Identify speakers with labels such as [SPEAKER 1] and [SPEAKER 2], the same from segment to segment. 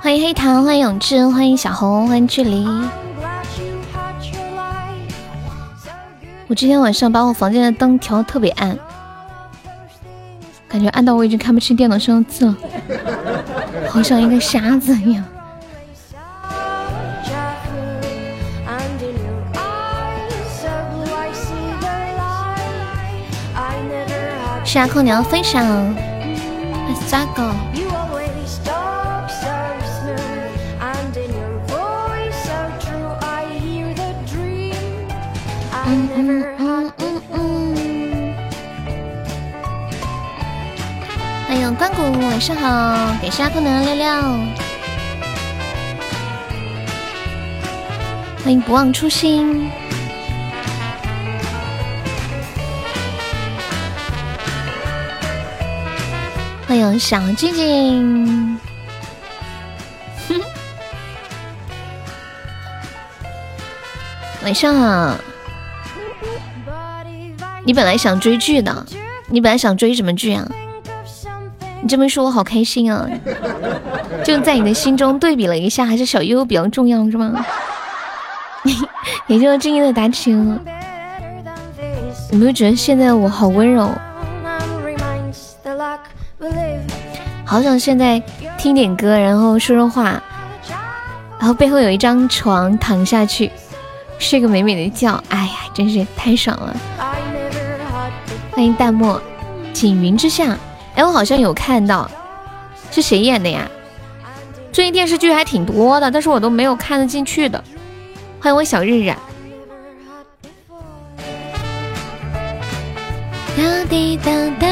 [SPEAKER 1] 欢迎黑糖，欢迎永志，欢迎小红，欢迎距离。我今天晚上把我房间的灯调得特别暗，感觉暗到我已经看不清电脑上的字了，好像一个傻子一样。是啊，空调分享，三个。嗯嗯嗯嗯嗯。欢迎哎关谷，晚上好，给沙空的六六。欢迎不忘初心。欢迎小静静。 晚上好。你本来想追剧的，你本来想追什么剧啊？你这么说，我好开心啊！就在你的心中对比了一下，还是小悠悠比较重要，是吗？ 也就是静静的打起了。有没有觉得现在我好温柔？好想现在听点歌，然后说说话，然后背后有一张床，躺下去睡个美美的觉。哎呀，真是太爽了！欢迎淡漠，锦云之下。哎，我好像有看到，是谁演的呀？最近电视剧还挺多的，但是我都没有看得进去的。欢迎我小日日、啊。哒滴哒哒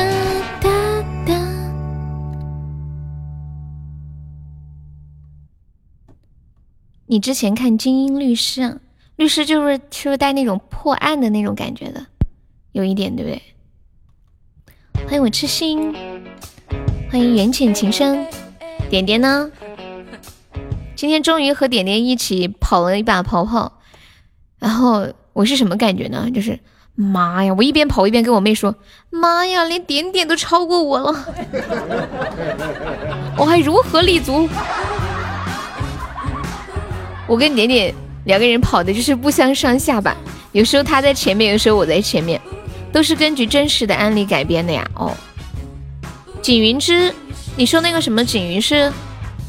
[SPEAKER 1] 哒哒。你之前看《精英律师》啊？律师就是是不是带那种破案的那种感觉的？有一点，对不对？欢迎我痴心，欢迎缘浅情深，点点呢？今天终于和点点一起跑了一把跑跑，然后我是什么感觉呢？就是妈呀！我一边跑一边跟我妹说：“妈呀，连点点都超过我了， 我还如何立足？”我跟点点两个人跑的就是不相上下吧，有时候他在前面，有时候我在前面。都是根据真实的案例改编的呀。哦，景云之，你说那个什么景云是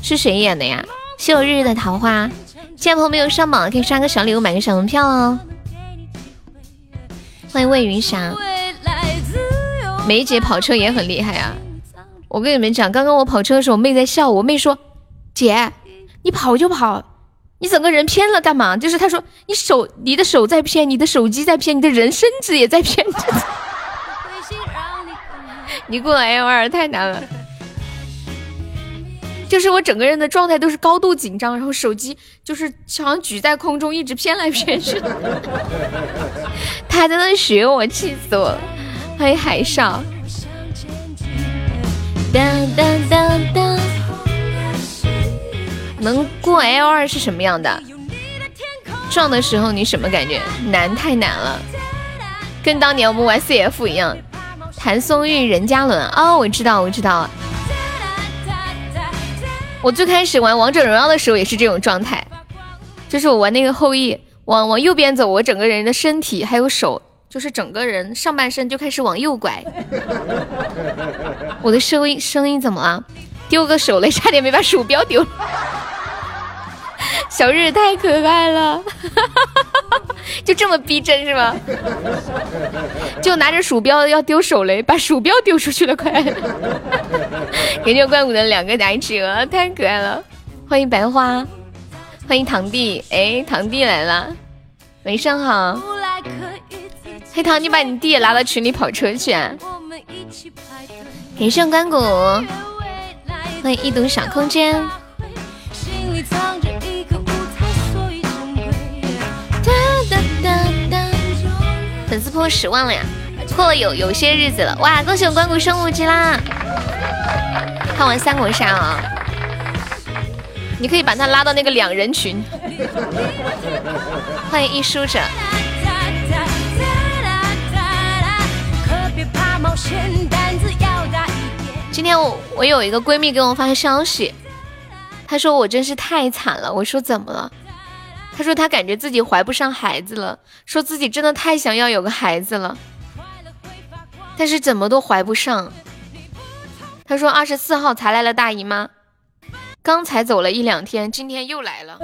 [SPEAKER 1] 是谁演的呀？谢我日日的桃花。现在朋友没有上榜，可以刷个小礼物，买个小门票哦。欢迎魏云霞，梅姐跑车也很厉害啊。我跟你们讲，刚刚我跑车的时候，我妹在笑我，我妹说：“姐，你跑就跑。”你整个人偏了干嘛？就是他说你手，你的手在偏，你的手机在偏，你的人身子也在偏。 你过来 L 二太难了，就是我整个人的状态都是高度紧张，然后手机就是好像举在空中一直偏来偏去。他在那学我，气死我了！欢迎海少。当当当当。能过 L 二是什么样的？撞的时候你什么感觉？难太难了，跟当年我们玩 CF 一样。谭松韵、任嘉伦，哦，我知道，我知道。我最开始玩王者荣耀的时候也是这种状态，就是我玩那个后羿，往往右边走，我整个人的身体还有手，就是整个人上半身就开始往右拐。我的声音声音怎么了？丢个手雷，差点没把鼠标丢了。 小日太可爱了， 就这么逼真是吗？就拿着鼠标要丢手雷，把鼠标丢出去了，快！ 感谢怪物的两个打企鹅，太可爱了！欢迎白花，欢迎堂弟，哎，堂弟来了，晚上好。黑糖，你把你弟也拉到群里跑车去啊！感谢关谷。欢迎一睹小空间。粉丝破十万了呀，破了有有些日子了哇！恭喜我关谷升五级啦！看完三国杀啊、哦，你可以把他拉到那个两人群。欢迎一书者。今天我我有一个闺蜜给我发消息，他说我真是太惨了。我说怎么了？他说他感觉自己怀不上孩子了，说自己真的太想要有个孩子了，但是怎么都怀不上。他说二十四号才来了大姨妈，刚才走了一两天，今天又来了，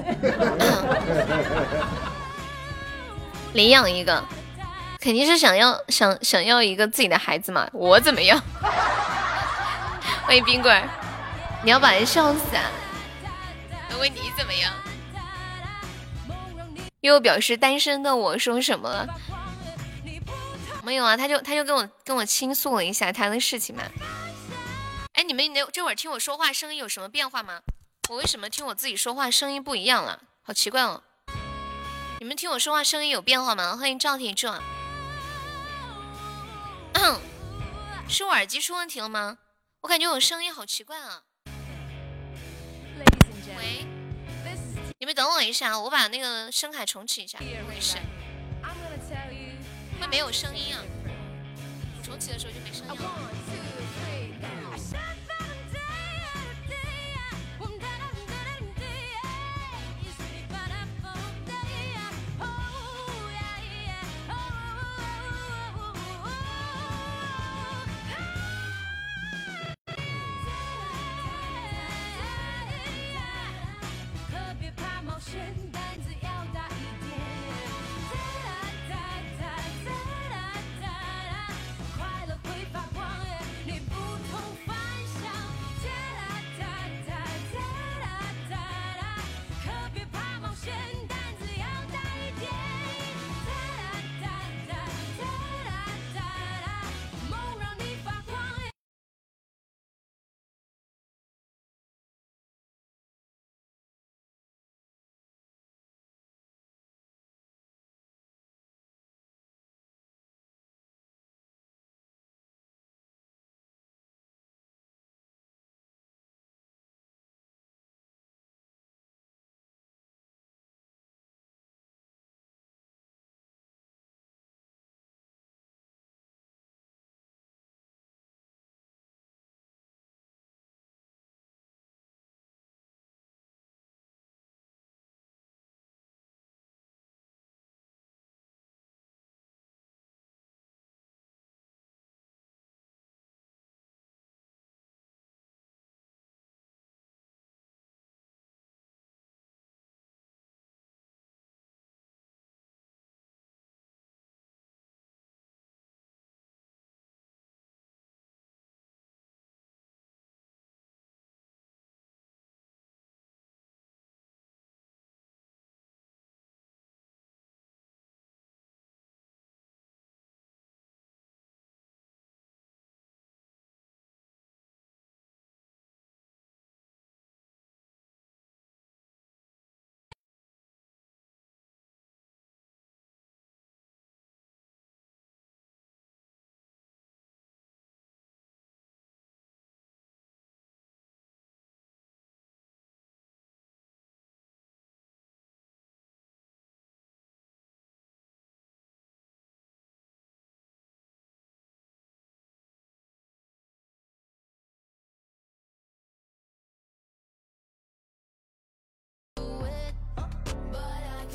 [SPEAKER 1] 领养一个，肯定是想要想想要一个自己的孩子嘛。我怎么样？欢迎冰棍儿，你要把人笑死啊！那问你怎么样？又表示单身的我说什么了？没有啊，他就他就跟我跟我倾诉了一下他的事情嘛。哎，你们那这会儿听我说话声音有什么变化吗？我为什么听我自己说话声音不一样了？好奇怪哦！你们听我说话声音有变化吗？欢迎赵铁柱。啊嗯是我耳机出问题了吗？我感觉我声音好奇怪啊！喂，你们等我一下，我把那个声卡重启一下，怎么回事？会没有声音啊？重启的时候就没声
[SPEAKER 2] 啊
[SPEAKER 1] 音了。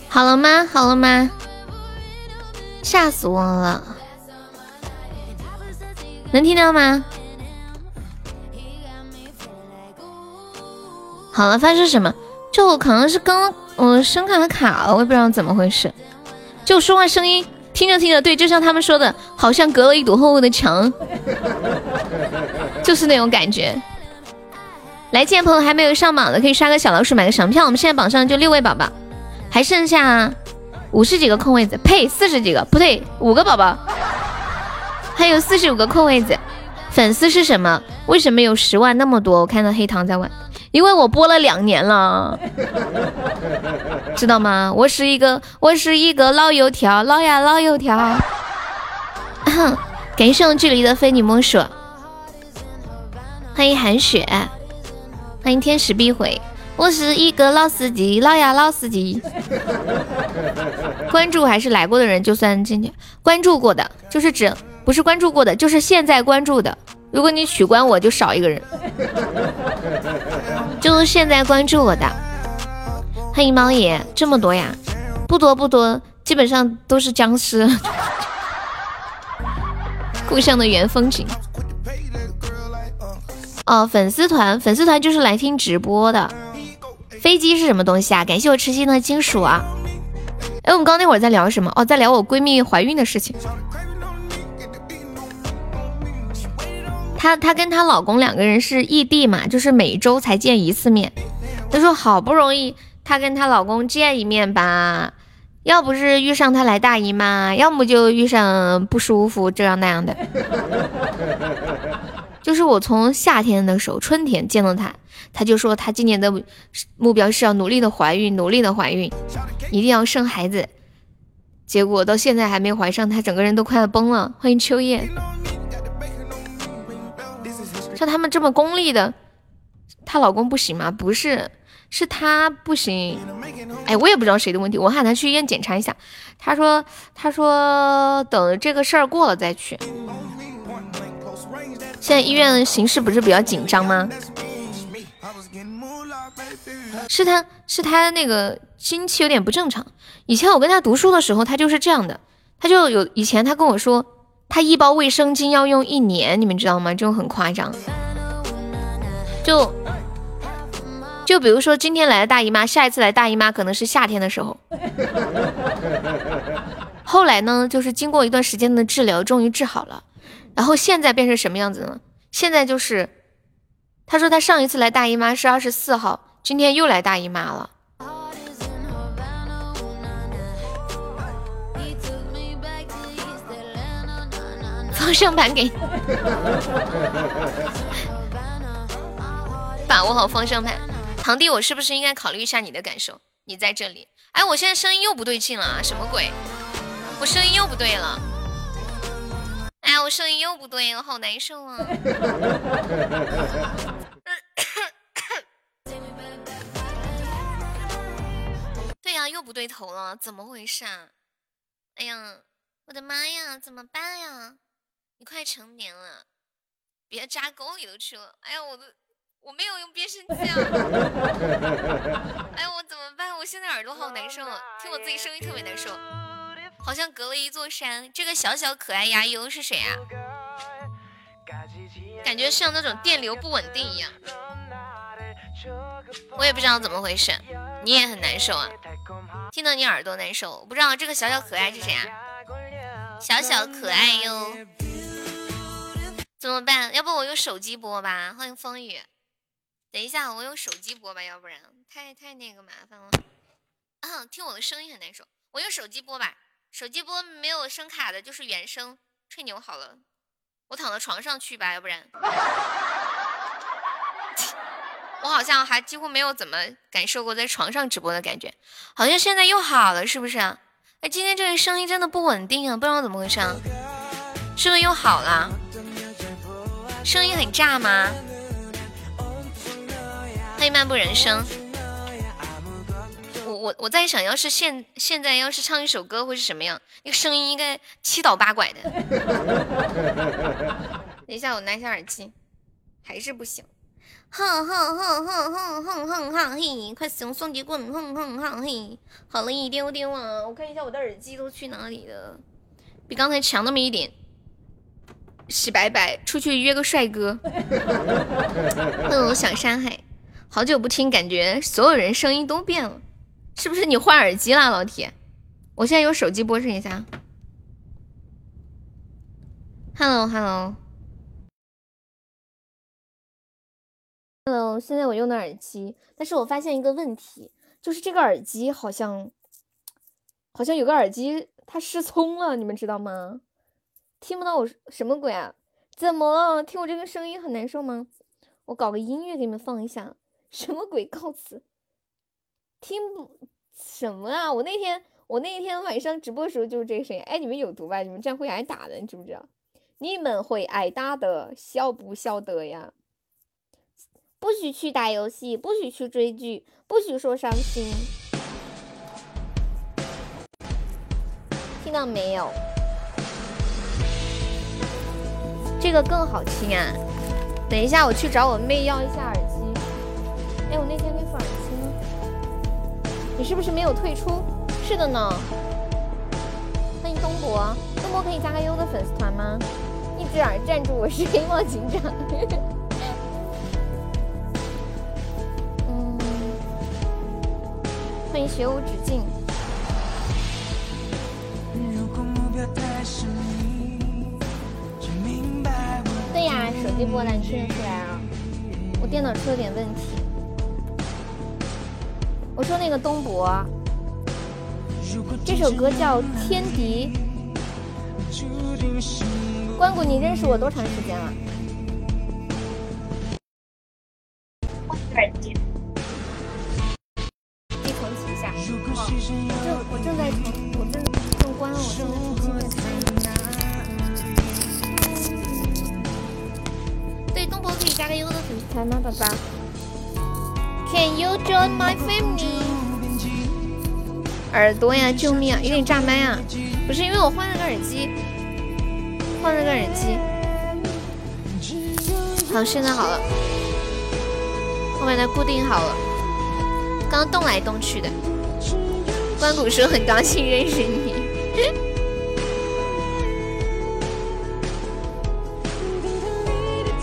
[SPEAKER 1] 好了吗？好了吗？吓死我了！能听到吗？好了，发生什么？就可能是刚我声卡卡了，我也不知道怎么回事。就说话声音，听着听着，对，就像他们说的，好像隔了一堵厚厚的墙， 就是那种感觉。来见朋友还没有上榜的，可以刷个小老鼠，买个赏票。我们现在榜上就六位宝宝。还剩下五十几个空位子，呸，四十几个，不对，五个宝宝，还有四十五个空位子。粉丝是什么？为什么有十万那么多？我看到黑糖在问，因为我播了两年了，知道吗？我是一个，我是一个老油条，老呀老油条。感谢我距离的非你莫属，欢迎韩雪，欢迎天使必毁。我是一个老司机，老呀老司机。关注还是来过的人就算进去，关注过的就是指不是关注过的，就是现在关注的。如果你取关我，就少一个人。 就现在关注我的。欢迎猫爷，这么多呀？不多不多，基本上都是僵尸。 故乡的原风景。哦，粉丝团，粉丝团就是来听直播的。飞机是什么东西啊？感谢我痴心的金属啊！哎，我们刚那会儿在聊什么？哦，在聊我闺蜜怀孕的事情。她她跟她老公两个人是异地嘛，就是每周才见一次面。她说好不容易她跟她老公见一面吧，要不是遇上她来大姨妈，要么就遇上不舒服这样那样的。就是我从夏天的时候，春天见到她，她就说她今年的目标是要努力的怀孕，努力的怀孕，一定要生孩子。结果到现在还没怀上，她整个人都快要崩了。欢迎秋叶。像他们这么功利的，她老公不行吗？不是，是她不行。哎，我也不知道谁的问题，我喊她去医院检查一下。她说，她说等这个事儿过了再去。现在医院形势不是比较紧张吗？是她是她那个经期有点不正常。以前我跟她读书的时候，她就是这样的。她就有以前她跟我说。他一包卫生巾要用一年，你们知道吗？这种很夸张。就就比如说今天来了大姨妈，下一次来大姨妈可能是夏天的时候。后来呢，就是经过一段时间的治疗，终于治好了。然后现在变成什么样子呢？现在就是，他说他上一次来大姨妈是二十四号，今天又来大姨妈了。方向盘给你， 把握好方向盘。堂弟，我是不是应该考虑一下你的感受？你在这里，哎，我现在声音又不对劲了啊！什么鬼？我声音又不对了，哎呀，我声音又不对了，好难受啊！对呀、啊，又不对头了，怎么回事啊？哎呀，我的妈呀，怎么办呀？你快成年了，别扎沟里头去了。哎呀，我都我没有用变声器啊！ 哎呀，我怎么办？我现在耳朵好难受，啊听我自己声音特别难受，好像隔了一座山。这个小小可爱牙优是谁啊？感觉像那种电流不稳定一样，我也不知道怎么回事。你也很难受啊，听到你耳朵难受。我不知道这个小小可爱是谁啊？小小可爱哟。怎么办？要不我用手机播吧。欢迎风雨。等一下，我用手机播吧，要不然太太那个麻烦了。啊，听我的声音很难受。我用手机播吧，手机播没有声卡的，就是原声。吹牛好了，我躺到床上去吧，要不然 我好像还几乎没有怎么感受过在床上直播的感觉，好像现在又好了，是不是？哎，今天这个声音真的不稳定啊，不知道怎么回事，啊，是不是又好了？声音很炸吗？欢迎漫步人生。我我我在想，要是现现在要是唱一首歌会是什么样？那个声音应该七倒八拐的。 等一下，我拿一下耳机，还是不行。哼哼哼哼哼哼哼哼嘿，快使用双节棍！哼哼哼嘿，好了一丢丢啊！我看一下我的耳机都去哪里了，比刚才强那么一点。洗白白，出去约个帅哥。嗯，想山海，好久不听，感觉所有人声音都变了，是不是你换耳机啦，老铁？我现在用手机播声一下。Hello，Hello，Hello，hello hello, 现在我用的耳机，但是我发现一个问题，就是这个耳机好像，好像有个耳机它失聪了，你们知道吗？听不到我什么鬼啊？怎么了？听我这个声音很难受吗？我搞个音乐给你们放一下。什么鬼告辞？听不什么啊？我那天我那天晚上直播的时候就是这个声音。哎，你们有毒吧？你们这样会挨打的，你知不知道？你们会挨打的，晓不晓得呀？不许去打游戏，不许去追剧，不许说伤心。听到没有？这个更好听啊！等一下，我去找我妹要一下耳机。哎，我那天给法子呢？你是不是没有退出？是的呢。欢迎东博，东博可以加个优的粉丝团吗？一只耳站住，我是黑猫警长。嗯，欢迎学无止境。
[SPEAKER 3] 如果目标太神秘，就明白我
[SPEAKER 1] 对呀，手机播的，你听得出来啊？我电脑出了点问题。我说那个东博，
[SPEAKER 3] 如果
[SPEAKER 1] 这首歌叫《天敌》。
[SPEAKER 3] 注定是我
[SPEAKER 1] 关谷，你认识我多长时间了？自己重启一下。
[SPEAKER 3] 如果是真
[SPEAKER 1] 正
[SPEAKER 3] 有
[SPEAKER 1] 我正在重，我正正关了，我正在重新的。对，东博可以嗯加个优的粉丝团吗，宝宝？Can you join my family？耳朵呀，救命啊！有点炸麦啊！不是因为我换了个耳机，换了个耳机。好，现在好了，我把它固定好了。刚刚动来动去的。关谷说很高兴认识你。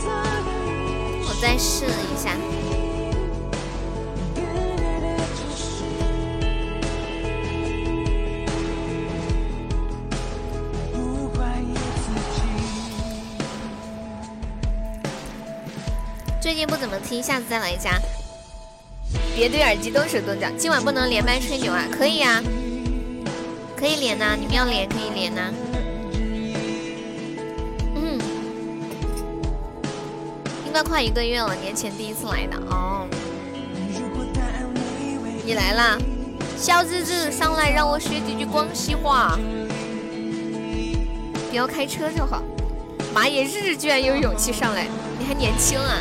[SPEAKER 1] 我再试了一下。
[SPEAKER 3] 不怀疑自己。
[SPEAKER 1] 最近不怎么听，下次再来一下。别对耳机动手动脚，今晚不能连麦吹牛啊！可以啊，可以连呐、你们要连可以连呐、嗯，应该快一个月了，年前第一次来的哦。
[SPEAKER 3] 如果答案你为
[SPEAKER 1] 你来啦，肖自治上来让我学几句广西话。不要开车就好。妈耶，日日居然有勇气上来，你还年轻啊？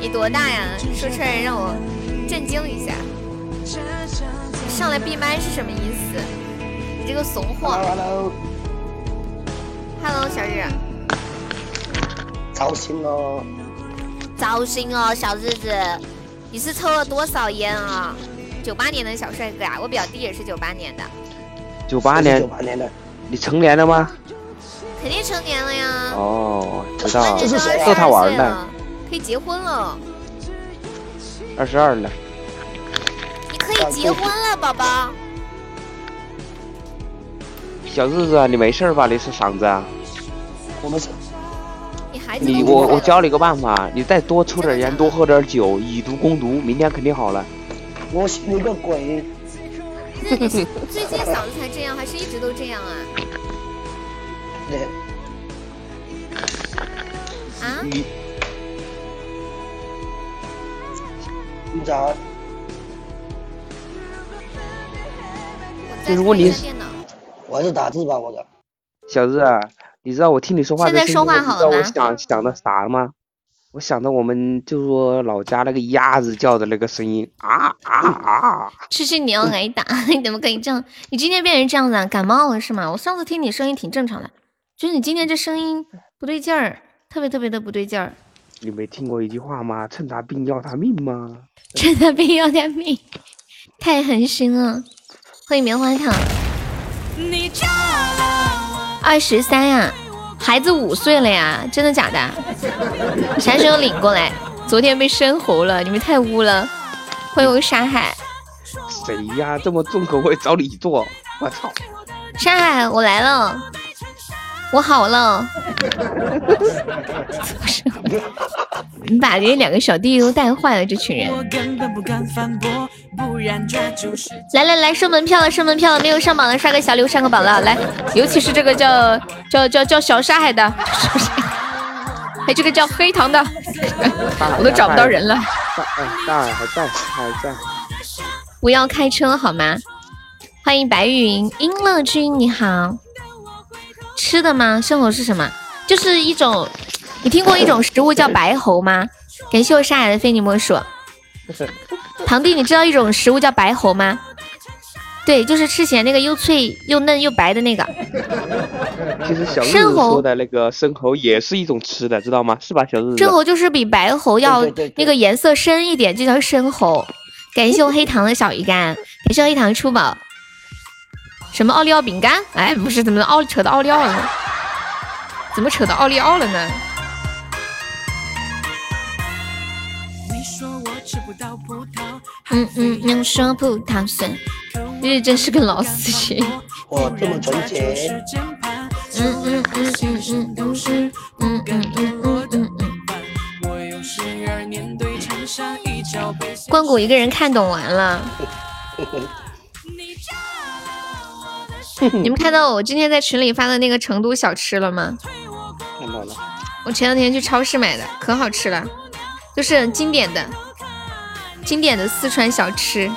[SPEAKER 1] 你多大呀？说出来让我震惊一下。
[SPEAKER 3] 假象在
[SPEAKER 1] 上来闭麦是什么意思？你这个怂货
[SPEAKER 4] Hello Hello，
[SPEAKER 1] ！Hello，小日，
[SPEAKER 4] 糟心哦，
[SPEAKER 1] 糟心哦，小日子，你是抽了多少烟啊？九八年的小帅哥啊，我表弟也是九八年的，
[SPEAKER 5] 九八年
[SPEAKER 4] 九，八年的，
[SPEAKER 5] 你成年了吗？
[SPEAKER 1] 肯定成年了呀。
[SPEAKER 5] 哦，知道了
[SPEAKER 4] 这，
[SPEAKER 1] 哎
[SPEAKER 4] 是谁啊
[SPEAKER 5] 逗他玩呢，，
[SPEAKER 1] 可以结婚了，
[SPEAKER 5] 二十二了，
[SPEAKER 1] 你可以结婚了，宝宝。
[SPEAKER 5] 小日子啊，你没事儿吧？你是嗓子啊？
[SPEAKER 4] 我们是
[SPEAKER 1] 你孩子都
[SPEAKER 5] 你
[SPEAKER 1] 五岁
[SPEAKER 5] 我
[SPEAKER 1] 了
[SPEAKER 5] 我教你个办法，你再多抽点烟，多喝点酒，以毒攻毒，明天肯定好了。
[SPEAKER 4] 我信你个鬼！
[SPEAKER 1] 那你是最近嗓子才这样，还是一直都这样啊？
[SPEAKER 4] 对，
[SPEAKER 1] 啊？
[SPEAKER 5] 你
[SPEAKER 4] 你咋？
[SPEAKER 1] 我在看一
[SPEAKER 5] 就是问你
[SPEAKER 1] 下电脑。
[SPEAKER 4] 我还是打字吧，我的。
[SPEAKER 5] 小日啊，你知道我听你说话
[SPEAKER 1] 现
[SPEAKER 5] 的
[SPEAKER 1] 在
[SPEAKER 5] 时
[SPEAKER 1] 说
[SPEAKER 5] 候，
[SPEAKER 1] 话
[SPEAKER 5] 你
[SPEAKER 1] 好
[SPEAKER 5] 知道
[SPEAKER 1] 了
[SPEAKER 5] 我
[SPEAKER 1] 吗
[SPEAKER 5] 想想到啥吗？我想到我们就说老家那个鸭子叫的那个声音啊啊啊！
[SPEAKER 1] 吃吃你要挨打， 你怎么可以这样？你今天变成这样子啊？感冒了是吗？我上次听你声音挺正常的，就是你今天这声音不对劲儿，特别特别的不对劲儿，
[SPEAKER 5] 你没听过一句话吗？趁他病要他命吗？
[SPEAKER 1] 真的被要点命，太狠心了。欢迎棉花糖，二十三呀，孩子五岁了呀，真的假的？啥时候领过来？昨天被生猴了，你们太污了！欢迎沙海，
[SPEAKER 5] 谁呀？这么重口味找你做，我操！
[SPEAKER 1] 沙海，我来了，我好了。 你把这两个小弟弟都带坏了，这群人。
[SPEAKER 3] 我根本不敢反驳，不然抓住时间。
[SPEAKER 1] 来来来，收门票了，收门票了！没有上榜的刷个小六上个榜了，来，尤其是这个叫叫叫叫小沙海的， 小沙海还有这个叫黑糖的，我都找不到人了。
[SPEAKER 5] 大哎，大耳还在，他还在。
[SPEAKER 1] 不要开车好吗？欢迎白云音乐君，你好。吃的吗？生蚝是什么？就是一种，你听过一种食物叫白喉吗？感谢我沙海的非你莫属。堂弟，你知道一种食物叫白喉吗？对，就是吃起来那个又脆又嫩又白的那个。
[SPEAKER 5] 其实小
[SPEAKER 1] 生
[SPEAKER 5] 鹿鹿
[SPEAKER 1] 蚝
[SPEAKER 5] 说的那个生蚝也是一种吃的，知道吗？是吧，小日子？
[SPEAKER 1] 生蚝就是比白猴要
[SPEAKER 4] 对对对对
[SPEAKER 1] 那个颜色深一点，就叫生猴。感谢我黑糖的小鱼干，感谢我黑糖出宝。什么奥利奥饼干？哎，不是，怎么奥扯到奥利奥了呢？怎么扯到奥利奥了呢？
[SPEAKER 3] 你说我吃不到葡萄，
[SPEAKER 1] 嗯嗯，能说葡萄酸。日日真是跟老司机。
[SPEAKER 4] 我这么纯洁，
[SPEAKER 1] 嗯嗯嗯嗯嗯嗯嗯嗯嗯嗯嗯嗯嗯。关谷一个人看懂完了。你们看到我今天在群里发的那个成都小吃了吗？
[SPEAKER 5] 看到了，
[SPEAKER 1] 我前两天去超市买的，可好吃了，就是很经典的、经典的四川小吃。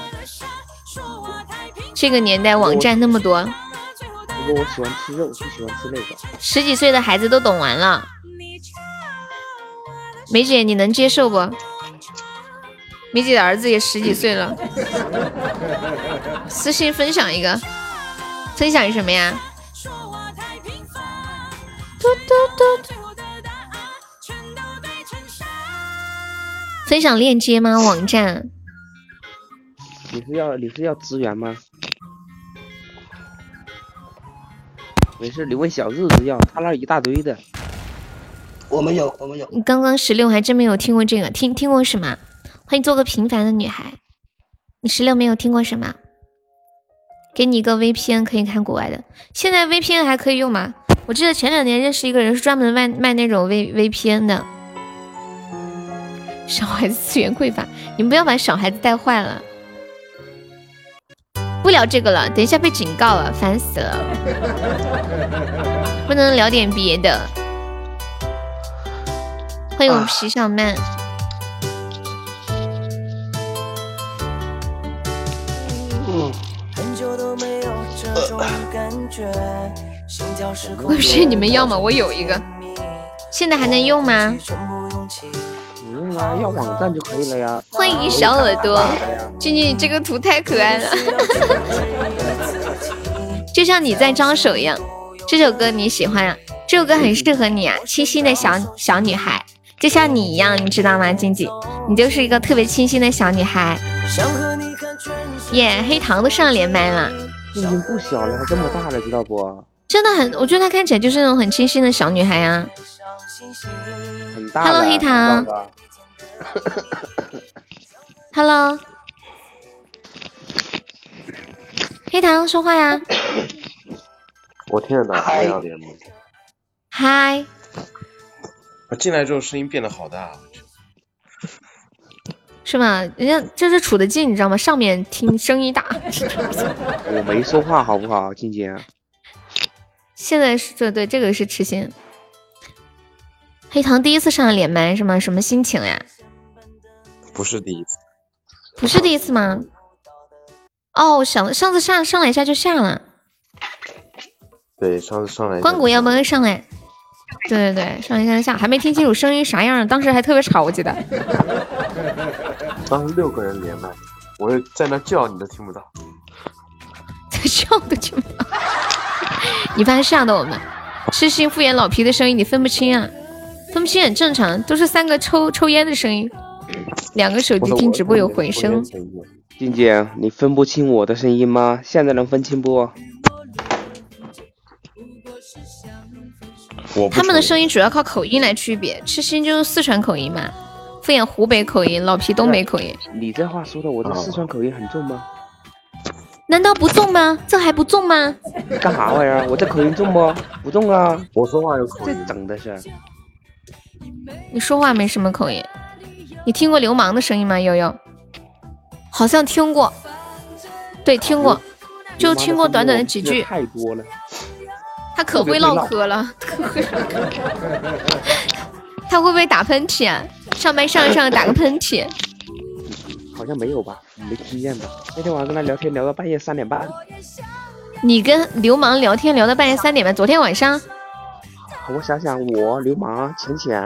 [SPEAKER 1] 这个年代网站那么多，
[SPEAKER 5] 不过我喜欢吃肉，就喜欢吃那个。
[SPEAKER 1] 十几岁的孩子都懂完了。梅姐，你能接受不？梅姐的儿子也十几岁了。私信分享一个，分享什么呀？嘟嘟嘟。分享链接吗？网站？
[SPEAKER 5] 你是要你是要资源吗？没事，你问小日子要，他那儿一大堆的。
[SPEAKER 4] 我们有，我们有。
[SPEAKER 1] 你刚刚十六还真没有听过这个，听听过什么？欢迎做个平凡的女孩。你十六没有听过什么？给你一个 VPN 可以看国外的，现在 VPN 还可以用吗？我记得前两年认识一个人是专门卖卖那种 V VPN 的。小孩子资源匮乏，你们不要把小孩子带坏了。不聊这个了，等一下被警告了，烦死了。 不能聊点别的。欢迎我们皮小曼。
[SPEAKER 4] 嗯，
[SPEAKER 3] 很久都没有这种感觉，心跳失控。
[SPEAKER 1] 我不是你们要吗？我有一个，现在还能用吗？
[SPEAKER 5] 不用啊，要网站就可以了呀。
[SPEAKER 1] 欢迎小耳朵，俊俊，你这个图太可爱了， 就像你在招手一样。这首歌你喜欢啊？这首歌很适合你啊，清新的小小女孩，就像你一样，你知道吗？静静，你就是一个特别清新的小女孩。耶、黑糖都上连麦了，
[SPEAKER 5] 已经不小了，还这么大了，知道不？
[SPEAKER 1] 真的很，我觉得她看起来就是那种很清新的小女孩啊。
[SPEAKER 5] 很大
[SPEAKER 1] Hello，
[SPEAKER 5] 了
[SPEAKER 1] 黑糖
[SPEAKER 5] 知道吧
[SPEAKER 1] Hello，黑糖说话呀。
[SPEAKER 6] 我天哪，
[SPEAKER 4] 嗨
[SPEAKER 6] 我要脸吗？
[SPEAKER 1] 嗨，
[SPEAKER 7] 我啊进来之后声音变得好大，啊
[SPEAKER 1] 是吗？人家就是处得近，你知道吗？上面听声音大，
[SPEAKER 5] 我没说话好不好，静静？
[SPEAKER 1] 现在是对对，这个是痴心。黑糖第一次上连麦是吗？什么心情呀？
[SPEAKER 7] 不是第一次。
[SPEAKER 1] 不是第一次吗？哦，想上次上上来一下就下了，
[SPEAKER 6] 对，上次上来
[SPEAKER 1] 关谷要不要上来？对对对，上来一下就下，还没听清楚声音啥样，当时还特别吵，我记得。
[SPEAKER 6] 当时六个人连麦，我是在那叫你都听不到。
[SPEAKER 1] 在笑的就没有。你怕吓到我们？痴心敷衍老皮的声音你分不清啊，分不清很正常，都是三个抽抽烟的声音，两个手
[SPEAKER 6] 我
[SPEAKER 1] 机
[SPEAKER 6] 说
[SPEAKER 1] 听
[SPEAKER 6] 我
[SPEAKER 1] 直播有回声。
[SPEAKER 6] 我连声音
[SPEAKER 5] 静静，你分不清我的声音吗？现在能分清不？
[SPEAKER 7] 我不
[SPEAKER 1] 他们的
[SPEAKER 7] 承
[SPEAKER 1] 声音主要靠口音来区别，痴心就是四川口音嘛，敷衍湖北口音，老皮东北口音，
[SPEAKER 5] 你这话说的，我的
[SPEAKER 6] 啊
[SPEAKER 5] 四川口音很重吗？
[SPEAKER 1] 难道不重吗？这还不重吗？
[SPEAKER 5] 干啥玩意儿？我这口音重不？不重啊，
[SPEAKER 6] 认我说话有口
[SPEAKER 5] 这
[SPEAKER 6] 音吗，
[SPEAKER 5] 整的是。
[SPEAKER 1] 你说话没什么口音，你听过流氓的声音吗？悠悠，好像听过，对，听过，就听过短短的几句。
[SPEAKER 5] 太多了。
[SPEAKER 1] 他可会唠嗑了，可会唠嗑。 他会不会打喷嚏啊？上班上一上打个喷嚏，
[SPEAKER 5] 好像没有吧，没听见吧？那天晚上跟他聊天聊到半夜三点半，
[SPEAKER 1] 你跟流氓聊天聊到半夜三点半，昨天晚上
[SPEAKER 5] 我想想，我流氓、浅浅，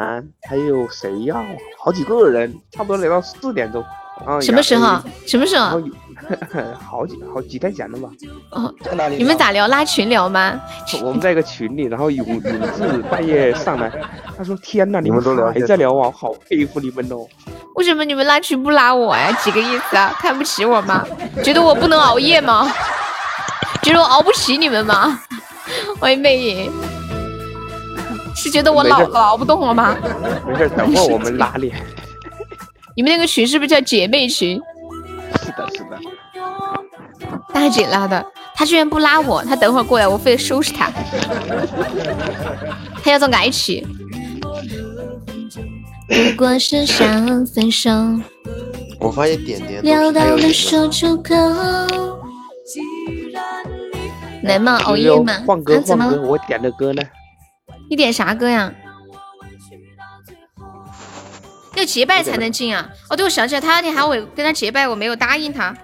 [SPEAKER 5] 还有谁呀、好几个人，差不多聊到四点钟。啊，
[SPEAKER 1] 什么时候
[SPEAKER 5] 然后？
[SPEAKER 1] 什么时
[SPEAKER 5] 然
[SPEAKER 1] 候？
[SPEAKER 5] 后有 好几好几天前了吧？
[SPEAKER 1] 哦，
[SPEAKER 4] 在哪里？
[SPEAKER 1] 你们？咋聊？拉群聊吗？
[SPEAKER 5] 我们在一个群里，然后永永志半夜上来，他说：“天哪，你
[SPEAKER 6] 你们都聊
[SPEAKER 5] 还
[SPEAKER 6] 些
[SPEAKER 5] 在聊啊，我好佩服你们哦。
[SPEAKER 1] 为什么你们拉群不拉我呀？几个意思啊？看不起我吗？觉得我不能熬夜吗？觉得我熬不起你们吗？欢迎魅影，是觉得我老
[SPEAKER 5] 没事
[SPEAKER 1] 了熬不动了吗？”
[SPEAKER 5] 没事，等会儿我们拉练。
[SPEAKER 1] 你们那个群是不是叫姐妹群？
[SPEAKER 5] 是的，是的，
[SPEAKER 1] 大姐拉的，她居然不拉我，她等会儿过来，我非得收拾她。她要找俺一起。
[SPEAKER 8] 如果是想分手，
[SPEAKER 7] 我发现点点
[SPEAKER 8] 聊
[SPEAKER 7] 都是还
[SPEAKER 8] 到
[SPEAKER 7] 有
[SPEAKER 8] 了
[SPEAKER 7] 一个
[SPEAKER 8] 说出口。来嘛，熬夜嘛，
[SPEAKER 5] 换歌
[SPEAKER 8] 啊怎
[SPEAKER 5] 换歌，
[SPEAKER 8] 么？
[SPEAKER 5] 我点的歌呢？
[SPEAKER 1] 你点啥歌呀？要结拜才能进啊！哦，对，我想起来，他那天喊我跟他结拜，我没有答应他。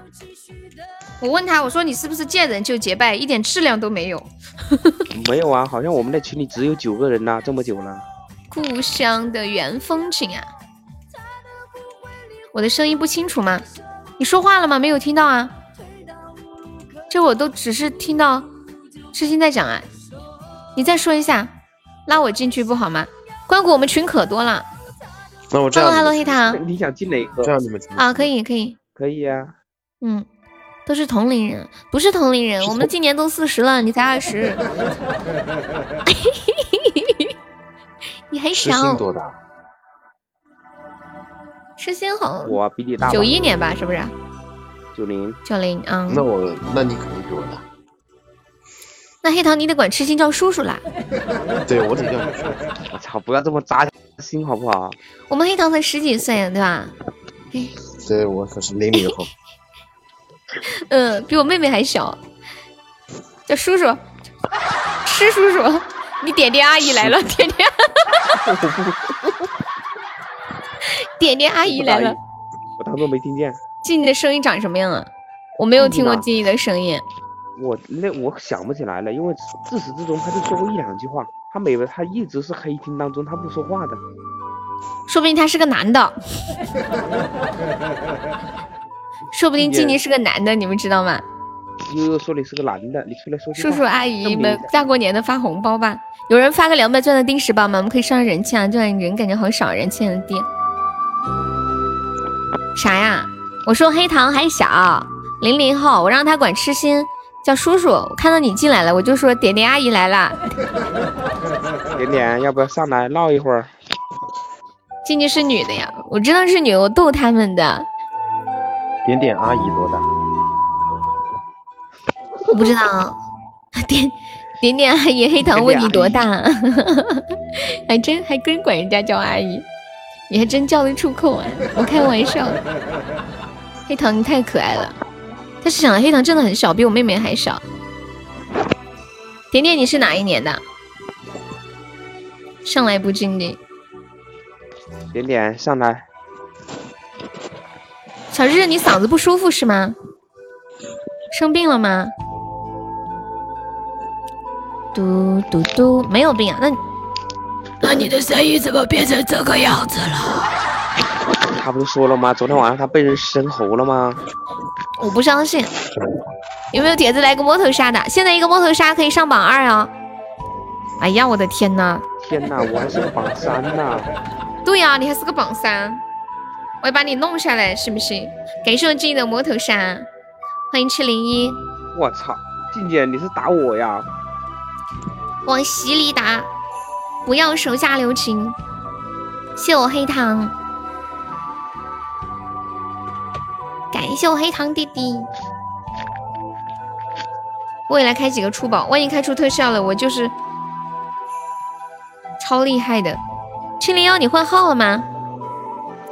[SPEAKER 1] 我问他，我说你是不是见人就结拜，一点质量都没有？
[SPEAKER 5] 没有啊，好像我们的群里只有九个人呐、这么久了。
[SPEAKER 1] 故乡的原风景啊！我的声音不清楚吗？你说话了吗？没有听到啊？这我都只是听到知心在讲啊。你再说一下，拉我进去不好吗？关谷，我们群可多了。
[SPEAKER 7] 那我这样
[SPEAKER 1] Hello
[SPEAKER 7] 你
[SPEAKER 1] Hello，
[SPEAKER 7] 们
[SPEAKER 1] 黑糖
[SPEAKER 5] 你想进哪
[SPEAKER 7] 这
[SPEAKER 5] 个？
[SPEAKER 7] 样你们听
[SPEAKER 1] 啊，可以可以，
[SPEAKER 5] 可以啊，
[SPEAKER 1] 嗯，都是同龄人，不是同龄人，我们今年都四十了，你才 二十，你还
[SPEAKER 7] 痴心
[SPEAKER 1] 小，
[SPEAKER 7] 多大？
[SPEAKER 1] 痴心红，
[SPEAKER 5] 我比你大。
[SPEAKER 1] 九一年吧，是不是？啊
[SPEAKER 5] 九零，
[SPEAKER 1] 九零啊，
[SPEAKER 7] 那我那你肯定比我大。
[SPEAKER 1] 那黑糖你得管痴心叫叔叔啦，
[SPEAKER 7] 对我得叫你说，
[SPEAKER 5] 我操，不要这么扎心好不好？
[SPEAKER 1] 我们黑糖才十几岁，啊对吧？
[SPEAKER 7] 对我可是零零后。
[SPEAKER 1] 嗯，比我妹妹还小，叫叔叔，吃叔叔，你点点阿姨来了，点点，点点阿姨来了。
[SPEAKER 5] 我当做没听见。
[SPEAKER 1] 静怡的声音长什么样啊？我没有听过静怡的声音。
[SPEAKER 5] 我那我想不起来了，因为自始至终他就说过一两句话，他每他一直是黑厅当中他不说话的。
[SPEAKER 1] 说不定他是个男的， 说不定静怡是个男的，你们知道吗？
[SPEAKER 5] 悠悠说你是个男的，你出来说句
[SPEAKER 1] 叔
[SPEAKER 5] 话
[SPEAKER 1] 叔阿姨
[SPEAKER 5] 证明一
[SPEAKER 1] 们
[SPEAKER 5] 下
[SPEAKER 1] 大过年的发红包吧，有人发个两百钻的定时包吗？我们可以上上人气啊，这样人感觉好少，人气很低。啥呀？我说黑糖还小，零零后，我让他管痴心叫叔叔。我看到你进来了，我就说点点阿姨来了。啊
[SPEAKER 5] 点点，要不要上来唠一会儿？
[SPEAKER 1] 静静是女的呀，我知道是女的，我逗他们的。
[SPEAKER 7] 点点阿姨多
[SPEAKER 1] 哦
[SPEAKER 7] 大？
[SPEAKER 1] 我不知道，点点点阿姨黑糖问你多大？ 还真还真管人家叫阿姨，你还真叫得出口啊！我开玩笑，黑糖你太可爱了。但是想来黑糖真的很小，比我妹妹还小。点点你是哪一年的？上来不敬礼。
[SPEAKER 5] 点点上来，
[SPEAKER 1] 小日，你嗓子不舒服是吗？生病了吗？嘟嘟嘟，没有病啊。那那你的声音怎么变成这个样子了？
[SPEAKER 5] 他不是说了吗？昨天晚上他被人生猴了吗？
[SPEAKER 1] 我不相信。有没有铁子来个摸头杀的？现在一个摸头杀可以上榜二啊！哎呀，我的天呐！
[SPEAKER 5] 天哪，我还是个榜三呐！
[SPEAKER 1] 对啊呀、你还是个榜三，我要把你弄下来，信不信？感谢我自己的摸头杀，欢迎七零一。
[SPEAKER 5] 我操，静姐你是打我呀？
[SPEAKER 1] 往洗里打，不要手下留情。谢我黑糖，感谢我黑糖弟弟。未来开几个出宝，万一开出特效了，我就是超厉害的。七零幺，你换号了吗？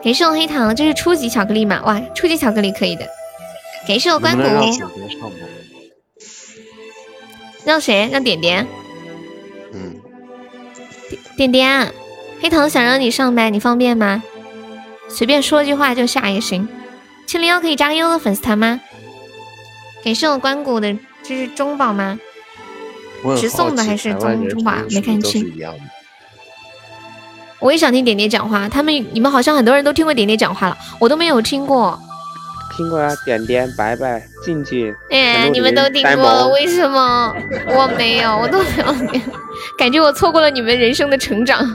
[SPEAKER 1] 感谢我黑糖，这是初级巧克力嘛？哇，初级巧克力可以的。感谢我
[SPEAKER 7] 能
[SPEAKER 1] 关
[SPEAKER 7] 不
[SPEAKER 1] 谷，
[SPEAKER 7] 能让九边上吗？
[SPEAKER 1] 让谁？让点点。
[SPEAKER 7] 嗯，
[SPEAKER 1] 点点，黑糖想让你上麦，你方便吗？随便说句话就下也行。七零幺可以加个优的粉丝团吗？感谢我关谷的，这是中宝吗？
[SPEAKER 7] 我很
[SPEAKER 1] 直送
[SPEAKER 7] 好
[SPEAKER 1] 的
[SPEAKER 7] 奇
[SPEAKER 1] 还是
[SPEAKER 7] 台湾
[SPEAKER 1] 中
[SPEAKER 7] 人
[SPEAKER 1] 中华
[SPEAKER 7] 是不是
[SPEAKER 1] 没看
[SPEAKER 7] 都
[SPEAKER 1] 清
[SPEAKER 7] 是一样的。
[SPEAKER 1] 我也想听点点讲话，他们你们好像很多人都听过点点讲话了，我都没有听过。
[SPEAKER 5] 听过啊，点点、白白、静静，
[SPEAKER 1] 哎，
[SPEAKER 5] 很多
[SPEAKER 1] 你们
[SPEAKER 5] 人
[SPEAKER 1] 都听
[SPEAKER 5] 呆
[SPEAKER 1] 过了，
[SPEAKER 5] 萌
[SPEAKER 1] 为什么我没有？我都没有听，感觉我错过了你们人生的成长。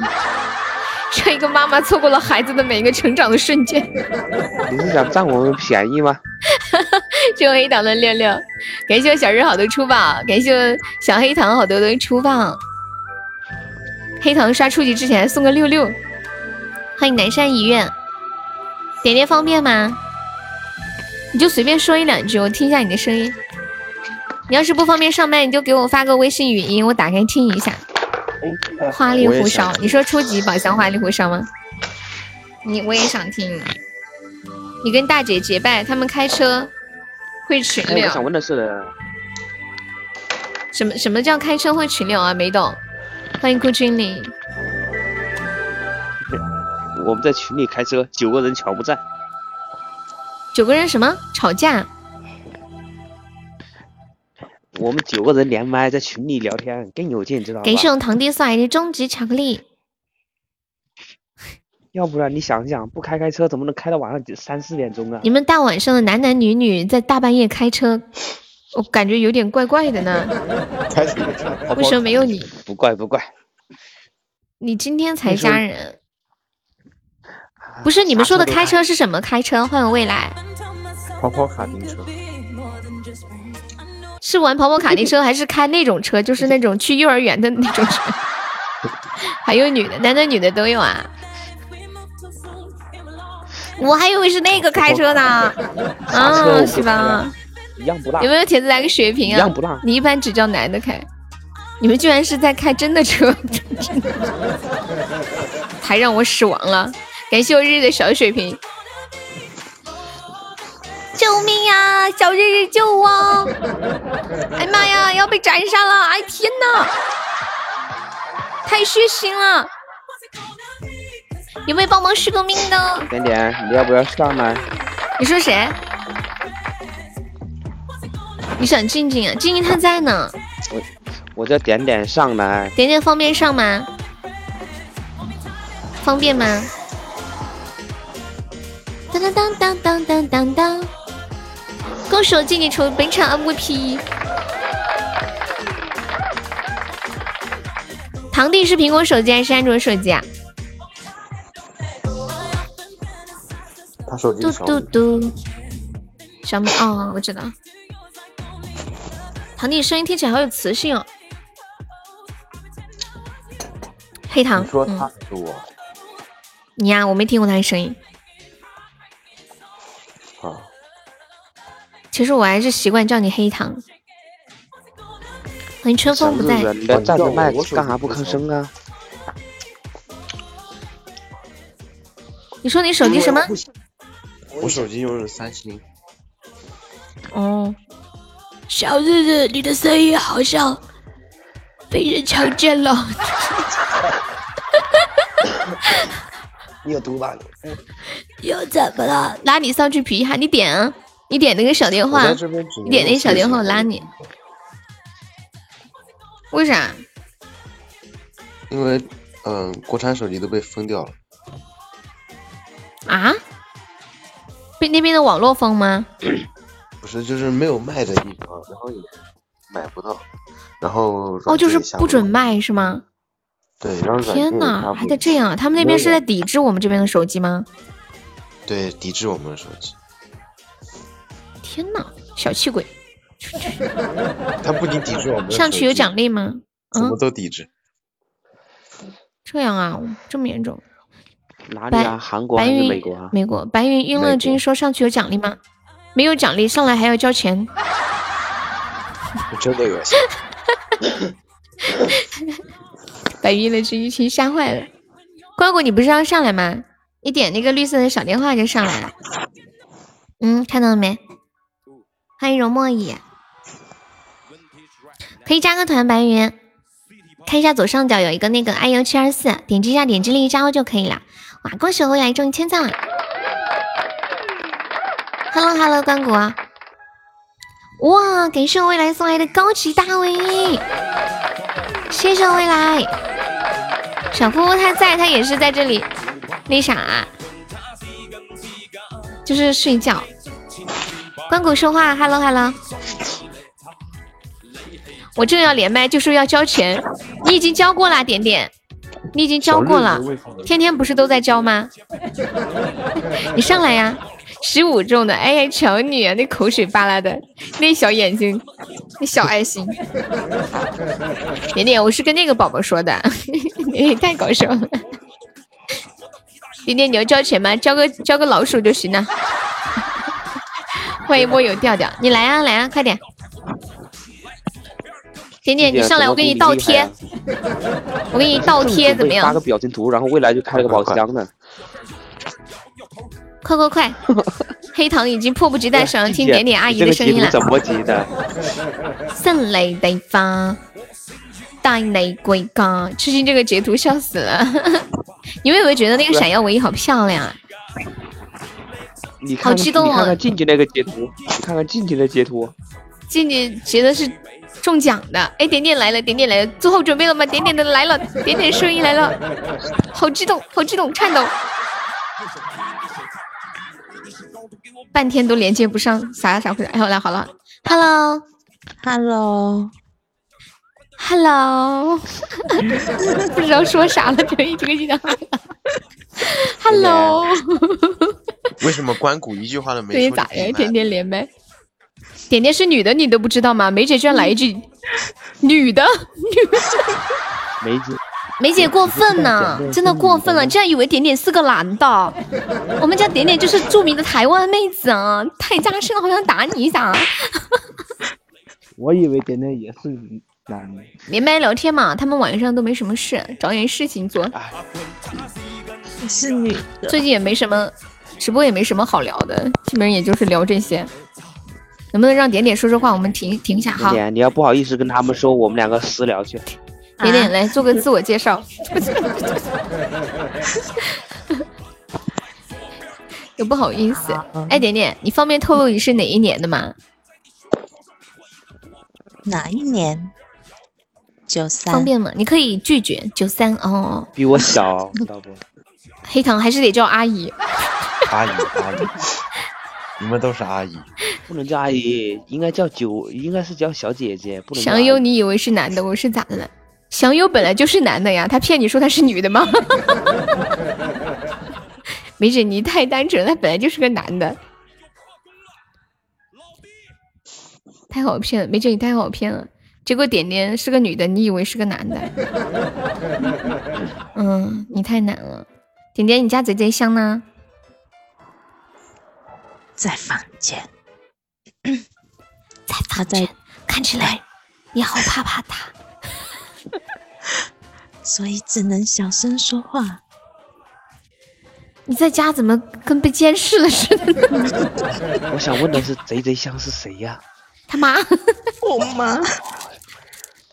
[SPEAKER 1] 这一个妈妈错过了孩子的每一个成长的瞬间。
[SPEAKER 5] 你是想占我们便宜吗？
[SPEAKER 1] 只有黑糖的六六，感谢我小日好的出宝，感谢我小黑糖好多的出宝。黑糖刷初级之前还送个六六，欢迎南山一院。点点方便吗？你就随便说一两句，我听一下你的声音。你要是不方便上麦，你就给我发个微信语音，我打开听一下。
[SPEAKER 4] 哎啊
[SPEAKER 1] 花栗
[SPEAKER 7] 我也
[SPEAKER 1] 胡
[SPEAKER 7] 想
[SPEAKER 1] 哨，你说初级宝箱花栗胡哨吗？你我也想听。你跟大姐结拜，他们开车会群
[SPEAKER 5] 哎，我想
[SPEAKER 1] 聊。
[SPEAKER 5] 问的是，
[SPEAKER 1] 什么什么叫开车会群聊啊？没懂。欢迎顾君临。
[SPEAKER 5] 我们在群里开车，九个人全不在，
[SPEAKER 1] 九个人什么吵架？
[SPEAKER 5] 我们九个人连麦在群里聊天，更有劲，知道吧
[SPEAKER 1] 感？谢我堂弟送来的终极巧克力。
[SPEAKER 5] 要不然你想想，不开开车怎么能开到晚上几三四点钟啊
[SPEAKER 1] 你？们大晚上的男男女女在大半夜开车，我感觉有点怪怪的呢。
[SPEAKER 6] 开始没事好
[SPEAKER 1] 为
[SPEAKER 6] 不好
[SPEAKER 1] 什么没有你？
[SPEAKER 5] 不怪不怪，
[SPEAKER 1] 你今天才
[SPEAKER 5] 你说
[SPEAKER 1] 加人？不是你们说的开车是什么开车？欢迎未来，
[SPEAKER 6] 跑跑卡丁车，
[SPEAKER 1] 是玩跑跑卡丁车还是开那种车？就是那种去幼儿园的那种车。 还有女的，男的女的都有啊。我还以为是那个开车呢，
[SPEAKER 5] 啥车我
[SPEAKER 1] 啊，
[SPEAKER 5] 不
[SPEAKER 1] 是吧？
[SPEAKER 5] 一样不辣
[SPEAKER 1] 有，没有铁子来个血
[SPEAKER 5] 一
[SPEAKER 1] 瓶啊
[SPEAKER 5] 样？不辣。
[SPEAKER 1] 你一般只叫男的开，你们居然是在开真的车， 太让我失望了。感谢我日日的小血瓶，救命呀、小日日救我！哎妈呀，要被斩杀了！哎天呐，太血腥了！有没有帮忙施个命的？
[SPEAKER 5] 点点，你要不要上来？
[SPEAKER 1] 你说谁？你想静静啊？静静她在呢。
[SPEAKER 5] 我叫点点上来，
[SPEAKER 1] 点点方便上吗？方便吗？当当当当当当当当！恭喜我静静成为本场 MVP。堂弟是苹果手机还是安卓手机啊？
[SPEAKER 6] 他手机
[SPEAKER 1] 嘟
[SPEAKER 6] 少
[SPEAKER 1] 嘟嘟，小米哦，我知道。堂弟声音听起来好有磁性哦。黑糖，
[SPEAKER 6] 你说
[SPEAKER 1] 嗯
[SPEAKER 6] 他是我
[SPEAKER 1] 你呀、我没听过他的声音。
[SPEAKER 7] 嗯
[SPEAKER 6] 啊，
[SPEAKER 1] 其实我还是习惯叫你黑糖。欢迎春
[SPEAKER 5] 小
[SPEAKER 1] 风不
[SPEAKER 5] 日
[SPEAKER 1] 在，
[SPEAKER 5] 子，你这站着麦干啥不吭声啊？
[SPEAKER 1] 你说你手机什么？
[SPEAKER 7] 我手机用的是三星，
[SPEAKER 1] 哦，小日日，你的声音好像被人强奸了。
[SPEAKER 4] 你有毒吧你？
[SPEAKER 1] 又怎么了？拉你上去皮哈，你点啊，你点那个小电
[SPEAKER 6] 我
[SPEAKER 1] 话
[SPEAKER 6] 在，这边只能
[SPEAKER 1] 你点那
[SPEAKER 6] 用
[SPEAKER 1] 小电话我
[SPEAKER 6] 手机
[SPEAKER 1] 拉你。为啥？
[SPEAKER 7] 因为嗯，国产手机都被封掉了，
[SPEAKER 1] 啊？被那边的网络封吗？
[SPEAKER 7] 不是就是没有卖的地方，然后也买不到，然后
[SPEAKER 1] 哦，
[SPEAKER 7] 软
[SPEAKER 1] 就是
[SPEAKER 7] 件下
[SPEAKER 1] 不准
[SPEAKER 7] 了，
[SPEAKER 1] 卖是吗？
[SPEAKER 7] 对，然后软
[SPEAKER 1] 天
[SPEAKER 7] 件也下
[SPEAKER 1] 哪，
[SPEAKER 7] 不
[SPEAKER 1] 还
[SPEAKER 7] 了
[SPEAKER 1] 得这样啊？他们那边是在抵制我们这边的手机吗？
[SPEAKER 7] 对抵制我们的手机，
[SPEAKER 1] 天呐，小气鬼！
[SPEAKER 7] 它不仅抵制我们的
[SPEAKER 1] 上
[SPEAKER 7] 手
[SPEAKER 1] 去有
[SPEAKER 7] 机
[SPEAKER 1] 奖励吗？
[SPEAKER 7] 什
[SPEAKER 1] 嗯
[SPEAKER 7] 么，都抵制，
[SPEAKER 1] 这样啊，这么严重？
[SPEAKER 5] 哪里
[SPEAKER 1] 白
[SPEAKER 5] 啊？韩国
[SPEAKER 1] 白
[SPEAKER 5] 还是
[SPEAKER 1] 云
[SPEAKER 5] 美国啊？
[SPEAKER 1] 美国白云晕
[SPEAKER 7] 美
[SPEAKER 1] 了
[SPEAKER 7] 国
[SPEAKER 1] 君说上去有奖励吗？没有奖励，上来还要交钱。
[SPEAKER 7] 真的恶心。
[SPEAKER 1] 白云了君一听吓坏了。乖乖，你不是要上来吗？你点那个绿色的小电话就上来了。嗯，看到了没？欢迎容墨雨，可以加个团，白云。看一下左上角有一个那个 iu 七二四，点击一下，点击立即加入就可以了。哇，恭喜侯雅中一千赞了！Hello Hello，关谷。哇，感谢我未来送来的高级大卫，谢谢我未来。小夫妇他在，他也是在这啊里，那啥、就是睡觉。关谷说话，hello hello。我正要连麦，就说要交钱，你已经交过啦，点点，你已经交过了，天天不是都在交吗？你上来呀，十五中的，哎呀，瞧你啊，那口水巴拉的，那小眼睛，那小爱心。点点，我是跟那个宝宝说的，你太搞笑了。点点，你要交钱吗？交个交个老鼠就行了。欢迎波有调调，你来啊来啊，快点！点
[SPEAKER 5] 啊
[SPEAKER 1] 点，你上来，我给你倒贴，我给你倒贴，怎么
[SPEAKER 5] 发
[SPEAKER 1] 样
[SPEAKER 5] 个？表情图，然后未来就开了个宝箱呢。
[SPEAKER 1] 快快快！黑糖已经迫不及
[SPEAKER 5] 哎
[SPEAKER 1] 待想要听
[SPEAKER 5] 姐
[SPEAKER 1] 点点阿姨的声音
[SPEAKER 5] 这个
[SPEAKER 1] 了
[SPEAKER 5] 截。图怎么截的？
[SPEAKER 1] 胜利地方，带你归家。最近这个截图笑死了， 你们有没有觉得那个闪耀唯一好漂亮啊？
[SPEAKER 5] 你看看，
[SPEAKER 1] 好激动哦
[SPEAKER 5] 你看看静静那个截图，你看看静静的截图，
[SPEAKER 1] 静静觉得是中奖的。哎，点点来了，点点来了，做好准备了吗？点点的来了，点点声音来了，好激动，好激动，颤抖。半天都连接不上，啥啥回事？哎，好了好了，Hello，Hello，Hello，不知道说啥了，这个一这个一讲，Hello，
[SPEAKER 7] 为什么关谷一句话都没
[SPEAKER 1] 对
[SPEAKER 7] 说？
[SPEAKER 1] 你咋呀？点点连麦，点点是女的，你都不知道吗？梅姐居然来一 句女的，
[SPEAKER 5] 梅姐，
[SPEAKER 1] 梅姐过分呢，真的过分了，竟然以为点点是个男的。我们家点点就是著名的台湾妹子啊，太扎心了，好想打你一啊掌。
[SPEAKER 9] 我以为点点也是男的，
[SPEAKER 1] 连麦聊天嘛，他们晚上都没什么事，找点事情做。
[SPEAKER 10] 是女的，
[SPEAKER 1] 最近也没什么直播，也没什么好聊的，基本上也就是聊这些。能不能让点点说说话？我们停停一下，
[SPEAKER 5] 点
[SPEAKER 1] 好，
[SPEAKER 5] 点，你要不好意思跟他们说，我们两个私聊去。
[SPEAKER 1] 点点来做个自我介绍。又不好意思，哎，点点，你方便透露你是哪一年的吗？
[SPEAKER 10] 哪一年？九
[SPEAKER 1] 方
[SPEAKER 10] 三，
[SPEAKER 1] 便吗？你可以拒绝九三哦。
[SPEAKER 5] 比 我小，知道不？
[SPEAKER 1] 黑糖还是得叫阿姨，
[SPEAKER 7] 阿姨阿姨，你们都是阿姨，
[SPEAKER 5] 不能叫阿姨，应该叫九，应该是叫小姐姐，不能叫阿
[SPEAKER 1] 祥
[SPEAKER 5] 姨。
[SPEAKER 1] 优，你以为是男的，我是咋的了？祥优本来就是男的呀，他骗你说他是女的吗？ 没准你太单纯了，他本来就是个男的，太好骗了。没准你太好骗了，结果点点是个女的，你以为是个男的， 嗯，你太难了。点点，你家贼贼香呢？
[SPEAKER 10] 在房间，
[SPEAKER 1] 在
[SPEAKER 10] 他在，
[SPEAKER 1] 看起来你好怕怕他。
[SPEAKER 10] 所以只能小声说话。
[SPEAKER 1] 你在家怎么跟被监视了似的？
[SPEAKER 5] 我想问的是，贼贼香是谁呀、
[SPEAKER 1] 他妈！
[SPEAKER 10] 我妈，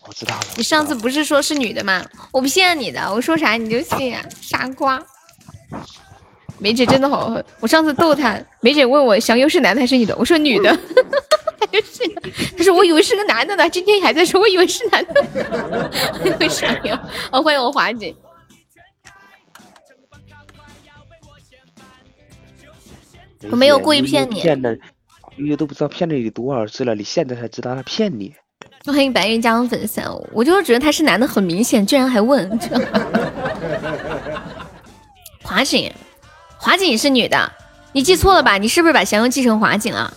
[SPEAKER 5] 我知道了，
[SPEAKER 1] 你上次不是说是女的吗？我不信你的，我说啥你就信啊，傻瓜！梅姐真的好狠，我上次逗她，梅姐问我祥优是男的还是女的，我说女的， 她就是的，她说我以为是个男的呢，今天还在说我以为是男的， 我以为是祥优。哦，欢迎我华姐。
[SPEAKER 5] 我
[SPEAKER 1] 我没有故意骗你
[SPEAKER 5] 骗的，悠悠都不啊知道骗了你多少次了，你现在才知道他骗你。
[SPEAKER 1] 欢迎白云加入粉丝啊，我就是觉得他是男的很明显，居然还问。 华锦，华锦是女的，你记错了吧？你是不是把祥佑记成华锦了？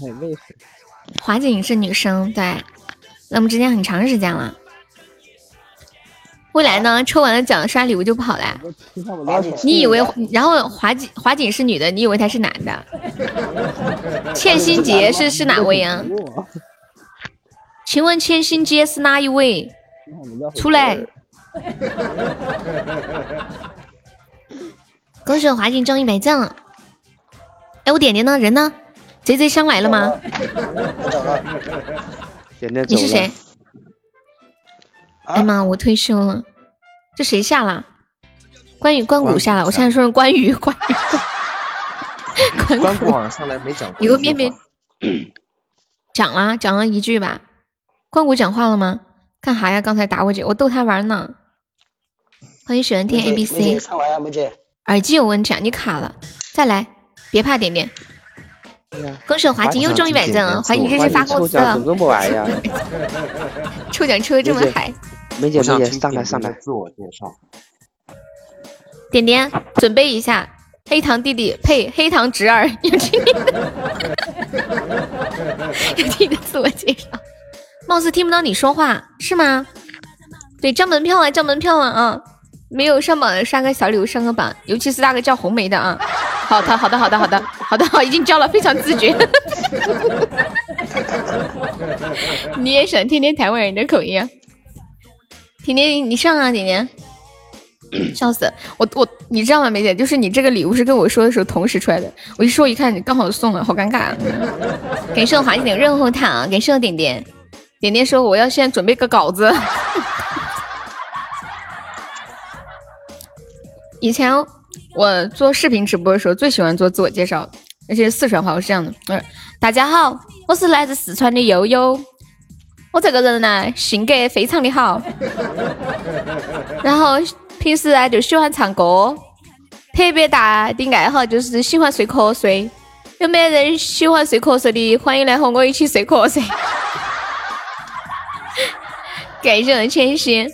[SPEAKER 9] 太累死了。
[SPEAKER 1] 华锦是女生，对，那我们之间很长时间了。未来呢，抽完了奖刷礼物就跑了。
[SPEAKER 9] 我听到我
[SPEAKER 4] 阿
[SPEAKER 9] 拉
[SPEAKER 4] 姐
[SPEAKER 9] 手，
[SPEAKER 1] 你以为，然后华锦华锦是女的，你以为他是男的？ 千心杰是是哪位啊？
[SPEAKER 9] 我
[SPEAKER 1] 请问千心杰是哪一位？
[SPEAKER 9] 听到我拉手
[SPEAKER 1] 出 来！恭喜华进中一百赞了！哎，我点点呢？人呢？贼贼香来了啊吗？
[SPEAKER 4] 我找到了
[SPEAKER 5] 点点走
[SPEAKER 1] 你是
[SPEAKER 5] 了。
[SPEAKER 1] 谁？？哎妈，我退休了。这谁下了？关羽关谷下了。我现在说是关羽， 关羽， 关
[SPEAKER 7] 关
[SPEAKER 1] 关
[SPEAKER 7] 谷
[SPEAKER 1] 谷
[SPEAKER 7] 好像上来没讲过一
[SPEAKER 1] 以
[SPEAKER 7] 句话。
[SPEAKER 1] 后面面讲了讲了一句吧。关谷讲话了吗？干啥呀？刚才打我姐，我逗他玩呢。欢迎喜欢听 A
[SPEAKER 4] 梅
[SPEAKER 1] B
[SPEAKER 4] 姐
[SPEAKER 1] C。
[SPEAKER 4] 梅姐上完了，梅姐，
[SPEAKER 1] 耳机有问题啊，你卡了，再来，别怕点点。恭手滑稽又中一百赞啊！滑稽这是发工
[SPEAKER 5] 抽
[SPEAKER 1] 资
[SPEAKER 5] 奖
[SPEAKER 1] 了
[SPEAKER 5] 怎，么这么玩呀？
[SPEAKER 1] 抽奖抽的这么嗨。
[SPEAKER 5] 梅姐
[SPEAKER 6] 我
[SPEAKER 5] 梅
[SPEAKER 6] 想
[SPEAKER 5] 姐
[SPEAKER 6] 听
[SPEAKER 5] 上来
[SPEAKER 6] 点
[SPEAKER 5] 上
[SPEAKER 6] 评
[SPEAKER 5] 来
[SPEAKER 6] 的，自我介绍。
[SPEAKER 1] 点点，准备一下，黑糖弟弟配黑糖侄儿， 有听你的，有听你的自我介绍，貌似听不到你说话是吗？对，涨门票啊，涨门票啊啊！没有上榜的刷个小礼物上个榜，尤其是那个叫红梅的啊。好的，好的，好的，好的，好的，好，已经交了，非常自觉。你也想天天台湾人的口音啊？甜甜，你上啊，甜甜。笑死我！我你知道吗，梅姐，就是你这个礼物是跟我说的时候同时出来的，我一说一看你刚好送了，好尴尬、啊。 感谢我华姐点润喉糖，感谢我点点。点点说我要现在准备个稿子。以前我做视频直播的时候，最喜欢做自我介绍，而且是四川话，我是这样的：嗯，大家好，我是来自四川的悠悠。我这个人呢，性格非常的好， 然后平时啊就喜欢唱歌，哦特别大的爱好就是喜欢睡瞌睡。有没有人喜欢睡瞌睡的？欢迎来和我一起睡瞌 睡。感谢我的千玺，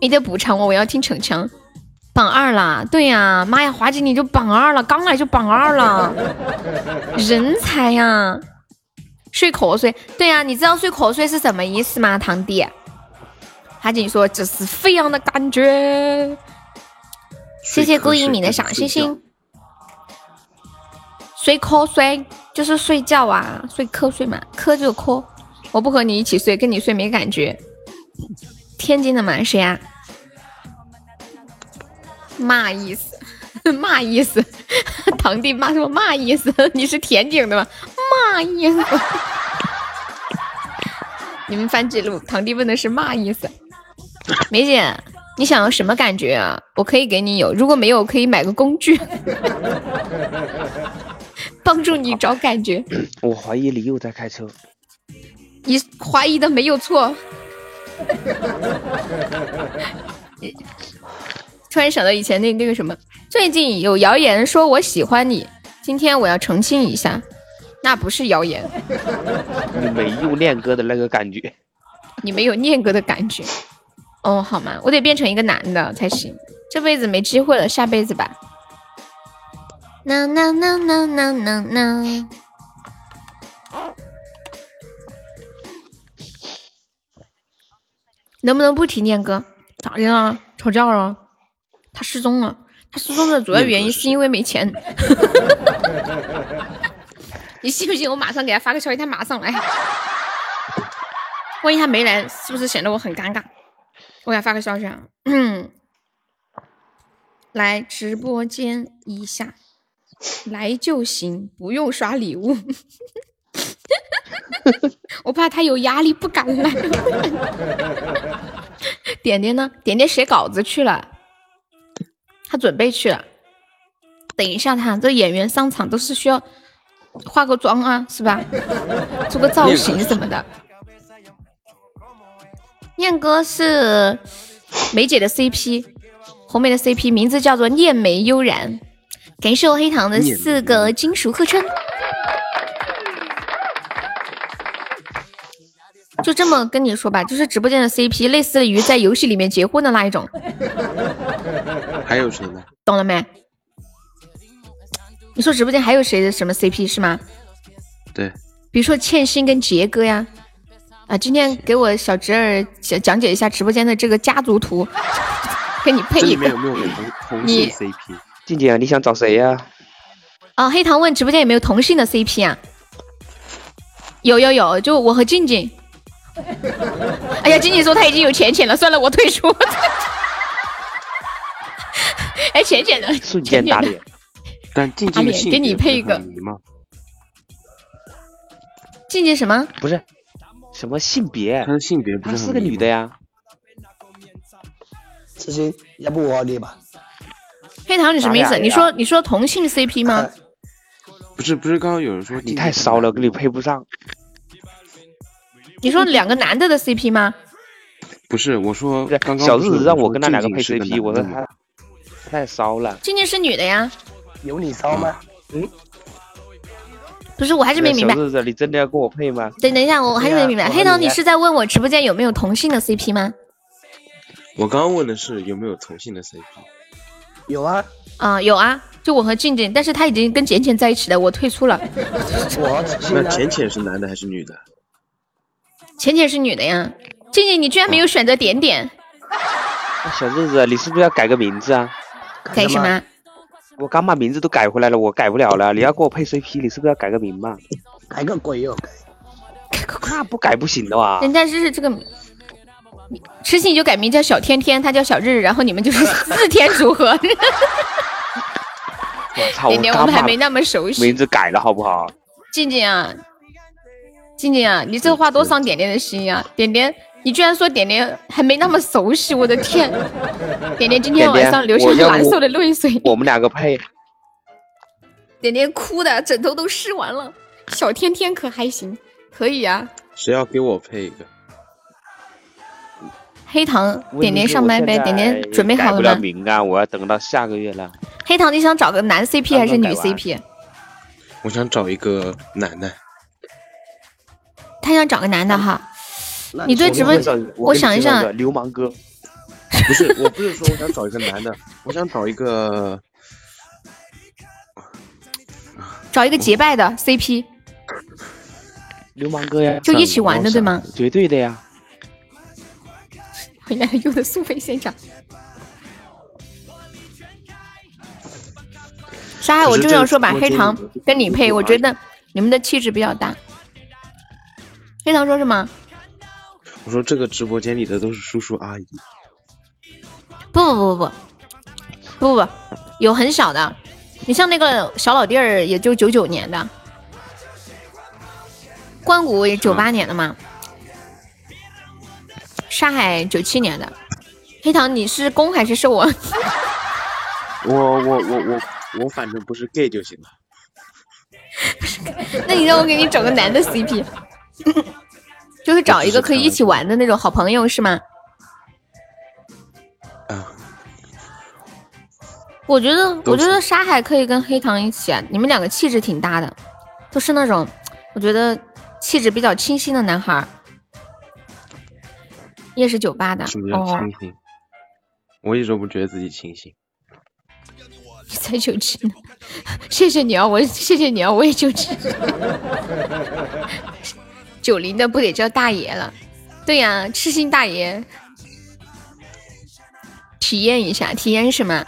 [SPEAKER 1] 你得补偿我，我要听逞强。榜二啦，对呀、妈呀，华姐你就榜二了，刚来就榜二了，人才呀、睡瞌睡，对呀、你知道睡瞌睡是什么意思吗，堂弟？他跟你说这是飞扬的感觉。谢谢顾一米的小星星。睡瞌睡就是睡觉啊，睡瞌睡嘛，瞌就瞌。我不和你一起睡，跟你睡没感觉。天津的嘛，谁啊呀、嘛意思？嘛意思？堂弟骂说嘛意思？你是田井的吗？嘛意思？你们翻记录，堂弟问的是嘛意思？梅姐，你想要什么感觉啊？我可以给你有，如果没有，我可以买个工具， 帮助你找感觉。
[SPEAKER 5] 我怀疑你又在 开车。
[SPEAKER 1] 你怀疑的没有错。 突然想到以前那那个什么，最近有谣言说我喜欢你，今天我要澄清一下，那不是谣言，
[SPEAKER 5] 你没有恋歌的那个感觉。
[SPEAKER 1] 你没有念哥的感觉。哦，好吗？我得变成一个男的才行，这辈子没机会了，下辈子吧。
[SPEAKER 8] 呐呐呐呐呐呐呐，
[SPEAKER 1] 能不能不提念哥？咋的了？吵架了？他失踪了。他失踪的主要原因是因为没钱。 你信不信？我马上给他发个消息，他马上来。万一他没来，是不是显得我很尴尬？我给他发个消息啊，嗯，来直播间一下，来就行，不用刷礼物。 我怕他有压力不敢来。 点点呢？点点写稿子去了，他准备去了。等一下他，这演员上场都是需要化个妆啊，是吧？做个造型什么的。念哥是梅姐的 CP，红梅的 CP，名字叫做念梅悠然。感谢我黑糖的四个金属客串。就这么跟你说吧，就是直播间的 CP，类似于在游戏里面结婚的那一种，
[SPEAKER 7] 还有谁呢？
[SPEAKER 1] 懂了没？你说直播间还有谁的什么 CP 是吗？
[SPEAKER 7] 对，
[SPEAKER 1] 比如说欠薪跟杰哥呀，啊，今天给我小侄儿讲讲解一下直播间的这个家族图，给你配
[SPEAKER 6] 这
[SPEAKER 1] 一
[SPEAKER 6] 里面有
[SPEAKER 1] 个。
[SPEAKER 6] 没有同同
[SPEAKER 1] 你
[SPEAKER 6] 性 CP？
[SPEAKER 5] 静姐，你想找谁呀、
[SPEAKER 1] 啊，黑糖问直播间有没有同性的 CP 啊？有有有，就我和静静。哎呀，静静说她已经有浅浅了，算了，我退出。 哎，浅浅的，
[SPEAKER 5] 瞬间打脸。
[SPEAKER 6] 但静
[SPEAKER 1] 阿
[SPEAKER 6] 静的
[SPEAKER 1] 冕
[SPEAKER 6] 性
[SPEAKER 1] 给你
[SPEAKER 6] 格不
[SPEAKER 1] 配
[SPEAKER 6] 是
[SPEAKER 1] 一个
[SPEAKER 6] 很迷吗？
[SPEAKER 1] 静静什么？
[SPEAKER 5] 不是，什么性别
[SPEAKER 6] 她？的性别不
[SPEAKER 5] 她
[SPEAKER 6] 是
[SPEAKER 5] 是
[SPEAKER 6] 很
[SPEAKER 5] 个
[SPEAKER 6] 迷
[SPEAKER 5] 女的
[SPEAKER 6] 吗，
[SPEAKER 5] 呀。
[SPEAKER 4] 这些要不我理吧？
[SPEAKER 1] 黑糖，你什么意
[SPEAKER 5] 咱
[SPEAKER 1] 思？
[SPEAKER 5] 俩
[SPEAKER 1] 你
[SPEAKER 5] 哎呀
[SPEAKER 1] 说你说同性 CP 吗？
[SPEAKER 11] 啊
[SPEAKER 6] 不是不是，刚刚有人说
[SPEAKER 5] 你太骚了，跟你配不上。
[SPEAKER 1] 你说两个男的的 CP 吗？
[SPEAKER 6] 不是，我说
[SPEAKER 5] 不是，
[SPEAKER 6] 刚刚
[SPEAKER 5] 小
[SPEAKER 6] 不
[SPEAKER 5] 日
[SPEAKER 6] 是
[SPEAKER 5] 子
[SPEAKER 6] 我
[SPEAKER 5] 让我
[SPEAKER 6] 说
[SPEAKER 5] 跟他
[SPEAKER 6] 静
[SPEAKER 5] 两个
[SPEAKER 6] 静
[SPEAKER 5] 配
[SPEAKER 6] 是
[SPEAKER 5] CP，我
[SPEAKER 6] 男
[SPEAKER 5] 说
[SPEAKER 6] 的吗
[SPEAKER 5] 他太骚了。
[SPEAKER 1] 静静是女的呀，
[SPEAKER 4] 有你骚吗？
[SPEAKER 8] 不是，我还是没明白
[SPEAKER 5] 小。日子，你真的要跟我配吗？
[SPEAKER 8] 等等一下，我还是没明白。
[SPEAKER 5] 对啊
[SPEAKER 8] 黑
[SPEAKER 5] 我
[SPEAKER 8] 桃，
[SPEAKER 5] 很
[SPEAKER 8] 你
[SPEAKER 5] 明白
[SPEAKER 8] 是在问我直播间有没有同性的 CP 吗？
[SPEAKER 12] 我刚刚问的是有没有同性的 CP，
[SPEAKER 11] 有啊，
[SPEAKER 8] 啊、有啊，就我和静静，但是他已经跟简简在一起了，我退出了。
[SPEAKER 11] 我和陈欣
[SPEAKER 12] 那
[SPEAKER 11] 然
[SPEAKER 12] 浅浅是男的还是女的？
[SPEAKER 8] 浅浅是女的呀，静静你居然没有选择点点，
[SPEAKER 5] 啊小日子，你是不是要改个名字啊？
[SPEAKER 8] 改什么？
[SPEAKER 5] 我刚把名字都改回来了，我改不了
[SPEAKER 8] 嗯
[SPEAKER 5] 了。你要给我配 CP，你是不是要改个名嘛？
[SPEAKER 11] 改个鬼哟、改
[SPEAKER 5] 那不改不行的哇！
[SPEAKER 8] 人家是这个名，痴心就改名叫小天天，他叫小日，然后你们就是四天组 合。
[SPEAKER 5] 我操，我
[SPEAKER 8] 点点，我
[SPEAKER 5] 刚
[SPEAKER 8] 们还
[SPEAKER 5] 把
[SPEAKER 8] 没那么熟悉
[SPEAKER 5] 名。字改了，好不好？
[SPEAKER 8] 静静啊，静静啊，你这话多伤点点的心呀、点点，你居然说点点还没那么熟悉，我的 天！点点今天晚上流
[SPEAKER 5] 点
[SPEAKER 8] 下
[SPEAKER 5] 点我要不
[SPEAKER 8] 难受的泪水，
[SPEAKER 5] 我们两个配，
[SPEAKER 8] 点点哭的枕头都湿完了。小天天可还行，可以啊。
[SPEAKER 12] 谁要给我配一个？
[SPEAKER 8] 黑糖，点点上麦呗，点点准备好
[SPEAKER 5] 改
[SPEAKER 8] 了
[SPEAKER 5] 不了
[SPEAKER 8] 吗？
[SPEAKER 5] 名啊，我要等到下个月了。
[SPEAKER 8] 黑糖，你想找个男 CP
[SPEAKER 5] 刚刚
[SPEAKER 8] 还是女
[SPEAKER 5] 改完
[SPEAKER 8] CP？
[SPEAKER 12] 我想找一个男的。
[SPEAKER 8] 他想找个男的哈。
[SPEAKER 11] 那
[SPEAKER 8] 你对直播，我想一想，
[SPEAKER 5] 流氓哥，
[SPEAKER 12] 不是，我不是说我想找一个男的，我想找一个
[SPEAKER 8] 找一个结拜的
[SPEAKER 5] 嗯
[SPEAKER 8] CP，
[SPEAKER 5] 流氓哥呀，
[SPEAKER 8] 就一起玩的，对吗？
[SPEAKER 5] 绝对的呀。
[SPEAKER 8] 回来哎用的速配现场。沙海，我就想说把黑糖跟你配，我觉得你们的气质比较搭。黑糖说什么？
[SPEAKER 12] 我说这个直播间里的都是叔叔阿姨，
[SPEAKER 8] 不不不不不不不，有很小的，你像那个小老弟儿，也就九九年的，关谷也九八年的嘛，沙海九七年的，黑糖你是攻还是受啊？
[SPEAKER 12] 我我我我我反正不是 gay 就行了。
[SPEAKER 8] 那你让我给你找个男的 CP，就是找一个可以一起玩的那种好朋友是吗？
[SPEAKER 12] 啊，
[SPEAKER 8] 我觉得，
[SPEAKER 12] 都
[SPEAKER 8] 我觉
[SPEAKER 12] 是
[SPEAKER 8] 得沙海可以跟黑糖一起、啊，你们两个气质挺搭的，都是那种我觉得气质比较清新的男孩儿。夜市酒吧的
[SPEAKER 12] 什么叫
[SPEAKER 8] 哦，
[SPEAKER 12] 清醒？我一直都不觉得自己清醒。
[SPEAKER 8] 你才九七呢，谢谢你啊，我谢谢你啊，我也九七， 九零的不得叫大爷了？对呀、痴心大爷，体验一下，体验什么？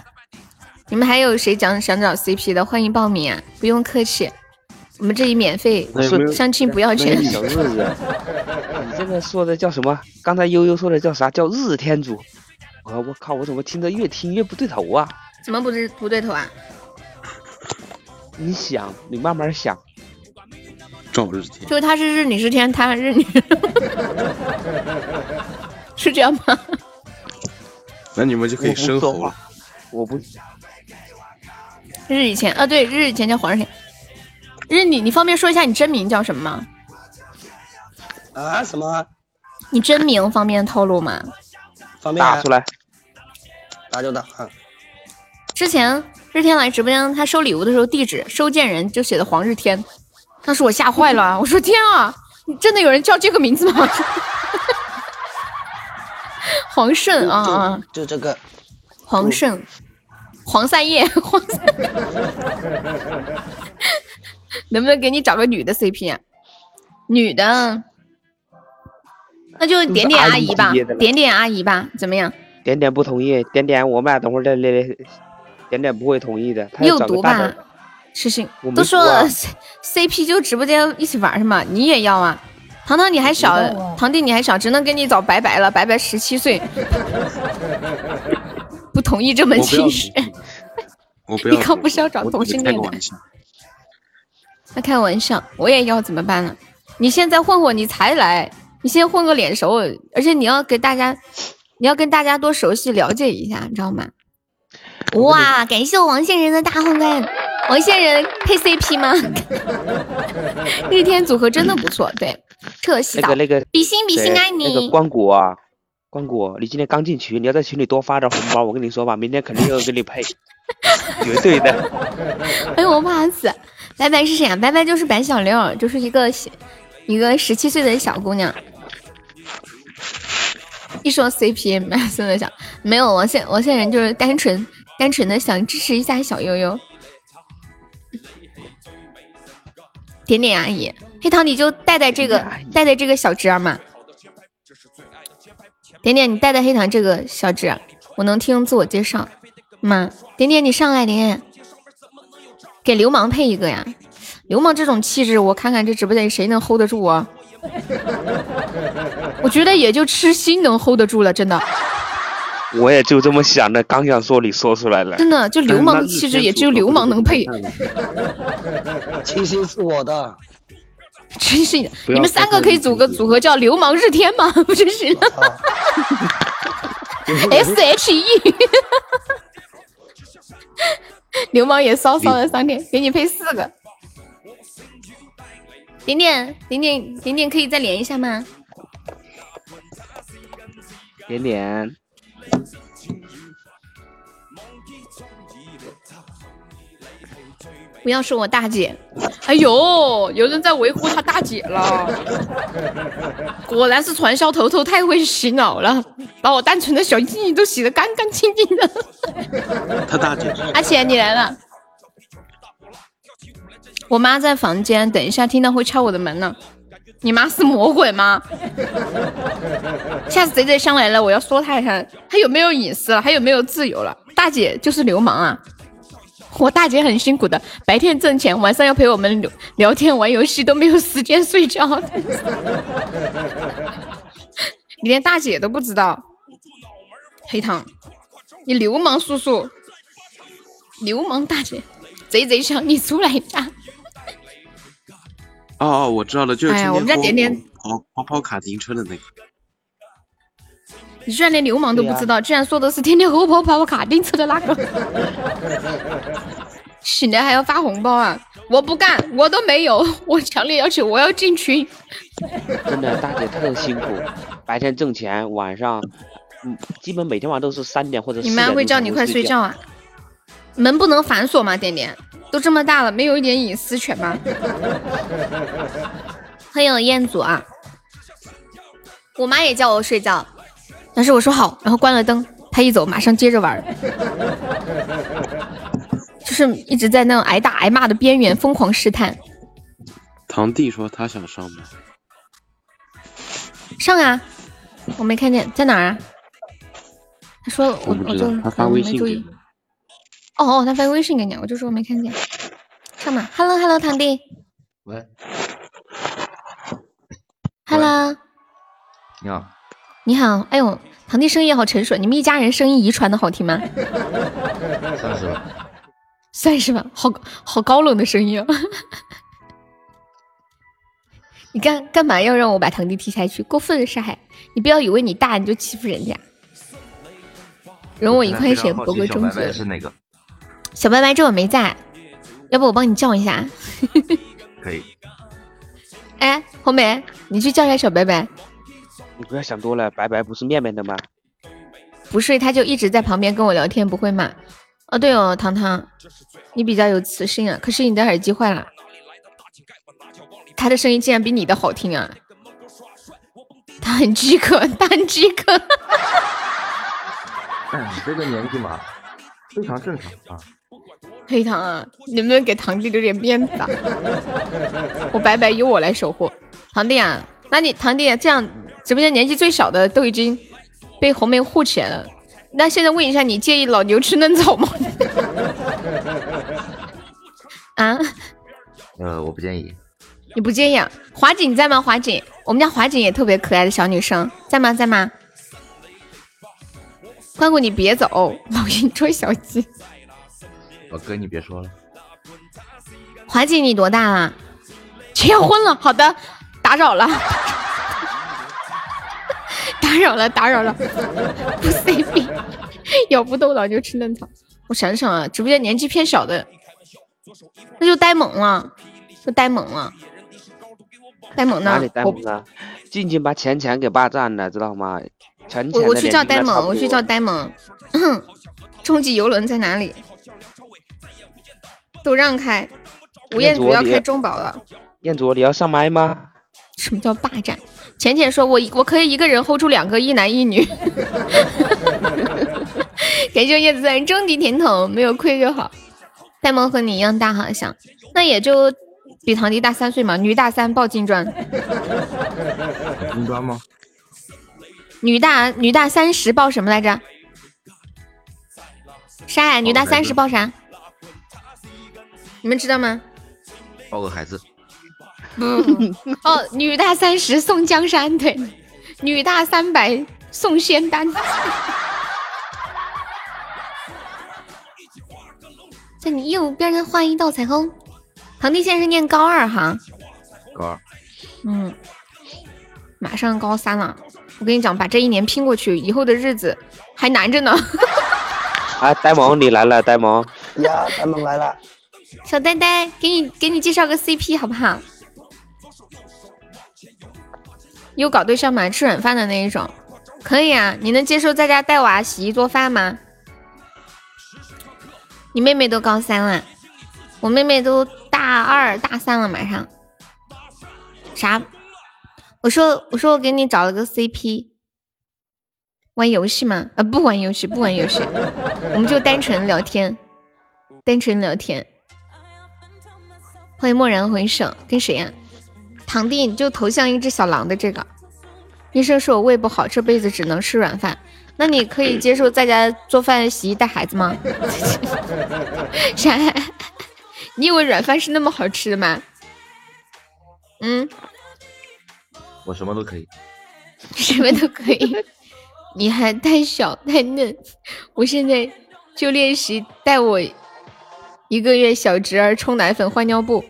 [SPEAKER 8] 你们还有谁想想找 CP 的，欢迎报名啊，不用客气，我们这里免费，
[SPEAKER 12] 那有没有
[SPEAKER 8] 相亲不要钱
[SPEAKER 5] 那个。小日子，你这个说的叫什么？刚才悠悠说的叫啥？叫日天主。我我靠，我怎么听着越听越不对头啊？
[SPEAKER 8] 怎么不是不对头啊？
[SPEAKER 5] 你想，你慢慢想。
[SPEAKER 12] 赵日天，
[SPEAKER 8] 就是他是日女是天，他日女， 是这样吗？
[SPEAKER 12] 那你们就可以生
[SPEAKER 5] 我
[SPEAKER 12] 猴
[SPEAKER 5] 不说
[SPEAKER 12] 了。
[SPEAKER 5] 我不，
[SPEAKER 8] 日以前啊，对，日以前叫黄日天。日你，你方便说一下你真名叫什么吗？
[SPEAKER 11] 啊什么
[SPEAKER 8] 你真名方便透露吗？
[SPEAKER 11] 方便啊
[SPEAKER 5] 打出来，
[SPEAKER 11] 打就打啊，
[SPEAKER 8] 之前日天来直播间，他收礼物的时候，地址收件人就写的黄日天，当时我吓坏了，我说天啊，你真的有人叫这个名字吗？黄
[SPEAKER 1] 嗯
[SPEAKER 8] 胜啊啊，
[SPEAKER 11] 就这个
[SPEAKER 8] 黄胜，黄三叶， 黄三叶，能不能给你找个女的 CP 啊？女的，那就点点阿姨吧
[SPEAKER 5] 都是阿姨级别的，了
[SPEAKER 8] 点点阿姨吧，怎么样？
[SPEAKER 5] 点点不同意，点点我们俩等会儿再聊。点点不会同意的，他
[SPEAKER 8] 你
[SPEAKER 5] 要
[SPEAKER 8] 有
[SPEAKER 5] 找
[SPEAKER 8] 毒
[SPEAKER 5] 个大
[SPEAKER 8] 吧
[SPEAKER 5] 的。？
[SPEAKER 8] 痴心
[SPEAKER 5] 我没
[SPEAKER 8] 都说
[SPEAKER 5] 毒啊
[SPEAKER 8] 了 CP 就直播间一起玩是吗？你也要啊？糖糖你还小，堂弟你还小，只能给你找白白了。白白十七岁，不同意这门
[SPEAKER 12] 我不要
[SPEAKER 8] 亲事。
[SPEAKER 12] 同性恋，我不要同
[SPEAKER 8] 你
[SPEAKER 12] 性恋。
[SPEAKER 8] 可不是要找
[SPEAKER 12] 我只
[SPEAKER 8] 同
[SPEAKER 12] 是
[SPEAKER 8] 性
[SPEAKER 12] 开
[SPEAKER 8] 恋
[SPEAKER 12] 个
[SPEAKER 8] 的
[SPEAKER 12] 玩笑
[SPEAKER 8] 那开玩笑，我也要怎么办呢？你现在混混，你才来，你先混个脸熟，而且你要给大家，你要跟大家多熟悉了解一下，你知道吗？
[SPEAKER 13] 哇，感谢我王仙人的大红盖。
[SPEAKER 8] 王仙人配 CP 吗？日天组合真的不错，对，这洗
[SPEAKER 5] 那
[SPEAKER 8] 澡
[SPEAKER 5] 个那个
[SPEAKER 13] 比心比
[SPEAKER 5] 对
[SPEAKER 13] 心爱你。
[SPEAKER 5] 那个光谷啊，光谷，你今天刚进群，你要在群里多发点红包，我跟 你说吧，明天肯定要跟你配，绝对的。
[SPEAKER 8] 哎呦，我怕死！白白是谁啊？白白就是白小六，就是一个小一个十七岁的小姑娘。一说 CP，满心的想，没有，我现我现在人就是单纯单纯的想支持一下小悠悠。点点阿姨，黑糖你就带带这个带带这个小侄儿嘛。点点，你带带黑糖这个小侄儿，我能听自我介绍吗？点点，你上来，点点。给流氓配一个呀！流氓这种气质，我看看这直播间谁能 hold 得住啊？ 我觉得也就痴心能 hold 得住了，真的，
[SPEAKER 5] 我也就这么想的，刚想说你说出来了。
[SPEAKER 8] 真的，就流氓的气质也只有流氓能配。
[SPEAKER 11] 七星是我的，
[SPEAKER 8] 真是的，
[SPEAKER 5] 不
[SPEAKER 8] 你
[SPEAKER 5] 要
[SPEAKER 8] 们三个可以组个组合叫流氓日天吗？ 不真是的
[SPEAKER 5] 啊
[SPEAKER 8] ，S H E，流氓也骚骚的三天，给你配四个。点点点点点点，可以再连一下吗？
[SPEAKER 5] 点点，
[SPEAKER 8] 不要说我大姐， 哎呦，有人在维护他大姐了，果然是传销头头太会洗脑了，把我单纯的小弟弟都洗得干干净净的。
[SPEAKER 14] 他大姐，啊
[SPEAKER 8] 阿浅，你来了。我妈在房间，等一下听到会敲我的门呢。你妈是魔鬼吗？下次贼贼上来了，我要说他一下，他有没有隐私了，还有没有自由了？大姐就是流氓啊！我大姐很辛苦的，白天挣钱，晚上要陪我们聊聊天、玩游戏，都没有时间睡觉。 你连大姐都不知道，黑糖，你流氓叔叔！流氓大姐，贼贼想你出来一下。
[SPEAKER 14] 哦哦，我知道了，就是
[SPEAKER 8] 哎呀
[SPEAKER 14] 天
[SPEAKER 8] 我们家点点
[SPEAKER 14] 跑跑跑卡丁车的那个，
[SPEAKER 8] 你居然连流氓都不知道，居然说的是天天和我跑跑卡丁车的那个， 醒来还要发红包啊！我不干，我都没有，我强烈要求我要进群。
[SPEAKER 5] 真的大姐特辛苦，白天挣钱，晚上，嗯，基本每天晚上都是三点或者
[SPEAKER 8] 你
[SPEAKER 5] 4点
[SPEAKER 8] 妈
[SPEAKER 5] 钟
[SPEAKER 8] 会叫
[SPEAKER 5] 才
[SPEAKER 8] 你
[SPEAKER 5] 能
[SPEAKER 8] 快睡觉啊？门不能反锁吗？点点，都这么大了，没有一点隐私权吗？ 欢迎彦祖啊！我妈也叫我睡觉，但是我说好，然后关了灯，她一走马上接着玩儿， 就是一直在那种挨打挨骂的边缘疯狂试探。
[SPEAKER 14] 堂弟说他想上班，
[SPEAKER 8] 上啊！我没看见，在哪儿啊？他说我
[SPEAKER 14] 我不
[SPEAKER 8] 我
[SPEAKER 14] 知
[SPEAKER 8] 就
[SPEAKER 14] 道
[SPEAKER 8] 嗯
[SPEAKER 14] 他发微
[SPEAKER 8] 没
[SPEAKER 14] 信
[SPEAKER 8] 注
[SPEAKER 14] 给
[SPEAKER 8] 意
[SPEAKER 14] 你。。
[SPEAKER 8] 哦哦，他发微信给你，我就说我没看见。上吧，Hello Hello，堂弟
[SPEAKER 12] 喂，
[SPEAKER 8] ，Hello，
[SPEAKER 12] 你好，
[SPEAKER 8] 你好。哎呦，堂弟声音也好沉水，你们一家人声音遗传的好听吗？
[SPEAKER 12] 算是吧。
[SPEAKER 8] 算是吧，好好高冷的声音啊！ 你干干嘛要让我把堂弟踢下去？过分了，沙海，你不要以为你大你就欺负人家。容我一块钱，博个
[SPEAKER 12] 小
[SPEAKER 8] 中
[SPEAKER 12] 白
[SPEAKER 8] 嘴
[SPEAKER 12] 白。是哪个？
[SPEAKER 8] 小白白这会儿没在，要不我帮你叫一下？啊
[SPEAKER 12] 可以，
[SPEAKER 8] 哎，红梅，你去叫一下小白白。
[SPEAKER 5] 你不要想多了，白白不是面面的吗？
[SPEAKER 8] 不睡，他就一直在旁边跟我聊天，不会骂。哦，对哦，糖糖，你比较有磁性啊，可是你的耳机坏了。他的声音竟然比你的好听啊！ 他很饥渴，他很饥渴。
[SPEAKER 12] 哎，你这个年纪嘛，非常正常啊。
[SPEAKER 8] 黑糖啊，你能不能给堂弟留点面子啊？我白白由我来守护堂弟啊，那你堂弟、啊、这样，直播间年纪最小的都已经被红梅护起来了。那现在问一下，你介意老牛吃嫩草吗？啊，
[SPEAKER 12] 呃，我不建议。
[SPEAKER 8] 你不介意啊？华锦你在吗？华锦，我们家华锦也特别可爱的小女生，在吗？在吗？关谷，你别走，老鹰捉小鸡。
[SPEAKER 12] 我哥，你别说了，
[SPEAKER 8] 华姐，你多大啦？结婚了。好的，打扰了， 打扰了，打扰了，不 CP，咬不动老牛吃嫩草。我想想啊，直播间年纪偏小的，那就呆萌了，就呆萌了，呆萌
[SPEAKER 5] 哪
[SPEAKER 8] 呢
[SPEAKER 5] 里？呆
[SPEAKER 8] 我
[SPEAKER 5] 萌啊？静静把浅浅给霸占了，知道吗？浅
[SPEAKER 8] 我
[SPEAKER 5] 浅
[SPEAKER 8] 我
[SPEAKER 5] 的
[SPEAKER 8] 去
[SPEAKER 5] 脸
[SPEAKER 8] 叫
[SPEAKER 5] 跟他
[SPEAKER 8] 呆
[SPEAKER 5] 差
[SPEAKER 8] 萌，
[SPEAKER 5] 不
[SPEAKER 8] 我去
[SPEAKER 5] 多
[SPEAKER 8] 叫呆萌。嗯，终极游轮在哪里？都让开，吴彦祖要开中宝了。
[SPEAKER 5] 彦祖，你要上麦吗？
[SPEAKER 8] 什么叫霸占？浅浅说我一我可以一个人 hold 住两个一男一女。 感谢叶子三终极甜筒，没有亏就好。呆萌和你一样大好像，那也就比堂弟大三岁嘛，女大三抱金砖，
[SPEAKER 15] 金砖吗？
[SPEAKER 8] 女大女大三十抱什么来着？啥呀？女大三十抱啥？你们知道吗？
[SPEAKER 15] 抱个孩子，
[SPEAKER 8] 不哦，女大三十送江山，对，女大三百送仙丹。在你右边的画一道彩虹，堂弟现在是念高二哈，
[SPEAKER 15] 高二
[SPEAKER 8] 嗯，马上高三了。我跟你讲，把这一年拼过去，以后的日子还难着呢。
[SPEAKER 5] 啊，呆萌你来了，呆萌。
[SPEAKER 11] 呀，咱们来了，
[SPEAKER 8] 小呆呆，给你给你介绍个 CP 好不好？有搞对象吗？吃软饭的那一种，可以啊。你能接受在家带娃、洗衣做饭吗？你妹妹都高三了，我妹妹都大二、大三了，马上。啥？我说我说我给你找了个 CP，玩游戏吗？啊，不玩游戏，不玩游戏，我们就单纯聊天，单纯聊天。欢迎蓦然回首，跟谁呀、堂弟，你就头像一只小狼的这个。医生说我胃不好，这辈子只能吃软饭。那你可以接受在家做饭、洗衣、带孩子吗？ 啥？ 你以为软饭是那么好吃的吗？嗯，
[SPEAKER 15] 我什么都可以。
[SPEAKER 8] 什么都可以。你还太小太嫩，我现在就练习带我一个月小侄儿冲奶粉、换尿布。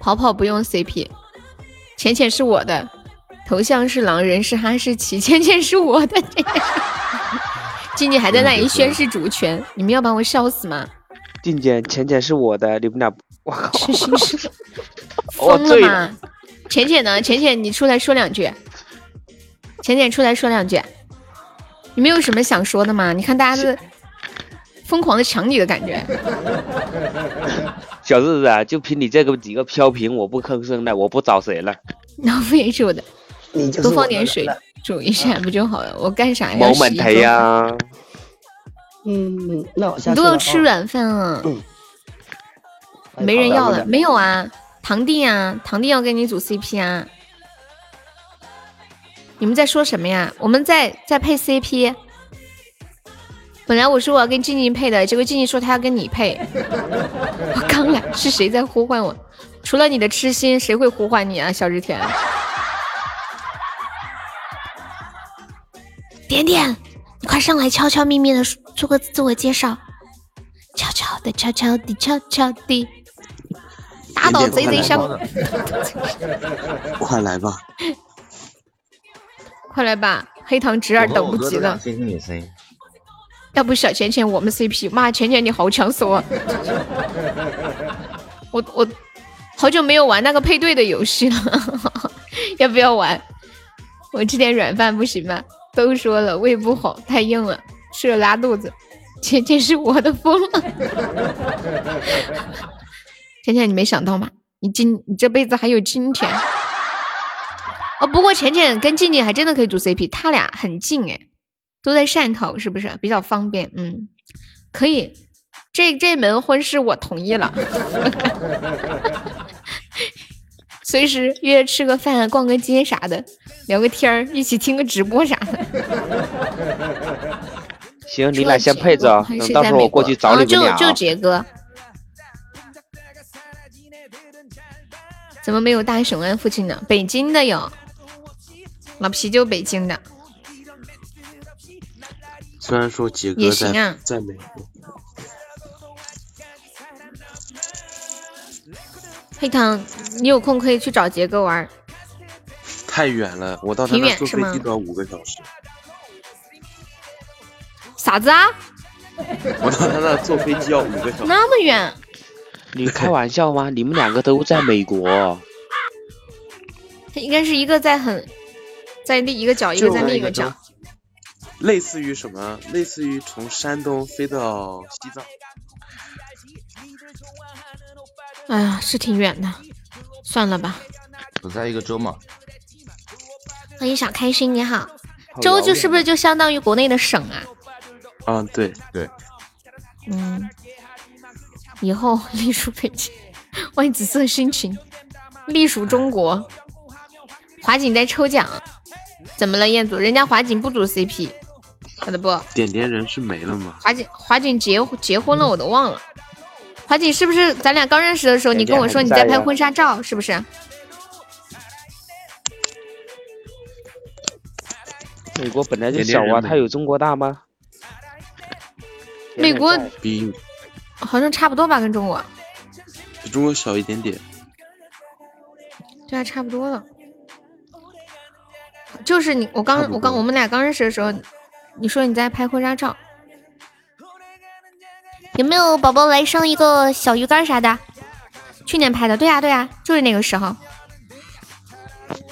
[SPEAKER 8] 跑跑不用 CP，浅浅是我的，头像是狼，人是哈士奇，浅浅是我的。静静还在那里宣誓主权，你们要把我笑死吗？
[SPEAKER 5] 静姐，浅浅是我的，你们俩，我靠，
[SPEAKER 8] 是是是，
[SPEAKER 5] 我
[SPEAKER 8] 疯了
[SPEAKER 5] 醉
[SPEAKER 8] 吗？浅浅呢？浅浅，你出来说两句。浅浅出来说两句。你们有什么想说的吗？你看大家都疯狂的抢你的感觉。
[SPEAKER 5] 小日子啊，就凭你这个几个飘屏，我不吭声了，我不找谁了。
[SPEAKER 8] 老夫也是我的，
[SPEAKER 11] 你就是
[SPEAKER 8] 多放
[SPEAKER 11] 我
[SPEAKER 8] 点
[SPEAKER 11] 的
[SPEAKER 8] 水
[SPEAKER 11] 了
[SPEAKER 8] 煮一下不就好了？我干啥哎呀？
[SPEAKER 5] 某门台呀，
[SPEAKER 11] 嗯，那我下
[SPEAKER 8] 你
[SPEAKER 11] 次
[SPEAKER 8] 都要
[SPEAKER 11] 了
[SPEAKER 8] 吃
[SPEAKER 11] 啊
[SPEAKER 8] 软饭了，
[SPEAKER 11] 嗯哎
[SPEAKER 8] 没人要了，
[SPEAKER 11] 没
[SPEAKER 8] 没有啊？堂弟啊，堂弟要跟你组 CP 啊？你们在说什么呀？我们在在配 CP。本来我说我要跟静静配的，结果静静说她要跟你配。 我刚来，是谁在呼唤我？除了你的痴心，谁会呼唤你啊，小日甜？
[SPEAKER 16] 点点，你快上来，悄悄咪咪的做个自我介绍，悄悄的，悄悄的，悄悄的，
[SPEAKER 8] 打倒贼贼
[SPEAKER 12] 点
[SPEAKER 8] 香
[SPEAKER 12] 点！快来吧，
[SPEAKER 8] 快来吧，黑糖侄儿等不及了。
[SPEAKER 15] 星星女声音，
[SPEAKER 8] 要不小浅浅我们 CP，妈浅浅你好抢手啊！我我好久没有玩那个配对的游戏了， 要不要玩？我吃点软饭不行吗？都说了胃不好，太硬了，吃了拉肚子。浅浅是我的疯了， 浅浅你没想到吗？你今你这辈子还有今天。哦，不过浅浅跟静静还真的可以组 CP，他俩很近哎。都在汕头，是不是比较方便？嗯，可以，这这门婚事我同意了。 随时约吃个饭、啊逛个街啥的，聊个天儿，一起听个直播啥的。
[SPEAKER 5] 行，你俩先配着，
[SPEAKER 8] 还
[SPEAKER 5] 等
[SPEAKER 8] 是
[SPEAKER 5] 到
[SPEAKER 8] 在
[SPEAKER 5] 时候
[SPEAKER 8] 美
[SPEAKER 5] 我过
[SPEAKER 8] 国
[SPEAKER 5] 去找你们
[SPEAKER 8] 啊
[SPEAKER 5] 俩啊。
[SPEAKER 8] 就就杰哥，怎么没有大雄啊安附近的？北京的有，老皮就北京的。
[SPEAKER 12] 虽然说杰
[SPEAKER 8] 也
[SPEAKER 12] 哥
[SPEAKER 8] 行
[SPEAKER 12] 在、
[SPEAKER 8] 啊
[SPEAKER 12] 在美国，
[SPEAKER 8] 黑糖，你有空可以去找杰哥玩儿。
[SPEAKER 12] 太远了，我到他
[SPEAKER 8] 挺
[SPEAKER 12] 那
[SPEAKER 8] 远
[SPEAKER 12] 坐
[SPEAKER 8] 是
[SPEAKER 12] 飞
[SPEAKER 8] 吗
[SPEAKER 12] 机都要五个小时，
[SPEAKER 8] 傻子啊，
[SPEAKER 12] 我到他那坐飞机要五个小时，
[SPEAKER 8] 那么远。
[SPEAKER 5] 你开玩笑吗？你们两个都在美国，
[SPEAKER 8] 它应该是一个在很在另一个角，一个
[SPEAKER 12] 就
[SPEAKER 8] 在
[SPEAKER 12] 那
[SPEAKER 8] 另一
[SPEAKER 12] 个
[SPEAKER 8] 个角
[SPEAKER 12] 叫。类似于什么？类似于从山东飞到西藏，
[SPEAKER 8] 哎呀，是挺远的，算了吧。
[SPEAKER 12] 不在一个州嘛。
[SPEAKER 8] 欢迎小开心，你好。
[SPEAKER 12] 好
[SPEAKER 8] 州
[SPEAKER 12] 遥
[SPEAKER 8] 就
[SPEAKER 12] 远
[SPEAKER 8] 是不是就相当于国内的省啊？
[SPEAKER 6] 嗯，对
[SPEAKER 12] 对，
[SPEAKER 8] 嗯，以后隶属北京，为紫色心情，隶属中国。华锦在抽奖，怎么了，彦祖？人家华锦不组 CP，晓得不？
[SPEAKER 6] 点点人是没了吗？
[SPEAKER 8] 华锦华锦结结婚了，我都忘了。华锦是不是咱俩刚认识的时候，你跟我说你在拍婚纱照，是不是？
[SPEAKER 5] 美国本来就
[SPEAKER 6] 点
[SPEAKER 5] 小
[SPEAKER 6] 点
[SPEAKER 5] 啊，
[SPEAKER 6] 人
[SPEAKER 5] 它有中国大吗？
[SPEAKER 8] 美国
[SPEAKER 6] 比
[SPEAKER 8] 好像差不多吧，跟中国
[SPEAKER 6] 比中国小一点点。
[SPEAKER 8] 对啊，差不多了。就是你，我
[SPEAKER 6] 差
[SPEAKER 8] 刚
[SPEAKER 6] 不
[SPEAKER 8] 我刚
[SPEAKER 6] 多
[SPEAKER 8] 我们俩刚认识的时候，你说你在拍婚纱照，有没有宝宝来上一个小鱼干啥的？去年拍的，对呀、对呀、就是那个时候。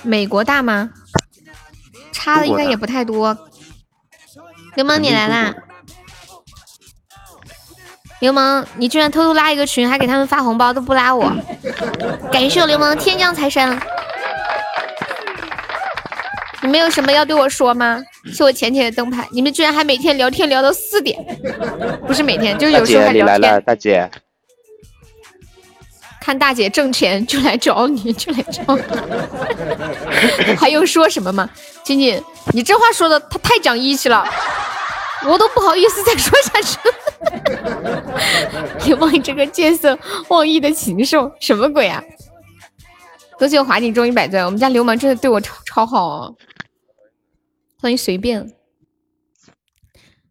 [SPEAKER 8] 美国大吗？差的应该也不太多。流氓，你来啦！流氓，你居然偷偷拉一个群，还给他们发红包，都不拉我。感谢我流氓的天降财神。啊你们有什么要对我说吗？是我浅浅的灯牌，你们居然还每天聊天聊到四点，不是每天，就是
[SPEAKER 5] 大
[SPEAKER 8] 有时
[SPEAKER 5] 啊
[SPEAKER 8] 候
[SPEAKER 5] 姐
[SPEAKER 8] 还
[SPEAKER 5] 你
[SPEAKER 8] 聊
[SPEAKER 5] 来
[SPEAKER 8] 天
[SPEAKER 5] 了，。大姐，
[SPEAKER 8] 看大姐挣钱就来找你， 就来找你，还用说什么吗？仅仅，你这话说的他太讲义气了，我都不好意思再说下 去。流氓，你这个见色忘义的禽兽，什么鬼啊？多谢华锦中一百钻，我们家流氓真的对我超超好哦。欢迎随便。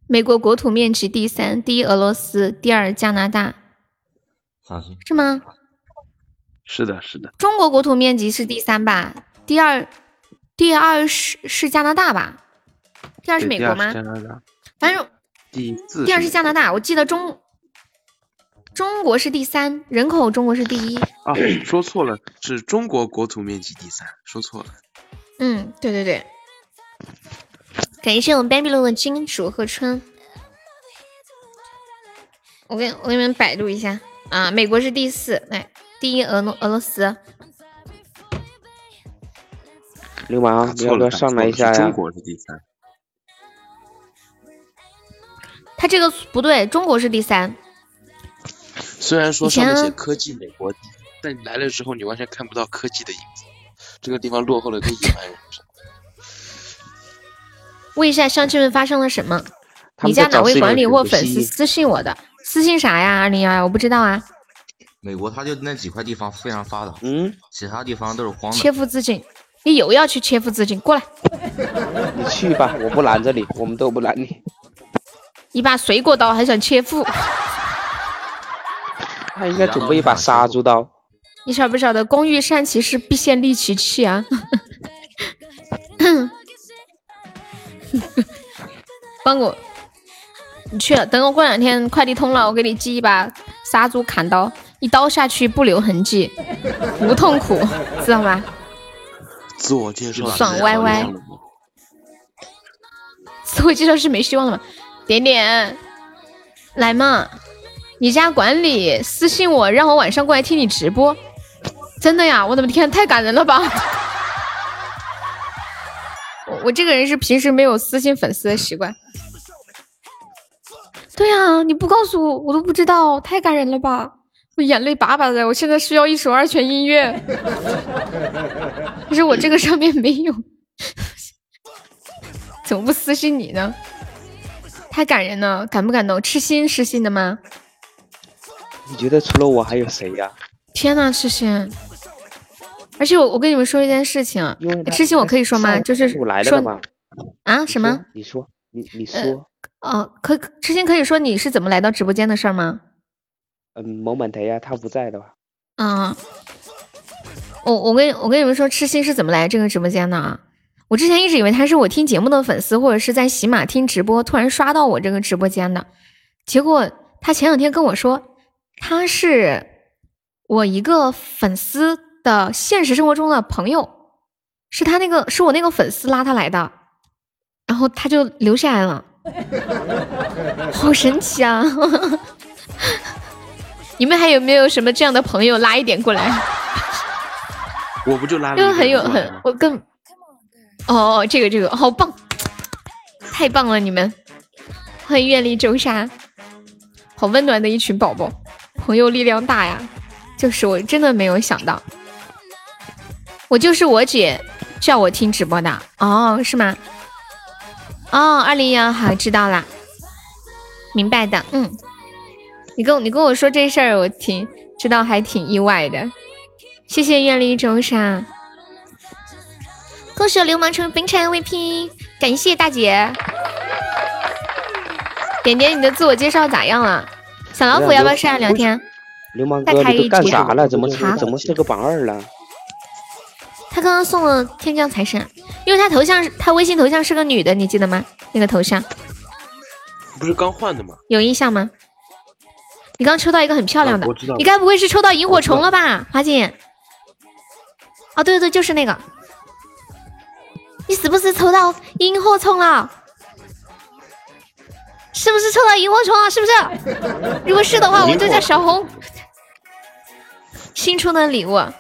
[SPEAKER 8] 美国国土面积第三，第一俄罗斯，第二加拿大，
[SPEAKER 12] 啥事？
[SPEAKER 8] 是吗？
[SPEAKER 6] 是的，是的，
[SPEAKER 8] 中国国土面积是第三吧？第二，第二是是加拿大吧？第二是
[SPEAKER 6] 对
[SPEAKER 8] 美
[SPEAKER 6] 第
[SPEAKER 8] 国
[SPEAKER 6] 二
[SPEAKER 8] 吗
[SPEAKER 6] 是？加拿大，
[SPEAKER 8] 反正
[SPEAKER 6] 第四
[SPEAKER 8] 第二是加拿大，我记得中中国是第三，人口中国是第一。
[SPEAKER 6] 啊，说错了，是中国国土面积第三，说错了。
[SPEAKER 8] 嗯，对对对。感谢我们 Babylon 的金主贺春。我给我给你们百度一下啊，美国是第四，来第一俄罗俄罗斯，
[SPEAKER 5] 流氓，啊你要
[SPEAKER 6] 错
[SPEAKER 5] 不
[SPEAKER 6] 了，
[SPEAKER 5] 要
[SPEAKER 6] 打
[SPEAKER 5] 上
[SPEAKER 6] 错
[SPEAKER 5] 来
[SPEAKER 6] 了
[SPEAKER 5] 一下
[SPEAKER 6] 是
[SPEAKER 5] 呀
[SPEAKER 6] 中？国是第三，
[SPEAKER 8] 它这个不对，中国是第三。
[SPEAKER 6] 虽然说
[SPEAKER 8] 以
[SPEAKER 6] 上
[SPEAKER 8] 前
[SPEAKER 6] 面写科技美国第一，但你来了之后，你完全看不到科技的影子。这个地方落后了跟一般人似的。
[SPEAKER 8] 问一下乡亲们发生了什么？
[SPEAKER 5] 他
[SPEAKER 8] 你
[SPEAKER 5] 们
[SPEAKER 8] 家
[SPEAKER 5] 在
[SPEAKER 8] 哪
[SPEAKER 5] 找
[SPEAKER 8] 位
[SPEAKER 5] 这个
[SPEAKER 8] 管理
[SPEAKER 5] 人
[SPEAKER 8] 或
[SPEAKER 5] 不
[SPEAKER 8] 粉
[SPEAKER 5] 吸
[SPEAKER 8] 丝啊私信我的？私信啥呀？二零幺幺，我不知道啊。
[SPEAKER 12] 美国它就那几块地方非常发达，
[SPEAKER 5] 嗯，
[SPEAKER 12] 其他地方都是荒
[SPEAKER 8] 切
[SPEAKER 12] 的。
[SPEAKER 8] 腹自尽，你又要去切腹自尽，过来，
[SPEAKER 5] 你去 吧，我不拦着你，我们都不拦你。
[SPEAKER 8] 一把水果刀还想切腹，
[SPEAKER 5] 他应该准备一把杀猪刀。
[SPEAKER 8] 你晓不晓得工欲善其事，必先利其器啊？ 帮我，你去了，等我过两天快递通了，我给你寄一把杀猪砍刀，一刀下去不留痕迹，无痛苦，知道吗？
[SPEAKER 6] 自我介绍
[SPEAKER 8] 爽歪歪
[SPEAKER 6] 了吗
[SPEAKER 8] 自我介绍是没希望了吗？点点，来嘛，你家管理私信我，让我晚上过来听你直播。真的呀，我的天，太感人了吧！ 我我这个人是平时没有私信粉丝的习惯。对呀、你不告诉我，我都不知道，太感人了吧！我眼泪巴巴的，我现在需要一首二泉音乐， 可是我这个上面没有。怎么不私信你呢？太感人了，感不感动？痴心是信的吗？
[SPEAKER 5] 你觉得除了我还有谁呀、
[SPEAKER 8] 天呐，痴心！而且我我跟你们说一件事情啊
[SPEAKER 5] 因为，他
[SPEAKER 8] 痴心我可以说吗？
[SPEAKER 5] 上
[SPEAKER 8] 就是
[SPEAKER 5] 我来了的
[SPEAKER 8] 说
[SPEAKER 5] 嘛？
[SPEAKER 8] 啊什么？
[SPEAKER 5] 你说，你你说，
[SPEAKER 8] 呃哦，可痴心可以说你是怎么来到直播间的事儿吗？呃
[SPEAKER 5] 嗯，某满台呀、他不在的吧？
[SPEAKER 8] 啊，我我跟我跟你们说，痴心是怎么来这个直播间的啊？我之前一直以为他是我听节目的粉丝，或者是在喜马听直播，突然刷到我这个直播间的。结果他前两天跟我说，他是我一个粉丝的现实生活中的朋友，是他那个是我那个粉丝拉他来的，然后他就留下 来了，好神奇啊！
[SPEAKER 1] 你们还有没有什么这样的朋友拉一点过来？
[SPEAKER 17] 我不就拉了
[SPEAKER 1] 就
[SPEAKER 17] 一个
[SPEAKER 1] 很有
[SPEAKER 17] 人过来
[SPEAKER 1] 很
[SPEAKER 17] 吗
[SPEAKER 1] 我更哦，这个这个好棒，太棒了你们！欢迎愿力周沙，好温暖的一群宝宝，朋友力量大呀！就是我真的没有想到，我就是我姐叫我听直播的哦，是吗？哦，二零幺好知道啦，明白的，嗯。你跟我你跟我说这事儿，我挺知道，还挺意外的。谢谢愿力周沙，恭喜我流氓成本场 VP，感谢大姐。点点，你的自我介绍咋样了？小老虎要不要上来聊天？
[SPEAKER 5] 流氓
[SPEAKER 1] 再
[SPEAKER 5] 哥，
[SPEAKER 1] 开
[SPEAKER 5] 你
[SPEAKER 1] 一
[SPEAKER 5] 都干
[SPEAKER 1] 局
[SPEAKER 5] 啥了？怎么
[SPEAKER 1] 好
[SPEAKER 5] 怎么是个榜二了？
[SPEAKER 8] 他刚刚送了天降财神，因为他头像是他微信头像是个女的，你记得吗？那个头像
[SPEAKER 17] 不是刚换的吗？
[SPEAKER 8] 有印象吗？你刚抽到一个很漂亮的，
[SPEAKER 17] 啊我知道
[SPEAKER 8] 你该不会是抽到萤火虫了吧，华姐？哦，对对，就是那个。你是不是抽到萤火虫了？是不是抽到萤火虫了？是不是？如果是的话，我就叫小红。新出的礼物，哇，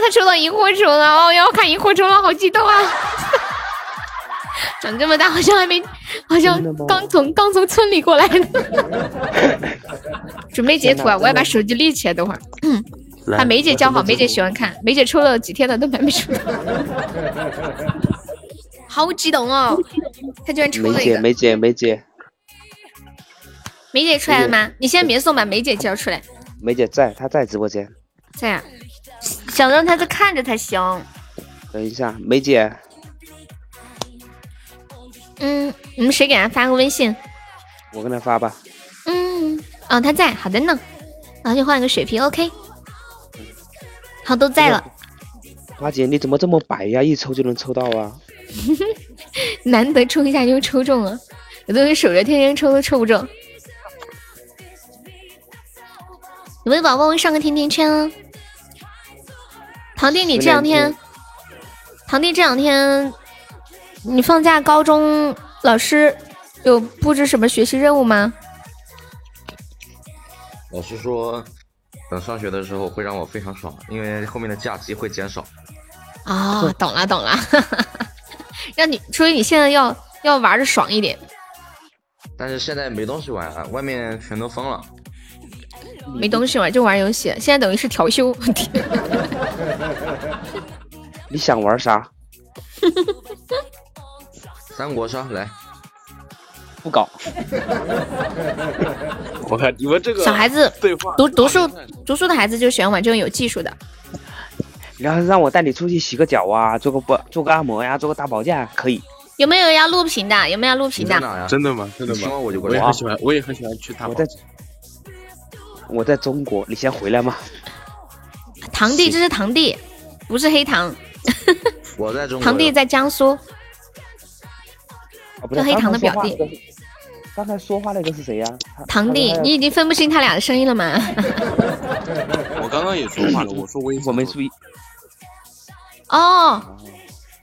[SPEAKER 8] 他抽到萤火虫了！哦，要看萤火虫了，好激动啊！ 长这么大好像还没，好像刚从刚从村里过来的。准备截图啊！我要把手机立起来，等会儿。嗯，
[SPEAKER 1] 来
[SPEAKER 8] 把梅姐叫好，
[SPEAKER 1] 我准备
[SPEAKER 8] 梅姐喜欢看，梅姐抽了几天了都买没出来， 好激动哦！她居然抽
[SPEAKER 5] 梅
[SPEAKER 8] 了一
[SPEAKER 5] 姐，
[SPEAKER 8] 个，
[SPEAKER 5] 梅姐，梅姐，
[SPEAKER 8] 梅姐出来了吗？你先别送，把梅姐叫出来。
[SPEAKER 5] 梅姐在，她在直播间。
[SPEAKER 8] 在啊，想让她在看着才行。
[SPEAKER 5] 等一下，梅姐，
[SPEAKER 8] 嗯，你们谁给她发个微信？
[SPEAKER 5] 我跟她发吧。
[SPEAKER 8] 嗯，哦，她在，好的呢。然后就换个水瓶，OK。好，都在了，
[SPEAKER 5] 花姐，你怎么这么白呀？一抽就能抽到啊？
[SPEAKER 8] 难得抽一下就抽中了。有的人守着天天抽都抽不中。有没有宝宝上个甜甜圈啊？堂弟，你这两天，堂弟这两天，你放假，高中老师有布置什么学习任务吗？
[SPEAKER 12] 老师说，等上学的时候会让我非常爽，因为后面的假期会减少。
[SPEAKER 8] 啊、懂了懂了， 让你所以你现在要要玩的爽一点，
[SPEAKER 12] 但是现在没东西玩啊，外面全都封了。
[SPEAKER 8] 没东西玩就玩游戏，现在等于是调休。
[SPEAKER 5] 你想玩啥？
[SPEAKER 12] 三国杀来，
[SPEAKER 5] 不搞。
[SPEAKER 17] 我看你们这个
[SPEAKER 8] 小孩子
[SPEAKER 17] 对话
[SPEAKER 8] 读读书读书的孩子就喜欢玩这种有技术的。
[SPEAKER 5] 然后让我带你出去洗个脚啊，做个不做个按摩呀、做个大保健啊可以。
[SPEAKER 8] 有没有要录屏的？有没有要录屏的？
[SPEAKER 17] 真的吗？真的
[SPEAKER 5] 你
[SPEAKER 17] 吗
[SPEAKER 5] 请？我我就过
[SPEAKER 17] 也
[SPEAKER 5] 来
[SPEAKER 17] 很喜欢，我也很喜欢去大宝。
[SPEAKER 5] 我在中国，你先回来嘛。
[SPEAKER 8] 堂弟，这是堂弟，不是黑糖。
[SPEAKER 12] 我在中国。
[SPEAKER 8] 堂弟在江苏，
[SPEAKER 5] 啊，不
[SPEAKER 8] 这
[SPEAKER 5] 是
[SPEAKER 8] 黑糖的表。
[SPEAKER 5] 刚才说话那个
[SPEAKER 8] 弟。
[SPEAKER 5] 刚才说话那个是谁呀、他
[SPEAKER 8] 堂弟，
[SPEAKER 5] 他
[SPEAKER 8] 你已经分不清他俩的声音了吗？
[SPEAKER 17] 我刚刚也说 话了，我说我也
[SPEAKER 5] 我没注意。
[SPEAKER 8] 哦，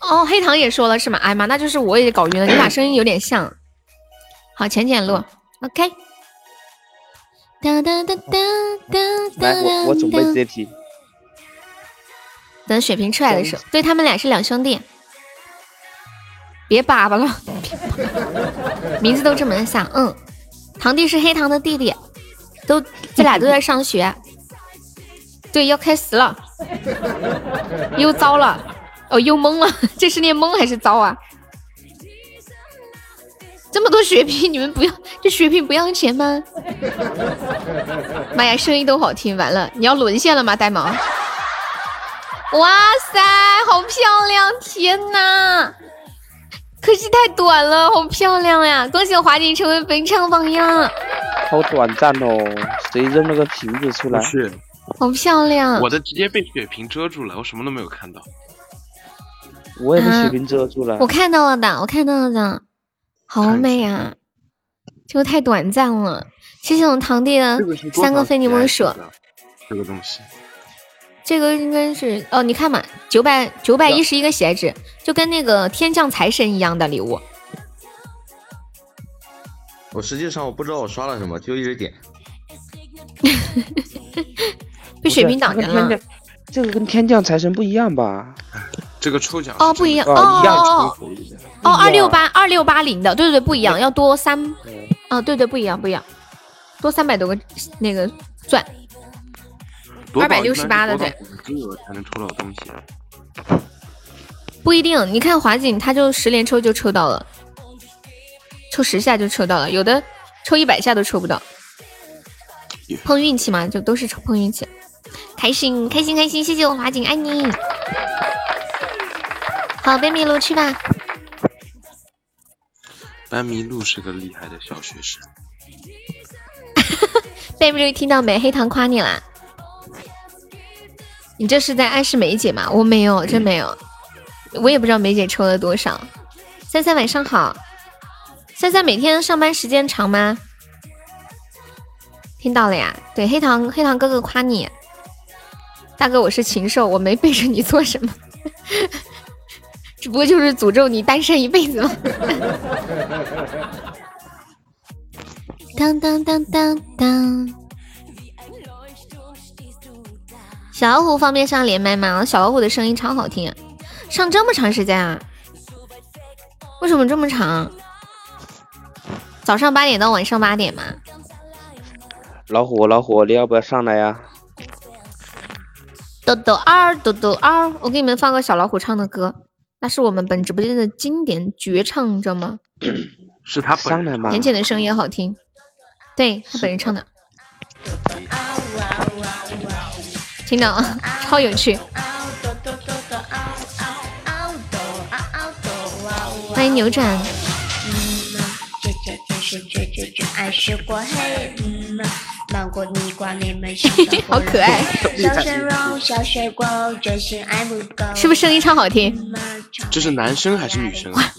[SPEAKER 8] 哦，黑糖也说了是吗？哎妈，那就是我也搞晕了，你俩声音有点像。好，浅浅录，OK。哒哒哒哒哒
[SPEAKER 5] 来，
[SPEAKER 8] 哒
[SPEAKER 5] 我我准备
[SPEAKER 8] 哒。
[SPEAKER 5] 接题。
[SPEAKER 8] 等水瓶出来的时候，对他们俩是两兄弟。别叭叭了，名字都这么像。嗯，堂弟是黑糖的弟弟，都这俩都在上学。对，要开始了，又糟了，哦，又懵了，这是念懵还是糟啊？这么多血瓶，你们不要这血瓶不要钱吗？妈呀，声音都好听，完了，你要沦陷了吗，呆毛？哇塞，好漂亮！天呐，可惜太短了，好漂亮呀！恭喜我华姐成为本场榜样，
[SPEAKER 5] 好短暂哦，谁扔了个瓶子出来？
[SPEAKER 17] 是，
[SPEAKER 8] 好漂亮！
[SPEAKER 17] 我的直接被血瓶遮住了，我什么都没有看到。
[SPEAKER 5] 我也被血瓶遮住了。
[SPEAKER 8] 嗯我看到了的，我看到了的，好美啊！这个太短暂了，谢谢我堂弟的三个非你莫属。
[SPEAKER 5] 啊
[SPEAKER 17] 这个东西，
[SPEAKER 8] 这个应该是哦，你看嘛，九百九百一十一个喜爱值，就跟那个天降财神一样的礼物。
[SPEAKER 12] 我实际上我不知道我刷了什么，就一直点。
[SPEAKER 8] 被水瓶挡着
[SPEAKER 5] 不是那个
[SPEAKER 8] 了
[SPEAKER 5] 天。这个跟天降财神不一样吧？
[SPEAKER 17] 这个抽奖
[SPEAKER 8] 哦，不一样哦
[SPEAKER 5] 哦，一样
[SPEAKER 8] 哦
[SPEAKER 5] 抽水的
[SPEAKER 8] 哦，二六八二六八零的，对对对，不一样，要多三，啊，对对，不一样不一样，多三百多个那个钻，
[SPEAKER 17] 夺宝一般
[SPEAKER 8] 268
[SPEAKER 17] 是夺
[SPEAKER 8] 的对
[SPEAKER 17] 到五十金额才能抽到东西。啊
[SPEAKER 8] 不一定。你看华锦，他就十连抽就抽到了，抽十下就抽到了，有的抽一百下都抽不到，碰运气嘛，就都是抽碰运气。开心开心开心，谢谢我华锦，爱你。好，边米露去吧。
[SPEAKER 17] 班麋鹿是个厉害的小学生，
[SPEAKER 8] 贝贝听到没？黑糖夸你啦！你这是在暗示梅姐吗？我没有，真没有，我也不知道梅姐抽了多少。三三晚上好，三三每天上班时间长吗？听到了呀，对，黑糖黑糖哥哥夸你，大哥我是禽兽，我没背着你做什么， 只不过就是诅咒你单身一辈子嘛。当当当当当。小老虎方便上连麦吗？小老虎的声音超好听、啊，上这么长时间啊？为什么这么长？早上八点到晚上八点吗？
[SPEAKER 5] 老虎，老虎，你要不要上来呀？
[SPEAKER 8] 豆豆二，豆豆二，我给你们放个小老虎唱的歌，那是我们本直播间的经典绝唱，你知道吗？
[SPEAKER 17] 是他
[SPEAKER 5] 上来嘛？
[SPEAKER 8] 甜甜的声音也好听，对他本人唱的，听到 啊，超有趣。欢迎扭转，
[SPEAKER 18] 爱是过黑，嗯，芒果蜜瓜你们
[SPEAKER 8] 好可爱
[SPEAKER 18] 小水肉小水果，真心爱不够。
[SPEAKER 8] 是不是声音超好听？
[SPEAKER 17] 这是男生还是女生啊？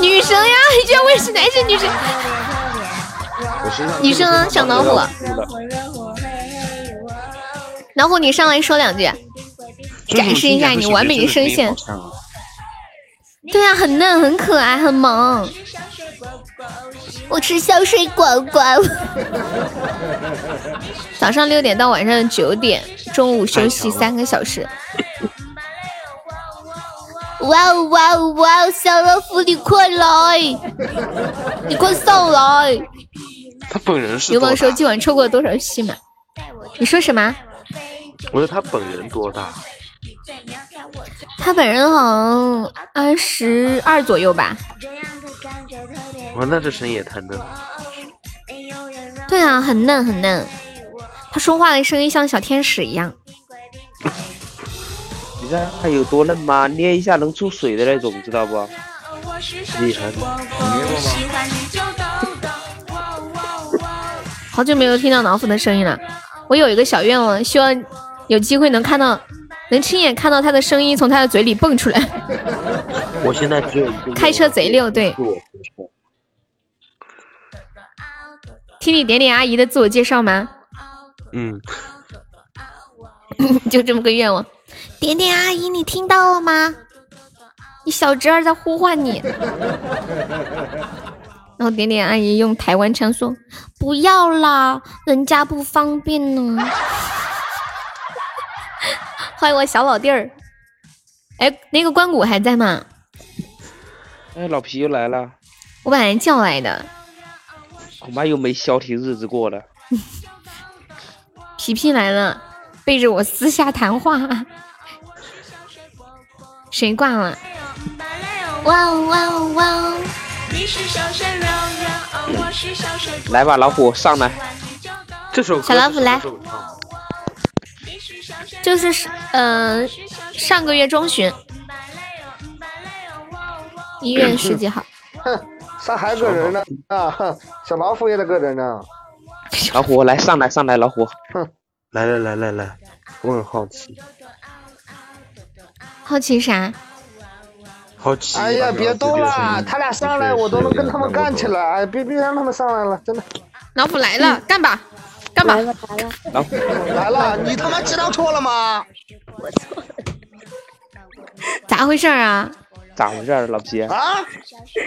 [SPEAKER 8] 女生呀，你居然问是男生女生？女生啊，小老虎，老虎你上来说两句，展示一下你完美的声线。
[SPEAKER 17] 啊
[SPEAKER 8] 对啊，很嫩，很可爱，很萌。我吃小水果果。 早上六点到晚上九点，中午休息三个小时。哇哦哇哦哇哦！小老虎，你快来， 你快上来！
[SPEAKER 17] 他本人是
[SPEAKER 8] 刘
[SPEAKER 17] 多
[SPEAKER 8] 梦说
[SPEAKER 17] 大？
[SPEAKER 8] 今晚抽过多少戏码？你说什么？
[SPEAKER 17] 我说他本人多大？
[SPEAKER 8] 他本人好像二十二左右吧？
[SPEAKER 17] 哇，那这声音也太嫩了。
[SPEAKER 8] 对啊，很嫩很嫩。他说话的声音像小天使一样。
[SPEAKER 5] 你看它有多嫩吗？捏一下能出水的那种，知道不？厉害！
[SPEAKER 8] 好久没有听到老虎的声音了。我有一个小愿望，希望有机会能看到，能亲眼看到他的声音从他的嘴里蹦出来。
[SPEAKER 6] 我现在只有一个愿
[SPEAKER 8] 开车贼溜，对。
[SPEAKER 6] 望，就是我
[SPEAKER 8] 听你点点阿姨的自我介绍吗？
[SPEAKER 17] 嗯，
[SPEAKER 8] 就这么个愿望。点点阿姨，你听到了吗？你小侄儿在呼唤你。 然后点点阿姨用台湾腔说：“不要啦，人家不方便呢。” 欢迎我小老弟儿。哎，那个关谷还在吗？
[SPEAKER 5] 哎，老皮又来了，
[SPEAKER 8] 我把人叫来的。
[SPEAKER 5] 恐怕又没消停日子过了。
[SPEAKER 8] 皮皮来了，背着我私下谈话。 谁挂了？哇哦哇哦哇哦！
[SPEAKER 18] 你是小水肉肉，我是小水果。
[SPEAKER 5] 来吧，老虎上来。
[SPEAKER 17] 这首
[SPEAKER 8] 小老虎啊来，就是嗯、呃，上个月中旬，一月十几号，
[SPEAKER 11] 上还搁人呢啊！哼小老虎也得搁人呢。
[SPEAKER 5] 老虎来上来上来，老虎。
[SPEAKER 6] 来来来来来，我很好奇，
[SPEAKER 8] 好奇啥？
[SPEAKER 6] 好奇。
[SPEAKER 11] 哎呀，别动了，他俩上来我都能跟他们干起来。哎，别别让他们上来了，真的。
[SPEAKER 8] 老虎来了，干吧，干吧。
[SPEAKER 5] 老虎
[SPEAKER 11] 来了， 你他妈知道错了吗？
[SPEAKER 8] 咋回事儿啊？啊
[SPEAKER 5] 咋回事儿，老皮？
[SPEAKER 11] 啊？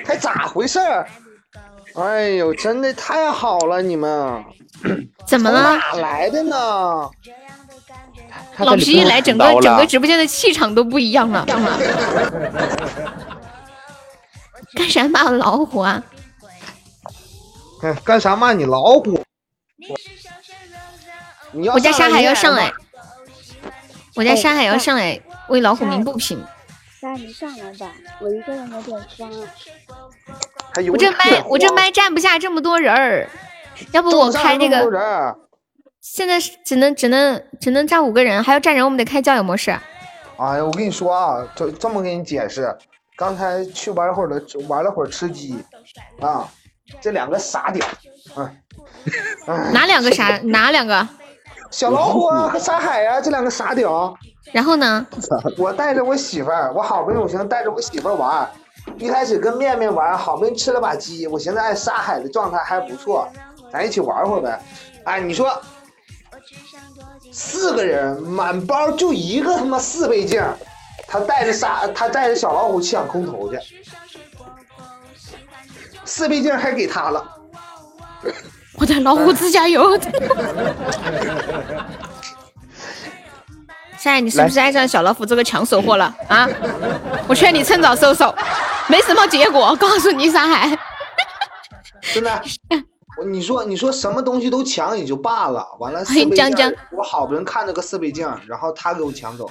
[SPEAKER 11] 还咋回事儿？哎呦，真的太好了，你们
[SPEAKER 8] 啊怎么了
[SPEAKER 11] 从哪来的呢？
[SPEAKER 8] 老皮一来，整个整个直播间的气场都不一样了， 干嘛？干啥骂我老虎啊？
[SPEAKER 11] 哎，干啥骂你老虎？你要
[SPEAKER 8] 我家沙海要哦上
[SPEAKER 11] 来
[SPEAKER 8] 来
[SPEAKER 11] 嘛，，
[SPEAKER 8] 我家沙海要上来为老虎鸣不平。
[SPEAKER 18] 那你上来吧，我一个人有点慌。
[SPEAKER 8] 我这麦我这麦站不下这么多人儿，要不我开这
[SPEAKER 11] 站不下这么多
[SPEAKER 8] 个？现在是只能只能只能站五个人，还要站人，我们得开交友模式。
[SPEAKER 11] 哎呀，我跟你说啊，这这么跟你解释，刚才去玩会儿的，玩了会儿吃鸡，啊，这两个傻屌，哎，哎
[SPEAKER 8] 哪两个啥？哪两个？
[SPEAKER 11] 小老虎啊和沙海啊，这两个傻屌。
[SPEAKER 8] 然后呢？
[SPEAKER 11] 我带着我媳妇儿，我好不容易能带着我媳妇儿玩儿，一开始跟面面玩儿，好不容易吃了把鸡，我寻思哎沙海的状态还不错，咱一起玩会儿呗。哎，你说四个人满包就一个他妈四倍镜儿，他带着沙，他带着小老虎去抢空投去，四倍镜儿还给他了。
[SPEAKER 8] 我的老虎自驾 游。沙海，你是不是爱上小老虎这个抢手货了啊？我劝你趁早收手，没什么结果。告诉你，沙海，
[SPEAKER 11] 真的。我你说你说什么东西都抢也就罢了，完了四倍
[SPEAKER 8] 哎江江
[SPEAKER 11] 镜，我好不容易看着个四倍镜，然后他给我抢走，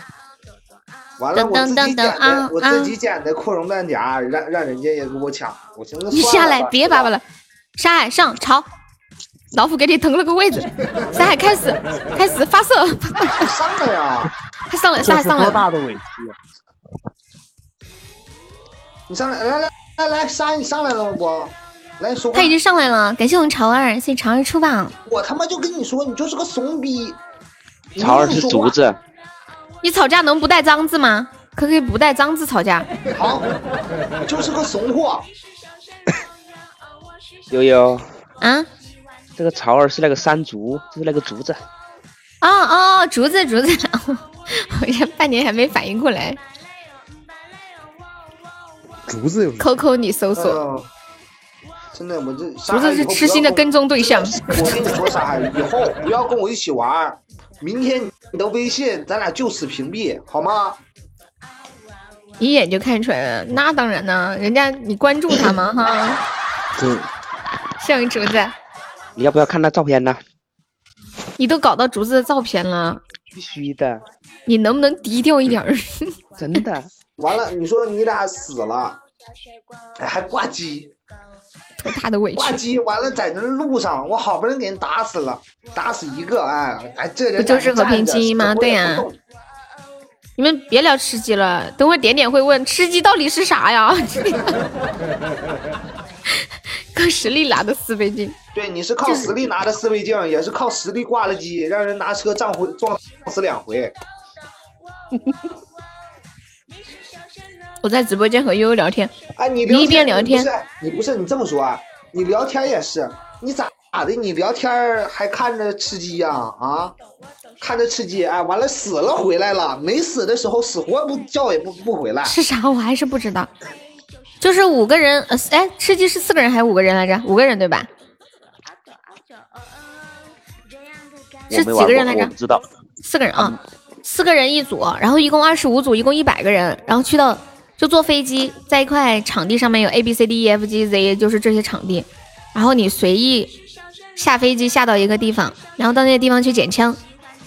[SPEAKER 11] 完了
[SPEAKER 8] 噔
[SPEAKER 11] 我自己
[SPEAKER 8] 噔噔
[SPEAKER 11] 捡的、
[SPEAKER 8] 噔啊
[SPEAKER 11] 我自己捡的扩容弹夹，让让人家也给我抢，我寻思
[SPEAKER 8] 你
[SPEAKER 11] 算
[SPEAKER 8] 下
[SPEAKER 11] 了
[SPEAKER 8] 来
[SPEAKER 11] 吧
[SPEAKER 8] 别叭叭了。沙海上朝，老虎给你腾了个位置。沙海开始开始发射，
[SPEAKER 11] 哎上了呀！
[SPEAKER 8] 他上来，沙海上来
[SPEAKER 9] 多大
[SPEAKER 8] 了。
[SPEAKER 9] 的委屈啊！
[SPEAKER 11] 你上来来来来来，沙你上来了吗不？来说话
[SPEAKER 8] 他已经上来了，感谢我们潮儿，谢谢潮儿出榜。
[SPEAKER 11] 我他妈就跟你说，你就是个怂逼。你
[SPEAKER 5] 潮儿
[SPEAKER 11] 不
[SPEAKER 5] 是
[SPEAKER 11] 说
[SPEAKER 5] 竹
[SPEAKER 11] 话。
[SPEAKER 5] 子，
[SPEAKER 8] 你吵架能不带脏字吗？可不可以不带脏字吵架？
[SPEAKER 11] 好， 就是个怂货。
[SPEAKER 5] 悠悠。
[SPEAKER 8] 啊？
[SPEAKER 5] 这个潮儿是那个山竹，就是那个竹子。
[SPEAKER 8] 哦哦，竹子竹子， 我这半年还没反应过来。
[SPEAKER 7] 竹子有
[SPEAKER 8] 扣扣你搜索，
[SPEAKER 11] 嗯真的，我这
[SPEAKER 8] 竹子是痴心的跟踪对象。
[SPEAKER 11] 我跟你说啥？以后不要跟我一起玩儿。明天你的微信，咱俩就此屏蔽，好吗？
[SPEAKER 8] 一眼就看出来了，那当然呢，人家你关注他嘛哈。
[SPEAKER 5] 对，
[SPEAKER 8] 谢我们竹子，
[SPEAKER 5] 你要不要看那照片呢？
[SPEAKER 8] 你都搞到竹子的照片了，
[SPEAKER 5] 必须的，
[SPEAKER 8] 你能不能低调一点儿？
[SPEAKER 5] 真 的。
[SPEAKER 11] 完了，你说你俩死了，哎还挂机，
[SPEAKER 8] 多大的委屈！
[SPEAKER 11] 挂机完了，在那路上，我好不容易给人打死了，打死一个，哎哎，这人
[SPEAKER 8] 不就是和平精英吗？对呀、
[SPEAKER 11] 呀、
[SPEAKER 8] 你们别聊吃鸡了，等会儿点点会问吃鸡到底是啥呀？ 靠实力拿的四倍镜，
[SPEAKER 11] 对，你是靠实力拿的四倍镜，也是靠实力挂了机，让人拿车撞回撞死两回。
[SPEAKER 8] 我在直播间和悠悠聊天，
[SPEAKER 11] 哎，你
[SPEAKER 8] 一边聊天
[SPEAKER 11] 不是，你不是你这么说啊？你聊天也是，你咋咋的？你聊天儿还看着吃鸡呀、啊？看着吃鸡，哎，完了死了回来了，没死的时候死活不叫也不不回来。
[SPEAKER 8] 是啥？我还是不知道。就是五个人，呃，哎，吃鸡是四个人还是五个人来着？五个人对吧？是几个人来着？
[SPEAKER 5] 我不知道。
[SPEAKER 8] 四个人啊，四个人一组，然后一共二十五组，一共一百个人，然后去到就坐飞机，在一块场地上面有 A B C D E F G Z，就是这些场地，然后你随意下飞机下到一个地方，然后到那个地方去捡枪，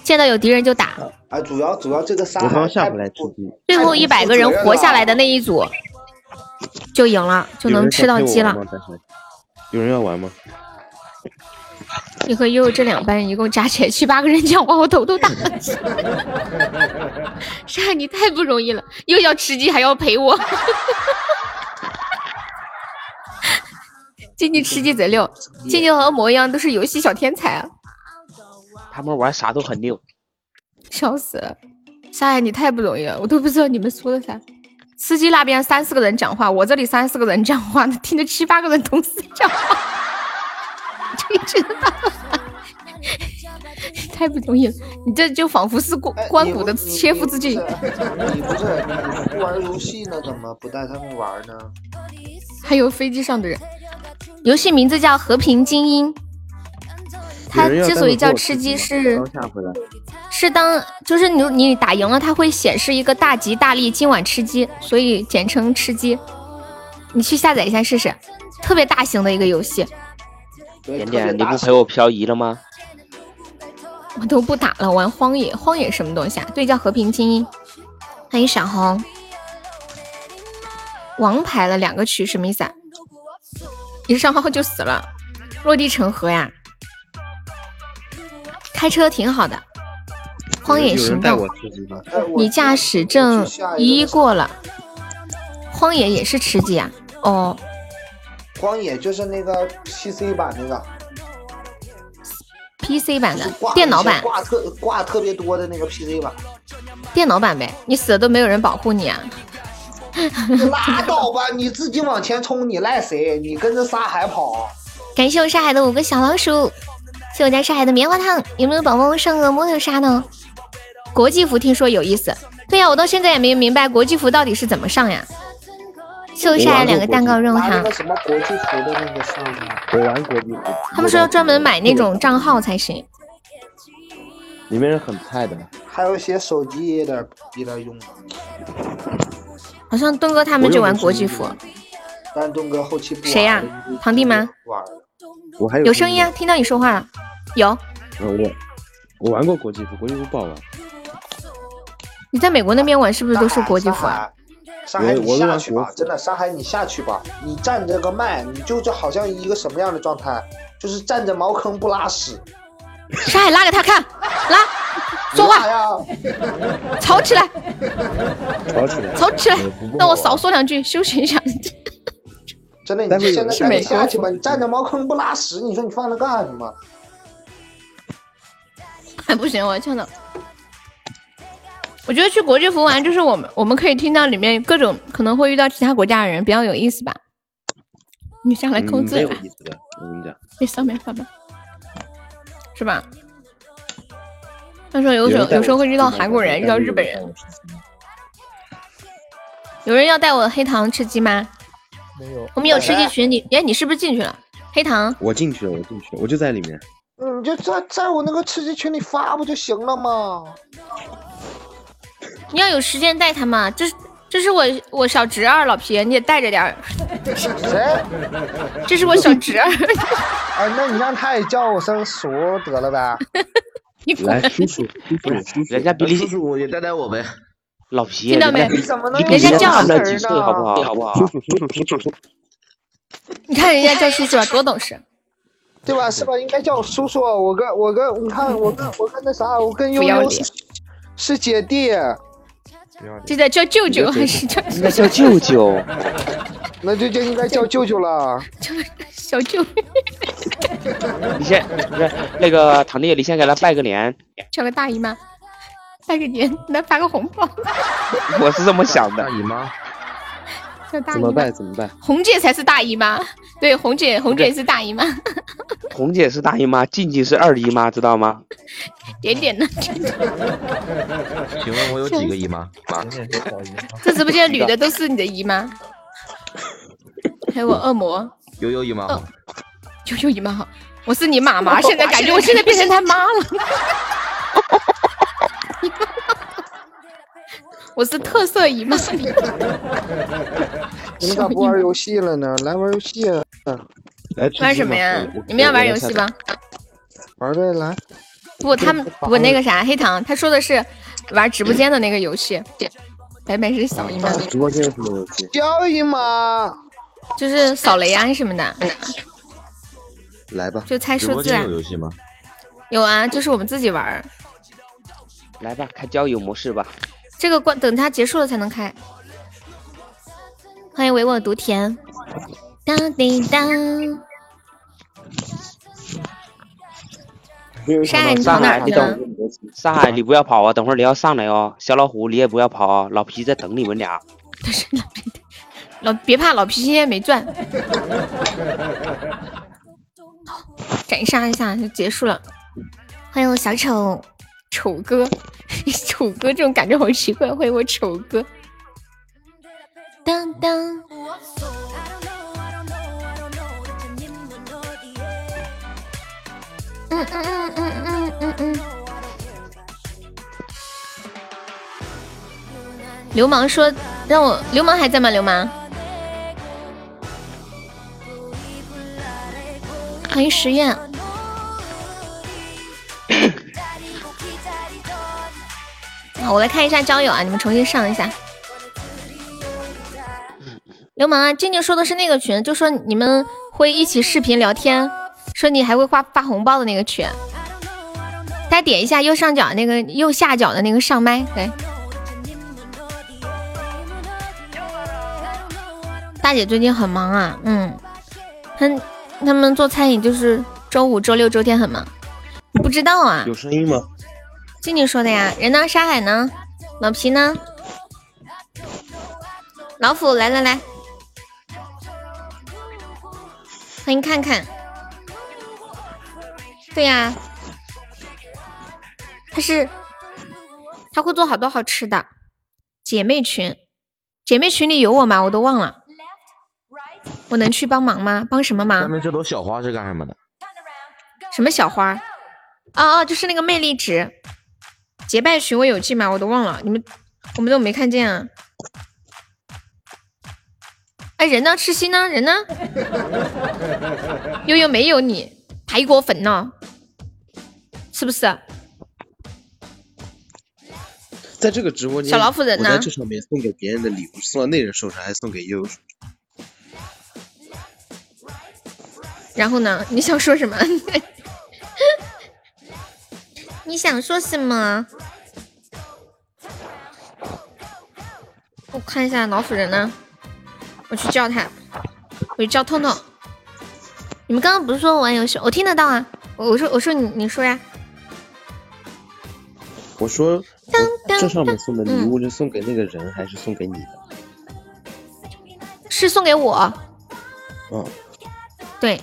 [SPEAKER 8] 见到有敌人就打，
[SPEAKER 11] 啊，主要主要这个沙
[SPEAKER 7] 我
[SPEAKER 11] 海
[SPEAKER 7] 刚下回来吃鸡，
[SPEAKER 8] 最后一百个人活下来的那一组就赢了，就能吃到鸡了。
[SPEAKER 7] 有人要玩吗？
[SPEAKER 8] 你和悠悠这两班人一共加起来七八个人讲话，我头都大了。 沙，你太不容易了，又要吃鸡还要陪我。 静静吃鸡贼溜，静静和恶魔一样都是游戏小天才啊，
[SPEAKER 5] 他们玩啥都很溜。
[SPEAKER 8] 笑死了。沙海，你太不容易了，我都不知道你们说的啥。吃鸡那边三四个人讲话，我这里三四个人讲话， 听着七八个人同时讲话， 这一直 太不容易了，你这就仿佛是关关谷的切腹之
[SPEAKER 11] 呃哎你
[SPEAKER 8] 罪。
[SPEAKER 11] 不是你不玩游戏呢，怎么不带他们玩呢？
[SPEAKER 8] 还有飞机上的人，游戏名字叫《和平精英》，它
[SPEAKER 19] 有人要
[SPEAKER 8] 之所以
[SPEAKER 19] 待会
[SPEAKER 8] 叫
[SPEAKER 19] 儿
[SPEAKER 8] 吃鸡
[SPEAKER 19] 给我
[SPEAKER 8] 是
[SPEAKER 19] 吃鸡吗刚下回来，
[SPEAKER 8] 是当就是你你打赢了，它会显示一个大吉大利，今晚吃鸡，所以简称吃鸡。你去下载一下试试，特别大型的一个游戏，
[SPEAKER 5] 点点，你不陪我漂移了吗？
[SPEAKER 8] 我都不打了，玩荒野，荒野什么东西啊？对，叫和平精英。欢迎闪红，王牌了两个区什么意思啊？一上号就死了，落地成盒呀。开车挺好的，荒野行动。
[SPEAKER 7] 吃鸡吗？
[SPEAKER 11] 哎
[SPEAKER 8] 你驾驶证一过了，荒野也是吃鸡啊？哦，
[SPEAKER 11] 荒野就是那个 PC 版那个
[SPEAKER 8] PC 版的
[SPEAKER 11] 挂，
[SPEAKER 8] 电脑版，
[SPEAKER 11] 挂特挂特别多的那个 PC 版，
[SPEAKER 8] 电脑版呗。你死了都没有人保护你啊？
[SPEAKER 11] 拉倒吧，你自己往前冲，你赖谁？你跟着沙海跑，
[SPEAKER 8] 感谢我沙海的五个小老鼠，谢我家沙海的棉花糖，有没有宝宝上个摸头杀呢？国际服听说有意思，对呀、啊我到现在也没明白国际服到底是怎么上呀。谢我沙海两个蛋糕任务
[SPEAKER 11] 拿那
[SPEAKER 8] 糖
[SPEAKER 11] 个，什么国际服的那个上面。
[SPEAKER 7] 我玩国际服，
[SPEAKER 8] 他们说要专门买那种账号才行。
[SPEAKER 7] 里面人很菜的。
[SPEAKER 11] 还有一些手机也得逼着用，啊
[SPEAKER 8] 好像东哥他们就玩国际服，
[SPEAKER 11] 但东哥后期不玩
[SPEAKER 8] 谁呀、堂弟吗？
[SPEAKER 11] 不玩
[SPEAKER 19] 我还有
[SPEAKER 8] 有声音啊，听到你说话了。有，
[SPEAKER 19] 呃我我玩过国际服，国际服不好玩，
[SPEAKER 8] 你在美国那边玩是不是都是国际服啊？
[SPEAKER 11] 上海，
[SPEAKER 19] 我
[SPEAKER 11] 你
[SPEAKER 19] 我是
[SPEAKER 11] 下
[SPEAKER 19] 玩
[SPEAKER 11] 去
[SPEAKER 19] 国
[SPEAKER 11] 吧，真的，上海你下去吧。你站着个麦，你就这好像一个什么样的状态？就是站着茅坑不拉屎。
[SPEAKER 8] 上海拉给他看， 拉，说话吵起来，
[SPEAKER 19] 吵起来，
[SPEAKER 8] 吵起来
[SPEAKER 19] 哎我不，
[SPEAKER 8] 让我少说两句，休息一下。
[SPEAKER 11] 真的，
[SPEAKER 8] 待
[SPEAKER 11] 你
[SPEAKER 8] 会儿有
[SPEAKER 11] 现在
[SPEAKER 8] 是
[SPEAKER 11] 赶
[SPEAKER 8] 美
[SPEAKER 11] 紧
[SPEAKER 8] 国
[SPEAKER 11] 下去吧，你站着茅坑不拉屎，你说你放着干什么？
[SPEAKER 8] 还哎不行，我要呛到。我觉得去国际服玩，就是我们我们可以听到里面各种可能会遇到其他国家的人，比较有意思吧。你上来扣
[SPEAKER 19] 嗯
[SPEAKER 8] 字
[SPEAKER 19] 没有
[SPEAKER 8] 吧
[SPEAKER 19] 意思的，我跟你讲，
[SPEAKER 8] 那上面发吧，是吧？他说有
[SPEAKER 19] 有
[SPEAKER 8] 时候
[SPEAKER 19] 人带
[SPEAKER 8] 有时候
[SPEAKER 19] 我
[SPEAKER 8] 会
[SPEAKER 19] 去
[SPEAKER 8] 遇到
[SPEAKER 19] 吃
[SPEAKER 8] 韩
[SPEAKER 19] 饭
[SPEAKER 8] 国人，遇到日本人。有人要带我黑糖吃鸡吗？
[SPEAKER 11] 没有，
[SPEAKER 8] 我们有吃鸡群，你哎，你是不是进去了？黑糖，
[SPEAKER 19] 我进去了，我进去了，我就在里面，
[SPEAKER 11] 嗯你就在在我那个吃鸡群里发不就行了 吗？
[SPEAKER 8] 你要有时间带他嘛，这是这是我我小侄儿老皮，你也带着点儿。
[SPEAKER 11] 谁？
[SPEAKER 8] 这是我小侄儿。
[SPEAKER 11] 哎，那你让他也叫我声叔得了呗。
[SPEAKER 8] 你
[SPEAKER 5] 来叔叔，人家比你叔叔也带带我呗。 老皮，
[SPEAKER 11] 听到
[SPEAKER 5] 人家
[SPEAKER 11] 没
[SPEAKER 5] 比
[SPEAKER 11] 怎么能
[SPEAKER 5] 你比
[SPEAKER 11] 人家
[SPEAKER 5] 你
[SPEAKER 11] 叫
[SPEAKER 5] 大
[SPEAKER 11] 声
[SPEAKER 5] 了
[SPEAKER 11] 儿
[SPEAKER 5] 几岁，
[SPEAKER 11] 呢
[SPEAKER 5] 好不好？好不好？叔叔，叔叔，叔叔，
[SPEAKER 8] 你看人家叫叔叔啊，多懂事。
[SPEAKER 11] 对吧？是吧？应该叫我叔叔。我跟我跟你看，我跟我跟那啥，我跟悠
[SPEAKER 8] 不要
[SPEAKER 11] 悠
[SPEAKER 8] 脸
[SPEAKER 11] 是姐弟，
[SPEAKER 8] 这在叫舅舅还 是叫
[SPEAKER 5] 应该叫舅 舅。
[SPEAKER 11] 那就就应该叫舅舅了。
[SPEAKER 8] 小舅？
[SPEAKER 5] 你先不是那个堂弟，你先给他拜个年。
[SPEAKER 8] 叫个大姨妈，拜个年，来发个红包，
[SPEAKER 5] 我是这么想的。姨妈
[SPEAKER 8] 叫大
[SPEAKER 19] 怎
[SPEAKER 8] 姨
[SPEAKER 19] 么
[SPEAKER 8] 妈。
[SPEAKER 19] 办？怎么办？
[SPEAKER 8] 红姐才是大姨妈，对，红姐红姐是大姨妈。
[SPEAKER 5] 红姐是大姨妈，静静是二姨妈，知道吗？
[SPEAKER 8] 点点呢？
[SPEAKER 12] 请问我有几个姨妈？
[SPEAKER 8] 这直播间女的都是你的姨妈，还有我恶魔，
[SPEAKER 12] 悠悠姨妈好，
[SPEAKER 8] 舅舅姨妈好，我是你 妈妈，现在感觉我现在变成他妈了。 我是特色姨妈，
[SPEAKER 11] 你们咋不玩游戏了呢？来玩游戏啊！
[SPEAKER 19] 来
[SPEAKER 8] 玩什么呀？你们要玩游戏吧？？
[SPEAKER 11] 玩呗，来。
[SPEAKER 8] 不，他们我那个啥黑糖，他说的是玩直播间的那个游戏。白白是小姨妈，
[SPEAKER 7] 直播间有什么游戏？
[SPEAKER 11] 交易吗？
[SPEAKER 8] 就是扫雷啊什么的。
[SPEAKER 7] 来吧，
[SPEAKER 8] 就猜数字啊
[SPEAKER 7] 戏吗？
[SPEAKER 8] 有啊，就是我们自己玩儿。
[SPEAKER 5] 来吧，开交友模式吧。
[SPEAKER 8] 这个关等它结束了才能开。欢迎唯我独甜，当叮当，上海你
[SPEAKER 5] 上
[SPEAKER 8] 从哪
[SPEAKER 5] 海，
[SPEAKER 8] 儿
[SPEAKER 5] 你
[SPEAKER 8] 呢？
[SPEAKER 5] 等上海，你不要跑啊！等会儿你要上来哦，小老虎你也不要跑啊，老皮在等你们俩。
[SPEAKER 8] 老别怕，老皮今天没赚，斩杀一下就结束了。欢迎我小丑，丑哥，丑哥这种感觉好奇怪。欢迎我丑哥，当当。嗯嗯嗯嗯嗯嗯。流氓说让我，流氓还在吗？流氓，欢迎实验。好，我来看一下交友啊，你们重新上一下。流氓啊，静静说的是那个群，就说你们会一起视频聊天，说你还会发发红包的那个群。大家点一下右上角那个右下角的那个上麦，对。大姐最近很忙啊，嗯，她他们做餐饮就是周五、周六、周天很忙，你不知道啊？
[SPEAKER 19] 有声音吗？
[SPEAKER 8] 静静说的呀。人呢？沙海呢？老皮呢？老虎，来来来，欢迎看看。对呀、他是他会做好多好吃的。姐妹群，姐妹群里有我吗？我都忘了。我能去帮忙吗？帮什么
[SPEAKER 12] 下
[SPEAKER 8] 忙？
[SPEAKER 12] 面这朵小花是干什么的？
[SPEAKER 8] 什么小花？哦哦，就是那个魅力值。结拜群我有进吗？我都忘了，你们我们都没看见啊。哎，人呢？痴心呢？人呢？ 悠悠没有你，排骨粉呢？是啊不是？
[SPEAKER 19] 在这个直播间，
[SPEAKER 8] 小老虎人呢
[SPEAKER 19] 我在这上面送给别人的礼物，送到那人手上，还送给悠悠手上。
[SPEAKER 8] 然后呢？你想说什么？你想说什么？我看一下老鼠人呢，我去叫他，我去叫痛痛。你们刚刚不是说玩游戏？我听得到啊。我我说我说你你说呀。
[SPEAKER 19] 我说，我这上面送的礼物是送给那个人，还是送给你的？
[SPEAKER 8] 是送给我。
[SPEAKER 19] 嗯，
[SPEAKER 8] 对，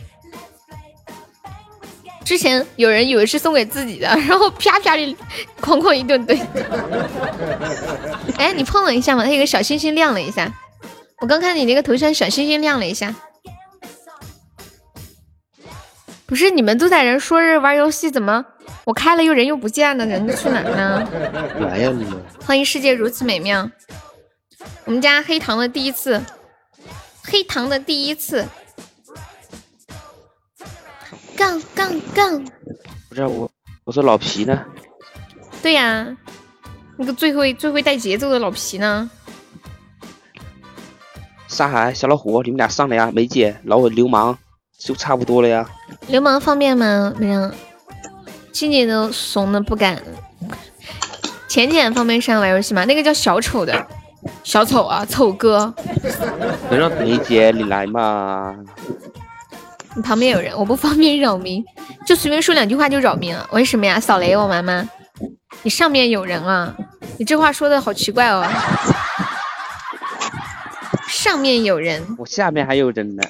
[SPEAKER 8] 之前有人以为是送给自己的， 然后啪啪的哐哐一顿怼。 哎，你碰了一下吗？它有个小星星亮了一下。我刚看你那个头像小星星亮了一下。不是你们都在人说是玩游戏，怎么我开了又人又不见了？人去哪儿呢？
[SPEAKER 19] 来呀你们！
[SPEAKER 8] 欢迎世界如此美妙。我们家黑糖的第一次，黑糖的第一次。杠杠杠！
[SPEAKER 5] 不是我，我说老皮呢？
[SPEAKER 8] 对呀、那个最会最会带节奏的老皮呢？
[SPEAKER 5] 沙海、小老虎，你们俩上来呀！梅姐、老我流氓就差不多了呀。
[SPEAKER 8] 流氓方便吗？没人。静静都怂的不敢。浅浅方便上玩游戏吗？那个叫小丑的，小丑啊，丑哥。
[SPEAKER 5] 能让梅姐你来吗？
[SPEAKER 8] 你旁边有人，我 不方便扰民，就随便说两句话就扰民了。为什么呀？扫雷我玩吗？你上面有人啊！你这话说的好奇怪哦。上面有人，
[SPEAKER 5] 我下面还有人呢。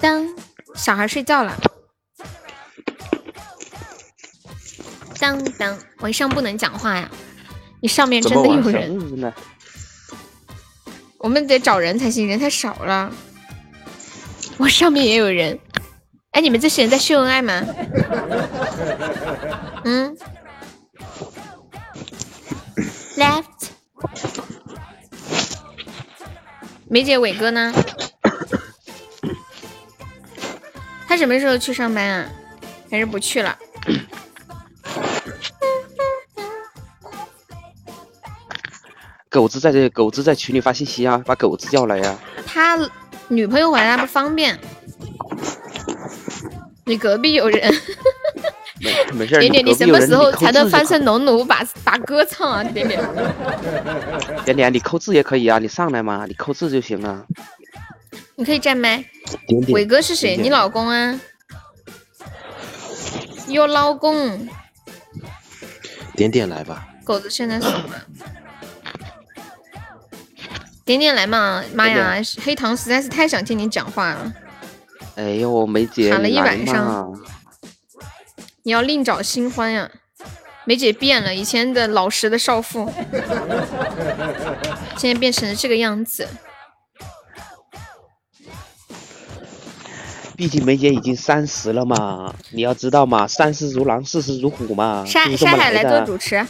[SPEAKER 8] 当小孩睡觉了。当当，晚上不能讲话呀。你上面真的有人，
[SPEAKER 5] 日子呢？
[SPEAKER 8] 我们得找人才行，人太少了。 我上面也有人。哎，你们这些人在秀恩爱 吗？嗯。Left。梅姐，伟哥 呢？他什么时候去上班啊？还是不去了？
[SPEAKER 5] 狗子在这，狗子在群里发信息啊，把狗子叫来 呀、
[SPEAKER 8] 他女朋友回来不方便。你隔壁有人，
[SPEAKER 5] 没没事儿，
[SPEAKER 8] 点点，
[SPEAKER 5] 你
[SPEAKER 8] 你
[SPEAKER 5] 隔壁
[SPEAKER 8] 什
[SPEAKER 5] 有
[SPEAKER 8] 么
[SPEAKER 5] 人
[SPEAKER 8] 时候才能翻？
[SPEAKER 5] 你扣字就
[SPEAKER 8] 身农奴把把歌唱啊？点点，
[SPEAKER 5] 好点点，你扣字也可以啊，你上来嘛，你扣字就行啊。
[SPEAKER 8] 你可以站麦。
[SPEAKER 5] 点点
[SPEAKER 8] 伟哥是谁？
[SPEAKER 5] 点点
[SPEAKER 8] 你老公啊？有老公。
[SPEAKER 19] 点点来吧，
[SPEAKER 8] 狗子现在怂了。点点来嘛！妈呀，黑糖实在是太想听你讲话了。
[SPEAKER 5] 哎呦，梅姐，
[SPEAKER 8] 喊了
[SPEAKER 5] 你
[SPEAKER 8] 一
[SPEAKER 5] 来
[SPEAKER 8] 晚上
[SPEAKER 5] 嘛
[SPEAKER 8] 你要另找新欢呀！梅姐变了，以前的老实的少妇，现在变成了这个样子。
[SPEAKER 5] 毕竟梅姐已经三十了嘛，你要知道嘛，三十如狼，四十如虎嘛。
[SPEAKER 8] 沙
[SPEAKER 5] 就是这
[SPEAKER 8] 沙
[SPEAKER 5] 么
[SPEAKER 8] 海来做
[SPEAKER 5] 的。
[SPEAKER 8] 主持，啊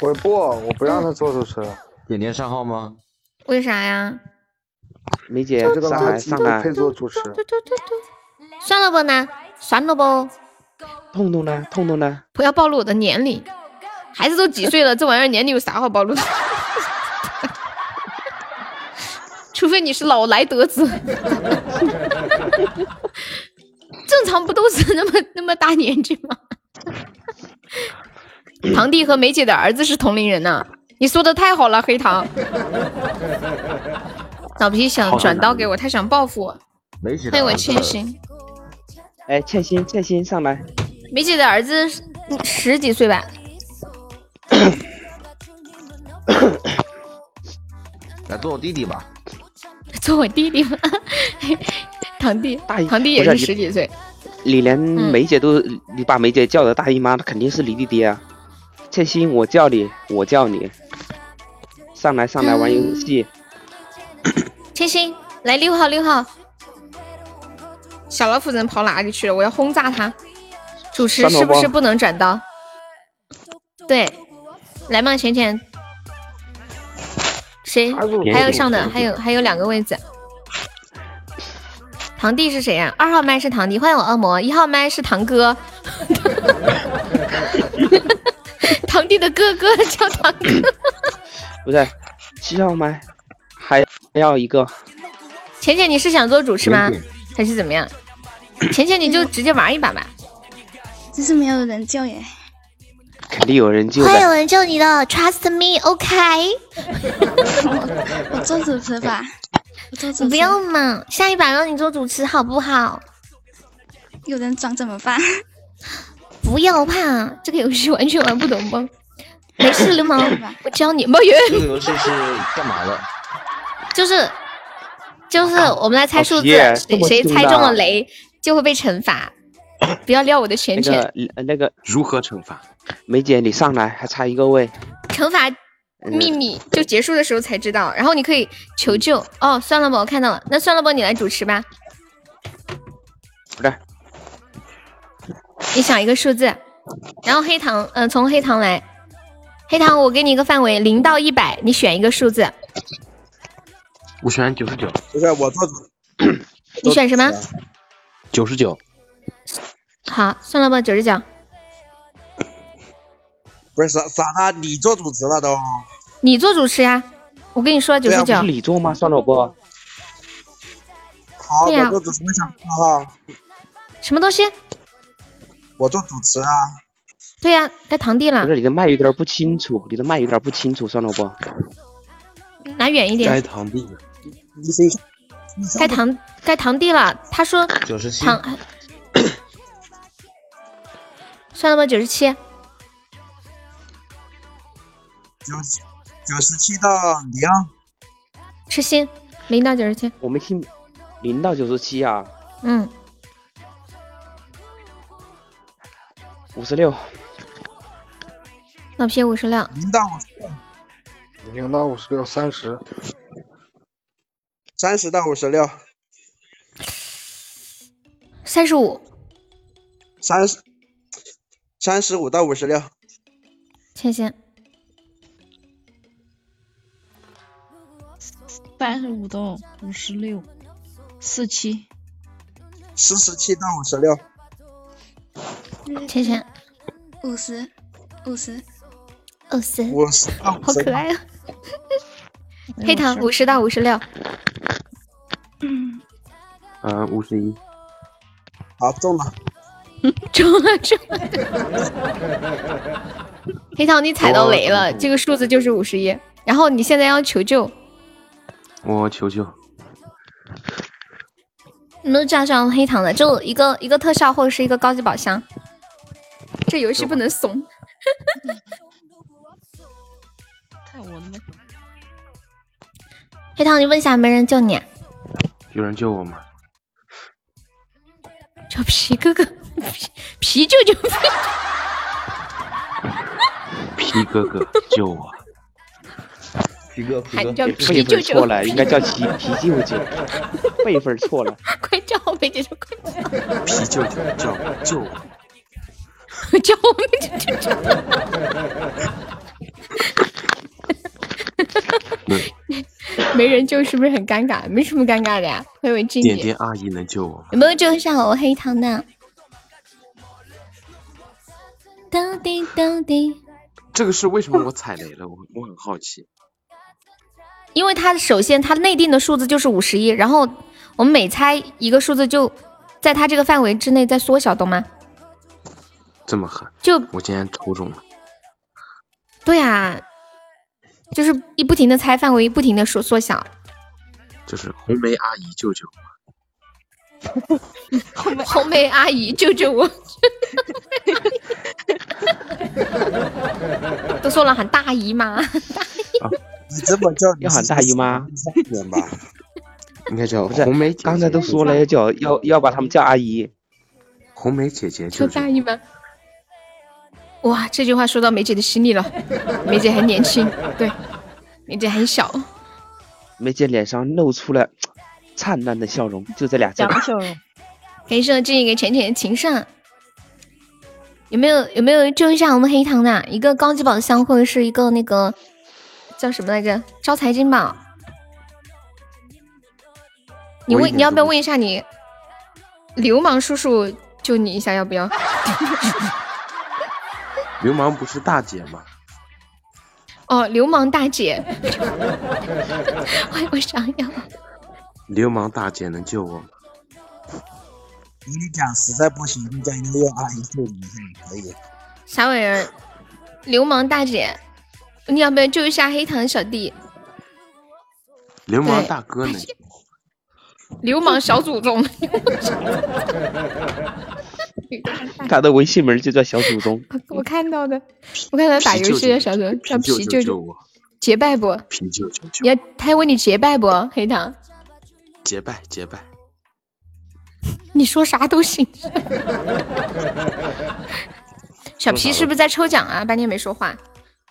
[SPEAKER 11] 我不，我不让他做主持。
[SPEAKER 20] 点连上号吗？
[SPEAKER 8] 为啥呀？
[SPEAKER 5] 梅姐
[SPEAKER 11] 这个
[SPEAKER 5] 上来上来
[SPEAKER 11] 配做主持。
[SPEAKER 8] 算了吧呢，算了吧，
[SPEAKER 5] 痛痛呢？痛痛呢？
[SPEAKER 8] 不要暴露我的年龄，孩子都几岁了，这玩意儿年龄有啥好暴露 的？除非你是老来得子， 正常不都是那么那么大年纪吗？ 堂弟和梅姐的儿子是同龄人呐、你说的太好了，黑糖。 老皮想转刀给我，他想报复我，
[SPEAKER 20] 梅姐
[SPEAKER 8] 被我欠薪。
[SPEAKER 5] 哎，倩欣，倩欣上来。
[SPEAKER 8] 梅姐的儿子是嗯十几岁吧？
[SPEAKER 20] 来做我弟弟吧。
[SPEAKER 8] 做我弟弟吗？ 堂弟，堂弟也
[SPEAKER 5] 不
[SPEAKER 8] 是
[SPEAKER 5] 是
[SPEAKER 8] 十几岁。
[SPEAKER 5] 你连
[SPEAKER 8] 嗯
[SPEAKER 5] 梅姐都，你把梅姐叫的大姨妈，那肯定是你弟弟啊。倩欣，我叫你，我叫你，上来上来玩游
[SPEAKER 8] 嗯
[SPEAKER 5] 戏。
[SPEAKER 8] 千欣，来六号六号，小老虎人跑哪里去了？我要轰炸他！主持
[SPEAKER 5] 三楼
[SPEAKER 8] 是不
[SPEAKER 5] 吧
[SPEAKER 8] 是不能转刀？对，来嘛，浅浅，谁？还有上的，还有还有两个位置。堂弟是谁呀、二号麦是堂弟，欢迎我恶魔。一号麦是堂哥， 堂弟的哥哥叫堂哥。
[SPEAKER 5] 不是，七号麦，还要一个。
[SPEAKER 8] 浅浅，你是想做主持吗？还是怎么样？浅浅，你就直接玩一把吧。
[SPEAKER 2] 真是没有人救耶！
[SPEAKER 5] 肯定有人救
[SPEAKER 2] 会有
[SPEAKER 5] 的。
[SPEAKER 2] 人救你的，Trust me，OK、我我做主持吧，我做主持。
[SPEAKER 8] 不要嘛，下一把让你做主持好不好？
[SPEAKER 2] 有人装怎么办？
[SPEAKER 8] 不要怕，这个游戏完全玩不懂吗？没事，流氓，我教你。冒雨
[SPEAKER 20] 这个游戏是干嘛的？
[SPEAKER 8] 就是就是我们来猜数
[SPEAKER 5] 好
[SPEAKER 8] 字，
[SPEAKER 5] 皮
[SPEAKER 8] 谁
[SPEAKER 5] 这么
[SPEAKER 8] 谁
[SPEAKER 5] 重
[SPEAKER 8] 猜
[SPEAKER 5] 的
[SPEAKER 8] 中了雷就会被 惩罚。不要撩我的
[SPEAKER 5] 那
[SPEAKER 8] 拳拳，
[SPEAKER 5] 个呃那个如何惩罚？梅姐，你上来还差一个位。
[SPEAKER 8] 惩罚秘密就结束的时候才知道，然后你可以求救。哦，算了吧，我看到了，那算了吧，你来主持吧。
[SPEAKER 5] 好的。
[SPEAKER 8] 你想一个数字，然后黑糖，嗯、从黑糖来。黑糖，我给你一个范围，零到一百，你选一个数字，
[SPEAKER 11] 我选九十九。不是我做
[SPEAKER 8] 你选什么？
[SPEAKER 12] 啊
[SPEAKER 5] 九十九，
[SPEAKER 8] 好，算了吧，九十九。
[SPEAKER 12] 不是傻傻大，你做主持了都。
[SPEAKER 8] 你做主持呀，我跟你说九
[SPEAKER 5] 对
[SPEAKER 8] 十
[SPEAKER 5] 啊
[SPEAKER 8] 九
[SPEAKER 5] 不是。你做吗？算了
[SPEAKER 8] 嗯
[SPEAKER 5] 不，
[SPEAKER 12] 好，
[SPEAKER 8] 对呀
[SPEAKER 12] 我做主持，我想啊说哈，
[SPEAKER 8] 什么东西？
[SPEAKER 12] 我做主持啊。
[SPEAKER 8] 对呀、该堂弟
[SPEAKER 5] 不
[SPEAKER 8] 了，
[SPEAKER 5] 是你的麦有点不清楚，你的麦有点不清楚，算了不。
[SPEAKER 8] 拿远一点。
[SPEAKER 5] 堂弟，
[SPEAKER 8] 该堂该堂弟了，他说
[SPEAKER 20] 97
[SPEAKER 8] 堂。 算了吧，九十七。
[SPEAKER 12] 九九十七到零，啊
[SPEAKER 8] 痴心零到九十七，
[SPEAKER 5] 我没听，零到九十七啊，
[SPEAKER 8] 嗯，
[SPEAKER 5] 五十六，
[SPEAKER 8] 老皮五十六，
[SPEAKER 12] 零到五十六，
[SPEAKER 11] 零到五十六，三十。
[SPEAKER 12] 三十到五十六，
[SPEAKER 8] 三十五。
[SPEAKER 12] 三十三十五到五十六，
[SPEAKER 8] 倩倩
[SPEAKER 3] 三十五到五十六，四七。
[SPEAKER 12] 四十七到五十六，
[SPEAKER 8] 倩倩，
[SPEAKER 2] 五十，五十，
[SPEAKER 8] 二十，
[SPEAKER 12] 五十到五
[SPEAKER 8] 好
[SPEAKER 12] 十
[SPEAKER 8] 可
[SPEAKER 12] 六，
[SPEAKER 8] 爱啊！ 黑糖五十到五十六，
[SPEAKER 11] 嗯，五十一。
[SPEAKER 12] 好中了。
[SPEAKER 8] 中了中了！黑糖你踩到雷了，这个数字就是五十一。然后你现在要求救，
[SPEAKER 11] 我求求。
[SPEAKER 8] 你们加上黑糖的，就一个一个特效或者是一个高级宝箱。这游戏不能 怂。
[SPEAKER 3] 太我了，
[SPEAKER 8] 黑糖，你问一下，没人救你、啊？
[SPEAKER 11] 有人救我吗？
[SPEAKER 8] 叫皮哥哥，皮皮舅舅，
[SPEAKER 11] 皮哥哥救我！
[SPEAKER 20] 皮哥，
[SPEAKER 8] 还叫
[SPEAKER 5] 辈
[SPEAKER 8] 哎皮
[SPEAKER 5] 分
[SPEAKER 8] 舅 舅
[SPEAKER 5] 错了，应该叫皮皮舅舅，辈分错了。
[SPEAKER 8] 快叫我梅姐说快叫，
[SPEAKER 12] 啤酒酒叫救我！
[SPEAKER 8] 叫我梅姐 就叫。没人救是不是很尴尬？没什么尴尬的呀，我以为静姐
[SPEAKER 12] 点点阿姨能救我吗？
[SPEAKER 8] 有没有救上我黑糖的？到底到底，
[SPEAKER 12] 这个是为什么我踩雷了？我我很好奇。
[SPEAKER 1] 因为它首先它内定的数字就是五十一，然后我们每猜一个数字就在它这个范围之内再缩小，懂吗？
[SPEAKER 12] 这么狠！
[SPEAKER 1] 就
[SPEAKER 12] 我竟然抽中了，
[SPEAKER 1] 对啊，就是一不停的猜范围，不停的缩缩小。
[SPEAKER 12] 就是红梅阿姨救救我！
[SPEAKER 8] 红梅阿姨救救我！
[SPEAKER 1] 都说了喊大姨妈，
[SPEAKER 21] 你这么叫
[SPEAKER 5] 要喊大姨妈，
[SPEAKER 22] 人吧？
[SPEAKER 12] 应该叫
[SPEAKER 5] 不是
[SPEAKER 12] 红梅。
[SPEAKER 5] 刚才都说了要叫要要把他们叫阿姨，
[SPEAKER 12] 红梅姐姐
[SPEAKER 8] 就
[SPEAKER 12] 救救
[SPEAKER 8] 大姨妈。哇，这句话说到梅姐的心里了，梅姐还年轻，对，梅姐还小，
[SPEAKER 5] 梅姐脸上露出了灿烂的笑容，就这俩 字儿。
[SPEAKER 8] 容。感谢我这个浅浅的情圣，啊有没有有没有救一下我们黑糖的一个高级宝箱，或者是一个那个叫什么来着招财金宝？你
[SPEAKER 1] 我一
[SPEAKER 8] 问
[SPEAKER 1] 点
[SPEAKER 8] 你要不
[SPEAKER 1] 都
[SPEAKER 8] 要
[SPEAKER 1] 不
[SPEAKER 8] 问一下你流氓叔叔救你一下要不要？
[SPEAKER 12] 流氓不是大姐吗？
[SPEAKER 8] 哦，流氓大姐， 我我想要。
[SPEAKER 12] 流氓大姐能救我吗？
[SPEAKER 21] 我跟你讲，实在不行就叫悠悠阿姨救你一下也可以。
[SPEAKER 8] 啥玩意儿？流氓大姐，你要不要救一下黑糖小弟？
[SPEAKER 12] 流氓
[SPEAKER 8] 对
[SPEAKER 12] 大哥能救我
[SPEAKER 8] 流氓小祖宗，
[SPEAKER 5] 他的微信名就叫小祖宗，
[SPEAKER 8] 我看到的，我看他打游戏的小祖宗叫
[SPEAKER 5] 啤
[SPEAKER 8] 皮
[SPEAKER 5] 舅舅
[SPEAKER 8] 舅舅，结拜不？
[SPEAKER 12] 啤酒酒
[SPEAKER 8] 你要他问你结拜不？黑糖，
[SPEAKER 12] 结拜结拜，
[SPEAKER 8] 你说啥 都行。小皮是不是在抽奖啊？半天没说话，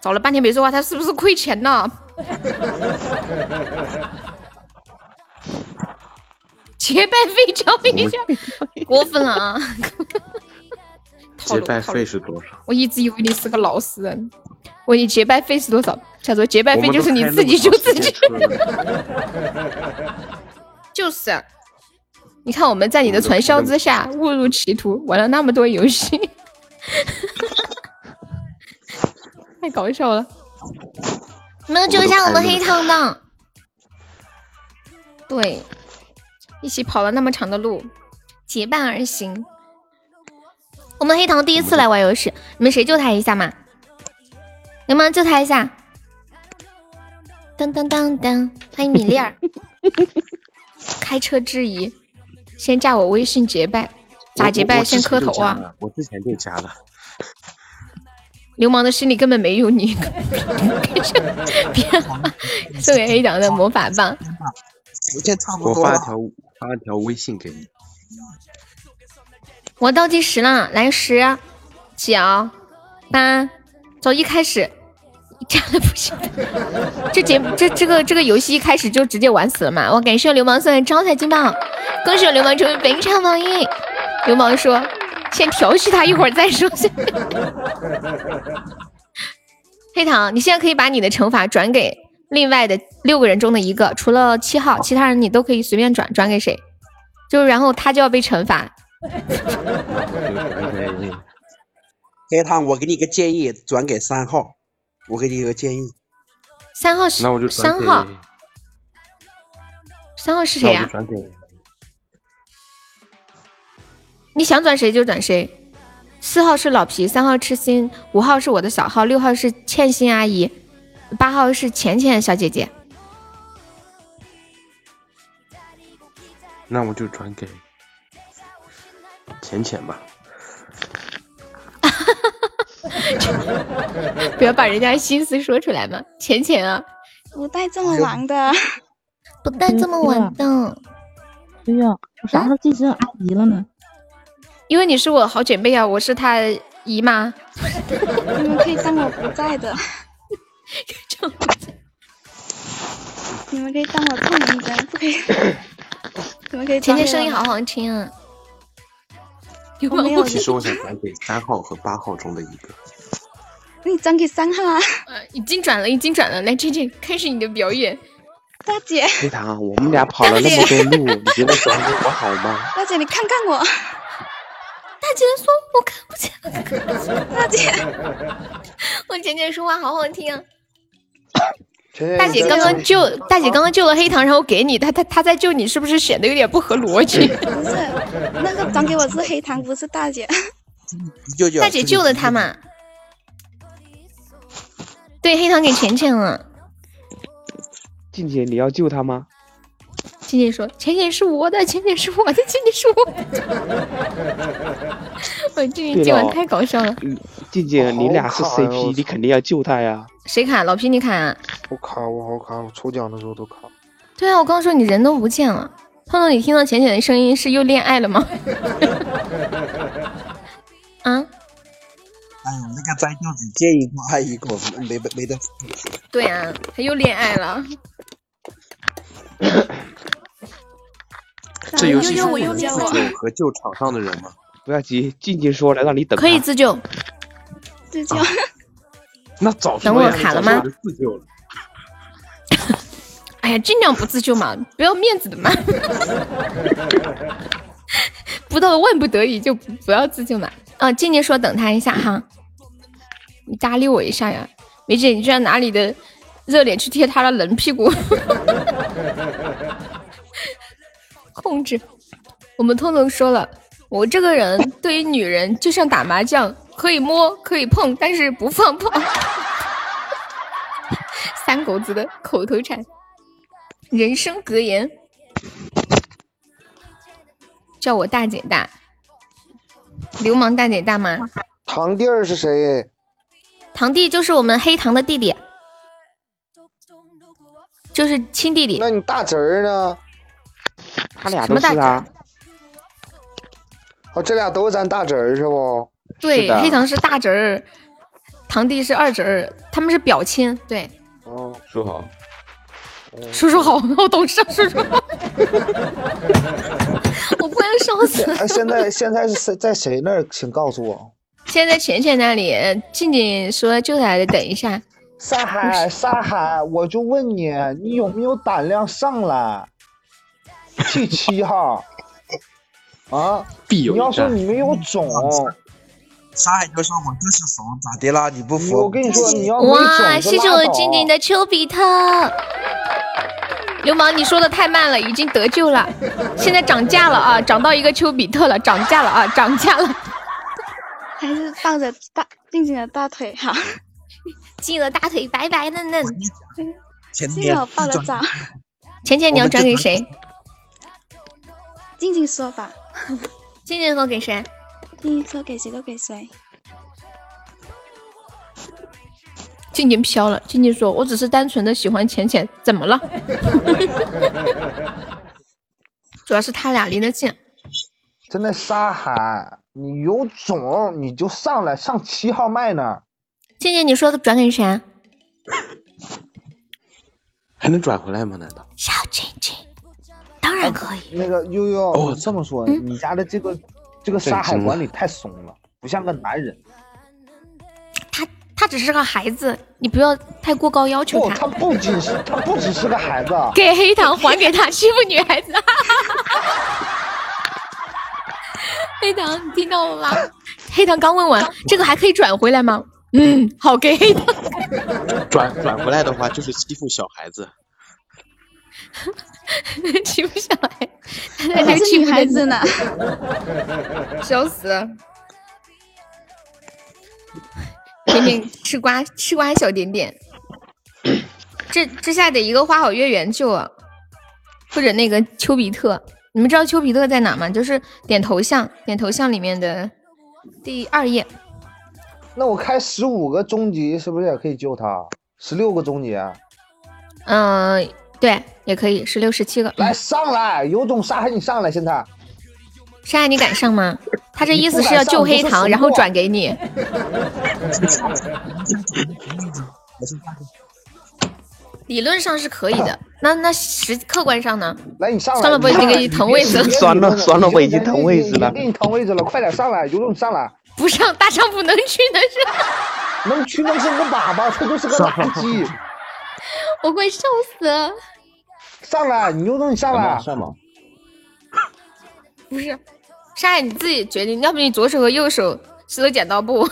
[SPEAKER 8] 找了半天没说话，他是不是亏钱 呢？结拜费交一下，过分了啊！ 套
[SPEAKER 12] 结
[SPEAKER 8] 路
[SPEAKER 12] 拜
[SPEAKER 8] 套
[SPEAKER 12] 费
[SPEAKER 8] 路
[SPEAKER 12] 是多少？
[SPEAKER 8] 我一直以为你是个老实人。我你结拜费是多少？小卓，结拜
[SPEAKER 12] 我
[SPEAKER 8] 费
[SPEAKER 12] 们
[SPEAKER 8] 就是
[SPEAKER 12] 都
[SPEAKER 8] 你
[SPEAKER 12] 开
[SPEAKER 8] 自
[SPEAKER 12] 那
[SPEAKER 8] 己
[SPEAKER 12] 么
[SPEAKER 8] 救
[SPEAKER 12] 长
[SPEAKER 8] 自
[SPEAKER 12] 时
[SPEAKER 8] 己
[SPEAKER 12] 间，
[SPEAKER 8] 就是。啊你看我们在你的传销之下误入歧途，玩了那么多游戏， 太搞笑了。
[SPEAKER 1] 没有救一下我们黑糖的，
[SPEAKER 8] 对，一起跑了那么长的路，结伴而行。
[SPEAKER 1] 我们黑糖第一次来玩游戏，你们谁救他一下嘛？能不能救他一下？
[SPEAKER 8] 当当当当，欢迎米粒 儿。开车质疑，先加我微信结拜，咋结拜？先磕头啊！！
[SPEAKER 12] 我之前就加了，
[SPEAKER 8] 流氓的心里根本没有你。 别， 送给黑党的魔法棒。
[SPEAKER 21] 时间差
[SPEAKER 12] 我
[SPEAKER 21] 不多
[SPEAKER 12] 发
[SPEAKER 21] 了
[SPEAKER 12] 了，条发了条微信给你，
[SPEAKER 1] 我倒计时了，来十、九、八，从一开始，这样的不行。
[SPEAKER 8] 这节这这个这个游戏一开始就直接玩死了嘛！我感谢流氓送的招财金棒，恭喜我流氓成为本场榜一。流氓说：“先调戏他一会儿再说。”
[SPEAKER 1] 黑糖，你现在可以把你的惩罚转给另外的六个人中的一个，除了七号，其他人你都可以随便转，转给谁，就是然后他就要被惩罚。
[SPEAKER 21] 黑糖，我给你个建议，转给三号。我给你个建议，
[SPEAKER 1] 三号是
[SPEAKER 21] 那我就转
[SPEAKER 1] 三
[SPEAKER 21] 给
[SPEAKER 1] 号，三号是谁
[SPEAKER 8] 啊
[SPEAKER 1] 呀、
[SPEAKER 12] 转给
[SPEAKER 1] 你想转谁就转谁。四号是老皮，三号痴心，五号是我的小号，六号是倩心阿姨，八号是浅浅小姐姐。
[SPEAKER 12] 那我就转给浅浅吧。
[SPEAKER 8] 不要把人家心思说出来嘛！浅浅啊，
[SPEAKER 3] 不带这么玩的，
[SPEAKER 1] 不带这么玩
[SPEAKER 8] 嗯
[SPEAKER 1] 的。
[SPEAKER 23] 对呀、我啥时候晋升阿姨了呢？
[SPEAKER 8] 因为你是我好姐妹啊，我是她姨妈。
[SPEAKER 3] 你们可以当我不在的， 你们可以当我透明人，不可以。
[SPEAKER 2] 怎么可以？
[SPEAKER 8] 甜甜声音好好听啊！
[SPEAKER 2] 有没有？
[SPEAKER 7] 其实我想转给三号和八号中的一个。
[SPEAKER 2] 你转给三号啊？
[SPEAKER 8] 呃，已经转了，已经转了。来，J J，开始你的表演。
[SPEAKER 2] 大姐，
[SPEAKER 19] 黑糖，我们俩跑了那么多路，你觉得转给我好 吗？
[SPEAKER 2] 大姐，你看看我。
[SPEAKER 8] 大姐说：“我看不 见。”
[SPEAKER 2] 大姐，
[SPEAKER 8] 我甜甜说话好好听啊。
[SPEAKER 11] 大
[SPEAKER 8] 大姐刚刚救大姐刚刚救了黑糖，然后给你，她她她在救你，是不是显得有点不合逻辑？
[SPEAKER 2] 不是， 那个转给我是黑糖，不是大姐。
[SPEAKER 24] 舅舅，
[SPEAKER 8] 大姐救了他嘛？对，黑糖给钱钱了。
[SPEAKER 19] 静姐，你要救他吗？
[SPEAKER 8] 浅浅说：“浅浅是我的，浅浅是我的，浅浅是我的。”我这一今晚太搞笑了。
[SPEAKER 19] 静姐，你俩是
[SPEAKER 11] 好卡呀我
[SPEAKER 19] CP，你
[SPEAKER 11] 操
[SPEAKER 19] 肯定要救他呀。
[SPEAKER 8] 谁卡？老皮你卡、啊？
[SPEAKER 11] 我卡，我好卡，我抽奖的时候都卡。
[SPEAKER 8] 对啊，我刚说你人都不见了。胖胖，你听到浅浅的声音是又恋爱了吗？ 啊，
[SPEAKER 24] 哎呦，那个咱就只见一个爱一个，没没没得。
[SPEAKER 8] 对啊，他又恋爱了。
[SPEAKER 7] 这游戏是
[SPEAKER 8] 悠悠我
[SPEAKER 7] 不
[SPEAKER 8] 又
[SPEAKER 7] 能
[SPEAKER 8] 恋
[SPEAKER 7] 自
[SPEAKER 8] 爱了
[SPEAKER 7] 救和救场上的人吗？
[SPEAKER 19] 不要急，静静说了让你等。
[SPEAKER 8] 可以自救，
[SPEAKER 2] 自救。
[SPEAKER 7] 那早
[SPEAKER 8] 等我卡了吗？
[SPEAKER 7] 自救了。
[SPEAKER 8] 哎呀，尽量不自救嘛，不要面子的嘛。 不到万不得已就不不要自救嘛。啊，静静说等他一下哈，你搭理我一下呀，梅姐，你居然拿你的热脸去贴他的冷屁股， 控制。我们通通说了，我这个人对于女人就像打麻将，可以摸，可以碰，但是不放炮。 三狗子的口头禅，人生格言，叫我大姐大，流氓大姐大吗？
[SPEAKER 11] 堂弟儿是谁？
[SPEAKER 8] 堂弟就是我们黑糖的弟弟，就是亲弟弟。
[SPEAKER 11] 那你大侄儿呢？
[SPEAKER 19] 他
[SPEAKER 8] 俩都是啊。
[SPEAKER 11] 哦，这俩都是咱大侄儿是不？
[SPEAKER 8] 对
[SPEAKER 11] 是，的
[SPEAKER 8] 黑糖是大侄儿，堂弟是二侄儿，他们是表亲。对，
[SPEAKER 11] 哦，
[SPEAKER 12] 说好，
[SPEAKER 8] 叔叔好，我懂事，叔 叔好。我快要笑死了
[SPEAKER 11] 哎，。现在 现在是谁在谁那儿？请告诉我。
[SPEAKER 8] 现在在浅浅那里，静静说就在等一下。
[SPEAKER 11] 沙 海，沙海，我就问你，你有没有胆量上来？T 七号啊，
[SPEAKER 24] 必有
[SPEAKER 11] 你要
[SPEAKER 24] 一战
[SPEAKER 11] 说你没有种，
[SPEAKER 24] 上海就说我就是怂，咋的啦？你不服？
[SPEAKER 11] 我跟你说，你要没种
[SPEAKER 8] 哇，
[SPEAKER 11] 就
[SPEAKER 8] 谢谢
[SPEAKER 11] 拉
[SPEAKER 8] 我
[SPEAKER 11] 倒
[SPEAKER 8] 静静的丘比特。流氓，你说的太慢了，已经得救了，现在涨价了啊，涨到一个丘比特了，涨价了啊，涨价了，
[SPEAKER 2] 还是抱着大静静的大腿 好。
[SPEAKER 8] 进了大腿白白嫩嫩。
[SPEAKER 24] 前
[SPEAKER 2] 幸好抱得早。
[SPEAKER 8] 浅浅，你要转给谁？
[SPEAKER 2] 静静说吧，
[SPEAKER 8] 静静说给谁？
[SPEAKER 2] 静静说给谁都给谁。
[SPEAKER 8] 静静飘了。静静说：“我只是单纯的喜欢浅浅，怎么 了？”主要是他俩离得近。
[SPEAKER 11] 真的沙海，你有种你就上来，上七号麦那儿。
[SPEAKER 8] 静静，你说转给谁？啊
[SPEAKER 7] 还能转回来吗？难道？
[SPEAKER 8] 小
[SPEAKER 2] 哦
[SPEAKER 8] 静静，当然可以。
[SPEAKER 11] 那个悠悠，
[SPEAKER 19] 哦
[SPEAKER 11] 我这么说，
[SPEAKER 8] 嗯
[SPEAKER 11] 你家的这个这个沙海管理太松了，不像个男人。
[SPEAKER 8] 他只是个孩子，你不要太过高要求
[SPEAKER 11] 不，
[SPEAKER 8] 他。
[SPEAKER 11] 哦他不仅是他不只是个孩子，啊
[SPEAKER 8] 给黑糖还给他，欺负女孩子。 黑糖，你听到了吗？黑糖刚问完，这个还可以转回来吗？嗯，好，给黑糖。
[SPEAKER 7] 转转回来的话，就是欺负小孩子。
[SPEAKER 8] 欺负小孩，他
[SPEAKER 2] 还是女孩子呢，
[SPEAKER 8] 笑死了。甜甜吃瓜，吃瓜小点 点。这这下得一个花好月圆救啊，或者那个丘比特。你们知道丘比特在哪吗？就是点头像，点头像里面的第二页。
[SPEAKER 11] 那我开十五个终极是不是也可以救他？十六个啊终极，
[SPEAKER 8] 嗯、对，也可以，十六、十七个。嗯
[SPEAKER 11] 来上来，有种沙海你上来！现在
[SPEAKER 8] 山海，你敢上 吗？他这意思是要
[SPEAKER 11] 你不敢上
[SPEAKER 8] 救黑
[SPEAKER 11] 我
[SPEAKER 8] 糖，
[SPEAKER 11] 就
[SPEAKER 8] 然后
[SPEAKER 11] 怂了
[SPEAKER 8] 转给你。理论上是可以的，那那实客观上呢？
[SPEAKER 11] 来，你上来，
[SPEAKER 8] 算了，不，
[SPEAKER 11] 你
[SPEAKER 8] 那个腾位置了，
[SPEAKER 19] 酸了酸了，我已经腾位置了
[SPEAKER 11] 给。你腾位置了，快点上来，有种上来。
[SPEAKER 8] 不上大丈夫能屈能伸，
[SPEAKER 11] 能去能是个粑粑，他就是个垃圾。
[SPEAKER 8] 我会笑死了。
[SPEAKER 11] 上来，你有种你上来。
[SPEAKER 17] 上吧。
[SPEAKER 8] 不是，沙海你自己决定，要不你左手和右手石头剪刀布。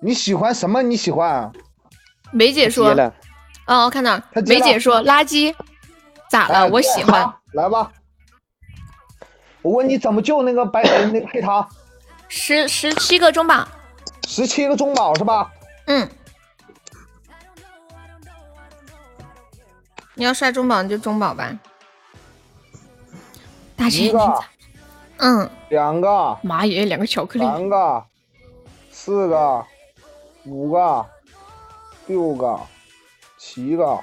[SPEAKER 11] 你喜欢什么？你喜欢啊？
[SPEAKER 8] 梅姐说
[SPEAKER 11] 接了，
[SPEAKER 8] 哦，我看到了
[SPEAKER 11] 他接
[SPEAKER 8] 梅
[SPEAKER 11] 了
[SPEAKER 8] 姐说垃圾，咋了？
[SPEAKER 11] 哎
[SPEAKER 8] 我喜欢。
[SPEAKER 11] 来吧。我问你怎么救那个白呃人那个黑糖？
[SPEAKER 8] 十十七个中宝。
[SPEAKER 11] 十七个中宝是吧？
[SPEAKER 8] 嗯。你要刷中宝你就中宝吧。大神
[SPEAKER 11] 一个，
[SPEAKER 8] 嗯，
[SPEAKER 11] 两个，
[SPEAKER 8] 妈耶，两个巧克力，
[SPEAKER 11] 三个，四个，五个，六个，七个，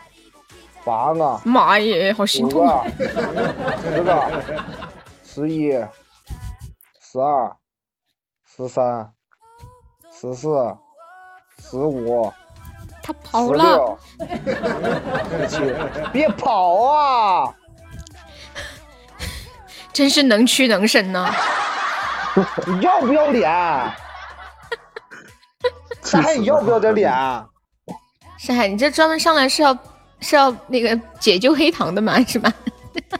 [SPEAKER 11] 八个，
[SPEAKER 8] 妈耶，好心痛啊！
[SPEAKER 11] 五十个，十一，十二，十三，十四，十五，
[SPEAKER 8] 他跑了，
[SPEAKER 11] 十七，别跑啊！
[SPEAKER 8] 真是能屈能伸呢。
[SPEAKER 11] 你要不要 脸？大海，你要不要这脸？啊
[SPEAKER 8] 山海，你这专门上来是要是要那个解救黑糖的吗？是吧？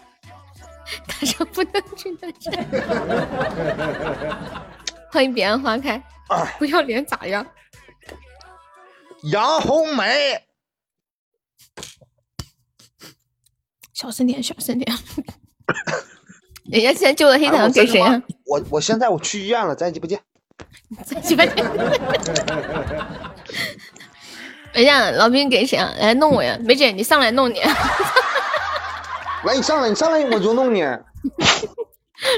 [SPEAKER 8] 他说不能屈能伸。 欢迎彼岸花开，
[SPEAKER 11] 哎
[SPEAKER 8] 不要脸咋样？
[SPEAKER 11] 杨红梅，
[SPEAKER 8] 小声点，小声点。 人家现在救了黑
[SPEAKER 11] 哎
[SPEAKER 8] 糖给谁啊？？
[SPEAKER 11] 我真的我我现在我去医院了，咱直播间。
[SPEAKER 8] 鸡 巴！等一下，老兵给谁啊？来弄我呀！梅姐，你上来弄你，啊
[SPEAKER 11] 来，你上来，你上来，我就弄你。 啊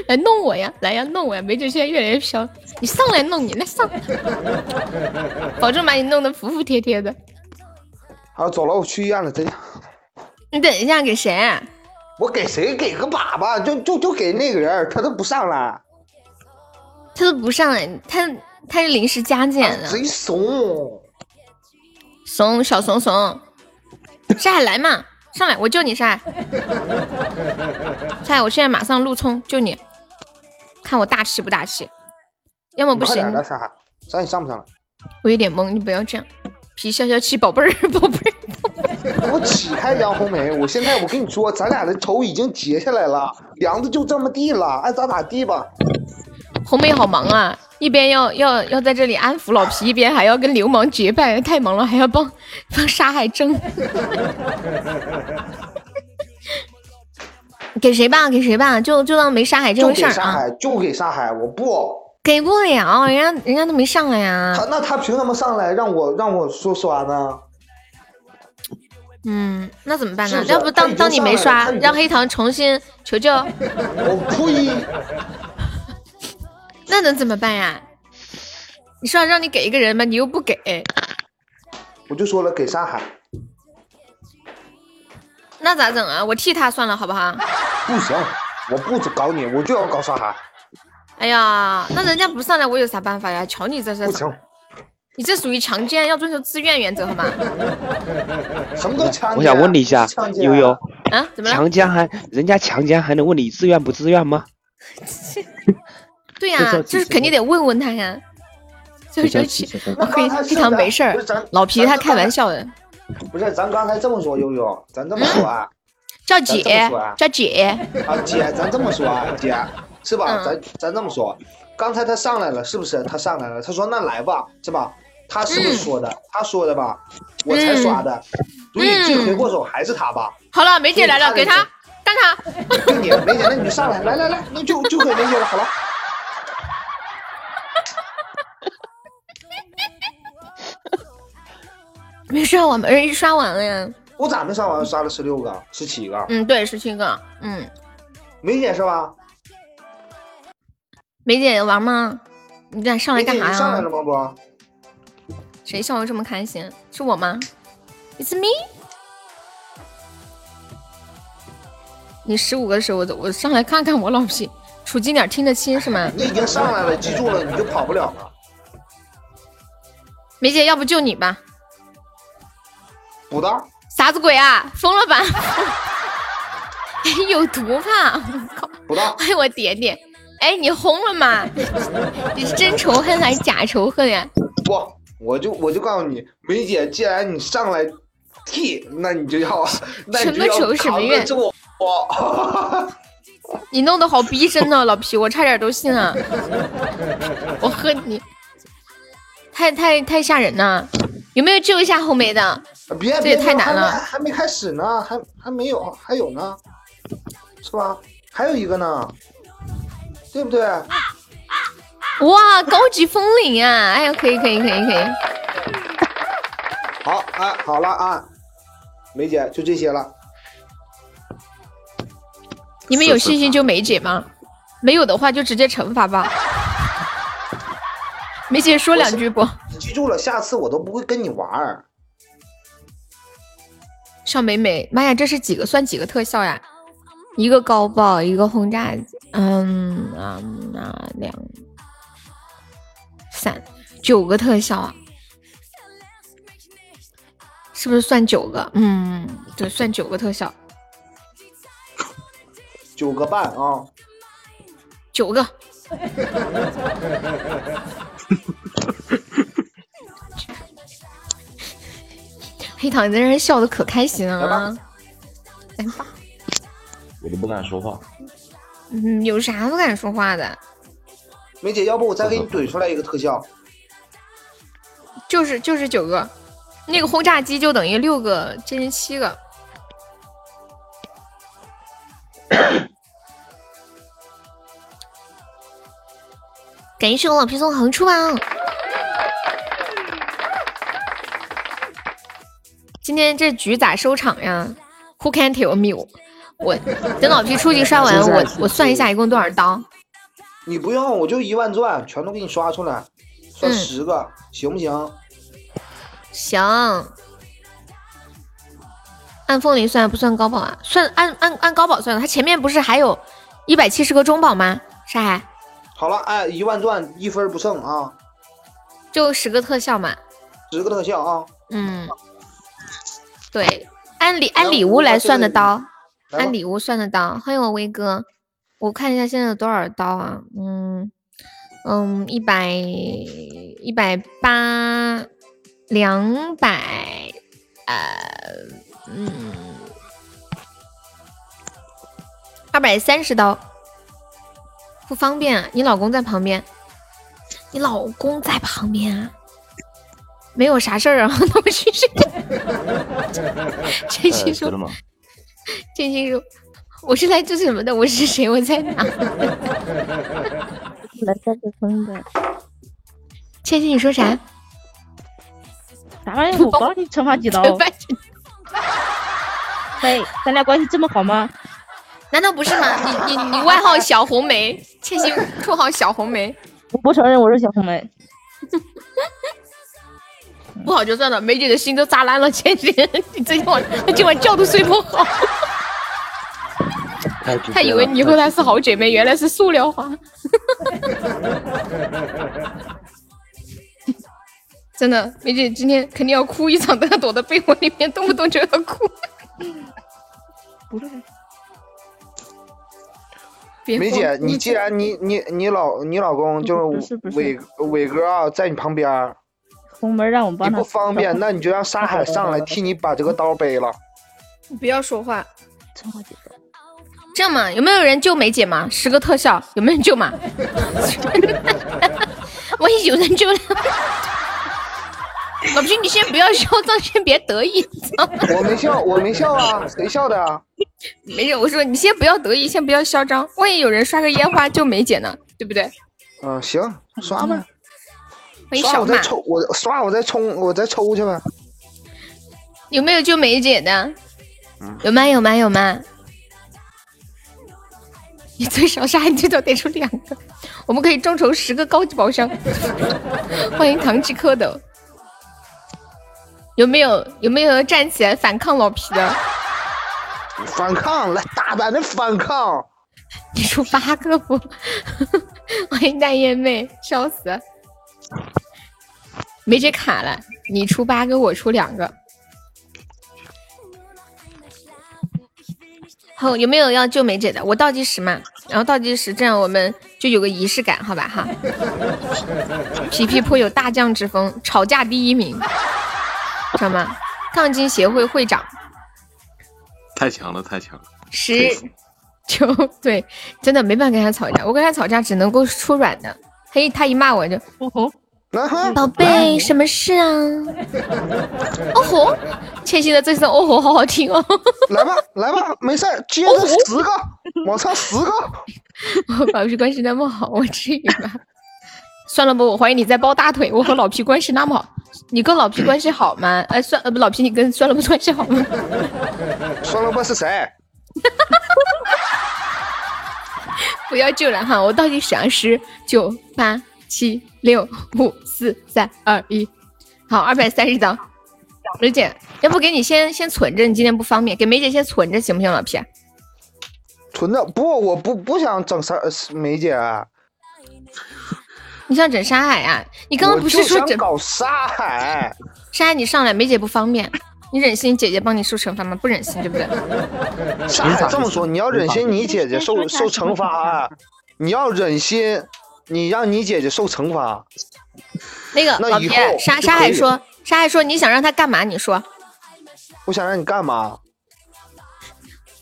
[SPEAKER 8] 来弄我呀！来呀，弄我呀！梅姐现在越来越飘，你上来弄你，来上，保证把你弄得服服帖帖的。
[SPEAKER 11] 好，走了，我去医院了，再见。
[SPEAKER 8] 你等一下，给谁啊、
[SPEAKER 11] 我给谁给个粑粑？就就就给那个人，他都不上来，
[SPEAKER 8] 他都不上来，他他是临时加进来的，
[SPEAKER 11] 贼怂，
[SPEAKER 8] 怂小怂怂，上海来嘛，上来，我救你上海。菜，我现在马上路冲，就你，看我大气不大气？要么不
[SPEAKER 11] 快
[SPEAKER 8] 行
[SPEAKER 11] 点，的，上海，上海你上不上来？
[SPEAKER 8] 我有点懵，你不要这样，皮消消气，宝贝儿，宝贝儿，
[SPEAKER 11] 我起开杨红梅，我现在我跟你说，咱俩的仇已经结下来了，梁子就这么地了，爱咋咋地吧。
[SPEAKER 8] 红梅好忙啊，一边要要要在这里安抚老皮，一边还要跟流氓结拜，太忙了，还要帮帮沙海争， 给谁吧，给谁吧，就就当没沙海这
[SPEAKER 11] 就
[SPEAKER 8] 回
[SPEAKER 11] 给
[SPEAKER 8] 事儿
[SPEAKER 11] 上
[SPEAKER 8] 啊，
[SPEAKER 11] 海，就给上海，我不，
[SPEAKER 8] 给不了，人家人家都没上来啊呀、
[SPEAKER 11] 嗯他那他凭什么上来让我让我说啊刷呢？
[SPEAKER 8] 嗯，那怎么办呢？
[SPEAKER 11] 是不是
[SPEAKER 8] 要不
[SPEAKER 11] 他
[SPEAKER 8] 当
[SPEAKER 11] 已经
[SPEAKER 8] 当你没
[SPEAKER 11] 上来了
[SPEAKER 8] 刷
[SPEAKER 11] 他已，经
[SPEAKER 8] 让黑糖重新 求救，
[SPEAKER 11] 我呸！
[SPEAKER 8] 那能怎么办呀？你说让你给一个人吧，你又不给，
[SPEAKER 11] 我就说了给上海，
[SPEAKER 8] 那咋整啊？我替他算了，好不好？
[SPEAKER 11] 不行，我不搞你，我就要搞上海，
[SPEAKER 8] 哎呀，那人家不上来，我有啥办法呀？瞧你这是，
[SPEAKER 11] 不行，
[SPEAKER 8] 你这属于强奸，要遵守自愿原则，好吗？
[SPEAKER 11] 什么都强
[SPEAKER 19] 我想问你一下，悠悠，
[SPEAKER 8] 啊，怎么了？
[SPEAKER 19] 强奸还人家强奸还能问你自愿不自愿吗？
[SPEAKER 8] 对呀、
[SPEAKER 19] 这叫
[SPEAKER 8] 就是肯定得问问他呀。就
[SPEAKER 19] 这
[SPEAKER 8] 就
[SPEAKER 19] 叫
[SPEAKER 8] 去
[SPEAKER 19] 几十，
[SPEAKER 8] 我
[SPEAKER 19] 分
[SPEAKER 8] 可以
[SPEAKER 11] 那刚才
[SPEAKER 8] 非
[SPEAKER 11] 是
[SPEAKER 8] 常
[SPEAKER 11] 咱
[SPEAKER 8] 没事儿
[SPEAKER 11] 不是咱。
[SPEAKER 8] 老皮他开玩笑的，
[SPEAKER 11] 不是，咱刚才这么说，悠悠，咱这么说啊，
[SPEAKER 8] 叫
[SPEAKER 11] 咱
[SPEAKER 8] 姐
[SPEAKER 11] 这么说啊，
[SPEAKER 8] 叫姐，
[SPEAKER 11] 啊，姐，咱这么说啊， 姐，是吧？
[SPEAKER 8] 嗯
[SPEAKER 11] 咱咱这么说，刚才他上来了，是不是？他上来了，他说那来吧，是吧？他是不是
[SPEAKER 8] 嗯
[SPEAKER 11] 说的？他说的吧？我才刷的，所以
[SPEAKER 8] 嗯
[SPEAKER 11] 罪魁祸首还是他吧？
[SPEAKER 8] 好了，梅姐来了，
[SPEAKER 11] 所以
[SPEAKER 8] 给
[SPEAKER 11] 他
[SPEAKER 8] 她干她。
[SPEAKER 11] 就你梅姐，那你就上来，来来来，那就就给梅姐了，好了。
[SPEAKER 8] 没事，我们人刷完了呀。
[SPEAKER 11] 我咋没上完？刷了十六个，十七个，
[SPEAKER 8] 嗯，对，十七个。嗯，
[SPEAKER 11] 梅姐是吧？
[SPEAKER 8] 梅姐玩吗？你俩上来
[SPEAKER 11] 梅姐你
[SPEAKER 8] 干啥呀？
[SPEAKER 11] 上来了吗？不，
[SPEAKER 8] 谁笑得这么开心？是我吗？It's me。你十五个时候，我走，我上来看看我老皮，处近 点儿听得清是吗？
[SPEAKER 11] 你已经上来了，记住了，你就跑不了了。
[SPEAKER 8] 梅姐，要不就你吧？
[SPEAKER 11] 补刀，
[SPEAKER 8] 啥子鬼啊？疯了吧？ 哎有毒吧？ 我靠！
[SPEAKER 11] 补刀，
[SPEAKER 8] 哎，我点点，哎，你红了吗？ 你是真仇恨还是假仇恨呀？
[SPEAKER 11] 不，我就我就告诉你，梅姐，既然你上来 T，那你就要， 那你就要
[SPEAKER 8] 什么仇什么
[SPEAKER 11] 扛得
[SPEAKER 8] 怨
[SPEAKER 11] 住我。
[SPEAKER 8] 你弄得好逼真呢，老皮，我差点都信了。我喝你，太太太吓人了！有没有救一下红梅的？
[SPEAKER 11] 别
[SPEAKER 8] 这
[SPEAKER 11] 别
[SPEAKER 8] 也太难
[SPEAKER 11] 还没
[SPEAKER 8] 了。
[SPEAKER 11] 还没开始呢，还还没有，还有呢，是吧？还有一个呢，对不对？
[SPEAKER 8] 哇，高级风铃啊！哎呀，可以可以可以可以。
[SPEAKER 11] 好啊，好了啊，梅姐就这些了。
[SPEAKER 8] 你们有信心就梅姐吗？没有的话就直接惩罚吧。梅姐说两句不？
[SPEAKER 11] 你记住了，下次我都不会跟你玩儿。
[SPEAKER 8] 邵美美，妈呀，这是几个算几个特效呀？一个高爆，一个轰炸，嗯啊那两三九个特效啊，是不是算九个？嗯，对，算九个特效，
[SPEAKER 11] 九个半啊，
[SPEAKER 8] 九个。黑糖，你在这笑的可开心了、啊。来吧，
[SPEAKER 12] 我都不敢说话。
[SPEAKER 8] 嗯，有啥不敢说话的？
[SPEAKER 11] 梅姐，要不我再给你怼出来一个特效？
[SPEAKER 8] 就是就是九个，那个轰炸机就等于六个，这是七个。感谢我老皮送横出榜。今天这局咋收场呀？Who can tell me？我等老皮出去刷完，我我算一下一共多少刀。
[SPEAKER 11] 你不用，我就一万钻，全都给你刷出来，算
[SPEAKER 8] 嗯
[SPEAKER 11] 十个，行不行？
[SPEAKER 8] 行，按风铃算不算高保啊？算按按按高保算的，他前面不是还有一百七十个中保吗？沙海
[SPEAKER 11] 好了，哎，一万钻一分不剩啊，
[SPEAKER 8] 就十个特效嘛。
[SPEAKER 11] 十个特效啊，
[SPEAKER 8] 嗯，对，按礼按礼物来算的刀，
[SPEAKER 11] 来吧
[SPEAKER 8] 按礼物算的刀。欢迎我威哥，我看一下现在有多少刀啊？嗯嗯，一百一百八，两百，呃，嗯，二百三十刀，不方便。啊你老公在旁边，你老公在旁边啊？没有啥事儿啊， 那我去睡觉。真心说
[SPEAKER 12] 哎真的吗？
[SPEAKER 8] 真心说，我是来做什么的？我是谁？我在哪？
[SPEAKER 25] 来带着风的，
[SPEAKER 8] 倩倩，你说啥？
[SPEAKER 25] 啥玩意儿？我帮你惩罚几刀？ 嘿，咱俩关系这么好吗？
[SPEAKER 8] 难道不是吗？你你你外号小红梅，倩倩绰号小红梅，
[SPEAKER 25] 我不承认我是小红梅，
[SPEAKER 8] 不好就算了，梅姐的心都砸烂了。倩倩， 你最近晚今晚觉都睡不好，
[SPEAKER 3] 太
[SPEAKER 8] 她以为你和她是好姐妹，原来是塑料花。 真的，梅姐今天肯定要哭一场，她躲在被窝里面，动不动就要哭。
[SPEAKER 25] 不是，
[SPEAKER 8] 别
[SPEAKER 11] 梅
[SPEAKER 8] 慌
[SPEAKER 11] 姐，你既然你你你老你老公就
[SPEAKER 25] 不是
[SPEAKER 11] 是
[SPEAKER 25] 不是
[SPEAKER 11] 伟伟哥啊，在你旁边儿，
[SPEAKER 25] 红梅让我帮
[SPEAKER 11] 你
[SPEAKER 25] 她
[SPEAKER 11] 不方便，
[SPEAKER 25] 找
[SPEAKER 11] 那你就让沙海上来替你把这个刀 背了。
[SPEAKER 8] 你不要说话。这样嘛，有没有人救梅姐嘛？十个特效，有没有人救 嘛？万一有人救 了，老皮，你先不要笑，咱先别得意。
[SPEAKER 11] 我没笑，我没笑啊，谁笑的啊？
[SPEAKER 8] 没有，我说你先不要得意，先不要嚣张，万一有人刷个烟花救梅姐呢，对不对？
[SPEAKER 11] 嗯，行，刷
[SPEAKER 25] 嗯
[SPEAKER 11] 呗，
[SPEAKER 8] 万一
[SPEAKER 11] 刷
[SPEAKER 8] 小
[SPEAKER 11] 我再
[SPEAKER 8] 马
[SPEAKER 11] 抽，我刷我再冲，我再抽去呗。
[SPEAKER 8] 有没有救梅姐的？有吗？有吗？有吗？你最少杀，你最少得出两个，我们可以众筹十个高级宝箱。欢迎唐吉诃德。有没有有没有站起来反抗老皮的？
[SPEAKER 11] 反抗，来大胆的反抗！
[SPEAKER 8] 你出八个 不？欢迎大雁妹，笑死！梅姐卡了，你出八个，我出两个。好，有没有要救梅姐的？我倒计时嘛，然后倒计时，这样我们就有个仪式感，好吧哈。皮皮颇有大将之风，吵架第一名，知道吗？杠精协会会长，
[SPEAKER 17] 太强了，太强了！
[SPEAKER 8] 十 九对，真的没办法跟他吵架，我跟他吵架只能够出软的。他一他一骂我就，哦吼，宝贝，什么事啊？哦吼，千玺的这声哦吼好好听哦。
[SPEAKER 11] 来吧，来吧，没事儿，接着十个，往上十个。
[SPEAKER 8] 我老皮关系那么好，我至于吗？ 算了吧，我怀疑你在抱大腿。我和老皮关系那么好，你跟老皮关系好吗？哎，算呃不，老皮你跟酸萝卜关系好吗？
[SPEAKER 11] 酸萝卜是谁？
[SPEAKER 8] 不要救了哈！我倒计时啊，十九八七六五四三二一，好，二百三十张。梅姐，要不给你先先存着，你今天不方便，给梅姐先存着行不行，老皮？啊
[SPEAKER 11] 存着不，我不不想整啥，梅姐、啊
[SPEAKER 8] 你想整沙海啊？你刚刚不是
[SPEAKER 11] 我
[SPEAKER 8] 说
[SPEAKER 11] 就
[SPEAKER 8] 整
[SPEAKER 11] 想搞沙海？
[SPEAKER 8] 沙海？你上来，梅姐不方便，你忍心姐姐帮你受惩罚吗？不忍心，对不对？
[SPEAKER 11] 沙海这么说，你要忍心你姐姐受受惩罚啊？你要忍心，你让你姐姐受惩罚。
[SPEAKER 8] 那个
[SPEAKER 11] 那
[SPEAKER 8] 老
[SPEAKER 11] 以啊
[SPEAKER 8] 皮啊
[SPEAKER 11] 后，
[SPEAKER 8] 沙
[SPEAKER 11] 就
[SPEAKER 8] 沙
[SPEAKER 11] 可
[SPEAKER 8] 海
[SPEAKER 11] 以
[SPEAKER 8] 说，沙海说你想让他干嘛？你说，
[SPEAKER 11] 我想让你干嘛？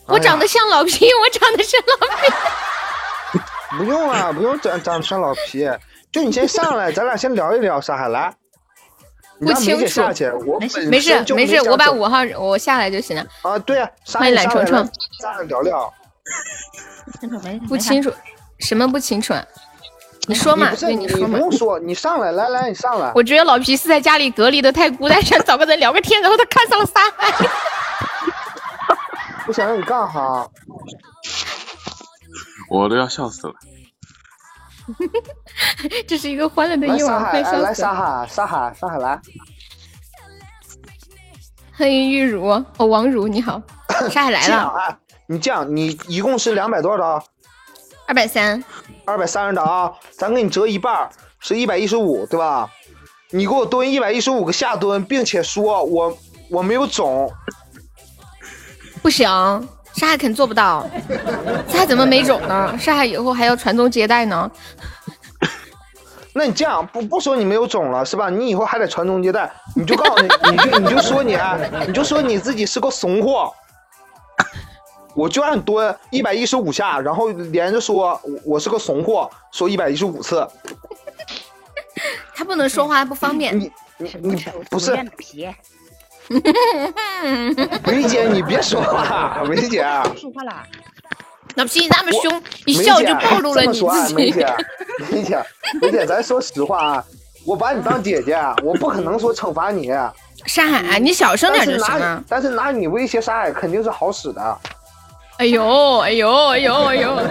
[SPEAKER 8] 我长得像老皮，我长得像老皮。
[SPEAKER 11] 不用啊，不用长长像老皮，就你先上来，咱俩先聊一聊沙海来。你
[SPEAKER 8] 不
[SPEAKER 11] 让梅
[SPEAKER 8] 清
[SPEAKER 11] 姐
[SPEAKER 8] 楚
[SPEAKER 11] 下去，我
[SPEAKER 8] 没事
[SPEAKER 11] 本
[SPEAKER 8] 没
[SPEAKER 11] 身
[SPEAKER 8] 事
[SPEAKER 11] 哎就
[SPEAKER 8] 没事，
[SPEAKER 11] 想
[SPEAKER 8] 我把
[SPEAKER 11] 整
[SPEAKER 8] 五号我下来就行了。
[SPEAKER 11] 啊，对啊，沙
[SPEAKER 8] 欢
[SPEAKER 11] 海
[SPEAKER 8] 迎懒
[SPEAKER 11] 上来
[SPEAKER 8] 虫虫
[SPEAKER 11] 了，咱俩聊聊。
[SPEAKER 8] 不清楚，什么不清楚？啊？你说嘛，
[SPEAKER 11] 不是
[SPEAKER 8] 对
[SPEAKER 11] 哎你
[SPEAKER 8] 说
[SPEAKER 11] 不
[SPEAKER 8] 嘛。
[SPEAKER 11] 用说，你上来，来来，你上来。
[SPEAKER 8] 我觉得老皮是在家里隔离的太孤单，想找个人聊个天，然后他看上了沙海。
[SPEAKER 11] 我想让你干哈？
[SPEAKER 17] 我都要笑死了。
[SPEAKER 8] 这是一个欢乐的
[SPEAKER 11] 来
[SPEAKER 8] 夜
[SPEAKER 11] 沙
[SPEAKER 8] 晚，
[SPEAKER 11] 海，
[SPEAKER 8] 快
[SPEAKER 11] 哎来
[SPEAKER 8] 笑死
[SPEAKER 11] 沙
[SPEAKER 8] 了！
[SPEAKER 11] 海，沙海，沙海来。
[SPEAKER 8] 欢迎玉茹，哦，王茹你好，沙海来
[SPEAKER 11] 这样
[SPEAKER 8] 了，
[SPEAKER 11] 啊，你这样，你一共是两百多少刀？
[SPEAKER 8] 二百三，
[SPEAKER 11] 二百三十刀啊，咱给你折一半儿，是一百一十五，对吧？你给我蹲一百一十五个下蹲，并且说我我没有肿，
[SPEAKER 8] 不行，沙海肯做不到，沙海怎么没种呢？沙海以后还要传宗接代呢。
[SPEAKER 11] 那你这样不不说你没有种了是吧？你以后还得传宗接代，你就告诉你， 你就你就说你啊，你就说你自己是个怂货。我就按蹲一百一十五下，然后连着说我我是个怂货，说一百一十五次。
[SPEAKER 8] 他不能说话不方便。
[SPEAKER 11] 你你你不是
[SPEAKER 25] 皮，
[SPEAKER 11] 梅姐，你别说话，梅姐。
[SPEAKER 25] 说话了，
[SPEAKER 8] 老皮你那么凶， 一
[SPEAKER 11] 梅
[SPEAKER 8] 笑
[SPEAKER 11] 姐
[SPEAKER 8] 就暴露了
[SPEAKER 11] 这么
[SPEAKER 8] 你
[SPEAKER 11] 说啊
[SPEAKER 8] 自
[SPEAKER 11] 梅
[SPEAKER 8] 己
[SPEAKER 11] 姐。，梅 姐，梅姐，咱说实话啊，我把你当姐姐，啊我不可能说惩罚你。啊
[SPEAKER 8] 沙海，啊你小声点就行
[SPEAKER 11] 但是
[SPEAKER 8] 了。
[SPEAKER 11] 拿但是拿你威胁沙海肯定是好使的。
[SPEAKER 8] 哎呦哎呦哎呦哎呦！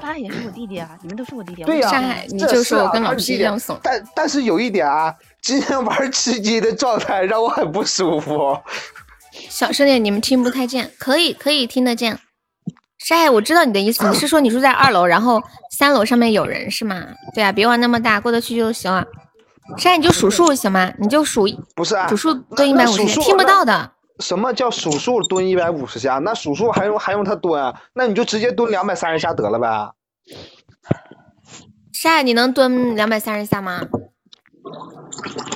[SPEAKER 25] 他也是我弟弟啊，你们都是我弟弟啊。
[SPEAKER 11] 对呀、
[SPEAKER 25] 我
[SPEAKER 11] 这是啊他是弟弟但但是有一点啊，今天玩吃鸡的状态让我很不舒服。
[SPEAKER 8] 小声点，你们听不太见。可以，可以听得见。沙海，我知道你的意思，你是说你住在二楼，然后三楼上面有人是吗？对啊，别玩那么大，过得去就行啊。沙海，你就数数行吗？你就数，
[SPEAKER 11] 不是啊，
[SPEAKER 8] 数数蹲一
[SPEAKER 11] 那
[SPEAKER 8] 百
[SPEAKER 11] 那
[SPEAKER 8] 五十
[SPEAKER 11] 数数
[SPEAKER 8] 听不
[SPEAKER 11] 那
[SPEAKER 8] 到的。
[SPEAKER 11] 什么叫数数蹲一百五十下？那数数还用还用他蹲啊？那你就直接蹲两百三十下得了呗。
[SPEAKER 8] 沙海，你能蹲两百三十下吗？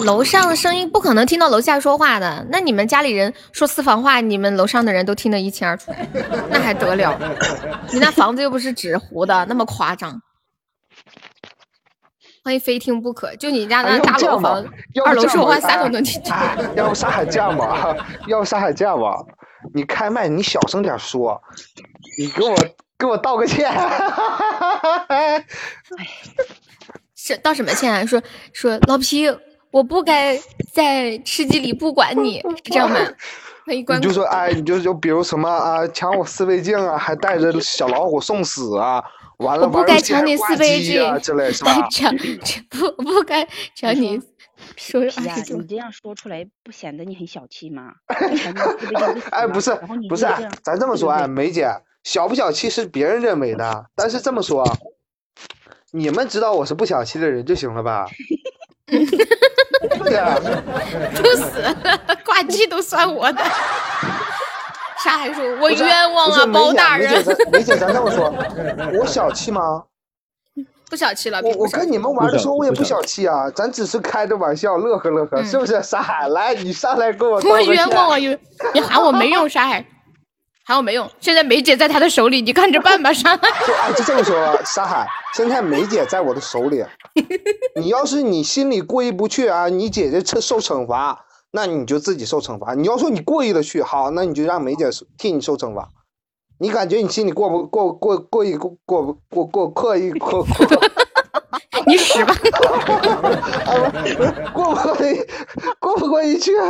[SPEAKER 8] 楼上的声音不可能听到楼下说话的，那你们家里人说私房话，你们楼上的人都听得一清二楚， 那还得了？你那房子又不是纸糊的，那么夸张。欢迎非听不可，就你家
[SPEAKER 11] 哎
[SPEAKER 8] 那
[SPEAKER 11] 要不
[SPEAKER 8] 大
[SPEAKER 11] 这
[SPEAKER 8] 楼
[SPEAKER 11] 样吧
[SPEAKER 8] 房，
[SPEAKER 11] 要不
[SPEAKER 8] 二楼
[SPEAKER 11] 这样
[SPEAKER 8] 说
[SPEAKER 11] 吧
[SPEAKER 8] 话，三楼能听见。
[SPEAKER 11] 哎 要不沙海这样吧，要不沙海这样吧，你开麦你小声点说，你给我给我道个歉。
[SPEAKER 8] 是道什么歉、啊？说说老皮，我不该在吃鸡里不管你，是这 样吗？欢迎关
[SPEAKER 11] 你就说哎，你就就比如什么啊，抢我四倍镜啊，还带着小老虎送死啊，完了
[SPEAKER 8] 我不
[SPEAKER 11] 玩游
[SPEAKER 8] 该
[SPEAKER 11] 戏还
[SPEAKER 8] 抢你
[SPEAKER 11] 挂
[SPEAKER 8] 四倍
[SPEAKER 11] 机啊
[SPEAKER 8] 镜
[SPEAKER 11] 之 类是吧？
[SPEAKER 8] 还 抢，不不该抢你。说
[SPEAKER 25] 皮
[SPEAKER 8] 二
[SPEAKER 25] 呀
[SPEAKER 1] 啊
[SPEAKER 8] 十，九
[SPEAKER 25] 你，这样说出来不显得你很小气吗？显得你特别有意思
[SPEAKER 11] 哎，
[SPEAKER 25] 吗
[SPEAKER 11] 不是
[SPEAKER 25] 然后你
[SPEAKER 11] 不
[SPEAKER 25] 就是这样，
[SPEAKER 11] 咱这么说啊，梅姐，小不小气是别人认为的，但是这么说，你们知道我是不小气的人就行了吧？啊
[SPEAKER 8] 啊
[SPEAKER 1] 都死了，挂机都算我的。沙海说：“我
[SPEAKER 11] 不是
[SPEAKER 1] 冤枉
[SPEAKER 11] 不是
[SPEAKER 1] 啊，包大
[SPEAKER 11] 梅姐
[SPEAKER 1] 人。
[SPEAKER 11] 梅姐咱梅姐，咱这么说，我小气吗？
[SPEAKER 1] 不小气了，
[SPEAKER 11] 我我跟你们玩的时候，我也不小气啊，咱只是开着玩笑，乐呵乐呵，是不是？傻海，来，你上来跟我道
[SPEAKER 1] 我
[SPEAKER 11] 个歉。
[SPEAKER 1] 嗯冤枉啊！ 有你喊我没用，沙海，喊我没用。现在梅姐在他的手里，你看着办吧，沙海。
[SPEAKER 11] 就哎，就这么说，沙海，现在梅姐在我的手 里，啊你要是你心里过意不去啊，你姐姐受受惩罚，那你就自己受惩罚。你要说你过意的去，好，那你就让梅姐受替你受惩罚。你感觉你心里过不过过过意过过不过过过意过过，
[SPEAKER 1] 你使 吧，
[SPEAKER 11] 过不过意过不过意去啊？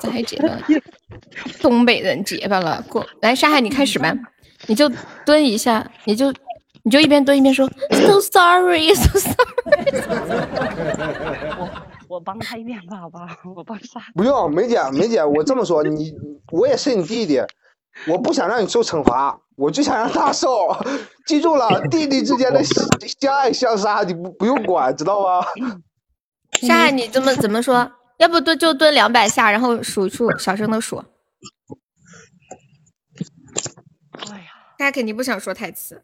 [SPEAKER 1] 咋还结巴？东北人结巴了，过来，沙海，你开始吧，你就蹲一下，你就你就一边蹲一边说 so sorry so sorry。
[SPEAKER 25] 我帮他一点吧，吧，我帮他。
[SPEAKER 11] 不用，梅姐，梅姐，我这么说，你我也是你弟弟，我不想让你受惩罚，我就想让他受。记住了，弟弟之间的相相爱相杀，你不不用管，知道吗？
[SPEAKER 8] 沙海，你怎么怎么
[SPEAKER 26] 嗯
[SPEAKER 8] 说？要不蹲就蹲两百下，然后数数，小声的数。
[SPEAKER 26] 哎
[SPEAKER 8] 大家肯定不想说台词，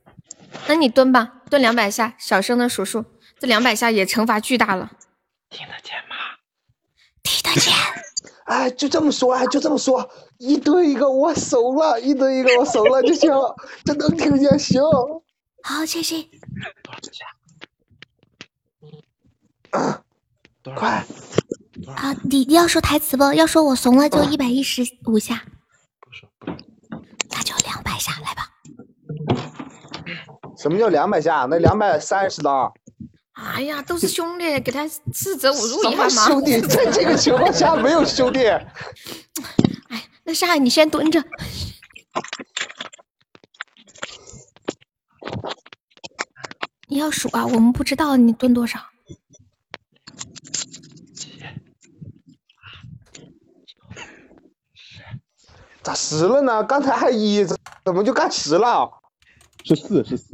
[SPEAKER 8] 那你蹲吧，蹲两百下，小声的数数，这两百下也惩罚巨大了。
[SPEAKER 11] 哎，就这么说，哎，就这么说，一蹲一个我熟了，一蹲一个我熟了就行了，这能听见行。
[SPEAKER 8] 好，谢谢。
[SPEAKER 11] 快！
[SPEAKER 26] 啊，你你要说台词不？要说我怂了就一百一十五下。那就两百下，来吧。
[SPEAKER 11] 什么叫两百下？那两百三十刀。
[SPEAKER 8] 哎呀，都是兄弟，给他四舍五入
[SPEAKER 11] 什么
[SPEAKER 8] 一下嘛。
[SPEAKER 11] 兄弟？在这个情况下没有兄弟。
[SPEAKER 8] 那沙海，你先蹲着。
[SPEAKER 26] 你要数啊，我们不知道你蹲多少。
[SPEAKER 11] 咋十了呢？刚才还一，怎么就干十了？
[SPEAKER 9] 是四是四，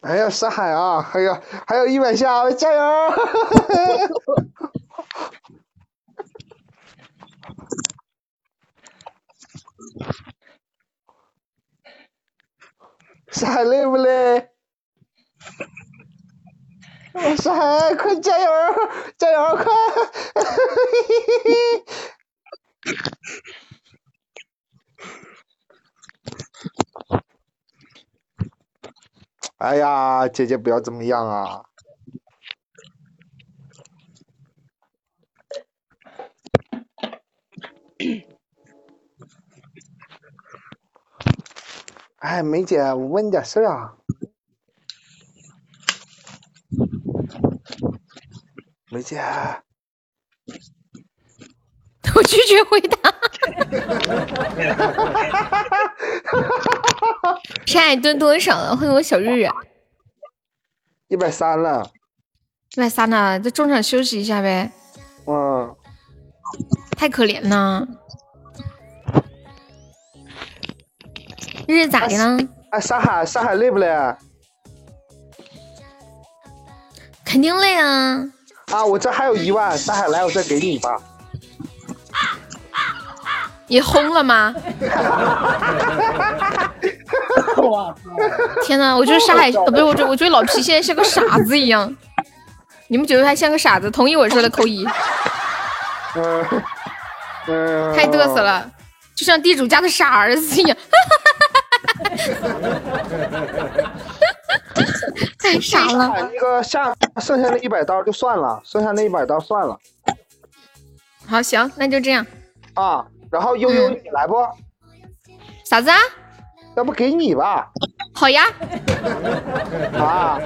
[SPEAKER 11] 哎呀，深海啊，哎呀，还有一百下，加油！深海累不累？我深海，快加油，加油，快！哎呀，姐姐不要这么样啊！ 哎，梅姐，我问你点事儿啊。梅姐，
[SPEAKER 8] 我拒绝回答。山海蹲多少了？欢迎我小日日。
[SPEAKER 11] 一百三了，
[SPEAKER 8] 那啥呢？就中场休息一下呗，
[SPEAKER 11] 嗯，
[SPEAKER 8] 太可怜了。日日咋的了？
[SPEAKER 11] 哎，沙海，沙海累不啊累？
[SPEAKER 8] 肯定累啊！
[SPEAKER 11] 啊，我这还有一万，沙海来，我再给你吧。
[SPEAKER 8] 你轰了吗？天哪，我觉得沙海，呃不是我觉得，我觉得老皮现在像个傻子一样。你们觉得他像个傻子？同意我说的扣一，
[SPEAKER 11] 嗯嗯，
[SPEAKER 8] 太嘚瑟。了，就像地主家的傻儿子一样，太傻了。
[SPEAKER 11] 那个下剩下那一百刀就算了，剩下那一百刀算了
[SPEAKER 8] 好，行，那就这样。
[SPEAKER 11] 啊。然后悠悠你来不？
[SPEAKER 8] 啥子啊？
[SPEAKER 11] 要不给你吧？
[SPEAKER 8] 好呀，
[SPEAKER 11] 啊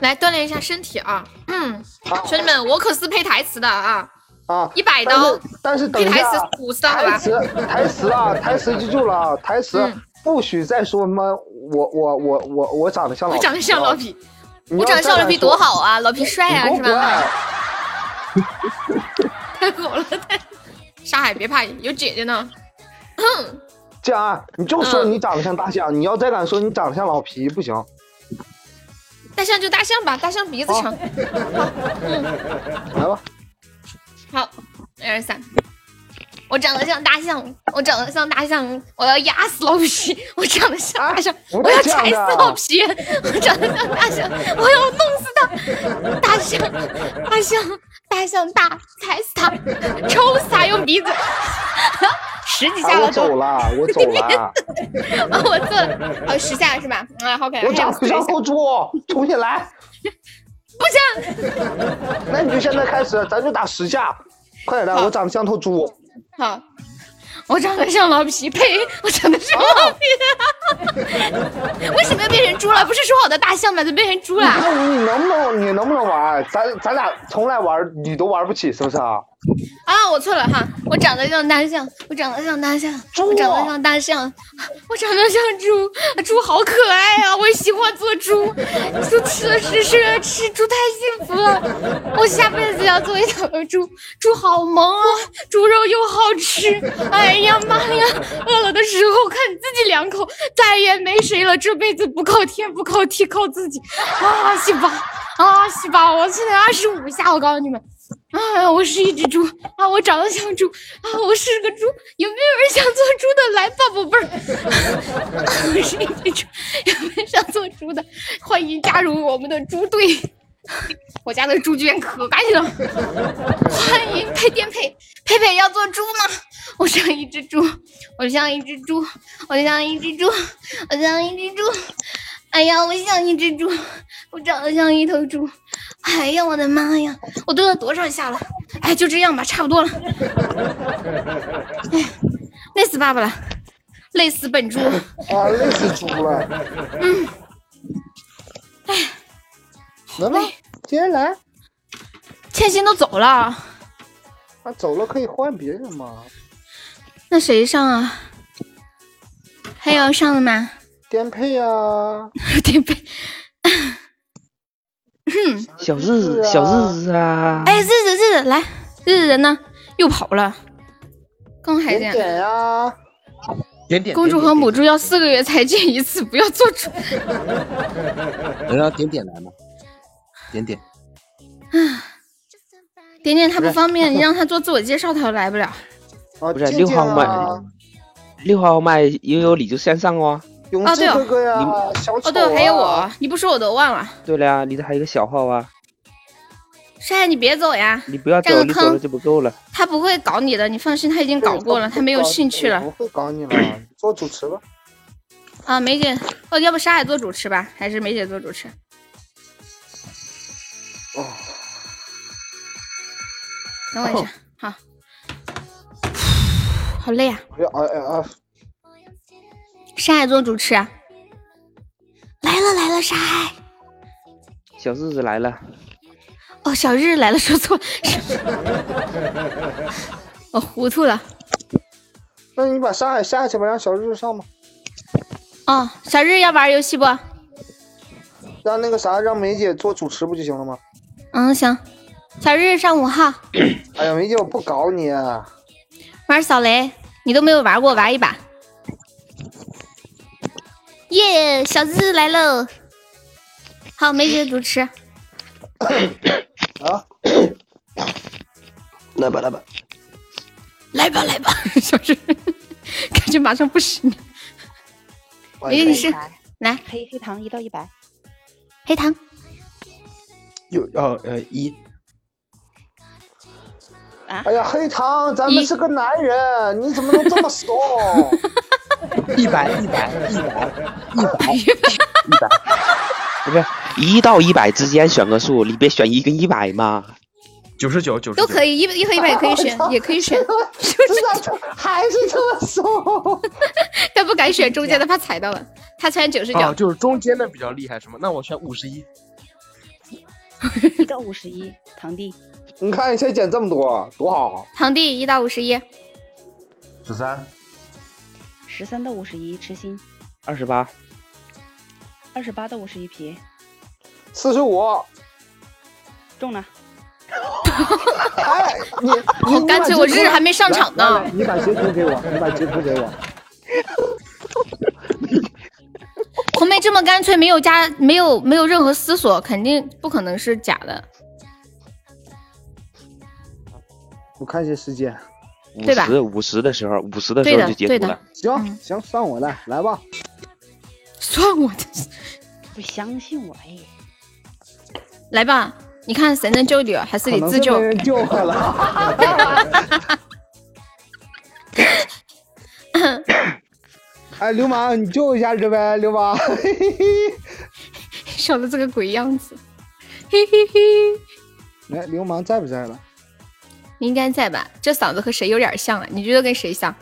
[SPEAKER 8] 来锻炼一下身体啊。嗯，兄弟们，我可是配台词的啊。
[SPEAKER 11] 啊！
[SPEAKER 8] 一百刀
[SPEAKER 11] 但是但是等一
[SPEAKER 8] 配台
[SPEAKER 11] 下
[SPEAKER 8] 词
[SPEAKER 11] 啊，
[SPEAKER 8] 五十刀好
[SPEAKER 11] 台
[SPEAKER 8] 吧嗯
[SPEAKER 11] 词台词啊，台词记住了啊，台词不许再说什么我我我我我长得像老
[SPEAKER 8] 我
[SPEAKER 11] 皮，
[SPEAKER 8] 长得像老皮，
[SPEAKER 11] 你
[SPEAKER 8] 我
[SPEAKER 11] 要
[SPEAKER 8] 长得像
[SPEAKER 11] 这
[SPEAKER 8] 老
[SPEAKER 11] 样
[SPEAKER 8] 皮
[SPEAKER 11] 说
[SPEAKER 8] 多好啊，老皮帅啊，
[SPEAKER 11] 你
[SPEAKER 8] 是
[SPEAKER 11] 给我滚
[SPEAKER 8] 吧？ 太好了，太沙海别怕，有姐姐呢。哼
[SPEAKER 11] 这样啊，你就
[SPEAKER 8] 嗯
[SPEAKER 11] 说你长得像大象，你要再敢说你长得像老皮，不行。
[SPEAKER 8] 大象就大象吧，大象鼻子长。
[SPEAKER 11] 来吧，
[SPEAKER 8] 好，一二三，我长得像大象，我长得像大象，我要压死老皮， 我长得像大象，
[SPEAKER 11] 不
[SPEAKER 8] 我要
[SPEAKER 11] 带这样
[SPEAKER 8] 踩死
[SPEAKER 11] 的啊
[SPEAKER 8] 老皮，我长得像 大象，我要弄死他，大象，大象，大象大，踩死他，抽死他，用鼻子， 十几下
[SPEAKER 11] 啊我
[SPEAKER 8] 了都
[SPEAKER 11] 走了，我走 了，
[SPEAKER 8] 啊，我做了，哦，十下是吧？啊，好，感谢
[SPEAKER 11] 我长得像头猪，重新来。
[SPEAKER 8] 不行，
[SPEAKER 11] 那你就现在开始，咱就打十下，快点的，我长得像头猪。
[SPEAKER 8] 好，我长得像老皮，呸，我长得像老皮， 为什么要变成猪了？不是说好的大象吗？怎么变成猪了？
[SPEAKER 11] 那你能不能，你能不能玩？咱咱俩从来玩，你都玩不起，是不是啊？
[SPEAKER 8] 啊，我错了哈，我长得像大象，我长得像大象，我长得像大象，我长得像猪，猪好可爱啊！我喜欢做猪，猪吃了吃吃了吃，猪太幸福了，我下辈子要做一头猪，猪好萌啊，猪肉又好吃，哎呀妈呀，饿了的时候啃自己两口，再也没谁了，这辈子不靠天不靠地靠自己，啊西吧啊西吧，我现在二十五下，我告诉你们。啊，我是一只猪啊，我长得像猪啊，我是个猪，有没有人想做猪的？来吧，宝贝儿，啊 我是一只猪，有没有想做猪的？欢迎加入我们的猪队， 我家的猪圈可干净了，欢迎配颠配，佩佩要做猪吗？我像一只猪，我像一只猪，我像一只猪，我像一只猪，哎呀，我像一只猪，我长得像一头猪。哎呀，我的妈呀！我蹲了多少下了？哎，就这样吧，差不多了。哎，累死爸爸了，累死本猪。
[SPEAKER 11] 啊，累死猪了。
[SPEAKER 8] 嗯，
[SPEAKER 11] 来
[SPEAKER 8] 哎
[SPEAKER 11] 吧，接着来。
[SPEAKER 8] 千心都走了，
[SPEAKER 11] 啊，走了可以换别人嘛。
[SPEAKER 8] 那谁上啊？还有上了吗？
[SPEAKER 11] 颠沛啊，
[SPEAKER 8] 颠沛。
[SPEAKER 5] 小日
[SPEAKER 11] 是
[SPEAKER 5] 子，
[SPEAKER 11] 啊
[SPEAKER 5] 小日子啊！
[SPEAKER 8] 哎，日子日子来，日子人呢？又跑了，刚还这
[SPEAKER 11] 甜
[SPEAKER 8] 样。
[SPEAKER 11] 点呀、
[SPEAKER 12] 点点
[SPEAKER 8] 公主和母猪要四个月才见一次，不要做主。
[SPEAKER 12] 能让点点来吗？点点，
[SPEAKER 8] 啊，点点他不方 便，你让他做自我介绍，他都来不了。
[SPEAKER 11] 啊
[SPEAKER 5] 不是六号麦，六号麦悠悠你就先上哦。
[SPEAKER 11] 永
[SPEAKER 8] 哦，
[SPEAKER 11] 志
[SPEAKER 8] 对
[SPEAKER 11] 哥哥呀，
[SPEAKER 8] 哦，
[SPEAKER 11] 小丑、啊
[SPEAKER 8] 哦，对，还有我，你不说我都忘了。
[SPEAKER 5] 对了呀，你这还有一个小号啊，
[SPEAKER 8] 帅，你别走呀，
[SPEAKER 5] 你不要
[SPEAKER 8] 占
[SPEAKER 5] 走，
[SPEAKER 8] 个
[SPEAKER 5] 你走了
[SPEAKER 8] 坑
[SPEAKER 5] 就不够了。
[SPEAKER 8] 他不会搞你的，你放心，他已经搞过了，他没有兴趣了。
[SPEAKER 11] 不会搞你了，做主持吧。
[SPEAKER 8] 啊，梅姐，哦，要不莎姐做主持吧，还是梅姐做主持？
[SPEAKER 11] 哦，
[SPEAKER 8] 等我一
[SPEAKER 11] 哦
[SPEAKER 8] 下，好，好累啊。
[SPEAKER 11] 哎呀哎呀哎呀！
[SPEAKER 8] 莎海做主持啊？
[SPEAKER 27] 来了来了，沙海。
[SPEAKER 5] 小日子来了，
[SPEAKER 8] 哦，小日来了，说错了， 我、糊涂了。
[SPEAKER 11] 那你把沙海下去吧，让小日上吧，
[SPEAKER 8] 哦，小日要玩游戏不？
[SPEAKER 11] 让那个啥，让梅姐做主持不就行了吗？
[SPEAKER 8] 嗯，行。小日上五号
[SPEAKER 11] 哎呀，梅姐，我不搞你，啊
[SPEAKER 8] 玩扫雷，你都没有玩过，玩一把。耶、小日来喽！好，梅姐主持。
[SPEAKER 28] 来吧来吧，
[SPEAKER 8] 来吧来吧， 小日，感觉马上不行。
[SPEAKER 29] 我
[SPEAKER 8] 梅姐
[SPEAKER 29] 可
[SPEAKER 8] 你
[SPEAKER 29] 以
[SPEAKER 8] 是
[SPEAKER 29] 玩
[SPEAKER 8] 来
[SPEAKER 29] 黑黑糖一到一百，
[SPEAKER 8] 黑糖，
[SPEAKER 12] 又要呃一，
[SPEAKER 11] 哎呀，黑糖，咱们是个男人，你怎么能这么怂？
[SPEAKER 12] 一百一百一百
[SPEAKER 11] 一百，
[SPEAKER 5] 不是一到一百之间选个数，你别选一跟一百嘛。
[SPEAKER 12] 九十九九
[SPEAKER 8] 都可以，一一和一百也 可以选，也可以
[SPEAKER 11] 哎
[SPEAKER 8] 选。
[SPEAKER 11] 还是这么怂，
[SPEAKER 8] 他不敢选中间的，怕踩到了。他才九十
[SPEAKER 12] 啊，
[SPEAKER 28] 哦
[SPEAKER 8] 九，
[SPEAKER 12] 就是中间的比较厉害，什么？那我选五十一，
[SPEAKER 29] 一到五十一，堂弟。
[SPEAKER 11] 你看一下减这么多，多好。
[SPEAKER 8] 堂弟一到五十一，
[SPEAKER 12] 十三，
[SPEAKER 29] 十三到五十一，痴心。
[SPEAKER 5] 二十八，
[SPEAKER 29] 二十八到五十一皮，
[SPEAKER 11] 四十五，
[SPEAKER 29] 中了。
[SPEAKER 11] 哎，你
[SPEAKER 8] 我干脆我日还没上场呢。
[SPEAKER 30] 你把截图给我，你把截图给我。
[SPEAKER 8] 红梅这么干脆，没有加，没有没有任何思索，肯定不可能是假的，
[SPEAKER 11] 我看一下时间，
[SPEAKER 5] 五
[SPEAKER 8] 对吧
[SPEAKER 5] 十五十的时候，五十的时
[SPEAKER 8] 对
[SPEAKER 5] 候
[SPEAKER 8] 的
[SPEAKER 5] 就截
[SPEAKER 8] 对
[SPEAKER 5] 图
[SPEAKER 8] 的
[SPEAKER 5] 了。
[SPEAKER 8] 嗯
[SPEAKER 11] 行行，算我的，来吧。
[SPEAKER 8] 算我的，
[SPEAKER 29] 不相信我哎，
[SPEAKER 8] 来吧，你看谁能救你，啊还是
[SPEAKER 11] 可
[SPEAKER 8] 你
[SPEAKER 11] 能
[SPEAKER 8] 自
[SPEAKER 11] 是
[SPEAKER 8] 救
[SPEAKER 11] 被？ 人救回 来了。哎，流氓，你救我一下子呗，流 氓。
[SPEAKER 8] 笑的这个鬼样子，嘿嘿嘿，
[SPEAKER 11] 来，哎流氓在不在了？
[SPEAKER 8] 你应该在吧？这嗓子和谁有点像啊？你觉得跟谁像？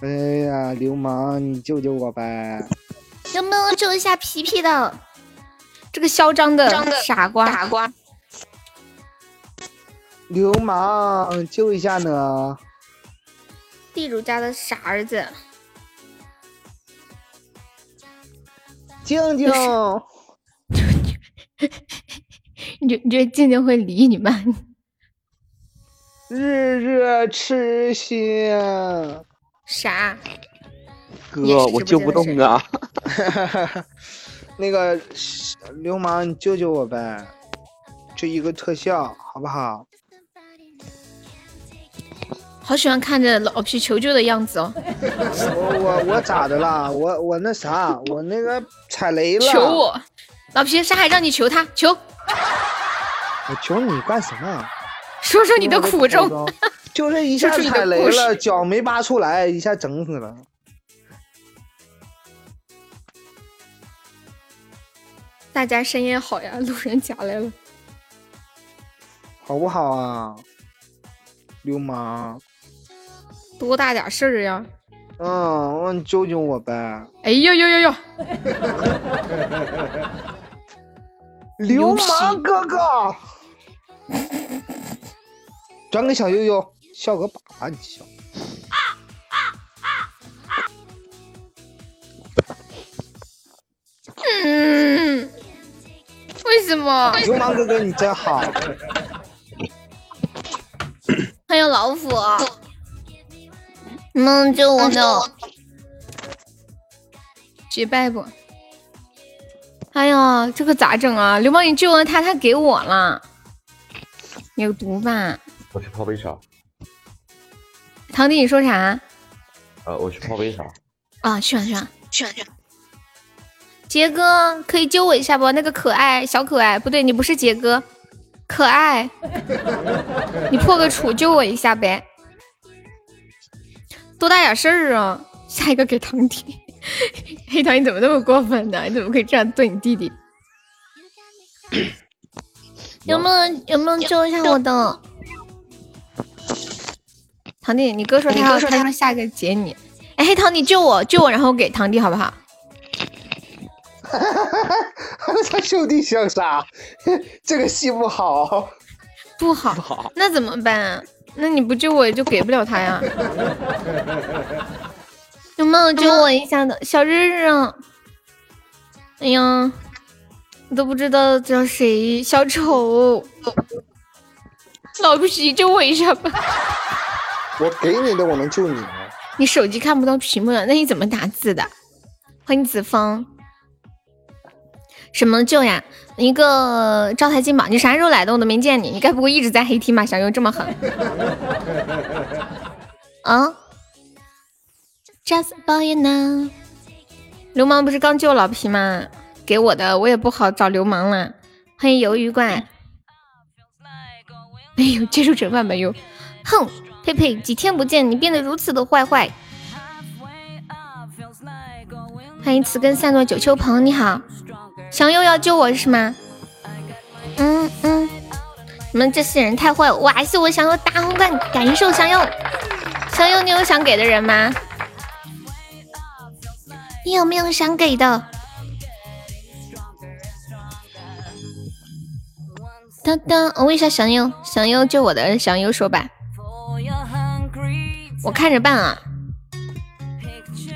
[SPEAKER 11] 哎呀，流氓，你救救我呗！
[SPEAKER 8] 能不能救一下皮皮的？这个嚣张的傻瓜，傻瓜，
[SPEAKER 11] 流氓，救一下呢！
[SPEAKER 8] 地主家的傻儿子，
[SPEAKER 11] 静 静，
[SPEAKER 8] 你觉你觉得静静会理你吗？
[SPEAKER 11] 日日痴心。
[SPEAKER 8] 啥？
[SPEAKER 5] 哥，我救不动啊！
[SPEAKER 11] 那个流氓，你救救我呗！就一个特效，好不好？
[SPEAKER 8] 好喜欢看着老皮求救的样子哦。
[SPEAKER 11] 我我我咋的啦？我我那啥，我那个踩雷了。
[SPEAKER 8] 求！我，老皮，沙海让你求他，求，
[SPEAKER 11] 我求你干什么？
[SPEAKER 8] 说说你的苦衷。
[SPEAKER 11] 就这一下
[SPEAKER 8] 说出你的
[SPEAKER 11] 踩雷
[SPEAKER 8] 故
[SPEAKER 11] 了，
[SPEAKER 8] 事
[SPEAKER 11] 脚没扒出来，一下整死了。
[SPEAKER 8] 大家深夜好呀，路人甲来了。
[SPEAKER 11] 好不好啊，流氓？
[SPEAKER 8] 多大点事儿呀！
[SPEAKER 11] 嗯，我你救救我呗！
[SPEAKER 8] 哎呦呦呦呦！
[SPEAKER 11] 流氓哥哥，转给小悠悠，笑个粑粑，你笑。
[SPEAKER 8] 嗯，为什么？
[SPEAKER 11] 流氓哥哥，你真好。
[SPEAKER 8] 还有老虎，能救我没有？学拜不？哎呀，这可咋整啊？流氓，你救了他，他给我了，有毒吧？
[SPEAKER 31] 我去泡杯茶。
[SPEAKER 8] 堂弟，你说啥？
[SPEAKER 31] 呃，我去泡杯茶。
[SPEAKER 8] 啊，去吧去吧去吧去吧！杰哥，可以救我一下不？那个可爱小可爱，不对，你不是杰哥，可爱，你破个处救我一下呗，多大点事儿啊！下一个给堂弟， 黑糖你怎么那么过分呢？你怎么可以这样对你弟 弟？
[SPEAKER 1] 有没有有没有救一下我的？
[SPEAKER 8] 堂弟，你哥说他要，他说下一个解你。哎，黑糖，你救我，救我，然后给堂弟好不好？
[SPEAKER 11] 他兄弟相杀， 这个戏不好，
[SPEAKER 8] 不好，那怎么办、啊？那你不救我就给不了他呀。有没有救我一下的小日日啊？哎呀，你都不知道叫谁，小丑，老皮救我一下吧。
[SPEAKER 11] 我给你的，我能救你吗？
[SPEAKER 8] 你手机看不到屏幕了，那你怎么打字的？欢迎子枫。什么救呀？一个招财进宝，你啥时候来的？我都没见你，你该不会一直在黑 T 吧？小优这么狠？ 啊？Just about you now。流氓不是刚救老皮吗？给我的，我也不好找流氓了。欢迎鱿鱼怪。没有接受惩罚没有？哼，佩佩，几天不见，你变得如此的坏坏。欢迎词根散落九秋鹏，你好。祥佑要救我是吗？嗯嗯，你们这些人太坏了！哇，谢我祥佑大红冠，感受祥佑。祥佑，你有想给的人吗？
[SPEAKER 1] 你有没有想给的？
[SPEAKER 8] 当当，我问一下祥佑，祥佑救我的，祥佑说吧，我看着办啊。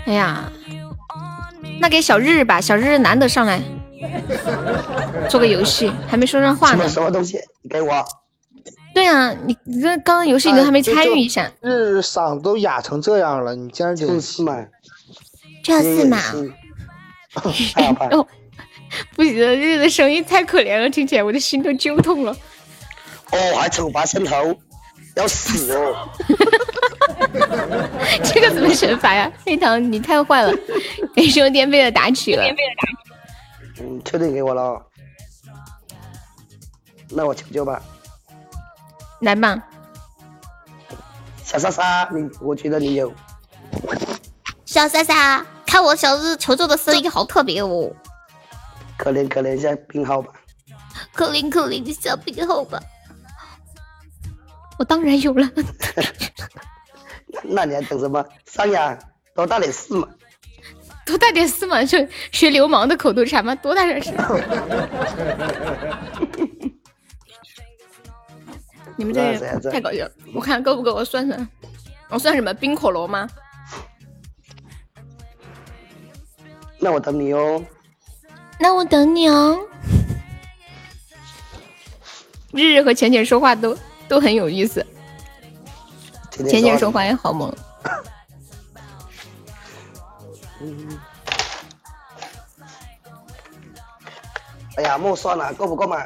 [SPEAKER 8] 哎呀，那给小日日吧，小日日难得 上来。做个游戏，还没说上话呢。
[SPEAKER 12] 什么东西？你给我。
[SPEAKER 8] 对啊，你你这刚刚游
[SPEAKER 12] 啊
[SPEAKER 8] 戏你都还没参与一下。
[SPEAKER 11] 日嗓子都哑成这样了，你竟然就
[SPEAKER 12] 四嘛？
[SPEAKER 1] 这是嘛？
[SPEAKER 12] 哎
[SPEAKER 8] 哦，啊不行，日的声音太可怜了，听起来我的心都揪痛 了。
[SPEAKER 12] 哦，还惩罚伸头，要死哦！
[SPEAKER 8] 这个怎么惩罚呀？黑糖，你太 坏了，给收电费的打取了。
[SPEAKER 12] 嗯，确定给我了，那我求救吧。
[SPEAKER 8] 来吧，
[SPEAKER 12] 小莎莎，你我觉得你有。
[SPEAKER 1] 小莎莎，看我小日求救的声音好特别哦。
[SPEAKER 12] 可怜可怜一下病号吧。
[SPEAKER 1] 可怜可怜一下病号吧。
[SPEAKER 8] 我当然有了。
[SPEAKER 12] 那你还等什么？上呀，多大点事嘛。
[SPEAKER 8] 多大点事嘛？就学流氓的口头禅嘛，多大点事？你们这太搞笑了！我看够不够？我算算，我算什么？冰火龙吗？
[SPEAKER 12] 那我等你哦。
[SPEAKER 1] 那我等你哦。
[SPEAKER 8] 日日和浅浅说话都都很有意思，浅浅说话也好萌。
[SPEAKER 12] 哎呀，莫算了，够不够嘛？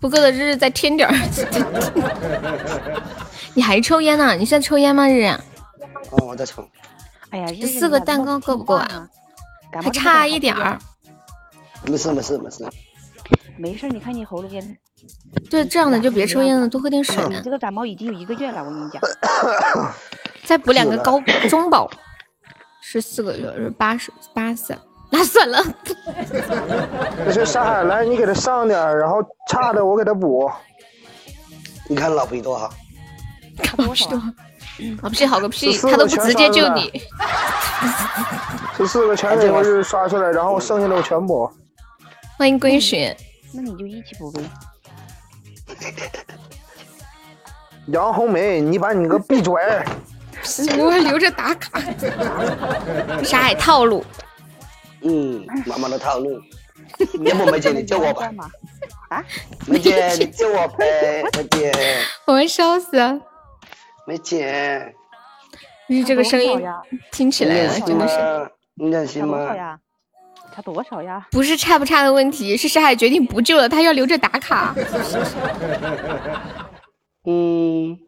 [SPEAKER 8] 不够的日日再添点儿。 你还抽烟呢、啊？你现在抽烟吗，日日？
[SPEAKER 12] 哦，我在抽。
[SPEAKER 32] 哎呀，
[SPEAKER 8] 这四个蛋糕够不够啊？还差一点儿。
[SPEAKER 12] 没事没事没事。
[SPEAKER 32] 没事，你看你喉咙也……
[SPEAKER 8] 对，这样的就别抽烟了，多喝点水。
[SPEAKER 32] 你这个感冒已经有一个月了，我跟你讲。
[SPEAKER 8] 再补两个高中宝。是四个月，是八十八十，那算了。
[SPEAKER 11] 不是沙海，来你给他上点儿，然后差的我给他补。
[SPEAKER 12] 你看老皮多好，
[SPEAKER 8] 老皮多好，老皮啊好个屁，他都不直接救你。
[SPEAKER 11] 这四个全
[SPEAKER 12] 哎
[SPEAKER 11] 给我日刷出来，然后剩下的我全补。
[SPEAKER 8] 欢迎归雪，
[SPEAKER 32] 那你就一起补呗。
[SPEAKER 11] 杨红梅，你把你个闭嘴！
[SPEAKER 8] 给我留着打卡，啥也套路。
[SPEAKER 12] 嗯，妈妈的套路。要不梅姐你救我吧？
[SPEAKER 32] 啊？
[SPEAKER 12] 梅姐你救我呗，梅姐。
[SPEAKER 8] 我们烧死啊！
[SPEAKER 12] 梅姐，
[SPEAKER 8] 你这个声音听起来了，真的是。
[SPEAKER 4] 你忍心
[SPEAKER 25] 差多少
[SPEAKER 4] 吗？
[SPEAKER 25] 呀？差多少呀？
[SPEAKER 8] 不是差不差的问题，是沙海决定不救了，他要留着打卡。
[SPEAKER 4] 嗯，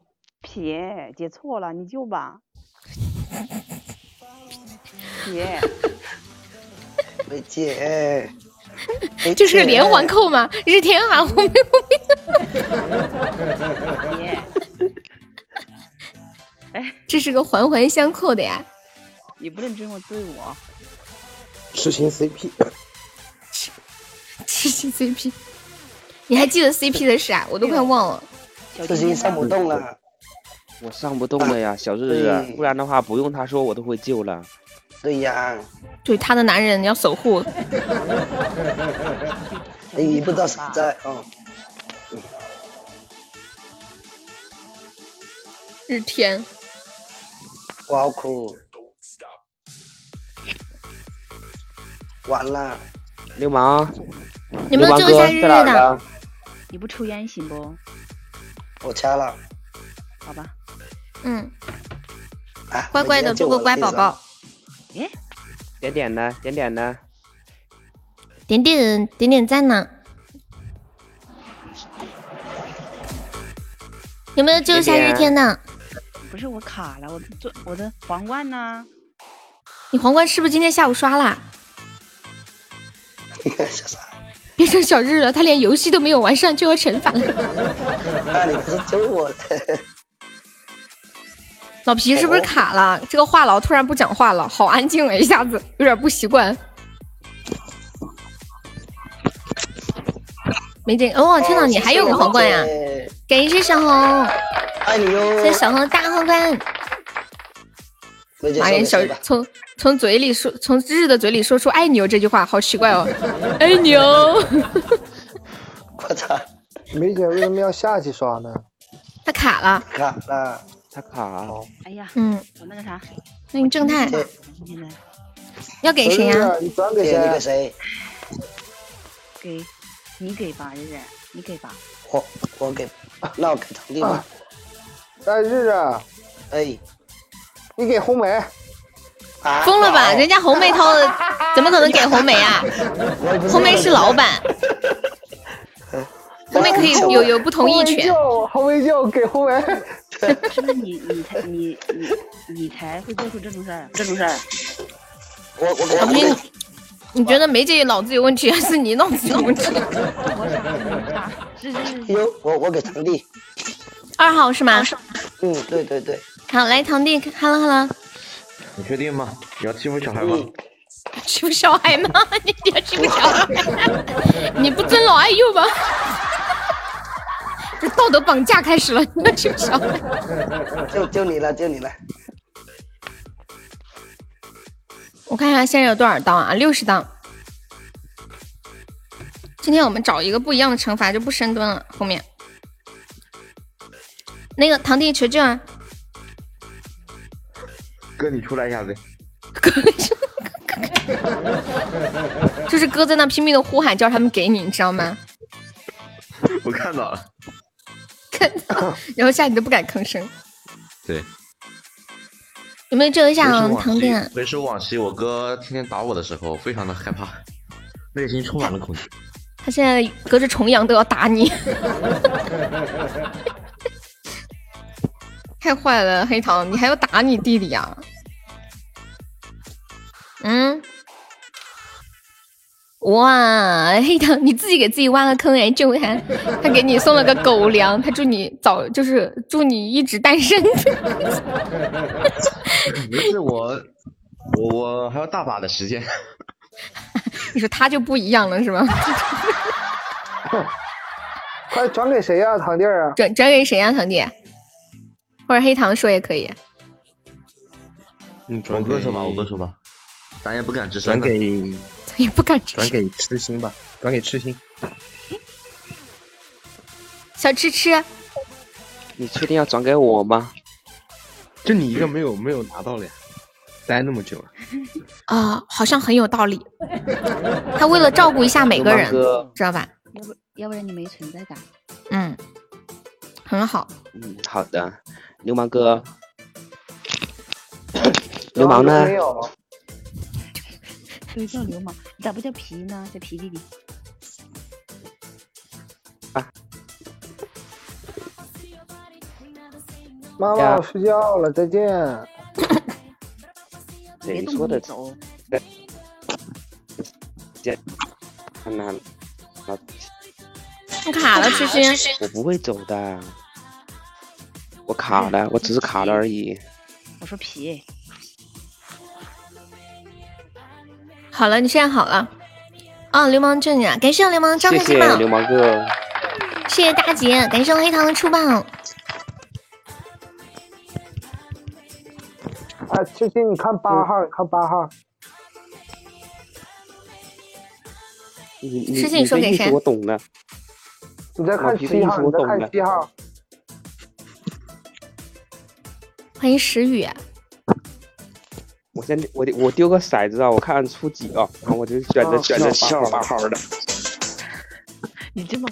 [SPEAKER 25] 撇，姐错了，你救吧。撇，
[SPEAKER 4] 梅姐，
[SPEAKER 8] 这是个连环扣吗？日天啊，我没有。 这是个环环相扣的呀。
[SPEAKER 25] 你不认真，我对我。
[SPEAKER 6] 痴情 CP，
[SPEAKER 8] 痴心 CP，你还记得 CP 的事啊？我都快忘了。
[SPEAKER 4] 事情上不动了，
[SPEAKER 19] 我上不动了 呀，小日子，
[SPEAKER 4] 对
[SPEAKER 19] 不然的话不用他说我都会救了。
[SPEAKER 4] 对呀，
[SPEAKER 8] 对他的男人要守护。
[SPEAKER 4] 你不知道谁在哦。
[SPEAKER 8] 日天，
[SPEAKER 4] 我好苦。完了，
[SPEAKER 19] 流氓，
[SPEAKER 8] 你
[SPEAKER 19] 流
[SPEAKER 8] 们
[SPEAKER 19] 氓
[SPEAKER 8] 救一
[SPEAKER 19] 哥
[SPEAKER 8] 下日日
[SPEAKER 19] 在哪儿
[SPEAKER 8] 的，
[SPEAKER 19] 呢？
[SPEAKER 25] 你不抽烟行不？
[SPEAKER 4] 我掐了。
[SPEAKER 25] 好吧。
[SPEAKER 8] 嗯，
[SPEAKER 19] 哎
[SPEAKER 8] 乖乖的做个乖宝宝。
[SPEAKER 25] 耶，
[SPEAKER 19] 点点呢？点点呢？
[SPEAKER 8] 点点点点在呢。有没有救一下日天的？
[SPEAKER 25] 不是我卡了，我的钻我的皇冠呢？
[SPEAKER 8] 你皇冠是不是今天下午刷 啦？
[SPEAKER 4] 小三，
[SPEAKER 8] 变成小日了，他连游戏都没有玩上就要惩罚 了。
[SPEAKER 11] 哎
[SPEAKER 4] 那你不是救我的？
[SPEAKER 8] 老皮是不是卡了？这个话痨突然不讲话了，好安静啊，一下子有点不习惯。没见哦，天呐，你还有个皇冠呀、感谢小红，
[SPEAKER 11] 哎
[SPEAKER 4] 爱你哟！
[SPEAKER 8] 谢谢小红大皇冠。
[SPEAKER 4] 梅姐
[SPEAKER 8] 妈
[SPEAKER 4] 送
[SPEAKER 8] 呀，
[SPEAKER 4] 给
[SPEAKER 8] 小
[SPEAKER 4] 谁吧？
[SPEAKER 8] 从从嘴里说，从日的嘴里说出“爱你哦”这句话，好奇怪哦， 爱你哦。
[SPEAKER 4] 我操，
[SPEAKER 11] 梅姐为什么要下去刷呢？
[SPEAKER 8] 他卡了，
[SPEAKER 4] 卡了，
[SPEAKER 19] 他卡了。
[SPEAKER 25] 哎呀，
[SPEAKER 8] 嗯，
[SPEAKER 25] 我那个啥，
[SPEAKER 8] 那你正太
[SPEAKER 25] 现在
[SPEAKER 8] 要给哎谁啊呀、
[SPEAKER 11] 你转给
[SPEAKER 4] 姐
[SPEAKER 11] 谁？
[SPEAKER 4] 你给谁？
[SPEAKER 25] 给你给吧，日日，你给吧。
[SPEAKER 4] 我我给，那我给堂弟吧。
[SPEAKER 11] 但日日，
[SPEAKER 4] 哎，
[SPEAKER 11] 你给红梅。
[SPEAKER 8] 疯了哦吧？人家红梅掏的，怎么可能给红梅啊？红梅是老板，红梅可以有有不同意
[SPEAKER 11] 红梅
[SPEAKER 8] 权。
[SPEAKER 11] 就红梅就给红梅。
[SPEAKER 25] 是不是你你才你你你才会做出这种事儿？这种事儿，
[SPEAKER 4] 我我给
[SPEAKER 8] 小明，你觉得梅姐脑子有问题，还是你脑子有问题？
[SPEAKER 4] 哟，我我给堂弟。
[SPEAKER 8] 二号是吗？
[SPEAKER 4] 嗯，对对对，
[SPEAKER 8] 好，来堂弟，hello hello，
[SPEAKER 12] 你确定吗？你要欺负小孩吗？
[SPEAKER 8] 欺负小孩吗？ 你你要欺负小孩？ 你不尊老爱幼吗？ 这道德绑架开始了，你要欺负小孩？
[SPEAKER 4] 就就你了，就你了。
[SPEAKER 8] 我看一下现在有多少档啊？六十档。今天我们找一个不一样的惩罚，就不深蹲了。后面那个堂弟求救啊！
[SPEAKER 12] 哥，你出来一下子。
[SPEAKER 8] 就是哥在那拼命的呼喊，叫他们给你，你知道吗？
[SPEAKER 12] 我看到了。
[SPEAKER 8] 然后吓你都不敢吭声。
[SPEAKER 12] 对。
[SPEAKER 8] 有没有救一下啊
[SPEAKER 12] 回首，往
[SPEAKER 8] 堂弟
[SPEAKER 12] 昔
[SPEAKER 8] 啊？
[SPEAKER 12] 回首往昔，我哥天天打我的时候，非常的害怕，内心充满了 恐惧。
[SPEAKER 8] 他现在隔着重阳都要打你， 太坏了，黑糖，你还要打你弟弟啊呀、嗯，哇，黑糖，你自己给自己挖个坑来救他，他给你送了个狗粮，他祝你早就是祝你一直单身。
[SPEAKER 12] 不是我，我我还有大把的时间。
[SPEAKER 8] 你说他就不一样了是吗？
[SPEAKER 11] 快转给谁呀、堂弟儿啊？
[SPEAKER 8] 转转给谁呀、堂弟？或者黑糖说也可以。
[SPEAKER 12] 我哥说吧，我哥说吧，咱也不敢吱声。
[SPEAKER 7] 转给
[SPEAKER 8] 也不敢吃。
[SPEAKER 7] 转给痴心吧，转给痴心。
[SPEAKER 8] 小吃吃，
[SPEAKER 19] 你确定要转给我吗？
[SPEAKER 7] 就你一个没有没有拿到了呀，待那么久了。
[SPEAKER 8] 啊、好像很有道理。 他为了照顾一下每个人
[SPEAKER 19] 流氓哥，
[SPEAKER 8] 知道吧？
[SPEAKER 25] 要不要不然你没存在感。
[SPEAKER 8] 嗯，很好。
[SPEAKER 19] 嗯，好的，流 氓哥。流氓呢？
[SPEAKER 11] 啊没有。
[SPEAKER 25] 对，叫流氓，你咋不叫皮呢？叫皮弟弟。
[SPEAKER 5] 啊
[SPEAKER 11] 妈妈，我睡觉了，再见。啊
[SPEAKER 5] 谁说的？这，看那，那
[SPEAKER 8] 卡了，痴心。
[SPEAKER 5] 我不会走的，我卡了，我只是卡了而已。
[SPEAKER 25] 我说皮，
[SPEAKER 8] 好了，你现在好了。啊、流氓正啊，感谢流氓张
[SPEAKER 5] 谢
[SPEAKER 8] 开翅
[SPEAKER 5] 谢
[SPEAKER 8] 膀，
[SPEAKER 5] 流氓哥，
[SPEAKER 8] 谢谢大姐，感谢黑糖的出棒。
[SPEAKER 11] 哎，青青，你看八
[SPEAKER 5] 嗯
[SPEAKER 11] 号，你看八号，
[SPEAKER 5] 你你
[SPEAKER 11] 事情说
[SPEAKER 5] 这
[SPEAKER 11] 给
[SPEAKER 5] 意思
[SPEAKER 11] 谁
[SPEAKER 5] 我懂了，
[SPEAKER 11] 你再看
[SPEAKER 5] 我皮的
[SPEAKER 11] 七
[SPEAKER 5] 意
[SPEAKER 11] 号，
[SPEAKER 5] 思
[SPEAKER 11] 你
[SPEAKER 5] 我
[SPEAKER 11] 再
[SPEAKER 5] 懂了
[SPEAKER 11] 看。七号。
[SPEAKER 8] 欢迎石宇，
[SPEAKER 5] 我先我得我丢个骰子啊，我看看出几啊，然后我就选择
[SPEAKER 25] 啊
[SPEAKER 5] 选择
[SPEAKER 25] 笑
[SPEAKER 5] 八
[SPEAKER 25] 了
[SPEAKER 5] 八号的。
[SPEAKER 25] 你这么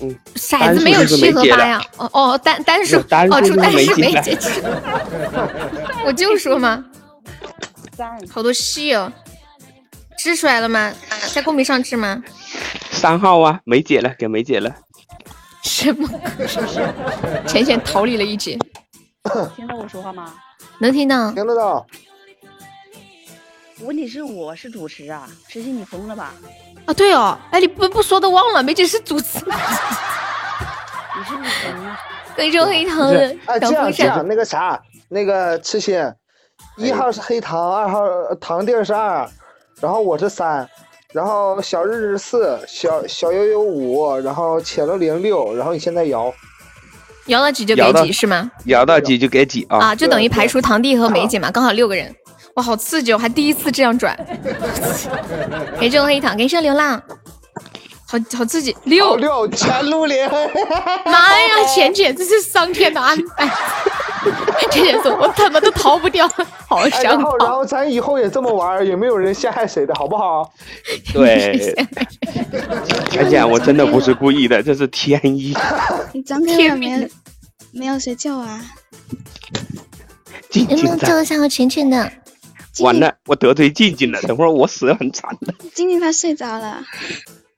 [SPEAKER 5] 嗯，
[SPEAKER 8] 骰子没有七和八呀？哦哦，单单数
[SPEAKER 5] 有单数
[SPEAKER 8] 哦，出
[SPEAKER 5] 就是
[SPEAKER 8] 单数
[SPEAKER 5] 没
[SPEAKER 8] 没
[SPEAKER 5] 进来
[SPEAKER 8] 解决。 我就说嘛，好多戏哦。掷出来了吗？在公屏上掷吗？
[SPEAKER 5] 三号啊，梅姐了，给梅姐了。
[SPEAKER 8] 什么？浅浅逃离了一局，
[SPEAKER 25] 听到我说话吗？
[SPEAKER 8] 能听到？听
[SPEAKER 11] 得到。
[SPEAKER 25] 问题是我是主持啊，痴心你疯了吧？
[SPEAKER 8] 啊，对哦，哎，你不不说都忘了，梅姐是主持。
[SPEAKER 25] 你是啊不是疯了？
[SPEAKER 8] 贵州黑
[SPEAKER 11] 不
[SPEAKER 8] 糖的
[SPEAKER 11] 是，哎，
[SPEAKER 8] 小
[SPEAKER 11] 这样
[SPEAKER 8] 风
[SPEAKER 11] 这样，
[SPEAKER 8] 扇，
[SPEAKER 11] 那个啥，那个痴心，一号是黑糖，二号呃糖弟儿是二，然后我是三，然后小日是四，小小悠悠五，然后浅露零六，然后你现在摇，
[SPEAKER 8] 摇到几就
[SPEAKER 5] 摇
[SPEAKER 8] 给
[SPEAKER 5] 到
[SPEAKER 8] 几是吗？？
[SPEAKER 5] 摇到几就给几啊？
[SPEAKER 8] 啊，就等于排除堂弟和梅
[SPEAKER 11] 啊
[SPEAKER 8] 姐嘛，刚好六个人。哇，好刺激哦！还第一次这样 转，给这种黑糖，给这流浪，好好刺激。六
[SPEAKER 11] 哦六前路 零，
[SPEAKER 8] 妈呀，浅浅，这是上天的安排。 浅浅说：“我他妈都逃不掉， 好
[SPEAKER 11] 哎然
[SPEAKER 8] 想
[SPEAKER 11] 后然
[SPEAKER 8] 逃。
[SPEAKER 11] 后咱以后也这么玩儿，也没有人陷害谁的好不好？
[SPEAKER 5] 对，而且啊我真的不是故意的，这是天意。
[SPEAKER 2] 你张开了没？没有谁救啊？
[SPEAKER 5] 静
[SPEAKER 26] 能不
[SPEAKER 5] 静
[SPEAKER 26] 能
[SPEAKER 5] 在
[SPEAKER 26] 救，一下我浅浅的？
[SPEAKER 5] 完了，我得罪静静了，等会儿我死得很惨的。
[SPEAKER 2] 静静她睡着了，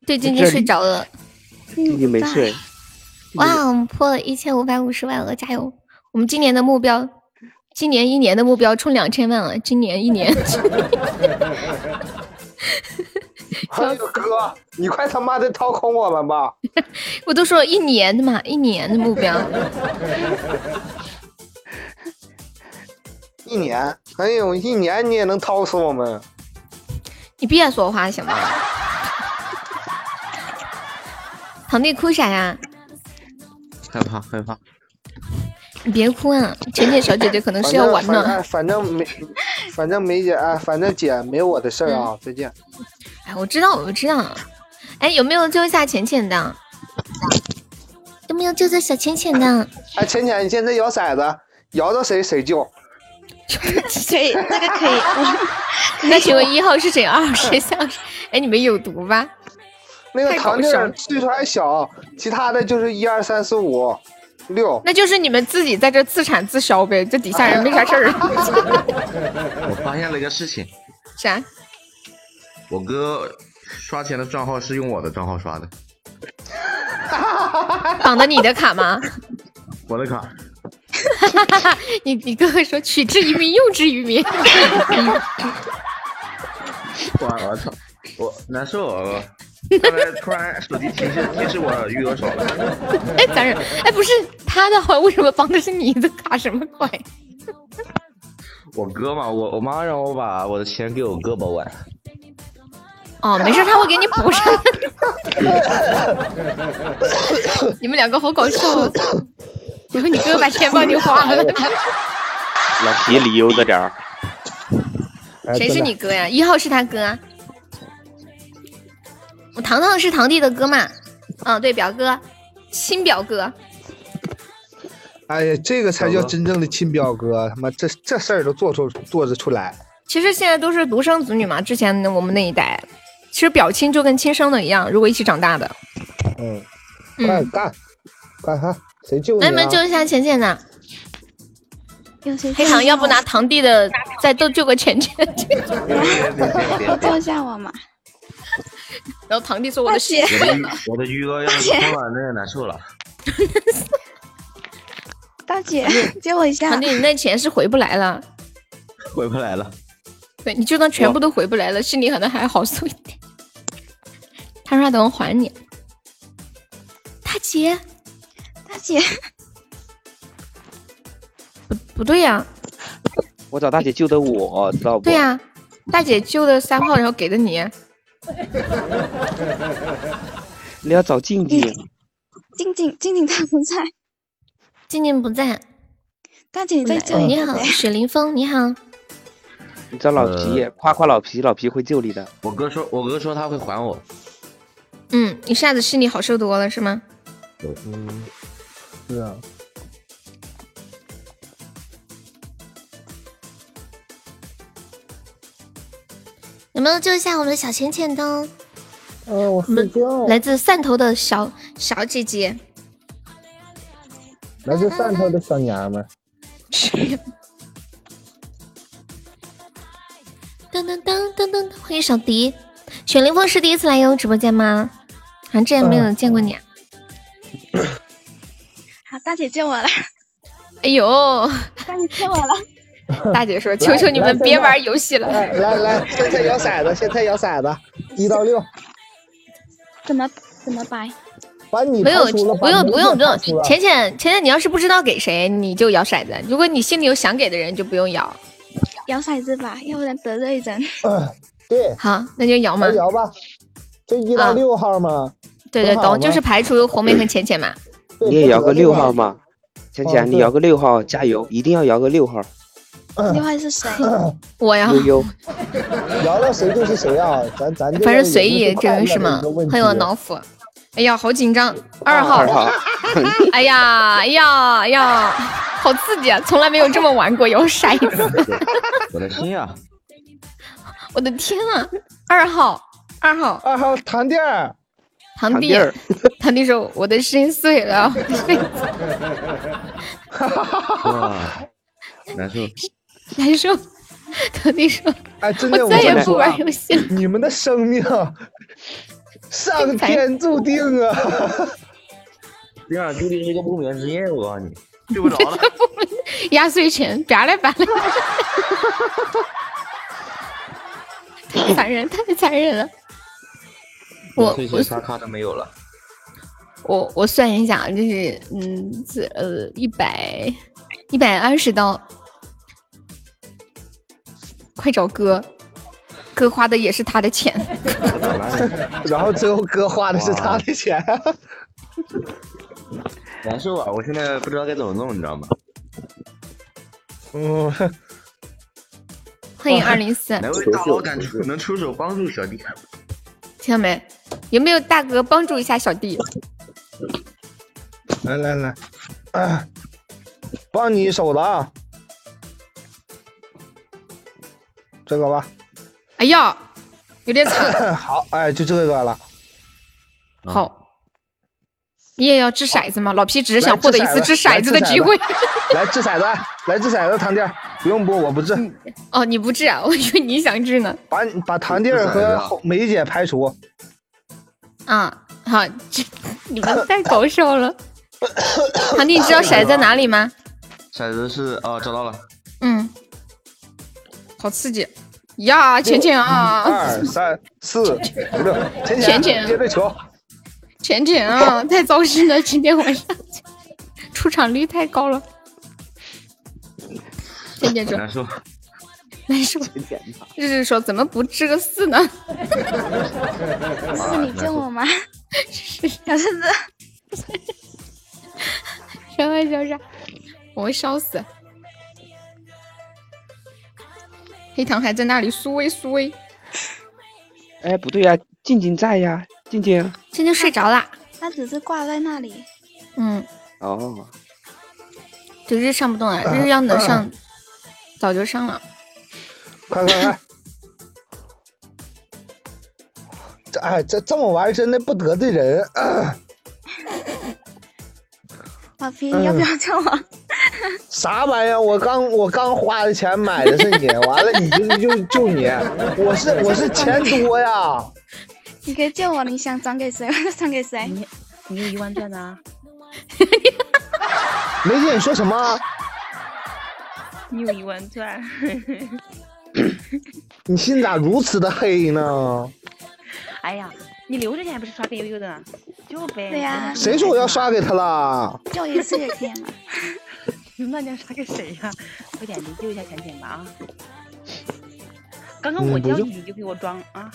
[SPEAKER 8] 对，
[SPEAKER 5] 静静这里睡着
[SPEAKER 8] 了。
[SPEAKER 5] 静静没睡，
[SPEAKER 8] 哇，我们破了一千五百五十万了，加油！我们今年的目标，今年一年的目标冲两千万了，今年一 年。
[SPEAKER 11] 哎呦哥，你快他妈的掏空我们吧！
[SPEAKER 8] 我都说了一年的嘛，一年的目标。
[SPEAKER 11] 一年，哎呦，一年你也能掏死我们。
[SPEAKER 8] 你别说话 行吗？堂弟哭啥呀？
[SPEAKER 12] 害怕害怕，
[SPEAKER 8] 你别哭啊，浅浅小姐姐可能
[SPEAKER 11] 反
[SPEAKER 8] 是要
[SPEAKER 11] 正
[SPEAKER 8] 玩呢。
[SPEAKER 11] 反正反正没，反正梅姐，哎，反正姐没我的事儿
[SPEAKER 8] 嗯
[SPEAKER 11] 啊。再见。
[SPEAKER 8] 哎，我知道，我知道。哎，有没有救一下浅浅的？
[SPEAKER 26] 有没有救救小浅浅 的？
[SPEAKER 11] 哎，浅浅，你现在摇骰子，摇到谁谁救。
[SPEAKER 2] 可以，这个可以。
[SPEAKER 8] 那请问一号是谁？二号是谁？三号是哎，你们有毒吧？
[SPEAKER 11] 那个
[SPEAKER 8] 太搞
[SPEAKER 11] 堂弟
[SPEAKER 8] 笑
[SPEAKER 11] 儿
[SPEAKER 8] 了
[SPEAKER 11] 岁数还小，其他的就是一二三四五六。
[SPEAKER 8] 那就是你们自己在这自产自销呗，这底下人没啥事儿。啊
[SPEAKER 12] 我发现了一个事情，
[SPEAKER 8] 啥？
[SPEAKER 12] 我哥刷钱的账号是用我的账号刷的，
[SPEAKER 8] 绑的你的卡吗？
[SPEAKER 12] 我的卡。
[SPEAKER 8] 你你哥哥说取之于民，用之于民。
[SPEAKER 12] 我我操，我难受啊！刚才突然手机提示提示我余额少了，
[SPEAKER 8] 哎，咱人，哎，不是他的话，为什么绑的是你的卡？什么鬼？
[SPEAKER 12] 我哥嘛，我我妈让我把我的钱给我哥保管。
[SPEAKER 8] 哦，没事，他会给你补上。你们两个好搞笑哦！以后你哥把钱帮你花了，
[SPEAKER 5] 老皮理由着点儿。
[SPEAKER 8] 谁是你哥呀？一号是他哥啊。我糖糖是堂弟的哥嘛？嗯，对，表哥，亲表哥。
[SPEAKER 11] 哎呀，这个才叫真正的亲表哥，他妈这这事儿都做出做得出来。
[SPEAKER 8] 其实现在都是独生子女嘛，之前我们那一代，其实表亲就跟亲生的一样，如果一起长大的。
[SPEAKER 11] 嗯，
[SPEAKER 8] 嗯
[SPEAKER 11] 快干，快看谁救你、
[SPEAKER 8] 来，
[SPEAKER 11] 啊？
[SPEAKER 8] 你们救一下浅浅的。黑糖，要不拿堂弟的再都救个圈圈？
[SPEAKER 3] 救一下我嘛！
[SPEAKER 8] 然后堂弟说我的血，
[SPEAKER 12] 我的鱼哥要是偷了，那个难受了。
[SPEAKER 3] 大姐，接我一下。
[SPEAKER 8] 堂弟，你那钱是回不来了，
[SPEAKER 12] 回不来了。
[SPEAKER 8] 对，你就当全部都回不来了，心里可能还好受一点。他说他等会还你。
[SPEAKER 33] 大姐，
[SPEAKER 3] 大姐，
[SPEAKER 8] 不对呀、
[SPEAKER 5] 我找大姐救的我，知道不？
[SPEAKER 8] 对啊呀、大姐救的三号，然后给的你。
[SPEAKER 5] 你要找静静，
[SPEAKER 3] 静静，静静她不在。
[SPEAKER 8] 静静不在。嗯
[SPEAKER 3] 大姐你在叫
[SPEAKER 25] 嗯
[SPEAKER 8] 你好，雪凌风，你好。
[SPEAKER 5] 你找老皮，
[SPEAKER 11] 呃
[SPEAKER 5] 夸夸老皮，老皮会救你的。
[SPEAKER 12] 我哥说，我哥说他会还我。
[SPEAKER 8] 嗯，一下子心里好受多了，是吗？
[SPEAKER 12] 嗯，
[SPEAKER 11] 是啊。
[SPEAKER 33] 有没有救一下我们的小浅浅灯？
[SPEAKER 11] 呃，我
[SPEAKER 8] 们来自汕头的小小姐姐，
[SPEAKER 11] 来自汕头的小娘们儿，
[SPEAKER 33] 噔噔噔噔噔，欢迎小迪。雪凌风是第一次来悠悠直播间吗？好像之前没有
[SPEAKER 11] 嗯
[SPEAKER 33] 见过你、啊。
[SPEAKER 3] 好，大姐接我了，
[SPEAKER 8] 哎呦，
[SPEAKER 3] 大姐接我了。
[SPEAKER 8] 大姐说：“求求你们别玩游戏了。
[SPEAKER 11] 来来来，现在摇骰子，现在摇骰子，一到六，
[SPEAKER 3] 怎么怎么掰？
[SPEAKER 11] 把你
[SPEAKER 8] 没有，
[SPEAKER 11] 排除了
[SPEAKER 8] 不用，不用，不用。浅
[SPEAKER 11] 前
[SPEAKER 8] 浅，浅浅，你要是不知道给谁，你就摇骰子。如果你心里有想给的人，就不用摇。
[SPEAKER 3] 摇骰子吧，要不然得罪人。
[SPEAKER 11] 对，
[SPEAKER 8] 好，啊那就摇嘛。
[SPEAKER 11] 哎摇吧，就一到六号嘛。
[SPEAKER 8] 对对，
[SPEAKER 11] 很好啊
[SPEAKER 8] 懂，就是
[SPEAKER 11] 嘛
[SPEAKER 8] 排除红梅和浅浅嘛。
[SPEAKER 11] 对哦
[SPEAKER 5] 你也摇个六号
[SPEAKER 11] 嘛。
[SPEAKER 5] 嘛，浅浅，你摇个六号，加油，一定要摇个六号。
[SPEAKER 3] 另外是谁？
[SPEAKER 8] 我呀，
[SPEAKER 5] 悠悠，
[SPEAKER 11] 摇到谁就是谁啊，咱咱这个
[SPEAKER 8] 反正随意
[SPEAKER 11] 也，是
[SPEAKER 8] 真是
[SPEAKER 11] 快乐
[SPEAKER 8] 吗
[SPEAKER 11] 的一个问？题啊
[SPEAKER 8] 很有脑斧。哎呀，好紧张。二号
[SPEAKER 5] 二号，
[SPEAKER 8] 哎呀，哎呀，哎呀，好刺激啊！从来没有这么玩过摇骰子。
[SPEAKER 12] 我的心 啊，
[SPEAKER 8] 我的天啊！二号，二号，
[SPEAKER 11] 二号，堂弟儿，
[SPEAKER 8] 堂
[SPEAKER 11] 堂
[SPEAKER 8] 弟
[SPEAKER 11] 弟儿，
[SPEAKER 8] 堂弟说我的心碎了，
[SPEAKER 12] 哇，难受。
[SPEAKER 8] 难受。堂弟说，
[SPEAKER 11] 哎，真的，
[SPEAKER 8] 我再也
[SPEAKER 11] 跟你
[SPEAKER 8] 不
[SPEAKER 11] 说啊
[SPEAKER 8] 玩游戏了。
[SPEAKER 11] 你们的生 命上天注定啊！
[SPEAKER 12] 这样注定啊是个不眠之夜，我告诉你，睡不着了。
[SPEAKER 8] 压岁钱，别来别来， 太残忍，太残忍了。我
[SPEAKER 12] 退
[SPEAKER 8] 我
[SPEAKER 12] 钱刷卡都没有了。
[SPEAKER 8] 我我算一下，啊就是嗯，这呃一百一百二十刀，快找哥，哥花的也是他的钱，
[SPEAKER 11] 然后最后哥花的是他的钱，啊
[SPEAKER 12] 难受啊！我现在不知道该怎么弄，你知道吗？
[SPEAKER 11] 嗯，
[SPEAKER 8] 欢迎二零四，
[SPEAKER 12] 哪位大佬敢出能出手帮助小弟？
[SPEAKER 8] 听到没？有没有大哥帮助一下小弟？
[SPEAKER 11] 来来来，啊帮你手的啊，这个吧，
[SPEAKER 8] 哎呀，有点惨。
[SPEAKER 11] 好，哎，就这个了。嗯
[SPEAKER 8] 好，你也要掷骰子吗？老皮只是想获得一次掷骰
[SPEAKER 11] 骰
[SPEAKER 8] 子的机会。。
[SPEAKER 11] 来掷骰子，啊来掷骰子，堂弟儿，不用不，我不掷，
[SPEAKER 8] 哦，你不掷啊？我以为你想掷呢。
[SPEAKER 11] 把把堂弟儿和梅姐排除。
[SPEAKER 8] 啊，好，这你们太搞笑了。 堂弟，你知道骰子在哪里吗？
[SPEAKER 12] 骰子是哦，找到了，
[SPEAKER 8] 嗯，好刺激呀！浅浅啊，
[SPEAKER 11] 嗯二三四 五六，浅浅
[SPEAKER 8] 浅浅
[SPEAKER 11] 接着球，
[SPEAKER 8] 浅浅啊，太糟心了，今天晚上出场率太高了。浅浅说
[SPEAKER 12] 难受。
[SPEAKER 8] 难受，日日说怎么不掷个四呢？
[SPEAKER 3] 是你救我吗？小 狮子，
[SPEAKER 8] 什么什么，我会烧死。黑糖还在那里苏威苏威，
[SPEAKER 5] 哎，不对呀、静静在呀、静静。
[SPEAKER 8] 今天睡着啦。
[SPEAKER 3] 他只是挂在那里。
[SPEAKER 8] 嗯，
[SPEAKER 5] 哦，
[SPEAKER 8] 就日上不动啊，日要能上，早就上了。
[SPEAKER 11] 快快 快！这哎，这这么玩儿真的不得罪人。啊
[SPEAKER 3] 老皮，你要不要救我？
[SPEAKER 11] 啥玩意儿？我刚我刚花的钱买的是你，完了你就就就你，我是我是钱多呀。
[SPEAKER 2] 你可以借我，你想转给谁转给谁？你
[SPEAKER 25] 你有一万赚的啊？
[SPEAKER 11] 梅姐，你说什么？
[SPEAKER 25] 你有一万钻，
[SPEAKER 11] 你心咋如此的黑呢？
[SPEAKER 25] 哎呀，你留着钱不是刷
[SPEAKER 8] 啊
[SPEAKER 25] 给悠悠的，就呗。
[SPEAKER 2] 对呀
[SPEAKER 11] 谁说我要刷给他了？
[SPEAKER 2] 就一次也可以嘛。
[SPEAKER 25] 那你要刷给谁呀、快点，你救一下浅浅吧啊！刚刚我叫你，你就给我装啊！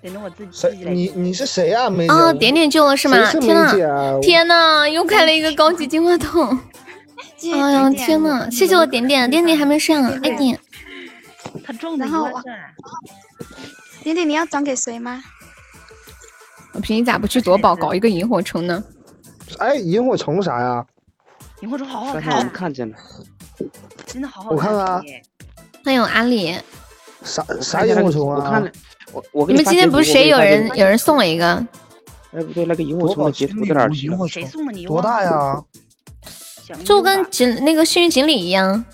[SPEAKER 25] 等着我自己自己来。
[SPEAKER 11] 你你是谁呀、梅姐？
[SPEAKER 8] 哦，点点救了是吗？
[SPEAKER 11] 谁
[SPEAKER 8] 天
[SPEAKER 11] 梅姐啊
[SPEAKER 8] 呐，！天呐，又开了一个高级金话 筒。哎呀，天呐，谢谢我点点，点点还没上，爱你。
[SPEAKER 25] 他中
[SPEAKER 2] 然后我，点点你要转给谁吗？
[SPEAKER 8] 我平时咋不去夺宝搞一个萤火虫呢？
[SPEAKER 11] 哎，萤火虫啥呀？
[SPEAKER 25] 萤火虫好好看
[SPEAKER 5] 刚才我
[SPEAKER 25] 啊
[SPEAKER 5] 们，看见了，
[SPEAKER 25] 真的好好
[SPEAKER 11] 我看看啊
[SPEAKER 8] 欢迎阿里。
[SPEAKER 11] 啥啥萤火虫啊？
[SPEAKER 5] 哎我看了，我我给
[SPEAKER 8] 你们
[SPEAKER 5] 发
[SPEAKER 8] 今天
[SPEAKER 5] 截图
[SPEAKER 8] 不是
[SPEAKER 5] 我给
[SPEAKER 8] 谁
[SPEAKER 5] 你
[SPEAKER 8] 有
[SPEAKER 5] 发截
[SPEAKER 8] 人
[SPEAKER 5] 图
[SPEAKER 8] 有人送了一个？
[SPEAKER 5] 哎，不对，那个萤火虫的截图在哪儿去了？
[SPEAKER 25] 谁送的你？
[SPEAKER 11] 多大呀？
[SPEAKER 8] 就跟锦那个幸运锦鲤一样。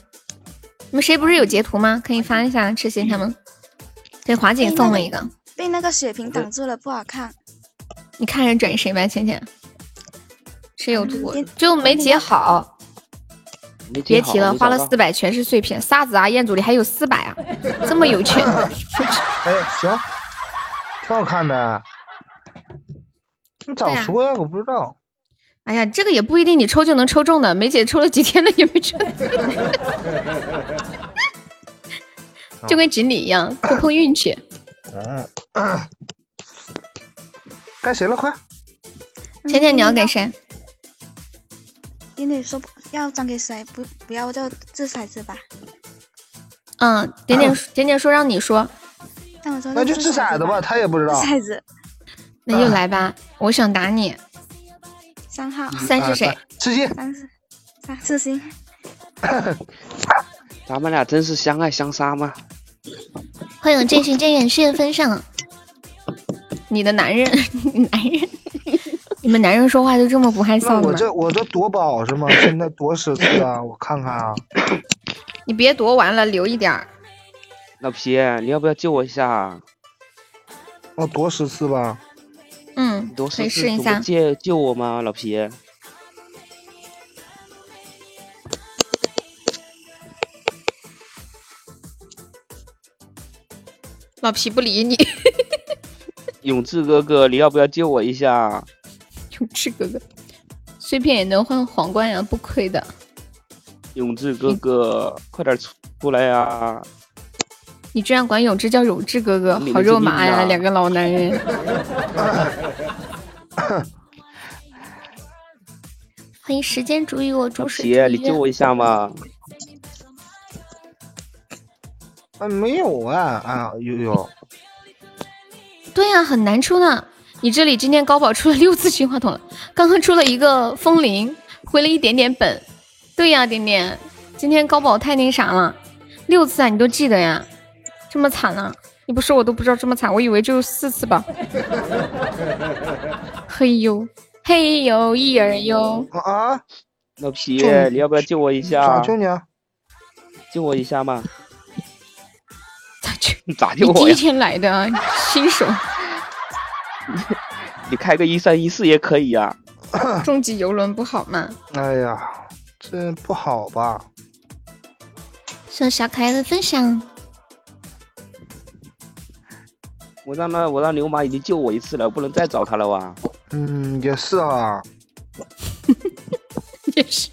[SPEAKER 8] 你们谁不是有截图吗？可以发一下，痴心他们。给华姐送了一个，
[SPEAKER 2] 被那个血瓶挡住了，不好看。
[SPEAKER 8] 你看人转谁吧，浅浅。是
[SPEAKER 25] 嗯
[SPEAKER 8] 有图，就没截好，
[SPEAKER 5] 没截
[SPEAKER 8] 别
[SPEAKER 5] 好
[SPEAKER 8] 提了，
[SPEAKER 5] 没
[SPEAKER 8] 花了
[SPEAKER 5] 找
[SPEAKER 8] 四
[SPEAKER 5] 到
[SPEAKER 8] 百全是碎片，啥子啊？彦祖里还有四百啊，这么有 钱。
[SPEAKER 11] 哎，行，挺好看的。你早
[SPEAKER 8] 对啊
[SPEAKER 11] 说呀，我不知道。
[SPEAKER 8] 哎呀，这个也不一定你抽就能抽中的，梅姐抽了几天了也没抽 中，就跟锦鲤一样，碰碰运气。
[SPEAKER 11] 嗯， 该谁了？快！
[SPEAKER 2] 嗯
[SPEAKER 8] 浅浅，你要给谁？
[SPEAKER 2] 点点说不要转给谁，不不要就掷骰子吧。
[SPEAKER 8] 嗯，点点点点说让你说，
[SPEAKER 2] 但我说
[SPEAKER 11] 那就掷骰子吧，他也不知道。
[SPEAKER 2] 骰子
[SPEAKER 8] 那就来吧，我想打你。
[SPEAKER 2] 嗯三号，嗯
[SPEAKER 8] 三
[SPEAKER 11] 啊
[SPEAKER 8] 是谁？
[SPEAKER 11] 吃鸡。
[SPEAKER 2] 三是三四星，
[SPEAKER 5] 咱们俩真是相爱相杀吗？
[SPEAKER 26] 欢迎渐行渐远，谢谢分享。
[SPEAKER 8] 你的男人，你男人，你们男人说话就这么不害
[SPEAKER 11] 那
[SPEAKER 8] 臊的
[SPEAKER 11] 我
[SPEAKER 8] 吗？
[SPEAKER 11] 这我这夺宝是吗？现在夺十次啊， 我看看啊。
[SPEAKER 8] 你别夺完了，留一点儿。
[SPEAKER 5] 老皮，你要不要救我一下？
[SPEAKER 11] 我夺十次吧。
[SPEAKER 8] 嗯，
[SPEAKER 5] 多
[SPEAKER 8] 可
[SPEAKER 5] 试
[SPEAKER 8] 以
[SPEAKER 5] 试
[SPEAKER 8] 试一
[SPEAKER 5] 怎么
[SPEAKER 8] 下。
[SPEAKER 5] 借救我吗，老皮？
[SPEAKER 8] 老皮不理你，
[SPEAKER 5] 永志哥哥，你要不要救我一下？
[SPEAKER 8] 永志哥哥，碎片也能换皇冠呀，不亏的。
[SPEAKER 5] 永志哥哥，快点出出来呀、
[SPEAKER 8] 你居然管永志叫永志哥哥，
[SPEAKER 5] 你
[SPEAKER 8] 好
[SPEAKER 5] 们
[SPEAKER 8] 肉
[SPEAKER 5] 这
[SPEAKER 8] 麻
[SPEAKER 5] 命
[SPEAKER 8] 呀！
[SPEAKER 5] 啊
[SPEAKER 8] 两个老男人，
[SPEAKER 26] 欢迎时间煮雨，我
[SPEAKER 5] 老
[SPEAKER 26] 煮水
[SPEAKER 5] 皮，你救我一下嘛！
[SPEAKER 11] 啊，没有啊啊，有有。
[SPEAKER 8] 对呀、很难出呢。你这里今天高宝出了六次金话筒了，刚刚出了一个风铃，回了一点点本。对呀、点点，今天高宝太那啥了，六次啊，你都记得呀？这么惨啊！你不说我都不知道这么惨，我以为只有四次吧。嘿呦，嘿呦，一儿呦。
[SPEAKER 11] 啊！
[SPEAKER 5] 老皮
[SPEAKER 11] 救你，
[SPEAKER 5] 你要不要救我一
[SPEAKER 11] 咋
[SPEAKER 5] 下？
[SPEAKER 11] 救你啊？
[SPEAKER 5] 救我一下嘛！
[SPEAKER 8] 咋救？
[SPEAKER 5] 咋
[SPEAKER 8] 你
[SPEAKER 5] 救
[SPEAKER 8] 第
[SPEAKER 5] 我
[SPEAKER 8] 一
[SPEAKER 5] 呀？
[SPEAKER 8] 天来的啊，新 手，
[SPEAKER 5] 你开个一三一四也可以啊呀、
[SPEAKER 8] 终极游轮不好吗？
[SPEAKER 11] 哎呀，这不好吧？
[SPEAKER 26] 谢谢小可爱的分享。
[SPEAKER 5] 我让那我让牛马已经救我一次了，不能再找他了哇！
[SPEAKER 11] 嗯，也是啊。
[SPEAKER 8] 也是。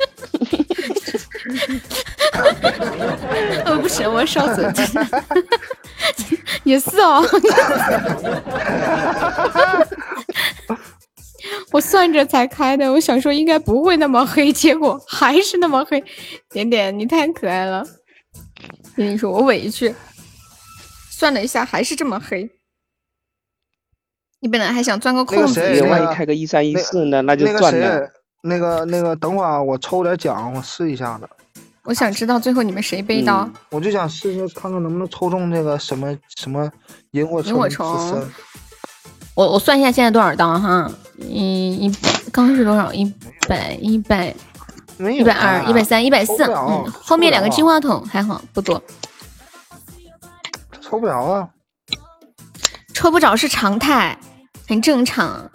[SPEAKER 8] 我不行，我烧嘴真的。也是哦。 哦 我算着才开的，我想说应该不会那么黑，结果还是那么黑。点点，你太可爱了。跟你说，我委屈。算了一下，还是这么黑。你本来还想钻个
[SPEAKER 11] 那
[SPEAKER 8] 空
[SPEAKER 11] 个
[SPEAKER 8] 子，
[SPEAKER 11] 谁，
[SPEAKER 5] 万一开个1314呢那就啊
[SPEAKER 11] 那个
[SPEAKER 5] 赚
[SPEAKER 11] 谁
[SPEAKER 5] 了，
[SPEAKER 11] 那个那个，等会儿啊我抽点奖，我试一下子。
[SPEAKER 8] 我想知道最后你们谁背刀。
[SPEAKER 11] 嗯我就想试试看看能不能抽中那个什么什么萤火虫。
[SPEAKER 8] 萤火虫我我算一下现在多少刀哈，一一刚是多少？一百一百一百
[SPEAKER 11] 啊
[SPEAKER 8] 二、一百三、一百四，嗯，
[SPEAKER 11] 哦
[SPEAKER 8] 后面两个金话筒还好，不多。
[SPEAKER 11] 抽不着啊，
[SPEAKER 8] 抽不着是常态，很正常。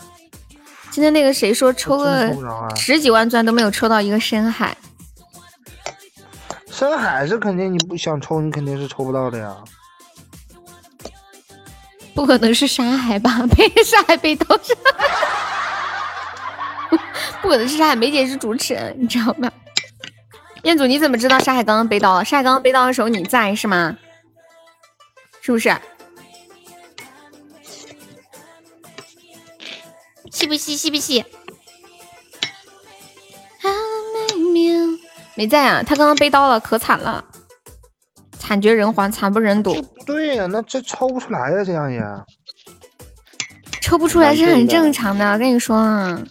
[SPEAKER 8] 今天那个谁说抽个
[SPEAKER 11] 抽不着啊
[SPEAKER 8] 十几万钻都没有抽到一个深海，
[SPEAKER 11] 深海是肯定你不想抽，你肯定是抽不到的呀。
[SPEAKER 8] 不可能是沙海吧？ 被沙海被刀杀，不可能是沙海。梅姐是主持人，你知道吗？彦祖，你怎么知道沙海刚刚被刀啊了？沙海刚刚被刀的时候你在是吗？是不是？气不气？气不气？没在啊，他刚刚被刀了，可惨了，惨绝人寰，惨不忍睹。
[SPEAKER 11] 对呀、那这抽不出来呀、这样也。
[SPEAKER 8] 抽不出来是很正常的，我跟你说啊。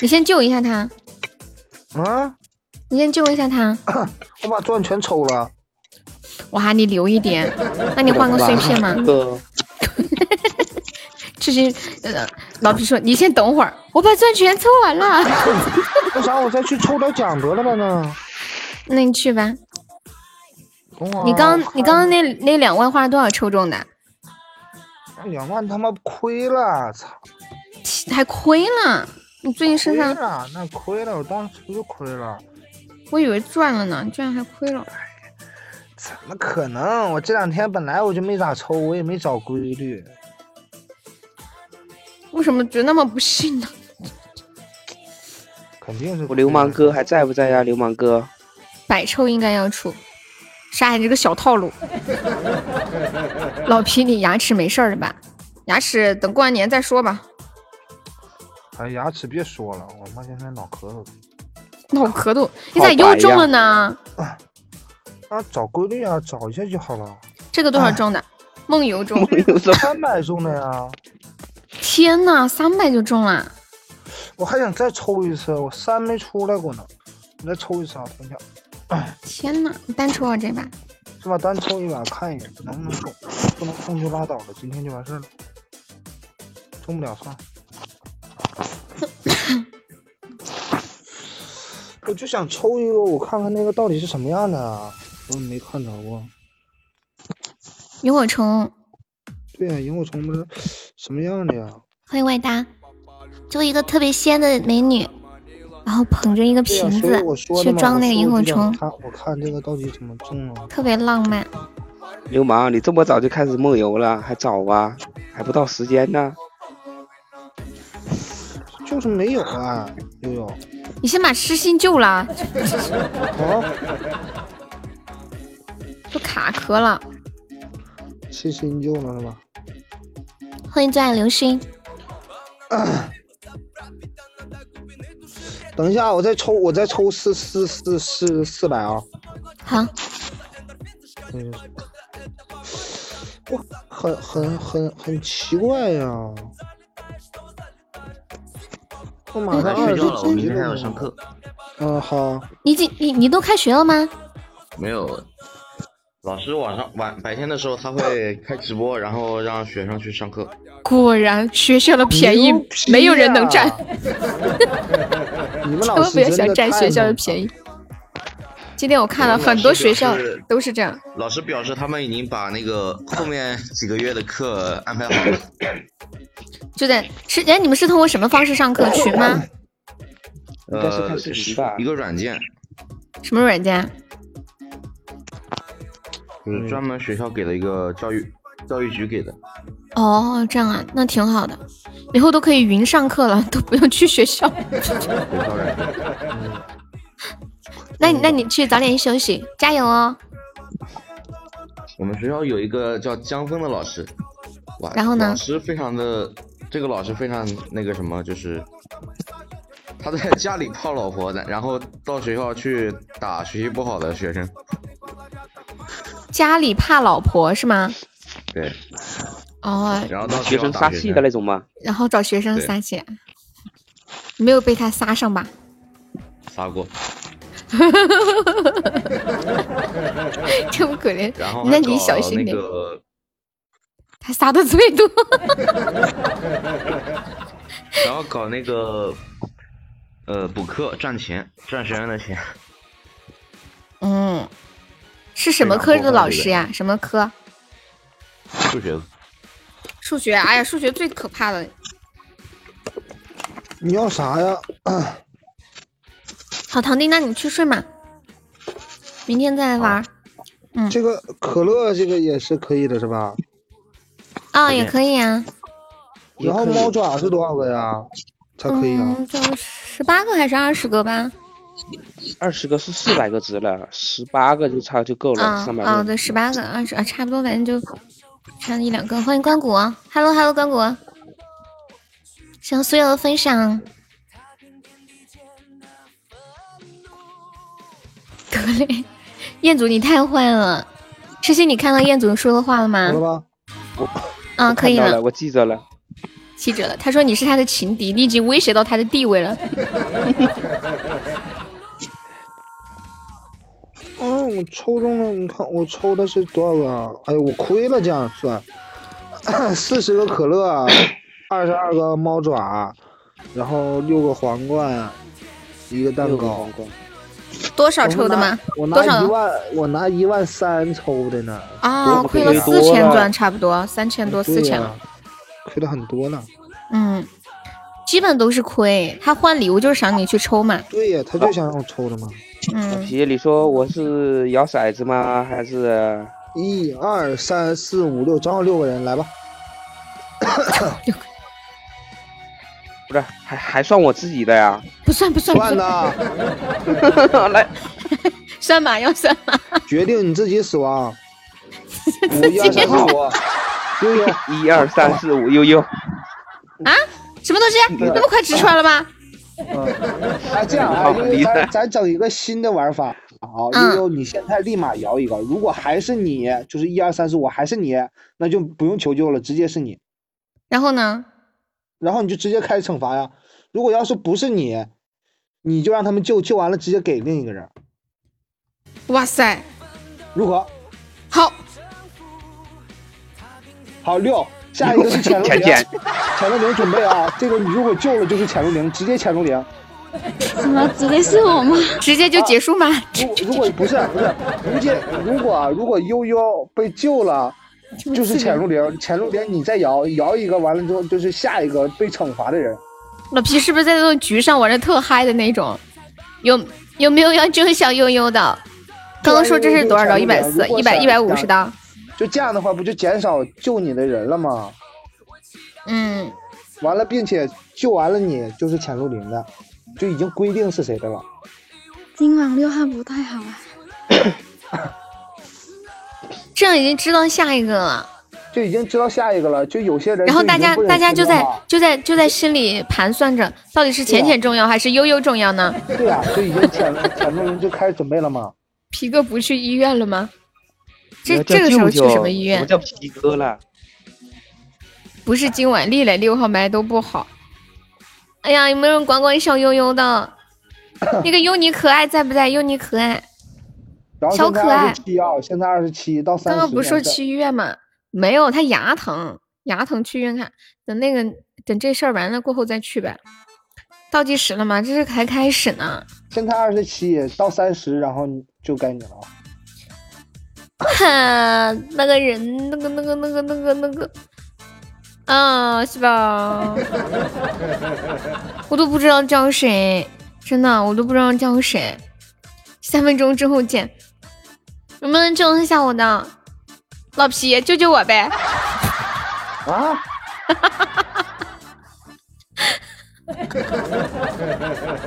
[SPEAKER 8] 你先救一下他，
[SPEAKER 11] 啊，
[SPEAKER 8] 你先救一下他。
[SPEAKER 11] 我把钻全抽了。
[SPEAKER 8] 哇，你留一点，那你换个碎片嘛。 这是呃，老皮说你先等会儿，我把钻全抽完了。
[SPEAKER 11] 那啥，我再去抽点奖得了吧呢？
[SPEAKER 8] 那你去吧。
[SPEAKER 11] 等会儿
[SPEAKER 8] 你刚
[SPEAKER 11] 我
[SPEAKER 8] 你刚刚那那两万花了多少抽中的？
[SPEAKER 11] 看两万他妈亏了，操！
[SPEAKER 8] 还亏了？你最近身上
[SPEAKER 11] 亏了，那亏了，我当时就亏了，
[SPEAKER 8] 我以为赚了呢，居然还亏了。
[SPEAKER 11] 怎么可能？我这两天本来我就没咋抽，我也没找规律。
[SPEAKER 8] 为什么觉得那么不信呢？
[SPEAKER 11] 肯定是
[SPEAKER 5] 我流氓哥还在不在呀？流氓 哥，
[SPEAKER 8] 百抽应该要出，沙海这个小套路。老皮，你牙齿没事儿了吧？牙齿等过完年再说吧。
[SPEAKER 11] 哎，牙齿别说了，我妈现在脑壳子。
[SPEAKER 8] 脑壳都，你咋又中了呢？
[SPEAKER 11] 啊，找规律啊，找一下就好了。
[SPEAKER 8] 这个多少
[SPEAKER 11] 哎
[SPEAKER 8] 中的？梦游中。梦
[SPEAKER 5] 游中。
[SPEAKER 11] 三百中的呀，
[SPEAKER 8] 天呐，三百就中了！
[SPEAKER 11] 我还想再抽一次，我三没出来过呢，我再抽一次啊，等一下，
[SPEAKER 8] 天呐，你单抽啊这把？
[SPEAKER 11] 是吧？单抽一把看一眼能不能中，不能中就拉倒了，今天就完事儿了。中不了算了。我就想抽一个，我看看那个到底是什么样的啊！我也没看着过。
[SPEAKER 8] 萤火虫，
[SPEAKER 11] 对呀、萤火虫不是什么样的呀？
[SPEAKER 34] 欢迎外搭，就一个特别仙的美女，然后捧着一个
[SPEAKER 11] 对呀、
[SPEAKER 34] 瓶
[SPEAKER 11] 所以我
[SPEAKER 34] 子
[SPEAKER 11] 说
[SPEAKER 34] 去
[SPEAKER 11] 的嘛
[SPEAKER 34] 装那个萤火。
[SPEAKER 11] 我说我
[SPEAKER 34] 虫
[SPEAKER 11] 就，想看我看这个到底怎么中啊？
[SPEAKER 8] 特别浪漫。
[SPEAKER 5] 流氓，你这么早就开始梦游了，还早啊，还不到时间呢。
[SPEAKER 11] 就是没有啊，悠悠。
[SPEAKER 8] 你先把痴心救了，
[SPEAKER 11] 啊，
[SPEAKER 8] 都卡壳了。
[SPEAKER 11] 吃新旧了是吧？
[SPEAKER 34] 欢迎最爱流星。
[SPEAKER 11] 等一下，我再抽，我再抽四四四四四百啊！
[SPEAKER 34] 好，
[SPEAKER 11] 嗯，哇，很很很很奇怪呀、我马上
[SPEAKER 12] 我
[SPEAKER 11] 二
[SPEAKER 12] 哎
[SPEAKER 11] 十
[SPEAKER 12] 睡觉了，我明
[SPEAKER 11] 级
[SPEAKER 12] 天还
[SPEAKER 11] 了
[SPEAKER 12] 要
[SPEAKER 11] 呢。
[SPEAKER 12] 上课。
[SPEAKER 11] 嗯，好。
[SPEAKER 34] 你已经你你都开学了吗？
[SPEAKER 12] 没有，老师晚上晚白天的时候 他会开直播，然后让学生去上课。
[SPEAKER 8] 果然学校的便宜
[SPEAKER 12] 牛
[SPEAKER 11] 啊
[SPEAKER 12] 啊批
[SPEAKER 8] 没有人能
[SPEAKER 12] 呀
[SPEAKER 8] 占，
[SPEAKER 11] 你们
[SPEAKER 8] 千
[SPEAKER 11] 老
[SPEAKER 8] 万
[SPEAKER 11] 师
[SPEAKER 8] 不要
[SPEAKER 11] 真
[SPEAKER 8] 想
[SPEAKER 11] 的
[SPEAKER 8] 占
[SPEAKER 11] 太
[SPEAKER 8] 学校
[SPEAKER 11] 猛
[SPEAKER 8] 的
[SPEAKER 11] 了
[SPEAKER 8] 便宜。今天我看了
[SPEAKER 12] 我们
[SPEAKER 8] 很
[SPEAKER 12] 老
[SPEAKER 8] 多
[SPEAKER 12] 师
[SPEAKER 8] 学
[SPEAKER 12] 表
[SPEAKER 8] 校
[SPEAKER 12] 示
[SPEAKER 8] 都是这样，
[SPEAKER 12] 老师表示他们已经把 那个后面几个月的课安排好了。
[SPEAKER 8] 就在是哎，你们是通过什么方式上课？群 吗？
[SPEAKER 12] 应
[SPEAKER 5] 该是看视频吧
[SPEAKER 12] 呃、一个软件，
[SPEAKER 8] 什么软件？
[SPEAKER 5] 嗯
[SPEAKER 12] 就是专门学校给的一个教育教育局给的。
[SPEAKER 8] 哦，这样啊，那挺好的，以后都可以云上课了，都不用去 学校。
[SPEAKER 34] 那你那你去早点休息，加油哦。
[SPEAKER 12] 我们学校有一个叫江峰的老师，哇，
[SPEAKER 8] 然后呢
[SPEAKER 12] 老师非常的，这个老师非常那个什么，就是他在家里泡老婆的，然后到学校去打学习不好的学生。
[SPEAKER 8] 家里怕老婆是吗？
[SPEAKER 12] 对，
[SPEAKER 8] 哦，
[SPEAKER 12] 然后到
[SPEAKER 5] 学生撒气的那种吗？
[SPEAKER 8] 然后找学生
[SPEAKER 12] 啊对
[SPEAKER 8] 撒气，没有被他撒上吧？
[SPEAKER 12] 撒过，
[SPEAKER 8] 这么可怜
[SPEAKER 12] 然后，还
[SPEAKER 8] 那你
[SPEAKER 12] 搞
[SPEAKER 8] 小心
[SPEAKER 12] 那
[SPEAKER 8] 点，
[SPEAKER 12] 个
[SPEAKER 8] 他撒的最多。
[SPEAKER 12] 然后搞那个呃，补课赚钱，赚学生的钱。
[SPEAKER 8] 嗯，是什么科的老师呀？什么科？
[SPEAKER 12] 数学，
[SPEAKER 8] 数学。哎呀，数学最可怕了。
[SPEAKER 11] 你要啥呀？
[SPEAKER 8] 好，堂弟，那你去睡吧，明天再来玩。嗯，
[SPEAKER 11] 这个可乐这个也是可以的，是吧？
[SPEAKER 8] 啊、也可以啊。
[SPEAKER 11] 然后猫爪是多少个呀？才可以啊？
[SPEAKER 8] 嗯，就十八个还是二十个吧？
[SPEAKER 5] 二十个是四百个值了，十八个就差就够了，
[SPEAKER 8] 啊
[SPEAKER 5] 上百嗯
[SPEAKER 8] 啊，
[SPEAKER 5] 个。
[SPEAKER 8] 对，十八个、二十啊，差不多，反正就差一两个。欢迎关谷啊，Hello Hello 关谷，谢谢所有的分享。得嘞，彦祖你太坏了，痴心你看到彦祖说的话了吗？
[SPEAKER 11] 好了吧？
[SPEAKER 8] 啊，可以
[SPEAKER 5] 看到
[SPEAKER 8] 了
[SPEAKER 5] 了，，我记着了。
[SPEAKER 8] 记着了。他说你是他的情敌，你已经威胁到他的地位了。
[SPEAKER 11] 嗯，我抽中了，你看我抽的是多少个啊？哎呦，我亏了，这样算， 四十个可乐，啊二十二个猫爪，然后六个皇冠，一个蛋糕。
[SPEAKER 8] 多少抽的吗？
[SPEAKER 11] 我拿
[SPEAKER 8] 多少
[SPEAKER 11] 一？万，我拿一万三抽的呢。
[SPEAKER 8] 啊，亏了四千钻，差不多三千多四千了。
[SPEAKER 11] 了，亏了很多了。
[SPEAKER 8] 嗯，基本都是亏。他换礼物就是想你去抽嘛。
[SPEAKER 11] 对呀，他就想让我抽的嘛。
[SPEAKER 8] 嗯，
[SPEAKER 5] 皮，你说我是摇骰子吗？还是
[SPEAKER 11] 一二三四五六，正好六个人，来吧。
[SPEAKER 5] 不是还还算我自己的 呀？
[SPEAKER 8] 不算不算
[SPEAKER 11] 算啊 的，
[SPEAKER 5] 来，
[SPEAKER 8] 算吧，要算吧。
[SPEAKER 11] 决定你自己死 亡。五一二三四五，悠悠，
[SPEAKER 5] 一二三四五，悠悠，
[SPEAKER 8] 啊，什么东西？那么快直出来了吗？
[SPEAKER 11] 哎，这样啊，因为咱咱整一个新的玩法，好，悠悠，你现在立马摇一个，如果还是你，就是一二三四五，还是你，那就不用求救了，直接是你，
[SPEAKER 8] 然后呢？
[SPEAKER 11] 然后你就直接开始惩罚呀。如果要是不是你，你就让他们救，救完了直接给另一个人，
[SPEAKER 8] 哇塞，
[SPEAKER 11] 如何？
[SPEAKER 8] 好，
[SPEAKER 11] 好六，下一个是潜龙
[SPEAKER 5] 浅
[SPEAKER 11] 零，
[SPEAKER 5] 浅
[SPEAKER 11] 潜龙零准备啊，这个你如果救了就是潜龙零，直接潜龙零。
[SPEAKER 35] 什么？直接是我吗？
[SPEAKER 8] 直接就结束吗？
[SPEAKER 11] 如果如果不是不是，如今如果啊如果悠悠被救了，就是潜入零，潜入零你再摇摇一个，完了之后就是下一个被惩罚的人。
[SPEAKER 8] 老皮是不是在那种局上玩的特嗨的那种？有有没有要救小悠悠的？刚刚说这是多少刀？一百四，一百一百五十刀。
[SPEAKER 11] 就这样的话，不就减少救你的人了吗？
[SPEAKER 8] 嗯，
[SPEAKER 11] 完了，并且救完了你就是潜入零的，就已经规定是谁的了。
[SPEAKER 35] 今晚六号不太好啊。
[SPEAKER 8] 这样已经知道下一个了。
[SPEAKER 11] 就已经知道下一个了，就有些人
[SPEAKER 8] 然后
[SPEAKER 11] 就已
[SPEAKER 8] 大
[SPEAKER 11] 经
[SPEAKER 8] 家
[SPEAKER 11] 不忍
[SPEAKER 8] 大家
[SPEAKER 11] 心
[SPEAKER 8] 就
[SPEAKER 11] 了
[SPEAKER 8] 在
[SPEAKER 11] 嘛
[SPEAKER 8] 就在就在心里盘算着，到底是浅浅重要还是悠悠重要呢？
[SPEAKER 11] 对啊，就已经潜入潜入零就开始准备了嘛。
[SPEAKER 8] 皮哥不去医院了吗？这
[SPEAKER 5] 我叫
[SPEAKER 8] 这个时候去
[SPEAKER 5] 呃舅舅
[SPEAKER 8] 什么医
[SPEAKER 5] 我
[SPEAKER 8] 院？
[SPEAKER 5] 叫皮哥了。
[SPEAKER 8] 不是今晚历来六号麦都不好。哎呀，有没有人管管小悠 悠的？那个优尼可爱在不在？优尼可爱，
[SPEAKER 11] 然后
[SPEAKER 8] 小
[SPEAKER 11] 现在
[SPEAKER 8] 可爱
[SPEAKER 11] 二十七啊，现在二十七到三
[SPEAKER 8] 刚
[SPEAKER 11] 十。
[SPEAKER 8] 刚不是说去医院吗？没有，他牙疼，牙疼去医院看。等那个等这事儿完了过后再去呗。倒计时了吗？这是才开始呢。
[SPEAKER 11] 现在二十七到三十，然后你就该你了啊。
[SPEAKER 8] 哈， 那个人，那个那个那个那个那个，啊，是吧？ 我都不知道叫谁，真的，我都不知道叫谁。三分钟之后见，能不能救一下我的老皮？救救我呗！
[SPEAKER 11] 啊！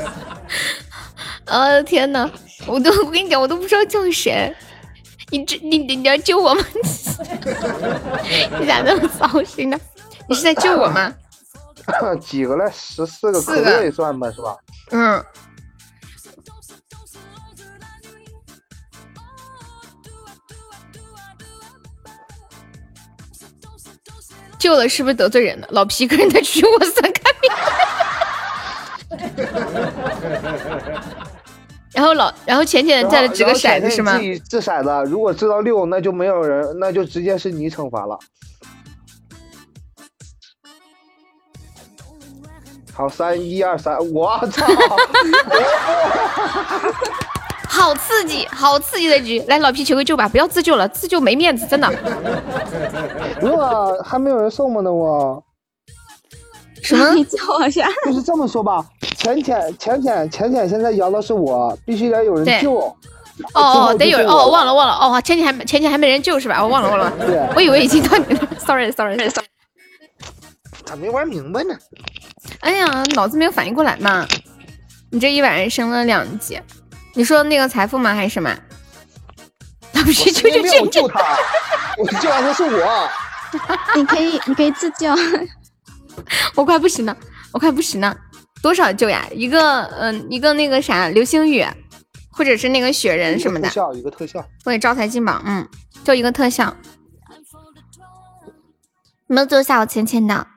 [SPEAKER 8] 呃，天哪，我都我跟你讲，我都不知道叫谁。你这你你你要救我吗？ 你咋那么糟心呢？你是在救我吗？
[SPEAKER 11] 几个了？十四个，
[SPEAKER 8] 四
[SPEAKER 11] 可
[SPEAKER 8] 个
[SPEAKER 11] 乐也算吧，是吧？
[SPEAKER 8] 嗯。救了是不是得罪人了？老皮一个人在取我三开屏， 然后老然后浅浅再了掷个骰子是
[SPEAKER 11] 然
[SPEAKER 8] 吗
[SPEAKER 11] 后？浅浅你自己掷骰子，如果掷到六，那就没有人，那就直接是你惩罚了。好，三一二三，我操！
[SPEAKER 36] 好刺激，好刺激的局！来，老皮求个救吧，不要自救了，自救没面子，真 的。
[SPEAKER 11] 哇，还没有人送吗？那我
[SPEAKER 36] 什么？
[SPEAKER 11] 你教我一下。就是这么说吧，浅浅浅浅浅浅现在摇的是我，必须得有人
[SPEAKER 36] 对
[SPEAKER 11] 救。
[SPEAKER 36] 哦 哦，得有人哦，忘了
[SPEAKER 11] 了。
[SPEAKER 36] 忘了哦，前几还没前几还没人救是吧？我哦忘了忘了
[SPEAKER 11] 对，啊
[SPEAKER 36] 我以为已经到你了，sorry sorry。
[SPEAKER 11] 咋没玩明白呢？
[SPEAKER 36] 哎呀，脑子没有反应过来嘛！你这一晚上升了两级，你说那个财富吗？还是什 么？老皮
[SPEAKER 11] 就
[SPEAKER 36] 就
[SPEAKER 11] 没有
[SPEAKER 36] 就
[SPEAKER 11] 救他，我救完的是我。
[SPEAKER 36] 你可以你可以自救， 我快不行了，我快不行了，多少救呀？一个嗯、一个那个啥流星雨，或者是那个雪人什么的
[SPEAKER 11] 特，效一个特效，
[SPEAKER 36] 或者招财进宝，嗯，就一个特效。
[SPEAKER 37] 有没有救下我浅浅的？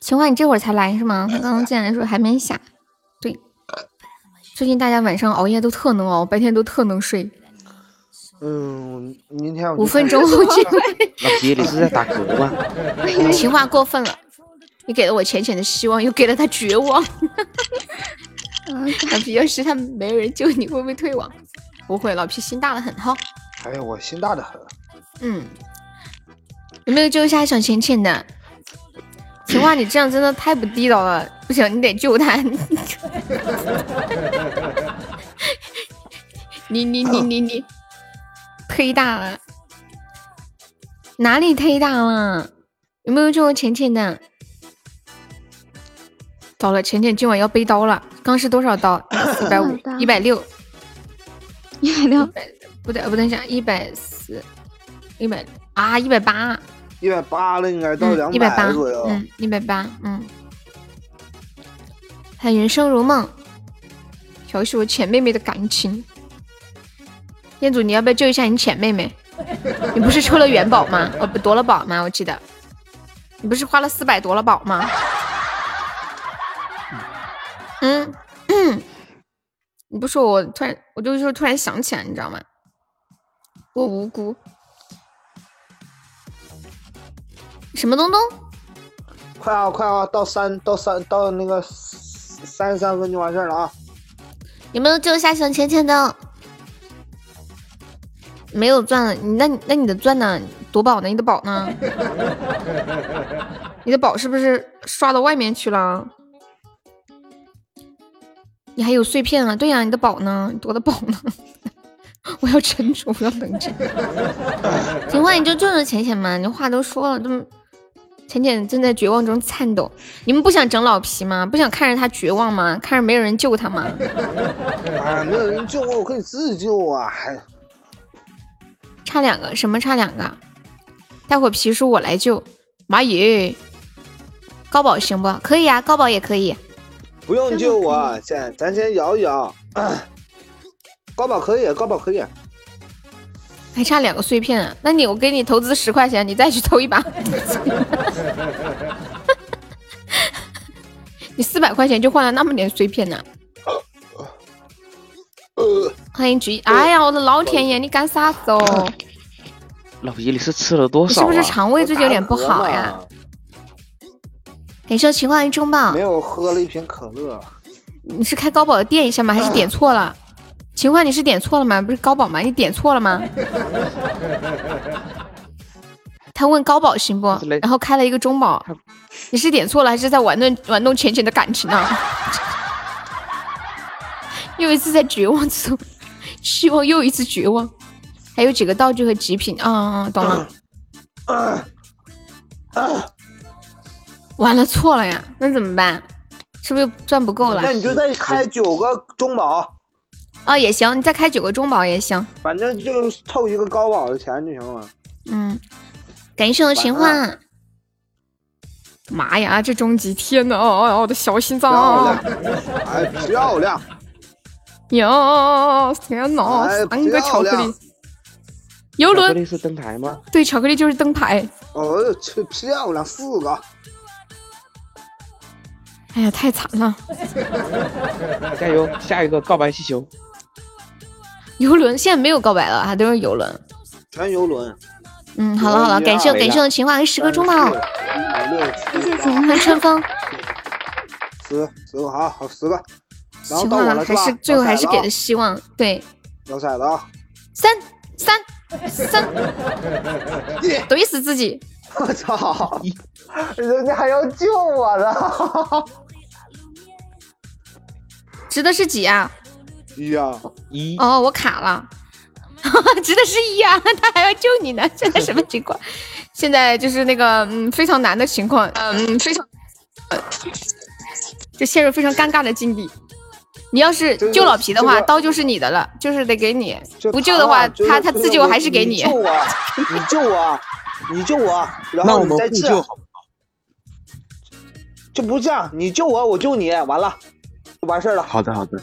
[SPEAKER 8] 情话你这会儿才来是吗？他刚刚进来的时候还没下。对，最近大家晚上熬夜都特能熬，白天都特能睡。
[SPEAKER 11] 嗯，明天我就
[SPEAKER 8] 五分钟后进来。
[SPEAKER 5] 老皮，你是在打嗝吗？
[SPEAKER 36] 情话过分了，你给了我浅浅的希望，又给了他绝望。 老皮，要是他没有人救你，会不会退网？不会，老皮心大的很哈。
[SPEAKER 11] 哎呀，我心大的很。
[SPEAKER 36] 嗯，有没有救一下小浅浅的？情话，你这样真的太不地道了，不行，你得救他。 你你你你你，忒大了，哪里忒大了？有没有救浅浅的？糟了，浅浅今晚要背刀了。刚是多少刀？一百五，一百六，一百六，不对，不对，下，一百四，一百啊，一百八，嗯
[SPEAKER 11] 一百八了，应该到两
[SPEAKER 36] 一百八，
[SPEAKER 11] 左右。
[SPEAKER 36] 嗯，一百八，嗯。还有人生如梦，调戏我浅妹妹的感情。彦祖，你要不要救一下你浅妹妹？你不是抽了元宝吗？哦，不夺了宝吗？我记得，你不是花了四百夺了宝吗？嗯，你不说我突然，我就是说突然想起来，你知道吗？我无辜。什么东东？
[SPEAKER 11] 快啊快啊，到三到三到那个三十三分就完事儿了啊！
[SPEAKER 37] 有没有救下小浅浅的？
[SPEAKER 8] 没有钻了，你那你那你的钻呢？夺宝呢？你的宝呢？你的宝是不是刷到外面去了？你还有碎片啊？对呀、你的宝呢？你夺的宝呢？ 我要沉着，我要冷静。
[SPEAKER 37] 情话你就救救浅浅嘛，你
[SPEAKER 8] 话都说了，这么浅浅正在绝望中颤抖。你们不想整老皮吗？不想看着他绝望吗？看着没有人救他吗？
[SPEAKER 11] 啊，没有人救我，我可以自救啊！还
[SPEAKER 8] 差两个，什么差两个？待会儿皮叔我来救。蚂蚁，高宝行不？可以啊，高宝也可以。
[SPEAKER 11] 不用救我，先咱先摇一摇。 高宝可以，高宝可以。
[SPEAKER 8] 还差两个碎片、啊，那你我给你投资十块钱，你再去投一把， 你四百块钱就换了那么点碎片呢、欢迎菊，哎呀，我的老天爷，你干啥子哦？
[SPEAKER 5] 老皮，你是吃了多
[SPEAKER 8] 你
[SPEAKER 5] 少、啊？
[SPEAKER 8] 是不是肠胃最近有点不好呀？感谢情话一中报，
[SPEAKER 11] 没有喝了一瓶可乐，
[SPEAKER 8] 你是开高宝的垫一下吗？还
[SPEAKER 11] 嗯
[SPEAKER 8] 是点错了？情话你是点错了吗？不是高宝吗？你点错 了吗？他问高宝行不？然后开了一个中宝，你是点错了还是在玩弄玩弄浅浅的感情呢？ 又一次在绝望之中，希望又一次绝望。还有几个道具和极品啊啊、啊懂了。
[SPEAKER 11] 嗯
[SPEAKER 8] 完了，错了呀，那怎么办？是不是赚不够了？
[SPEAKER 11] 那你就再开九个中宝，
[SPEAKER 8] 哦，也行，你再开九个中宝也行。
[SPEAKER 11] 反正就凑一个高宝的钱就行了。
[SPEAKER 8] 嗯，感谢我情话。妈呀，这终极！天呐，哦哦哦，我的小心脏
[SPEAKER 11] 漂
[SPEAKER 8] 啊！
[SPEAKER 11] 亮，哎，漂亮！
[SPEAKER 8] 哟，天呐，
[SPEAKER 11] 哎
[SPEAKER 8] 三个
[SPEAKER 11] 漂
[SPEAKER 8] 巧克力
[SPEAKER 11] 亮，
[SPEAKER 8] 游
[SPEAKER 5] 巧克
[SPEAKER 8] 轮
[SPEAKER 5] 力啊是灯牌吗？
[SPEAKER 8] 对，巧克力就是灯牌。
[SPEAKER 11] 哦，这漂亮四个，
[SPEAKER 8] 哎呀，太惨了！
[SPEAKER 5] 加油，下一个告白气球。
[SPEAKER 8] 游轮现在没有告白了，还都是游轮。
[SPEAKER 11] 全游轮。哎
[SPEAKER 8] 嗯，好了好了，感谢感谢我情话和十个中宝。
[SPEAKER 11] 谢
[SPEAKER 37] 谢
[SPEAKER 1] 欢迎春风，
[SPEAKER 11] 十十个好，好十个，然后
[SPEAKER 8] 希
[SPEAKER 11] 到我
[SPEAKER 8] 望
[SPEAKER 11] 了
[SPEAKER 8] 还
[SPEAKER 11] 吧？
[SPEAKER 8] 是最后还是给的
[SPEAKER 11] 的
[SPEAKER 8] 希望，对，
[SPEAKER 11] 摇骰子啊！
[SPEAKER 8] 三三三，怼死自己！
[SPEAKER 11] 我操，人家还要救我呢！
[SPEAKER 8] 值的是几啊？
[SPEAKER 11] 一哎呀，
[SPEAKER 38] 一
[SPEAKER 8] 哦，我卡了， 值的是一啊，他还要救你呢，现在什么情况？ 现在就是那个嗯非常难的情况，嗯非常，呃就陷入非常尴尬的境地。你要是
[SPEAKER 11] 就是
[SPEAKER 8] 救老皮的
[SPEAKER 11] 这
[SPEAKER 8] 话，
[SPEAKER 11] 个
[SPEAKER 8] 刀就是你的了，就是得给你；不救
[SPEAKER 11] 他
[SPEAKER 8] 的话，
[SPEAKER 11] 啊就是
[SPEAKER 8] 他他
[SPEAKER 11] 就
[SPEAKER 8] 自救还是
[SPEAKER 11] 你
[SPEAKER 8] 给
[SPEAKER 11] 你 救我，你救我，你救我，然
[SPEAKER 39] 那
[SPEAKER 11] 后
[SPEAKER 39] 我
[SPEAKER 11] 你
[SPEAKER 39] 们
[SPEAKER 11] 再
[SPEAKER 39] 互
[SPEAKER 11] 治
[SPEAKER 39] 救好。
[SPEAKER 11] 就不这样，你救我，我救你，完了，就完事儿了。
[SPEAKER 12] 好的好的，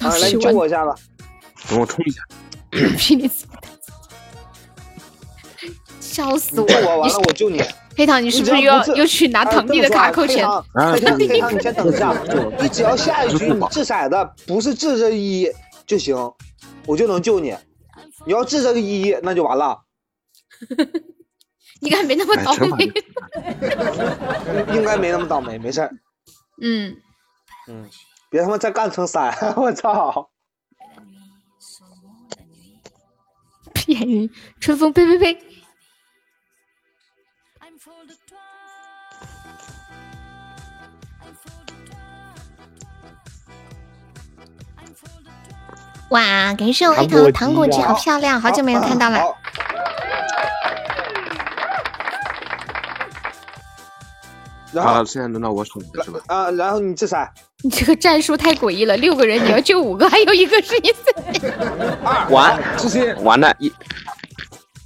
[SPEAKER 11] 啊，来，你救我一下子。
[SPEAKER 12] 等我冲一下。
[SPEAKER 8] 皮你死，笑死我！
[SPEAKER 11] 你救我，完
[SPEAKER 8] 你
[SPEAKER 11] 了我救你。
[SPEAKER 8] 黑糖，你是不是
[SPEAKER 11] 只
[SPEAKER 8] 又
[SPEAKER 11] 要
[SPEAKER 8] 要
[SPEAKER 11] 不治
[SPEAKER 8] 又去拿
[SPEAKER 11] 哎
[SPEAKER 8] 堂弟的
[SPEAKER 11] 这么说啊
[SPEAKER 8] 卡扣钱？
[SPEAKER 11] 黑糖，黑糖，黑糖，你先等一下，你只要下一局你掷骰子不是掷这一就行，我就能救你。你要掷这个一，那就完了，
[SPEAKER 8] 你看没那
[SPEAKER 12] 哎
[SPEAKER 8] 么倒霉。
[SPEAKER 11] 应该没那么倒霉，没事儿。
[SPEAKER 8] 嗯，
[SPEAKER 11] 嗯，别他妈再干成三， 我操！
[SPEAKER 8] 便宜春风，呸呸呸！
[SPEAKER 1] 哇，感谢我一
[SPEAKER 8] 糖果
[SPEAKER 1] 头
[SPEAKER 8] 机
[SPEAKER 1] 糖果机，啊
[SPEAKER 8] 呀
[SPEAKER 1] 好漂亮，好久没有看到了。
[SPEAKER 12] 然后现在轮到我冲了是吧？
[SPEAKER 11] 啊，然后你掷骰，
[SPEAKER 8] 你这个战术太诡异了，六个人你要救五个，还有一个是你自己。
[SPEAKER 11] 啊
[SPEAKER 5] 完完了，一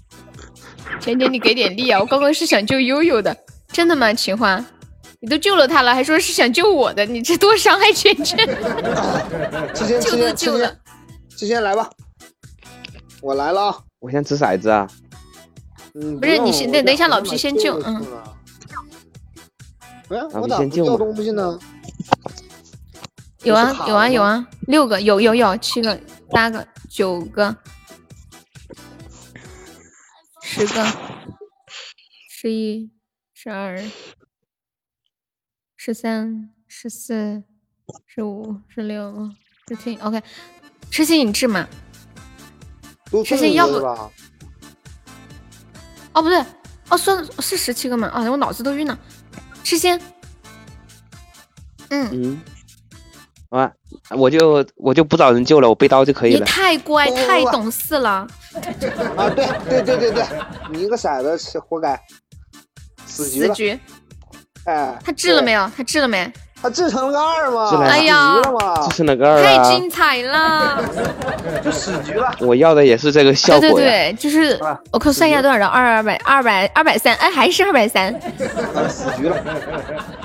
[SPEAKER 8] 甜甜，你给点力啊！我刚刚是想救悠悠的，真的吗？秦欢，你都救了他了，还说是想救我的，你这多伤害全真。
[SPEAKER 11] 之前之
[SPEAKER 8] 救都
[SPEAKER 11] 前
[SPEAKER 8] 救
[SPEAKER 11] 之
[SPEAKER 8] 了
[SPEAKER 11] 前，之前来吧，我来了啊。
[SPEAKER 5] 我先掷骰子啊！
[SPEAKER 11] 嗯，
[SPEAKER 8] 不是
[SPEAKER 11] 用
[SPEAKER 8] 你先
[SPEAKER 11] 我
[SPEAKER 8] 等等一下
[SPEAKER 11] 这样
[SPEAKER 8] 老皮先救嗯。
[SPEAKER 11] 不是
[SPEAKER 5] 老
[SPEAKER 11] 啊我
[SPEAKER 5] 皮
[SPEAKER 11] 咋
[SPEAKER 5] 先
[SPEAKER 11] 不
[SPEAKER 5] 救
[SPEAKER 11] 叫
[SPEAKER 5] 嘛
[SPEAKER 11] 东西呢？
[SPEAKER 8] 有
[SPEAKER 11] 这是
[SPEAKER 8] 啊
[SPEAKER 11] 卡
[SPEAKER 8] 有啊
[SPEAKER 11] 了吗
[SPEAKER 8] 有啊，六个有有有，七个八个九个，十个，十一十二十三十四十五十六十七，OK，痴心你治嘛？
[SPEAKER 11] 都
[SPEAKER 8] 之
[SPEAKER 11] 这
[SPEAKER 8] 前
[SPEAKER 11] 个
[SPEAKER 8] 要
[SPEAKER 11] 是
[SPEAKER 8] 不
[SPEAKER 11] 吧？
[SPEAKER 8] 哦不对，哦算了是十七个嘛？啊我脑子都晕了，痴心，嗯，
[SPEAKER 5] 嗯，好吧，我就我就不找人救了，我背刀就可以
[SPEAKER 8] 你
[SPEAKER 5] 了。
[SPEAKER 8] 太乖
[SPEAKER 11] 不不
[SPEAKER 8] 太
[SPEAKER 11] 不
[SPEAKER 8] 懂事了，
[SPEAKER 11] 啊，对对对对对，你一个骰子是活该，死局
[SPEAKER 8] 死
[SPEAKER 11] 了。
[SPEAKER 8] 局，
[SPEAKER 11] 哎，
[SPEAKER 8] 他治了
[SPEAKER 11] 对
[SPEAKER 8] 没？有？他治了没？
[SPEAKER 11] 他制成了个二嘛？
[SPEAKER 5] 治了呀
[SPEAKER 11] 死
[SPEAKER 5] 哎
[SPEAKER 11] 局
[SPEAKER 8] 呀
[SPEAKER 11] 了嘛
[SPEAKER 5] 这？是哪个二
[SPEAKER 8] 太
[SPEAKER 5] 啊？
[SPEAKER 8] 精彩了！
[SPEAKER 11] 就死局了。
[SPEAKER 5] 我要的也是这个效
[SPEAKER 8] 对
[SPEAKER 5] 果
[SPEAKER 8] 对
[SPEAKER 5] 呀。
[SPEAKER 8] 对，就是我快算一下多少张，二百二百二百三，哎，还是二百三。
[SPEAKER 11] 啊，死局了。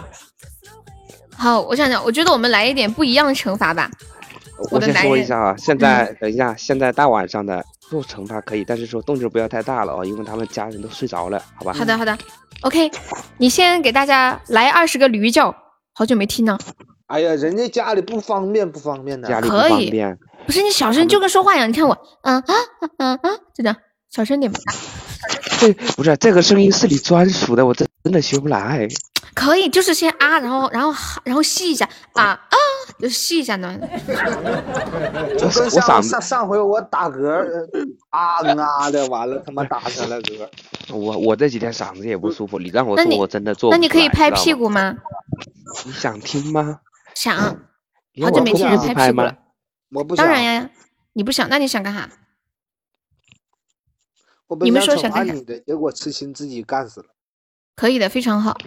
[SPEAKER 8] 好，我想想，我觉得我们来一点不一样的惩罚吧。我
[SPEAKER 5] 我
[SPEAKER 8] 的
[SPEAKER 5] 先
[SPEAKER 8] 男
[SPEAKER 5] 说一
[SPEAKER 8] 人嗯
[SPEAKER 5] 下啊，现在等一下，现在大晚上的做惩罚可以，但是说动静不要太大了哦，因为他们家人都睡着了，好吧？
[SPEAKER 8] 好的，好的，OK，你先给大家来二十个驴叫，好久没听了。
[SPEAKER 11] 哎呀，人家家里不方便，不方便的。
[SPEAKER 5] 家里不
[SPEAKER 8] 可以
[SPEAKER 5] 方便，
[SPEAKER 8] 不是你小声就跟说话一样，你看我，嗯啊嗯啊，就这样，小声点吧。
[SPEAKER 5] 这不是这个声音是你专属的，我真真的学不来。
[SPEAKER 8] 可以，就是先啊，然后然后哈然后吸一下啊啊，就吸一下呢。
[SPEAKER 11] 就
[SPEAKER 5] 我
[SPEAKER 11] 跟
[SPEAKER 5] 我嗓
[SPEAKER 11] 上
[SPEAKER 5] 子
[SPEAKER 11] 上上回我打嗝呃啊嗯啊的，完了他妈打上了嗝。
[SPEAKER 5] 我我这几天嗓子也不舒服，你让我
[SPEAKER 8] 那
[SPEAKER 5] 做
[SPEAKER 8] 你
[SPEAKER 5] 我真的做不
[SPEAKER 8] 那
[SPEAKER 5] 出来
[SPEAKER 8] 你可以拍
[SPEAKER 5] 知道
[SPEAKER 8] 屁
[SPEAKER 5] 吗
[SPEAKER 8] 股吗？
[SPEAKER 5] 你想听吗？
[SPEAKER 8] 想。
[SPEAKER 5] 嗯你
[SPEAKER 8] 好
[SPEAKER 5] 让
[SPEAKER 8] 久
[SPEAKER 5] 我
[SPEAKER 8] 没
[SPEAKER 5] 不
[SPEAKER 8] 听
[SPEAKER 5] 想
[SPEAKER 8] 人
[SPEAKER 5] 不
[SPEAKER 8] 拍
[SPEAKER 5] 拍
[SPEAKER 8] 屁股
[SPEAKER 5] 吗
[SPEAKER 8] 了？
[SPEAKER 11] 我不
[SPEAKER 8] 当
[SPEAKER 11] 想
[SPEAKER 8] 然呀，你不想，那你想干啥？
[SPEAKER 11] 我本
[SPEAKER 8] 你们
[SPEAKER 11] 想
[SPEAKER 8] 说
[SPEAKER 11] 惩
[SPEAKER 8] 想
[SPEAKER 11] 罚
[SPEAKER 8] 干啥
[SPEAKER 11] 你的，结果痴心自己干死了。
[SPEAKER 8] 可以的，非常好。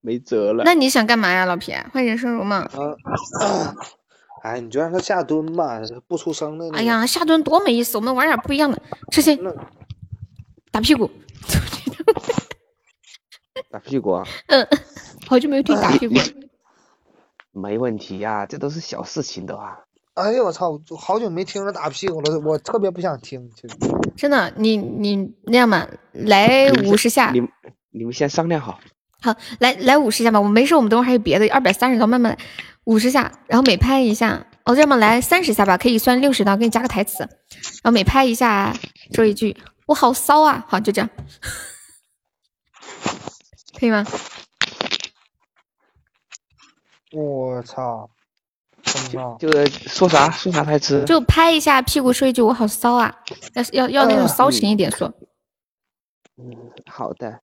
[SPEAKER 5] 没辙了。
[SPEAKER 8] 那你想干嘛呀，老皮？幻影生如梦。
[SPEAKER 11] 啊， 哎，你就让他下蹲吧，不出声的。
[SPEAKER 8] 哎，呀，下蹲多没意思，我们玩点不一样的。痴心，打屁股。
[SPEAKER 5] 打屁股啊？
[SPEAKER 8] 嗯， 好久没有听打 屁股了。
[SPEAKER 5] 没问题呀、这都是小事情的啊。
[SPEAKER 11] 哎呦我操！我好久没听人打屁股了，我特别不想听。其实
[SPEAKER 8] 真的，你你那样吧，来
[SPEAKER 5] 你们
[SPEAKER 8] 哎五
[SPEAKER 5] 先
[SPEAKER 8] 十下
[SPEAKER 5] 你。们你们先商量好。
[SPEAKER 8] 好，来来五十下吧，我没事，我们等会儿还有别的，二百三十刀慢慢来，五十下，然后每拍一下，哦，要么来三十下吧，可以算六十刀，给你加个台词，然后每拍一下说一句“我好骚啊”，好，就这样，可以吗？
[SPEAKER 40] 我操！真
[SPEAKER 11] 哦
[SPEAKER 40] 棒！
[SPEAKER 5] 就是说啥说啥台词，
[SPEAKER 8] 就拍一下屁股说一句“我好骚啊”，要要要
[SPEAKER 5] 呃
[SPEAKER 8] 那种骚
[SPEAKER 5] 嗯
[SPEAKER 8] 情一点说。
[SPEAKER 5] 好的，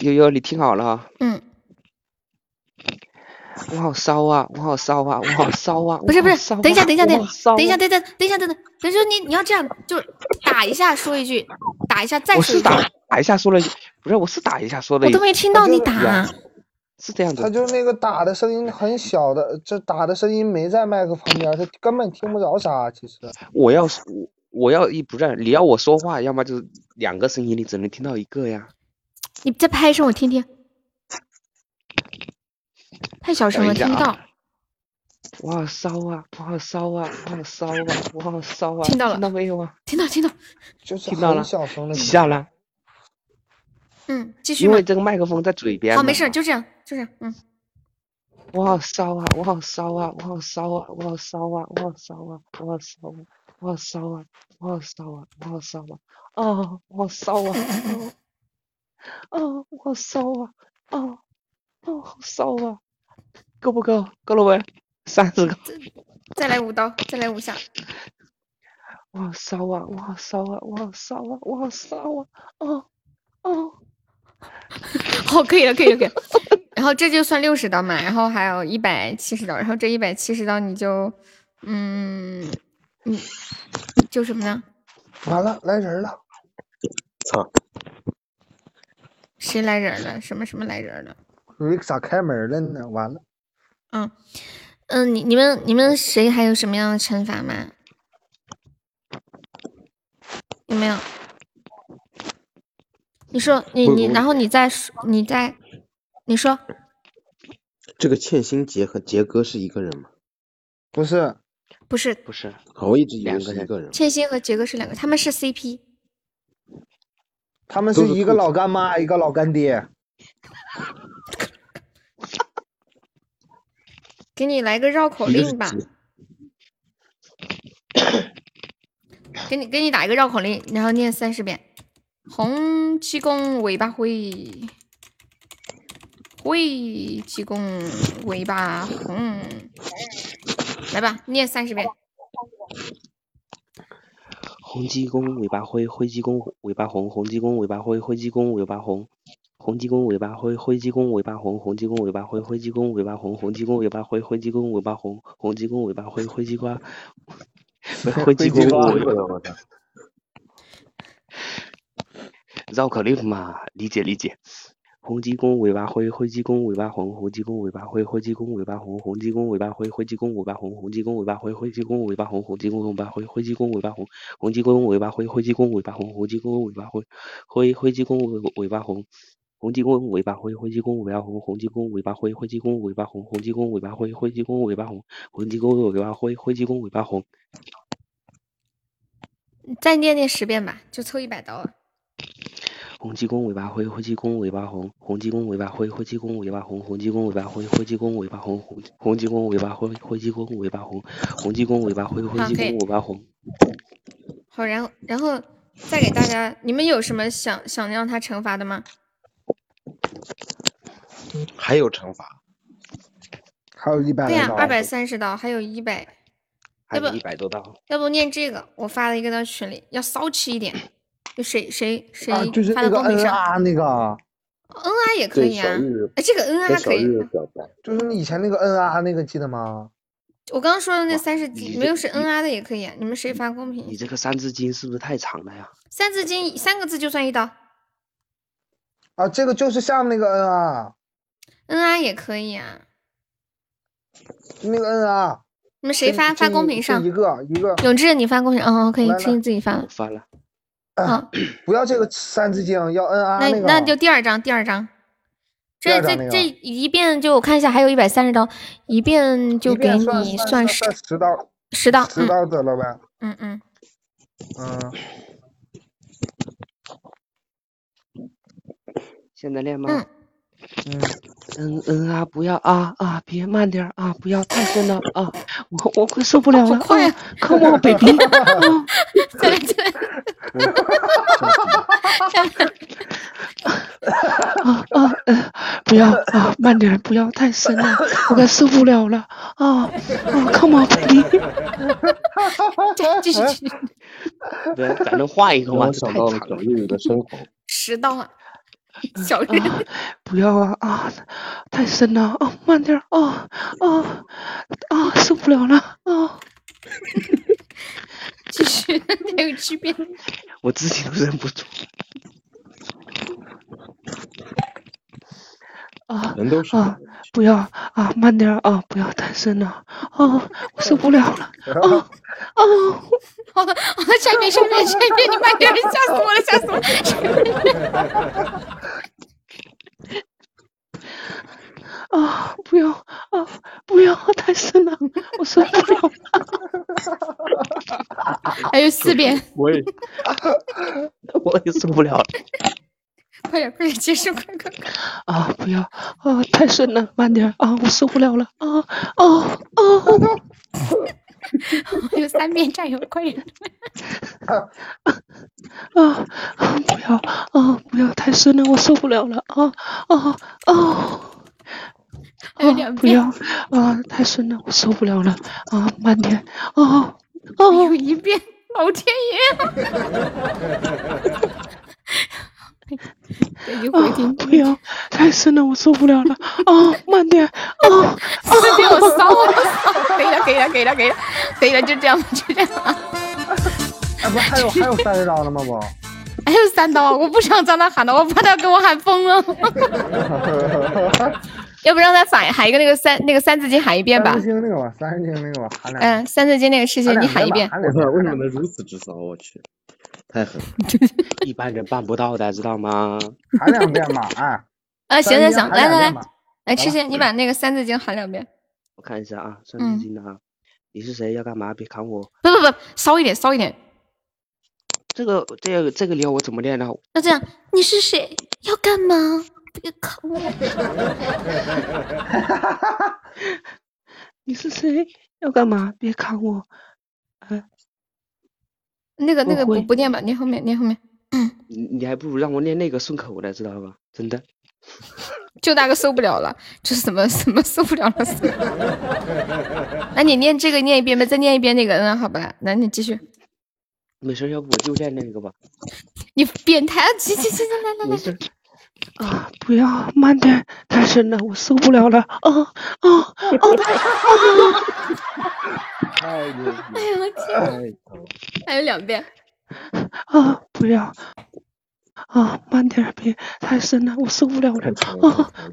[SPEAKER 5] 悠悠你听好了哈，
[SPEAKER 8] 嗯，
[SPEAKER 5] 我好骚啊，我好骚啊，我好骚啊，
[SPEAKER 8] 不是不
[SPEAKER 5] 我好
[SPEAKER 8] 是
[SPEAKER 5] 骚啊，
[SPEAKER 8] 等一下，等一下，等
[SPEAKER 5] 我
[SPEAKER 8] 一
[SPEAKER 5] 好骚
[SPEAKER 8] 下，
[SPEAKER 5] 啊
[SPEAKER 8] 等一下，等一下，等一下，等等，等一下，你你要这样，就是打一下说一句，打一下再
[SPEAKER 5] 我
[SPEAKER 8] 说一
[SPEAKER 5] 是
[SPEAKER 8] 句，
[SPEAKER 5] 打打一下说了一，不是我是打一下说了
[SPEAKER 8] 我
[SPEAKER 5] 一，
[SPEAKER 8] 都没听到你打。
[SPEAKER 5] 是这样
[SPEAKER 40] 子。他就那个打的声音很小的，这打的声音没在麦克旁边，他根本听不着啥。其实
[SPEAKER 5] 我要是我我要一不是你要我说话，要么就是两个声音，你只能听到一个呀。
[SPEAKER 8] 你再拍一声我听听，太小声了，
[SPEAKER 5] 等一下
[SPEAKER 8] 听不
[SPEAKER 5] 啊
[SPEAKER 8] 到。
[SPEAKER 5] 我好骚啊！我好骚啊！我好骚啊！我好骚啊！
[SPEAKER 8] 听到了
[SPEAKER 5] 听到没有啊？
[SPEAKER 8] 听到，听到，
[SPEAKER 40] 就是
[SPEAKER 5] 听到了，
[SPEAKER 40] 小声
[SPEAKER 5] 起下了，
[SPEAKER 8] 嗯，继续
[SPEAKER 5] 因
[SPEAKER 8] 吧
[SPEAKER 5] 为。这个麦克风在嘴边。
[SPEAKER 8] 好，没。事，就这样，就这样，嗯。
[SPEAKER 5] 我好骚啊！我好骚啊！我好骚啊！我好骚啊！我好骚啊！我好骚啊！我好骚啊！我好骚啊！我好骚啊！哦，我好骚啊！哦，我好骚啊！哦，哦，好骚啊！够不够？够了没？三十个。
[SPEAKER 8] 再来五刀，再来五下。
[SPEAKER 5] 我好骚啊！我好骚啊！我好骚啊！我好骚啊！哦哦，
[SPEAKER 8] 好，可以了，可以了，可以了。然后这就算六十刀嘛，然后还有一百七十刀，然后这一百七十刀你就，嗯，嗯，就什么呢？
[SPEAKER 40] 完了，来人了，
[SPEAKER 7] 操！
[SPEAKER 8] 谁来人了？什么什么来人了？
[SPEAKER 40] 瑞克咋开门了呢？完了，
[SPEAKER 8] 嗯嗯，你你们你们谁还有什么样的惩罚吗？有没有？你说你
[SPEAKER 7] 不
[SPEAKER 8] 你，
[SPEAKER 7] 不
[SPEAKER 8] 然后你再说你再，你说
[SPEAKER 7] 这个欠薪杰和杰哥是一个人吗？
[SPEAKER 40] 不是，
[SPEAKER 8] 不是？
[SPEAKER 5] 不是，
[SPEAKER 7] 好，我一直以为是一个人。
[SPEAKER 8] 欠薪和杰哥是两个，他们是 CP。
[SPEAKER 40] 他们是一个老干妈，一个老干爹。
[SPEAKER 8] 给你来个绕口令吧，给你给你打一个绕口令，然后念三十遍。红鸡公尾巴灰，灰鸡公尾巴红。来吧，念三十遍。
[SPEAKER 5] 红鸡公尾巴灰，灰鸡公尾巴红，红鸡公尾巴灰，灰鸡公尾巴红，红鸡公尾巴灰，灰鸡公尾巴红，红鸡公尾巴灰，灰鸡公尾巴红，红鸡公尾巴灰，灰鸡公尾巴红，红鸡公尾巴灰，灰鸡瓜， 灰鸡公尾巴。绕口令嘛，理解理解。红鸡公尾巴灰，灰鸡公尾巴红，红鸡公尾巴灰，灰鸡公尾巴红，红鸡公尾巴灰，灰鸡公尾巴红，红鸡公尾巴灰，灰鸡公尾巴红，红鸡公尾巴灰，灰鸡公尾巴红，红鸡公尾巴灰，灰鸡公尾巴红，红鸡公尾巴灰，灰灰鸡公尾尾巴红，红鸡公尾巴灰，灰鸡公尾巴红，红鸡公尾巴灰，灰鸡公尾巴红，红鸡公尾巴灰，灰鸡公尾巴红，红鸡公尾巴灰，灰鸡公尾巴红。
[SPEAKER 8] 再念念十遍吧，就凑一百刀了。
[SPEAKER 5] 红鸡公尾巴灰，灰鸡公尾巴红，红鸡公尾巴灰，灰鸡公尾巴红，红鸡公尾巴灰，灰鸡公尾巴红，红红鸡公尾巴灰，灰鸡公尾巴红，红鸡公尾巴灰，灰
[SPEAKER 8] 好
[SPEAKER 5] 鸡
[SPEAKER 8] 可以
[SPEAKER 5] 公尾巴红。
[SPEAKER 8] 好，然后然后再给大家，你们有什么想想让他惩罚的吗？
[SPEAKER 7] 还有惩罚，
[SPEAKER 40] 还有一百
[SPEAKER 8] 对呀、
[SPEAKER 40] 来刀。
[SPEAKER 8] 二百三十刀，还有一百，要不
[SPEAKER 5] 哎一百多刀。
[SPEAKER 8] 要不念这个，我发了一个到群里，要骚气一点。就谁谁谁
[SPEAKER 40] 啊，就是
[SPEAKER 8] 发
[SPEAKER 40] 那个
[SPEAKER 8] 到公屏
[SPEAKER 40] N
[SPEAKER 8] 上，
[SPEAKER 40] 啊，那个，
[SPEAKER 8] 嗯啊也可以啊。哎，这个嗯啊可以。
[SPEAKER 7] 表白，
[SPEAKER 40] 就是你以前那个 N 啊，那个记得吗？
[SPEAKER 8] 我刚刚说的那三十几，
[SPEAKER 5] 这
[SPEAKER 8] 没有是嗯啊的也可以啊。你们谁发公屏？
[SPEAKER 5] 你这个三字经是不是太长了呀？
[SPEAKER 8] 三字经三个字就算一刀，
[SPEAKER 40] 啊，这个就是下面那个 N 啊，
[SPEAKER 8] 嗯啊也可以啊。
[SPEAKER 40] 那个 N 啊。
[SPEAKER 8] 你们谁
[SPEAKER 40] 就
[SPEAKER 8] 发
[SPEAKER 40] 就
[SPEAKER 8] 发公
[SPEAKER 40] 一
[SPEAKER 8] 屏
[SPEAKER 40] 就
[SPEAKER 8] 上
[SPEAKER 40] 一？个一个。
[SPEAKER 8] 永志，你发公屏，哦，可以
[SPEAKER 40] 来，
[SPEAKER 8] 是你自己发的。
[SPEAKER 5] 发了。
[SPEAKER 8] 啊，
[SPEAKER 40] 不要这个三字经，要 N 啊
[SPEAKER 8] 那
[SPEAKER 40] 个。
[SPEAKER 8] 那就第二张，第二张。
[SPEAKER 40] 第
[SPEAKER 8] 这
[SPEAKER 40] 二张
[SPEAKER 8] 这
[SPEAKER 40] 那个
[SPEAKER 8] 这一遍就我看一下，还有一百三十刀，一遍就
[SPEAKER 40] 一
[SPEAKER 8] 给
[SPEAKER 40] 遍算
[SPEAKER 8] 你
[SPEAKER 40] 算
[SPEAKER 8] 十
[SPEAKER 40] 十刀，
[SPEAKER 8] 十刀，
[SPEAKER 40] 十刀得了呗。
[SPEAKER 8] 嗯嗯，
[SPEAKER 40] 嗯，
[SPEAKER 5] 现在练吗？
[SPEAKER 8] 嗯
[SPEAKER 5] 嗯嗯啊，不要啊啊，别慢点儿啊，不要太深了啊，我我快受不了了，快啊，Come on baby，啊
[SPEAKER 8] 再来再来，
[SPEAKER 5] 啊啊，呃不要啊，慢点，不要太深了，我快受不了了啊啊！Come on baby，
[SPEAKER 8] 继续继续，
[SPEAKER 41] 对，咱能换一个吗？
[SPEAKER 42] 我想到了小玉女的生 活。
[SPEAKER 8] 迟到了，小人。
[SPEAKER 5] 啊不要啊啊！太深了啊，慢点啊啊啊！受不了了啊！
[SPEAKER 8] 继续，那个区别。
[SPEAKER 41] 我自己都忍不住。
[SPEAKER 5] 啊
[SPEAKER 42] 人都是
[SPEAKER 5] 啊， 不要啊，慢点啊，不要太深了啊，我受不了了
[SPEAKER 8] 嗯 哦
[SPEAKER 5] 啊啊！
[SPEAKER 8] 好了好了，下面下面下面，你慢点，吓死我了，吓死我了下面！
[SPEAKER 5] 啊，不要啊，不要太深了，我受不了了。
[SPEAKER 8] 还有四遍，
[SPEAKER 41] 我也， 我也受不了了。
[SPEAKER 8] 快点快点，结束，快快快！
[SPEAKER 5] 啊，不要啊，太深了，慢点啊，我受不了了啊啊啊！
[SPEAKER 8] 我有三遍，战友，快点！
[SPEAKER 5] 啊啊！不要啊！不要太深了，我受不了了啊啊啊！
[SPEAKER 8] 还有两
[SPEAKER 5] 啊不要
[SPEAKER 8] 遍，
[SPEAKER 5] 啊！太深了，我受不了了啊！慢点啊啊！
[SPEAKER 8] 有一遍，老天爷！ 这一回听，
[SPEAKER 5] 啊不要太深了，我受不了了啊！慢点啊！
[SPEAKER 8] 四遍我骚了， 可以了，可以了，可以了，可以了，可以了，就这样吧， 就这样吧。
[SPEAKER 40] 啊
[SPEAKER 11] 哎，不还有还有三十刀呢吗？ 不，
[SPEAKER 8] 还哎有三刀，我不想让他喊到，我怕他给我喊疯了。要不让他喊喊一个那个三那个三字经喊一遍吧
[SPEAKER 11] 三十？斤那个吧，三十斤那个吧，喊两
[SPEAKER 8] 嗯，三字经那个事情你喊一遍。
[SPEAKER 11] 我
[SPEAKER 12] 操，为什么能如此之骚？我去，太狠了！
[SPEAKER 41] 一般人办不到的，知道吗？
[SPEAKER 11] 喊两遍吧，哎，
[SPEAKER 8] 啊， 行行行，
[SPEAKER 11] 三字经喊
[SPEAKER 8] 来
[SPEAKER 11] 两
[SPEAKER 8] 来
[SPEAKER 11] 遍
[SPEAKER 8] 来
[SPEAKER 11] 吧，
[SPEAKER 8] 来，
[SPEAKER 41] 好
[SPEAKER 8] 痴
[SPEAKER 41] 吧
[SPEAKER 8] 心，你把那个三字经喊两遍。
[SPEAKER 41] 我看一下啊，三
[SPEAKER 8] 嗯
[SPEAKER 41] 字经的啊，你是谁？要干嘛？别砍我！
[SPEAKER 8] 不不不，骚一点，骚一点。
[SPEAKER 41] 这个这个这个流我怎么练呢？
[SPEAKER 43] 那这样，你是谁？要干嘛？别看我！
[SPEAKER 5] 你是谁？要干嘛？别砍我！
[SPEAKER 8] 那个那个
[SPEAKER 41] 我
[SPEAKER 8] 不
[SPEAKER 41] 会
[SPEAKER 8] 不念吧，念后面，念后面，
[SPEAKER 41] 你你还不如让我练那个顺口的，知道吧？真的，
[SPEAKER 8] 就那个受不了了，就是什么什么受不了了。受不了那你念这个念一遍呗，再念一遍那个，嗯，好吧，那你继续。
[SPEAKER 41] 没事，要不我就练那个吧。
[SPEAKER 8] 你变态，行行行行，来来来，
[SPEAKER 41] 没事，
[SPEAKER 5] 啊！不要，慢点，太深了，我受不了了啊啊啊！
[SPEAKER 11] 太牛逼
[SPEAKER 8] 哎呀我天，
[SPEAKER 11] 了，太牛了
[SPEAKER 8] 还有两遍，
[SPEAKER 5] 啊，不要！啊，慢点，别太深了，我受不了了！啊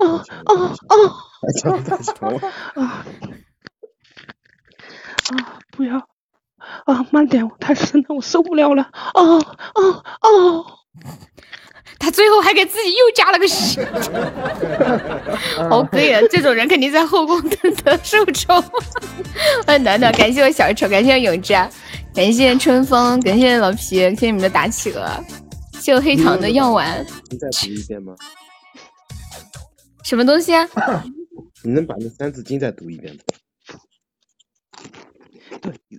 [SPEAKER 5] 啊啊啊！啊啊！不要！啊，慢点，我太深了，我受不了了！啊啊啊！
[SPEAKER 8] 他最后还给自己又加了个十，好可以啊！这种人肯定在后宫得得受宠。欢迎暖暖，感谢我小丑，感谢我永志啊，感谢春风，感谢老皮，感谢你们的打企鹅，谢我黑糖的药丸，
[SPEAKER 12] 你再读一遍吗？
[SPEAKER 8] 什么东西啊？
[SPEAKER 12] 你能把那《三字经》再读一遍吗？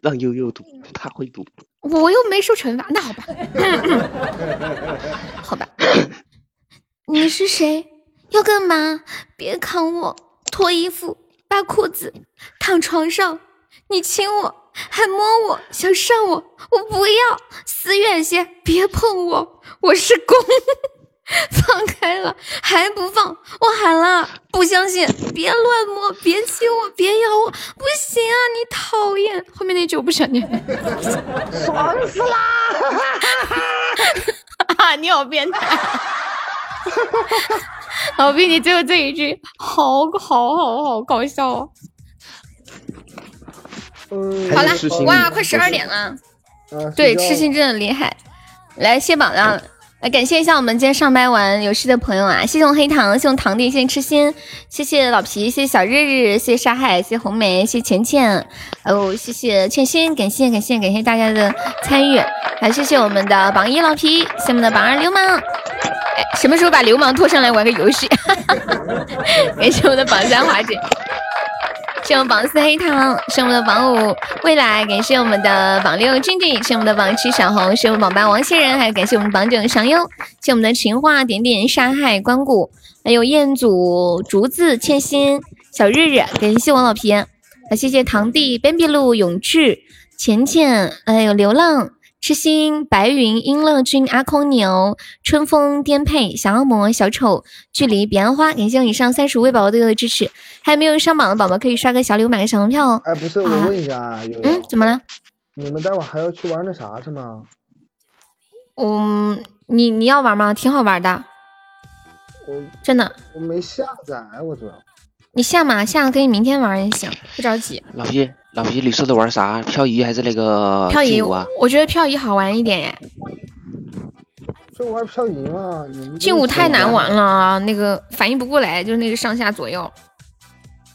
[SPEAKER 41] 让悠悠读，
[SPEAKER 5] 嗯
[SPEAKER 41] 他会读。
[SPEAKER 8] 我又没受惩罚，那好吧，好吧。
[SPEAKER 43] 你是谁？要干嘛？别砍我！脱衣服，扒裤子，躺床上，你亲我，还摸我，想上我，我不要，死远些，别碰我，我是公。 放开了，还不放？我喊了，不相信，别乱摸，别亲我，别咬我，不行啊！你讨厌。
[SPEAKER 8] 后面那句我不想念，
[SPEAKER 43] 爽死啦！
[SPEAKER 8] 啊， 你好变态！老毕，你只有这一句，好好好好搞笑哦！
[SPEAKER 40] 嗯
[SPEAKER 8] 好了，哇，快十二点了，
[SPEAKER 40] 呃
[SPEAKER 8] 对，痴心真的厉害。来卸榜了，来感谢一下我们今天上班玩游戏的朋友啊！谢谢我黑糖，谢谢我堂弟，谢谢痴心，谢谢老皮，谢谢小日日，谢谢沙海，谢谢红梅，谢谢浅浅，哦，谢谢倩欣，感谢感谢感谢大家的参与，还谢谢我们的榜一老皮，谢谢我们的榜二流氓。哎，什么时候把 流氓拖上来玩个游戏？感谢我们的榜三华姐，谢谢我们榜四黑糖，谢我们的榜五未来，感谢我们的榜六俊俊，谢我们的榜七小红，谢我们榜八王仙人，还有感谢我们榜九常优，谢我们的情话点点沙海关谷，还有彦祖竹子千心小日日，感谢王老皮，啊谢谢堂弟 baby 路永志浅浅，还有流浪痴心白云音乐君阿空牛春风颠沛小恶魔小丑距离彼岸花，感谢以上三十五位宝宝对我的支持，还有没有上榜的宝宝可以刷个小礼物买个小门票哦。
[SPEAKER 11] 哎，不是，我问一下啊，悠悠，
[SPEAKER 8] 嗯，怎么了？
[SPEAKER 11] 你们待会儿还要去玩那啥去吗？
[SPEAKER 8] 嗯，你你要玩吗？挺好玩的，
[SPEAKER 11] 我
[SPEAKER 8] 真的。
[SPEAKER 11] 我没下载，啊我主要。
[SPEAKER 8] 你下嘛下，可以明天玩也行，不着急。
[SPEAKER 5] 老皮，老皮，你说的玩啥？漂移还是那个
[SPEAKER 8] 漂移
[SPEAKER 5] 劲舞啊？，
[SPEAKER 8] 我觉得漂移好玩一点耶，
[SPEAKER 11] 就玩漂移嘛，你们
[SPEAKER 8] 劲舞太难玩。了，那个反应不过来，就是那个上下左右。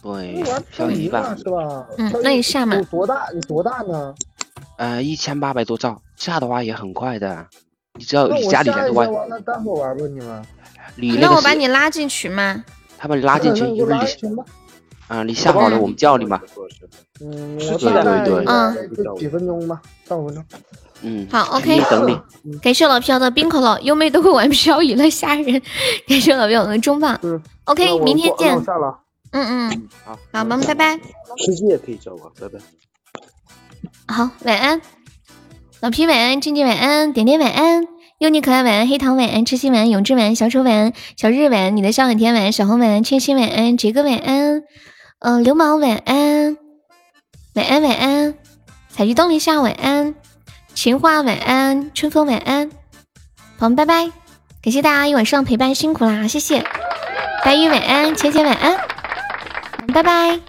[SPEAKER 5] 对，
[SPEAKER 11] 漂
[SPEAKER 5] 漂
[SPEAKER 11] 移
[SPEAKER 5] 移
[SPEAKER 11] 嘛
[SPEAKER 5] 吧，
[SPEAKER 11] 是吧？
[SPEAKER 8] 嗯
[SPEAKER 11] 漂移
[SPEAKER 8] 那你下嘛
[SPEAKER 11] 有多大？你多大呢？
[SPEAKER 5] 呃，一千八百多兆，下的话也很快的。你只要
[SPEAKER 11] 那
[SPEAKER 5] 你
[SPEAKER 11] 我
[SPEAKER 5] 家里
[SPEAKER 11] 下
[SPEAKER 5] 人
[SPEAKER 11] 一
[SPEAKER 5] 的
[SPEAKER 11] 下
[SPEAKER 5] 话，
[SPEAKER 11] 完了，待会儿玩吧，你们。
[SPEAKER 5] 你那
[SPEAKER 8] 那
[SPEAKER 5] 个
[SPEAKER 8] 我把
[SPEAKER 5] 是
[SPEAKER 8] 你拉进群嘛。
[SPEAKER 5] 他把你拉进去，
[SPEAKER 11] 那
[SPEAKER 5] 一
[SPEAKER 11] 我
[SPEAKER 5] 会儿
[SPEAKER 11] 拉
[SPEAKER 5] 你
[SPEAKER 11] 群吧。
[SPEAKER 5] 啊、你下好了我们叫你嘛。
[SPEAKER 11] 嗯，
[SPEAKER 5] 是
[SPEAKER 11] 我
[SPEAKER 5] 这
[SPEAKER 11] 大
[SPEAKER 5] 样
[SPEAKER 11] 概
[SPEAKER 5] 对对
[SPEAKER 11] 嗯就几分钟吧，三五分钟。
[SPEAKER 5] 嗯，
[SPEAKER 8] 好
[SPEAKER 5] 一
[SPEAKER 8] ，OK
[SPEAKER 5] 会儿等你。
[SPEAKER 8] 感谢老飘的冰可乐，优妹都会玩漂移了，吓人！感谢老飘我们的中棒
[SPEAKER 12] 那
[SPEAKER 8] ，OK，
[SPEAKER 12] 我
[SPEAKER 8] 明天
[SPEAKER 12] 挂那
[SPEAKER 8] 见
[SPEAKER 12] 我。下了。
[SPEAKER 8] 嗯嗯，
[SPEAKER 12] 好，
[SPEAKER 8] 好，妈妈，拜拜。
[SPEAKER 12] 吃鸡也可以叫我，拜拜。
[SPEAKER 8] 好，晚安，老皮晚安，静静晚安，点点晚安，优你可爱晚安，黑糖晚安，痴心晚安，永志晚安，小丑晚安，小日晚安，你的笑很甜晚安，小红晚安，千心晚安，杰哥晚安，嗯、流氓晚安，晚安晚安，采菊东篱下晚安，情话晚安，春风晚安，我们拜拜，感谢大家一晚上陪伴，辛苦啦，谢谢，白玉晚安，浅浅晚安，我们拜拜。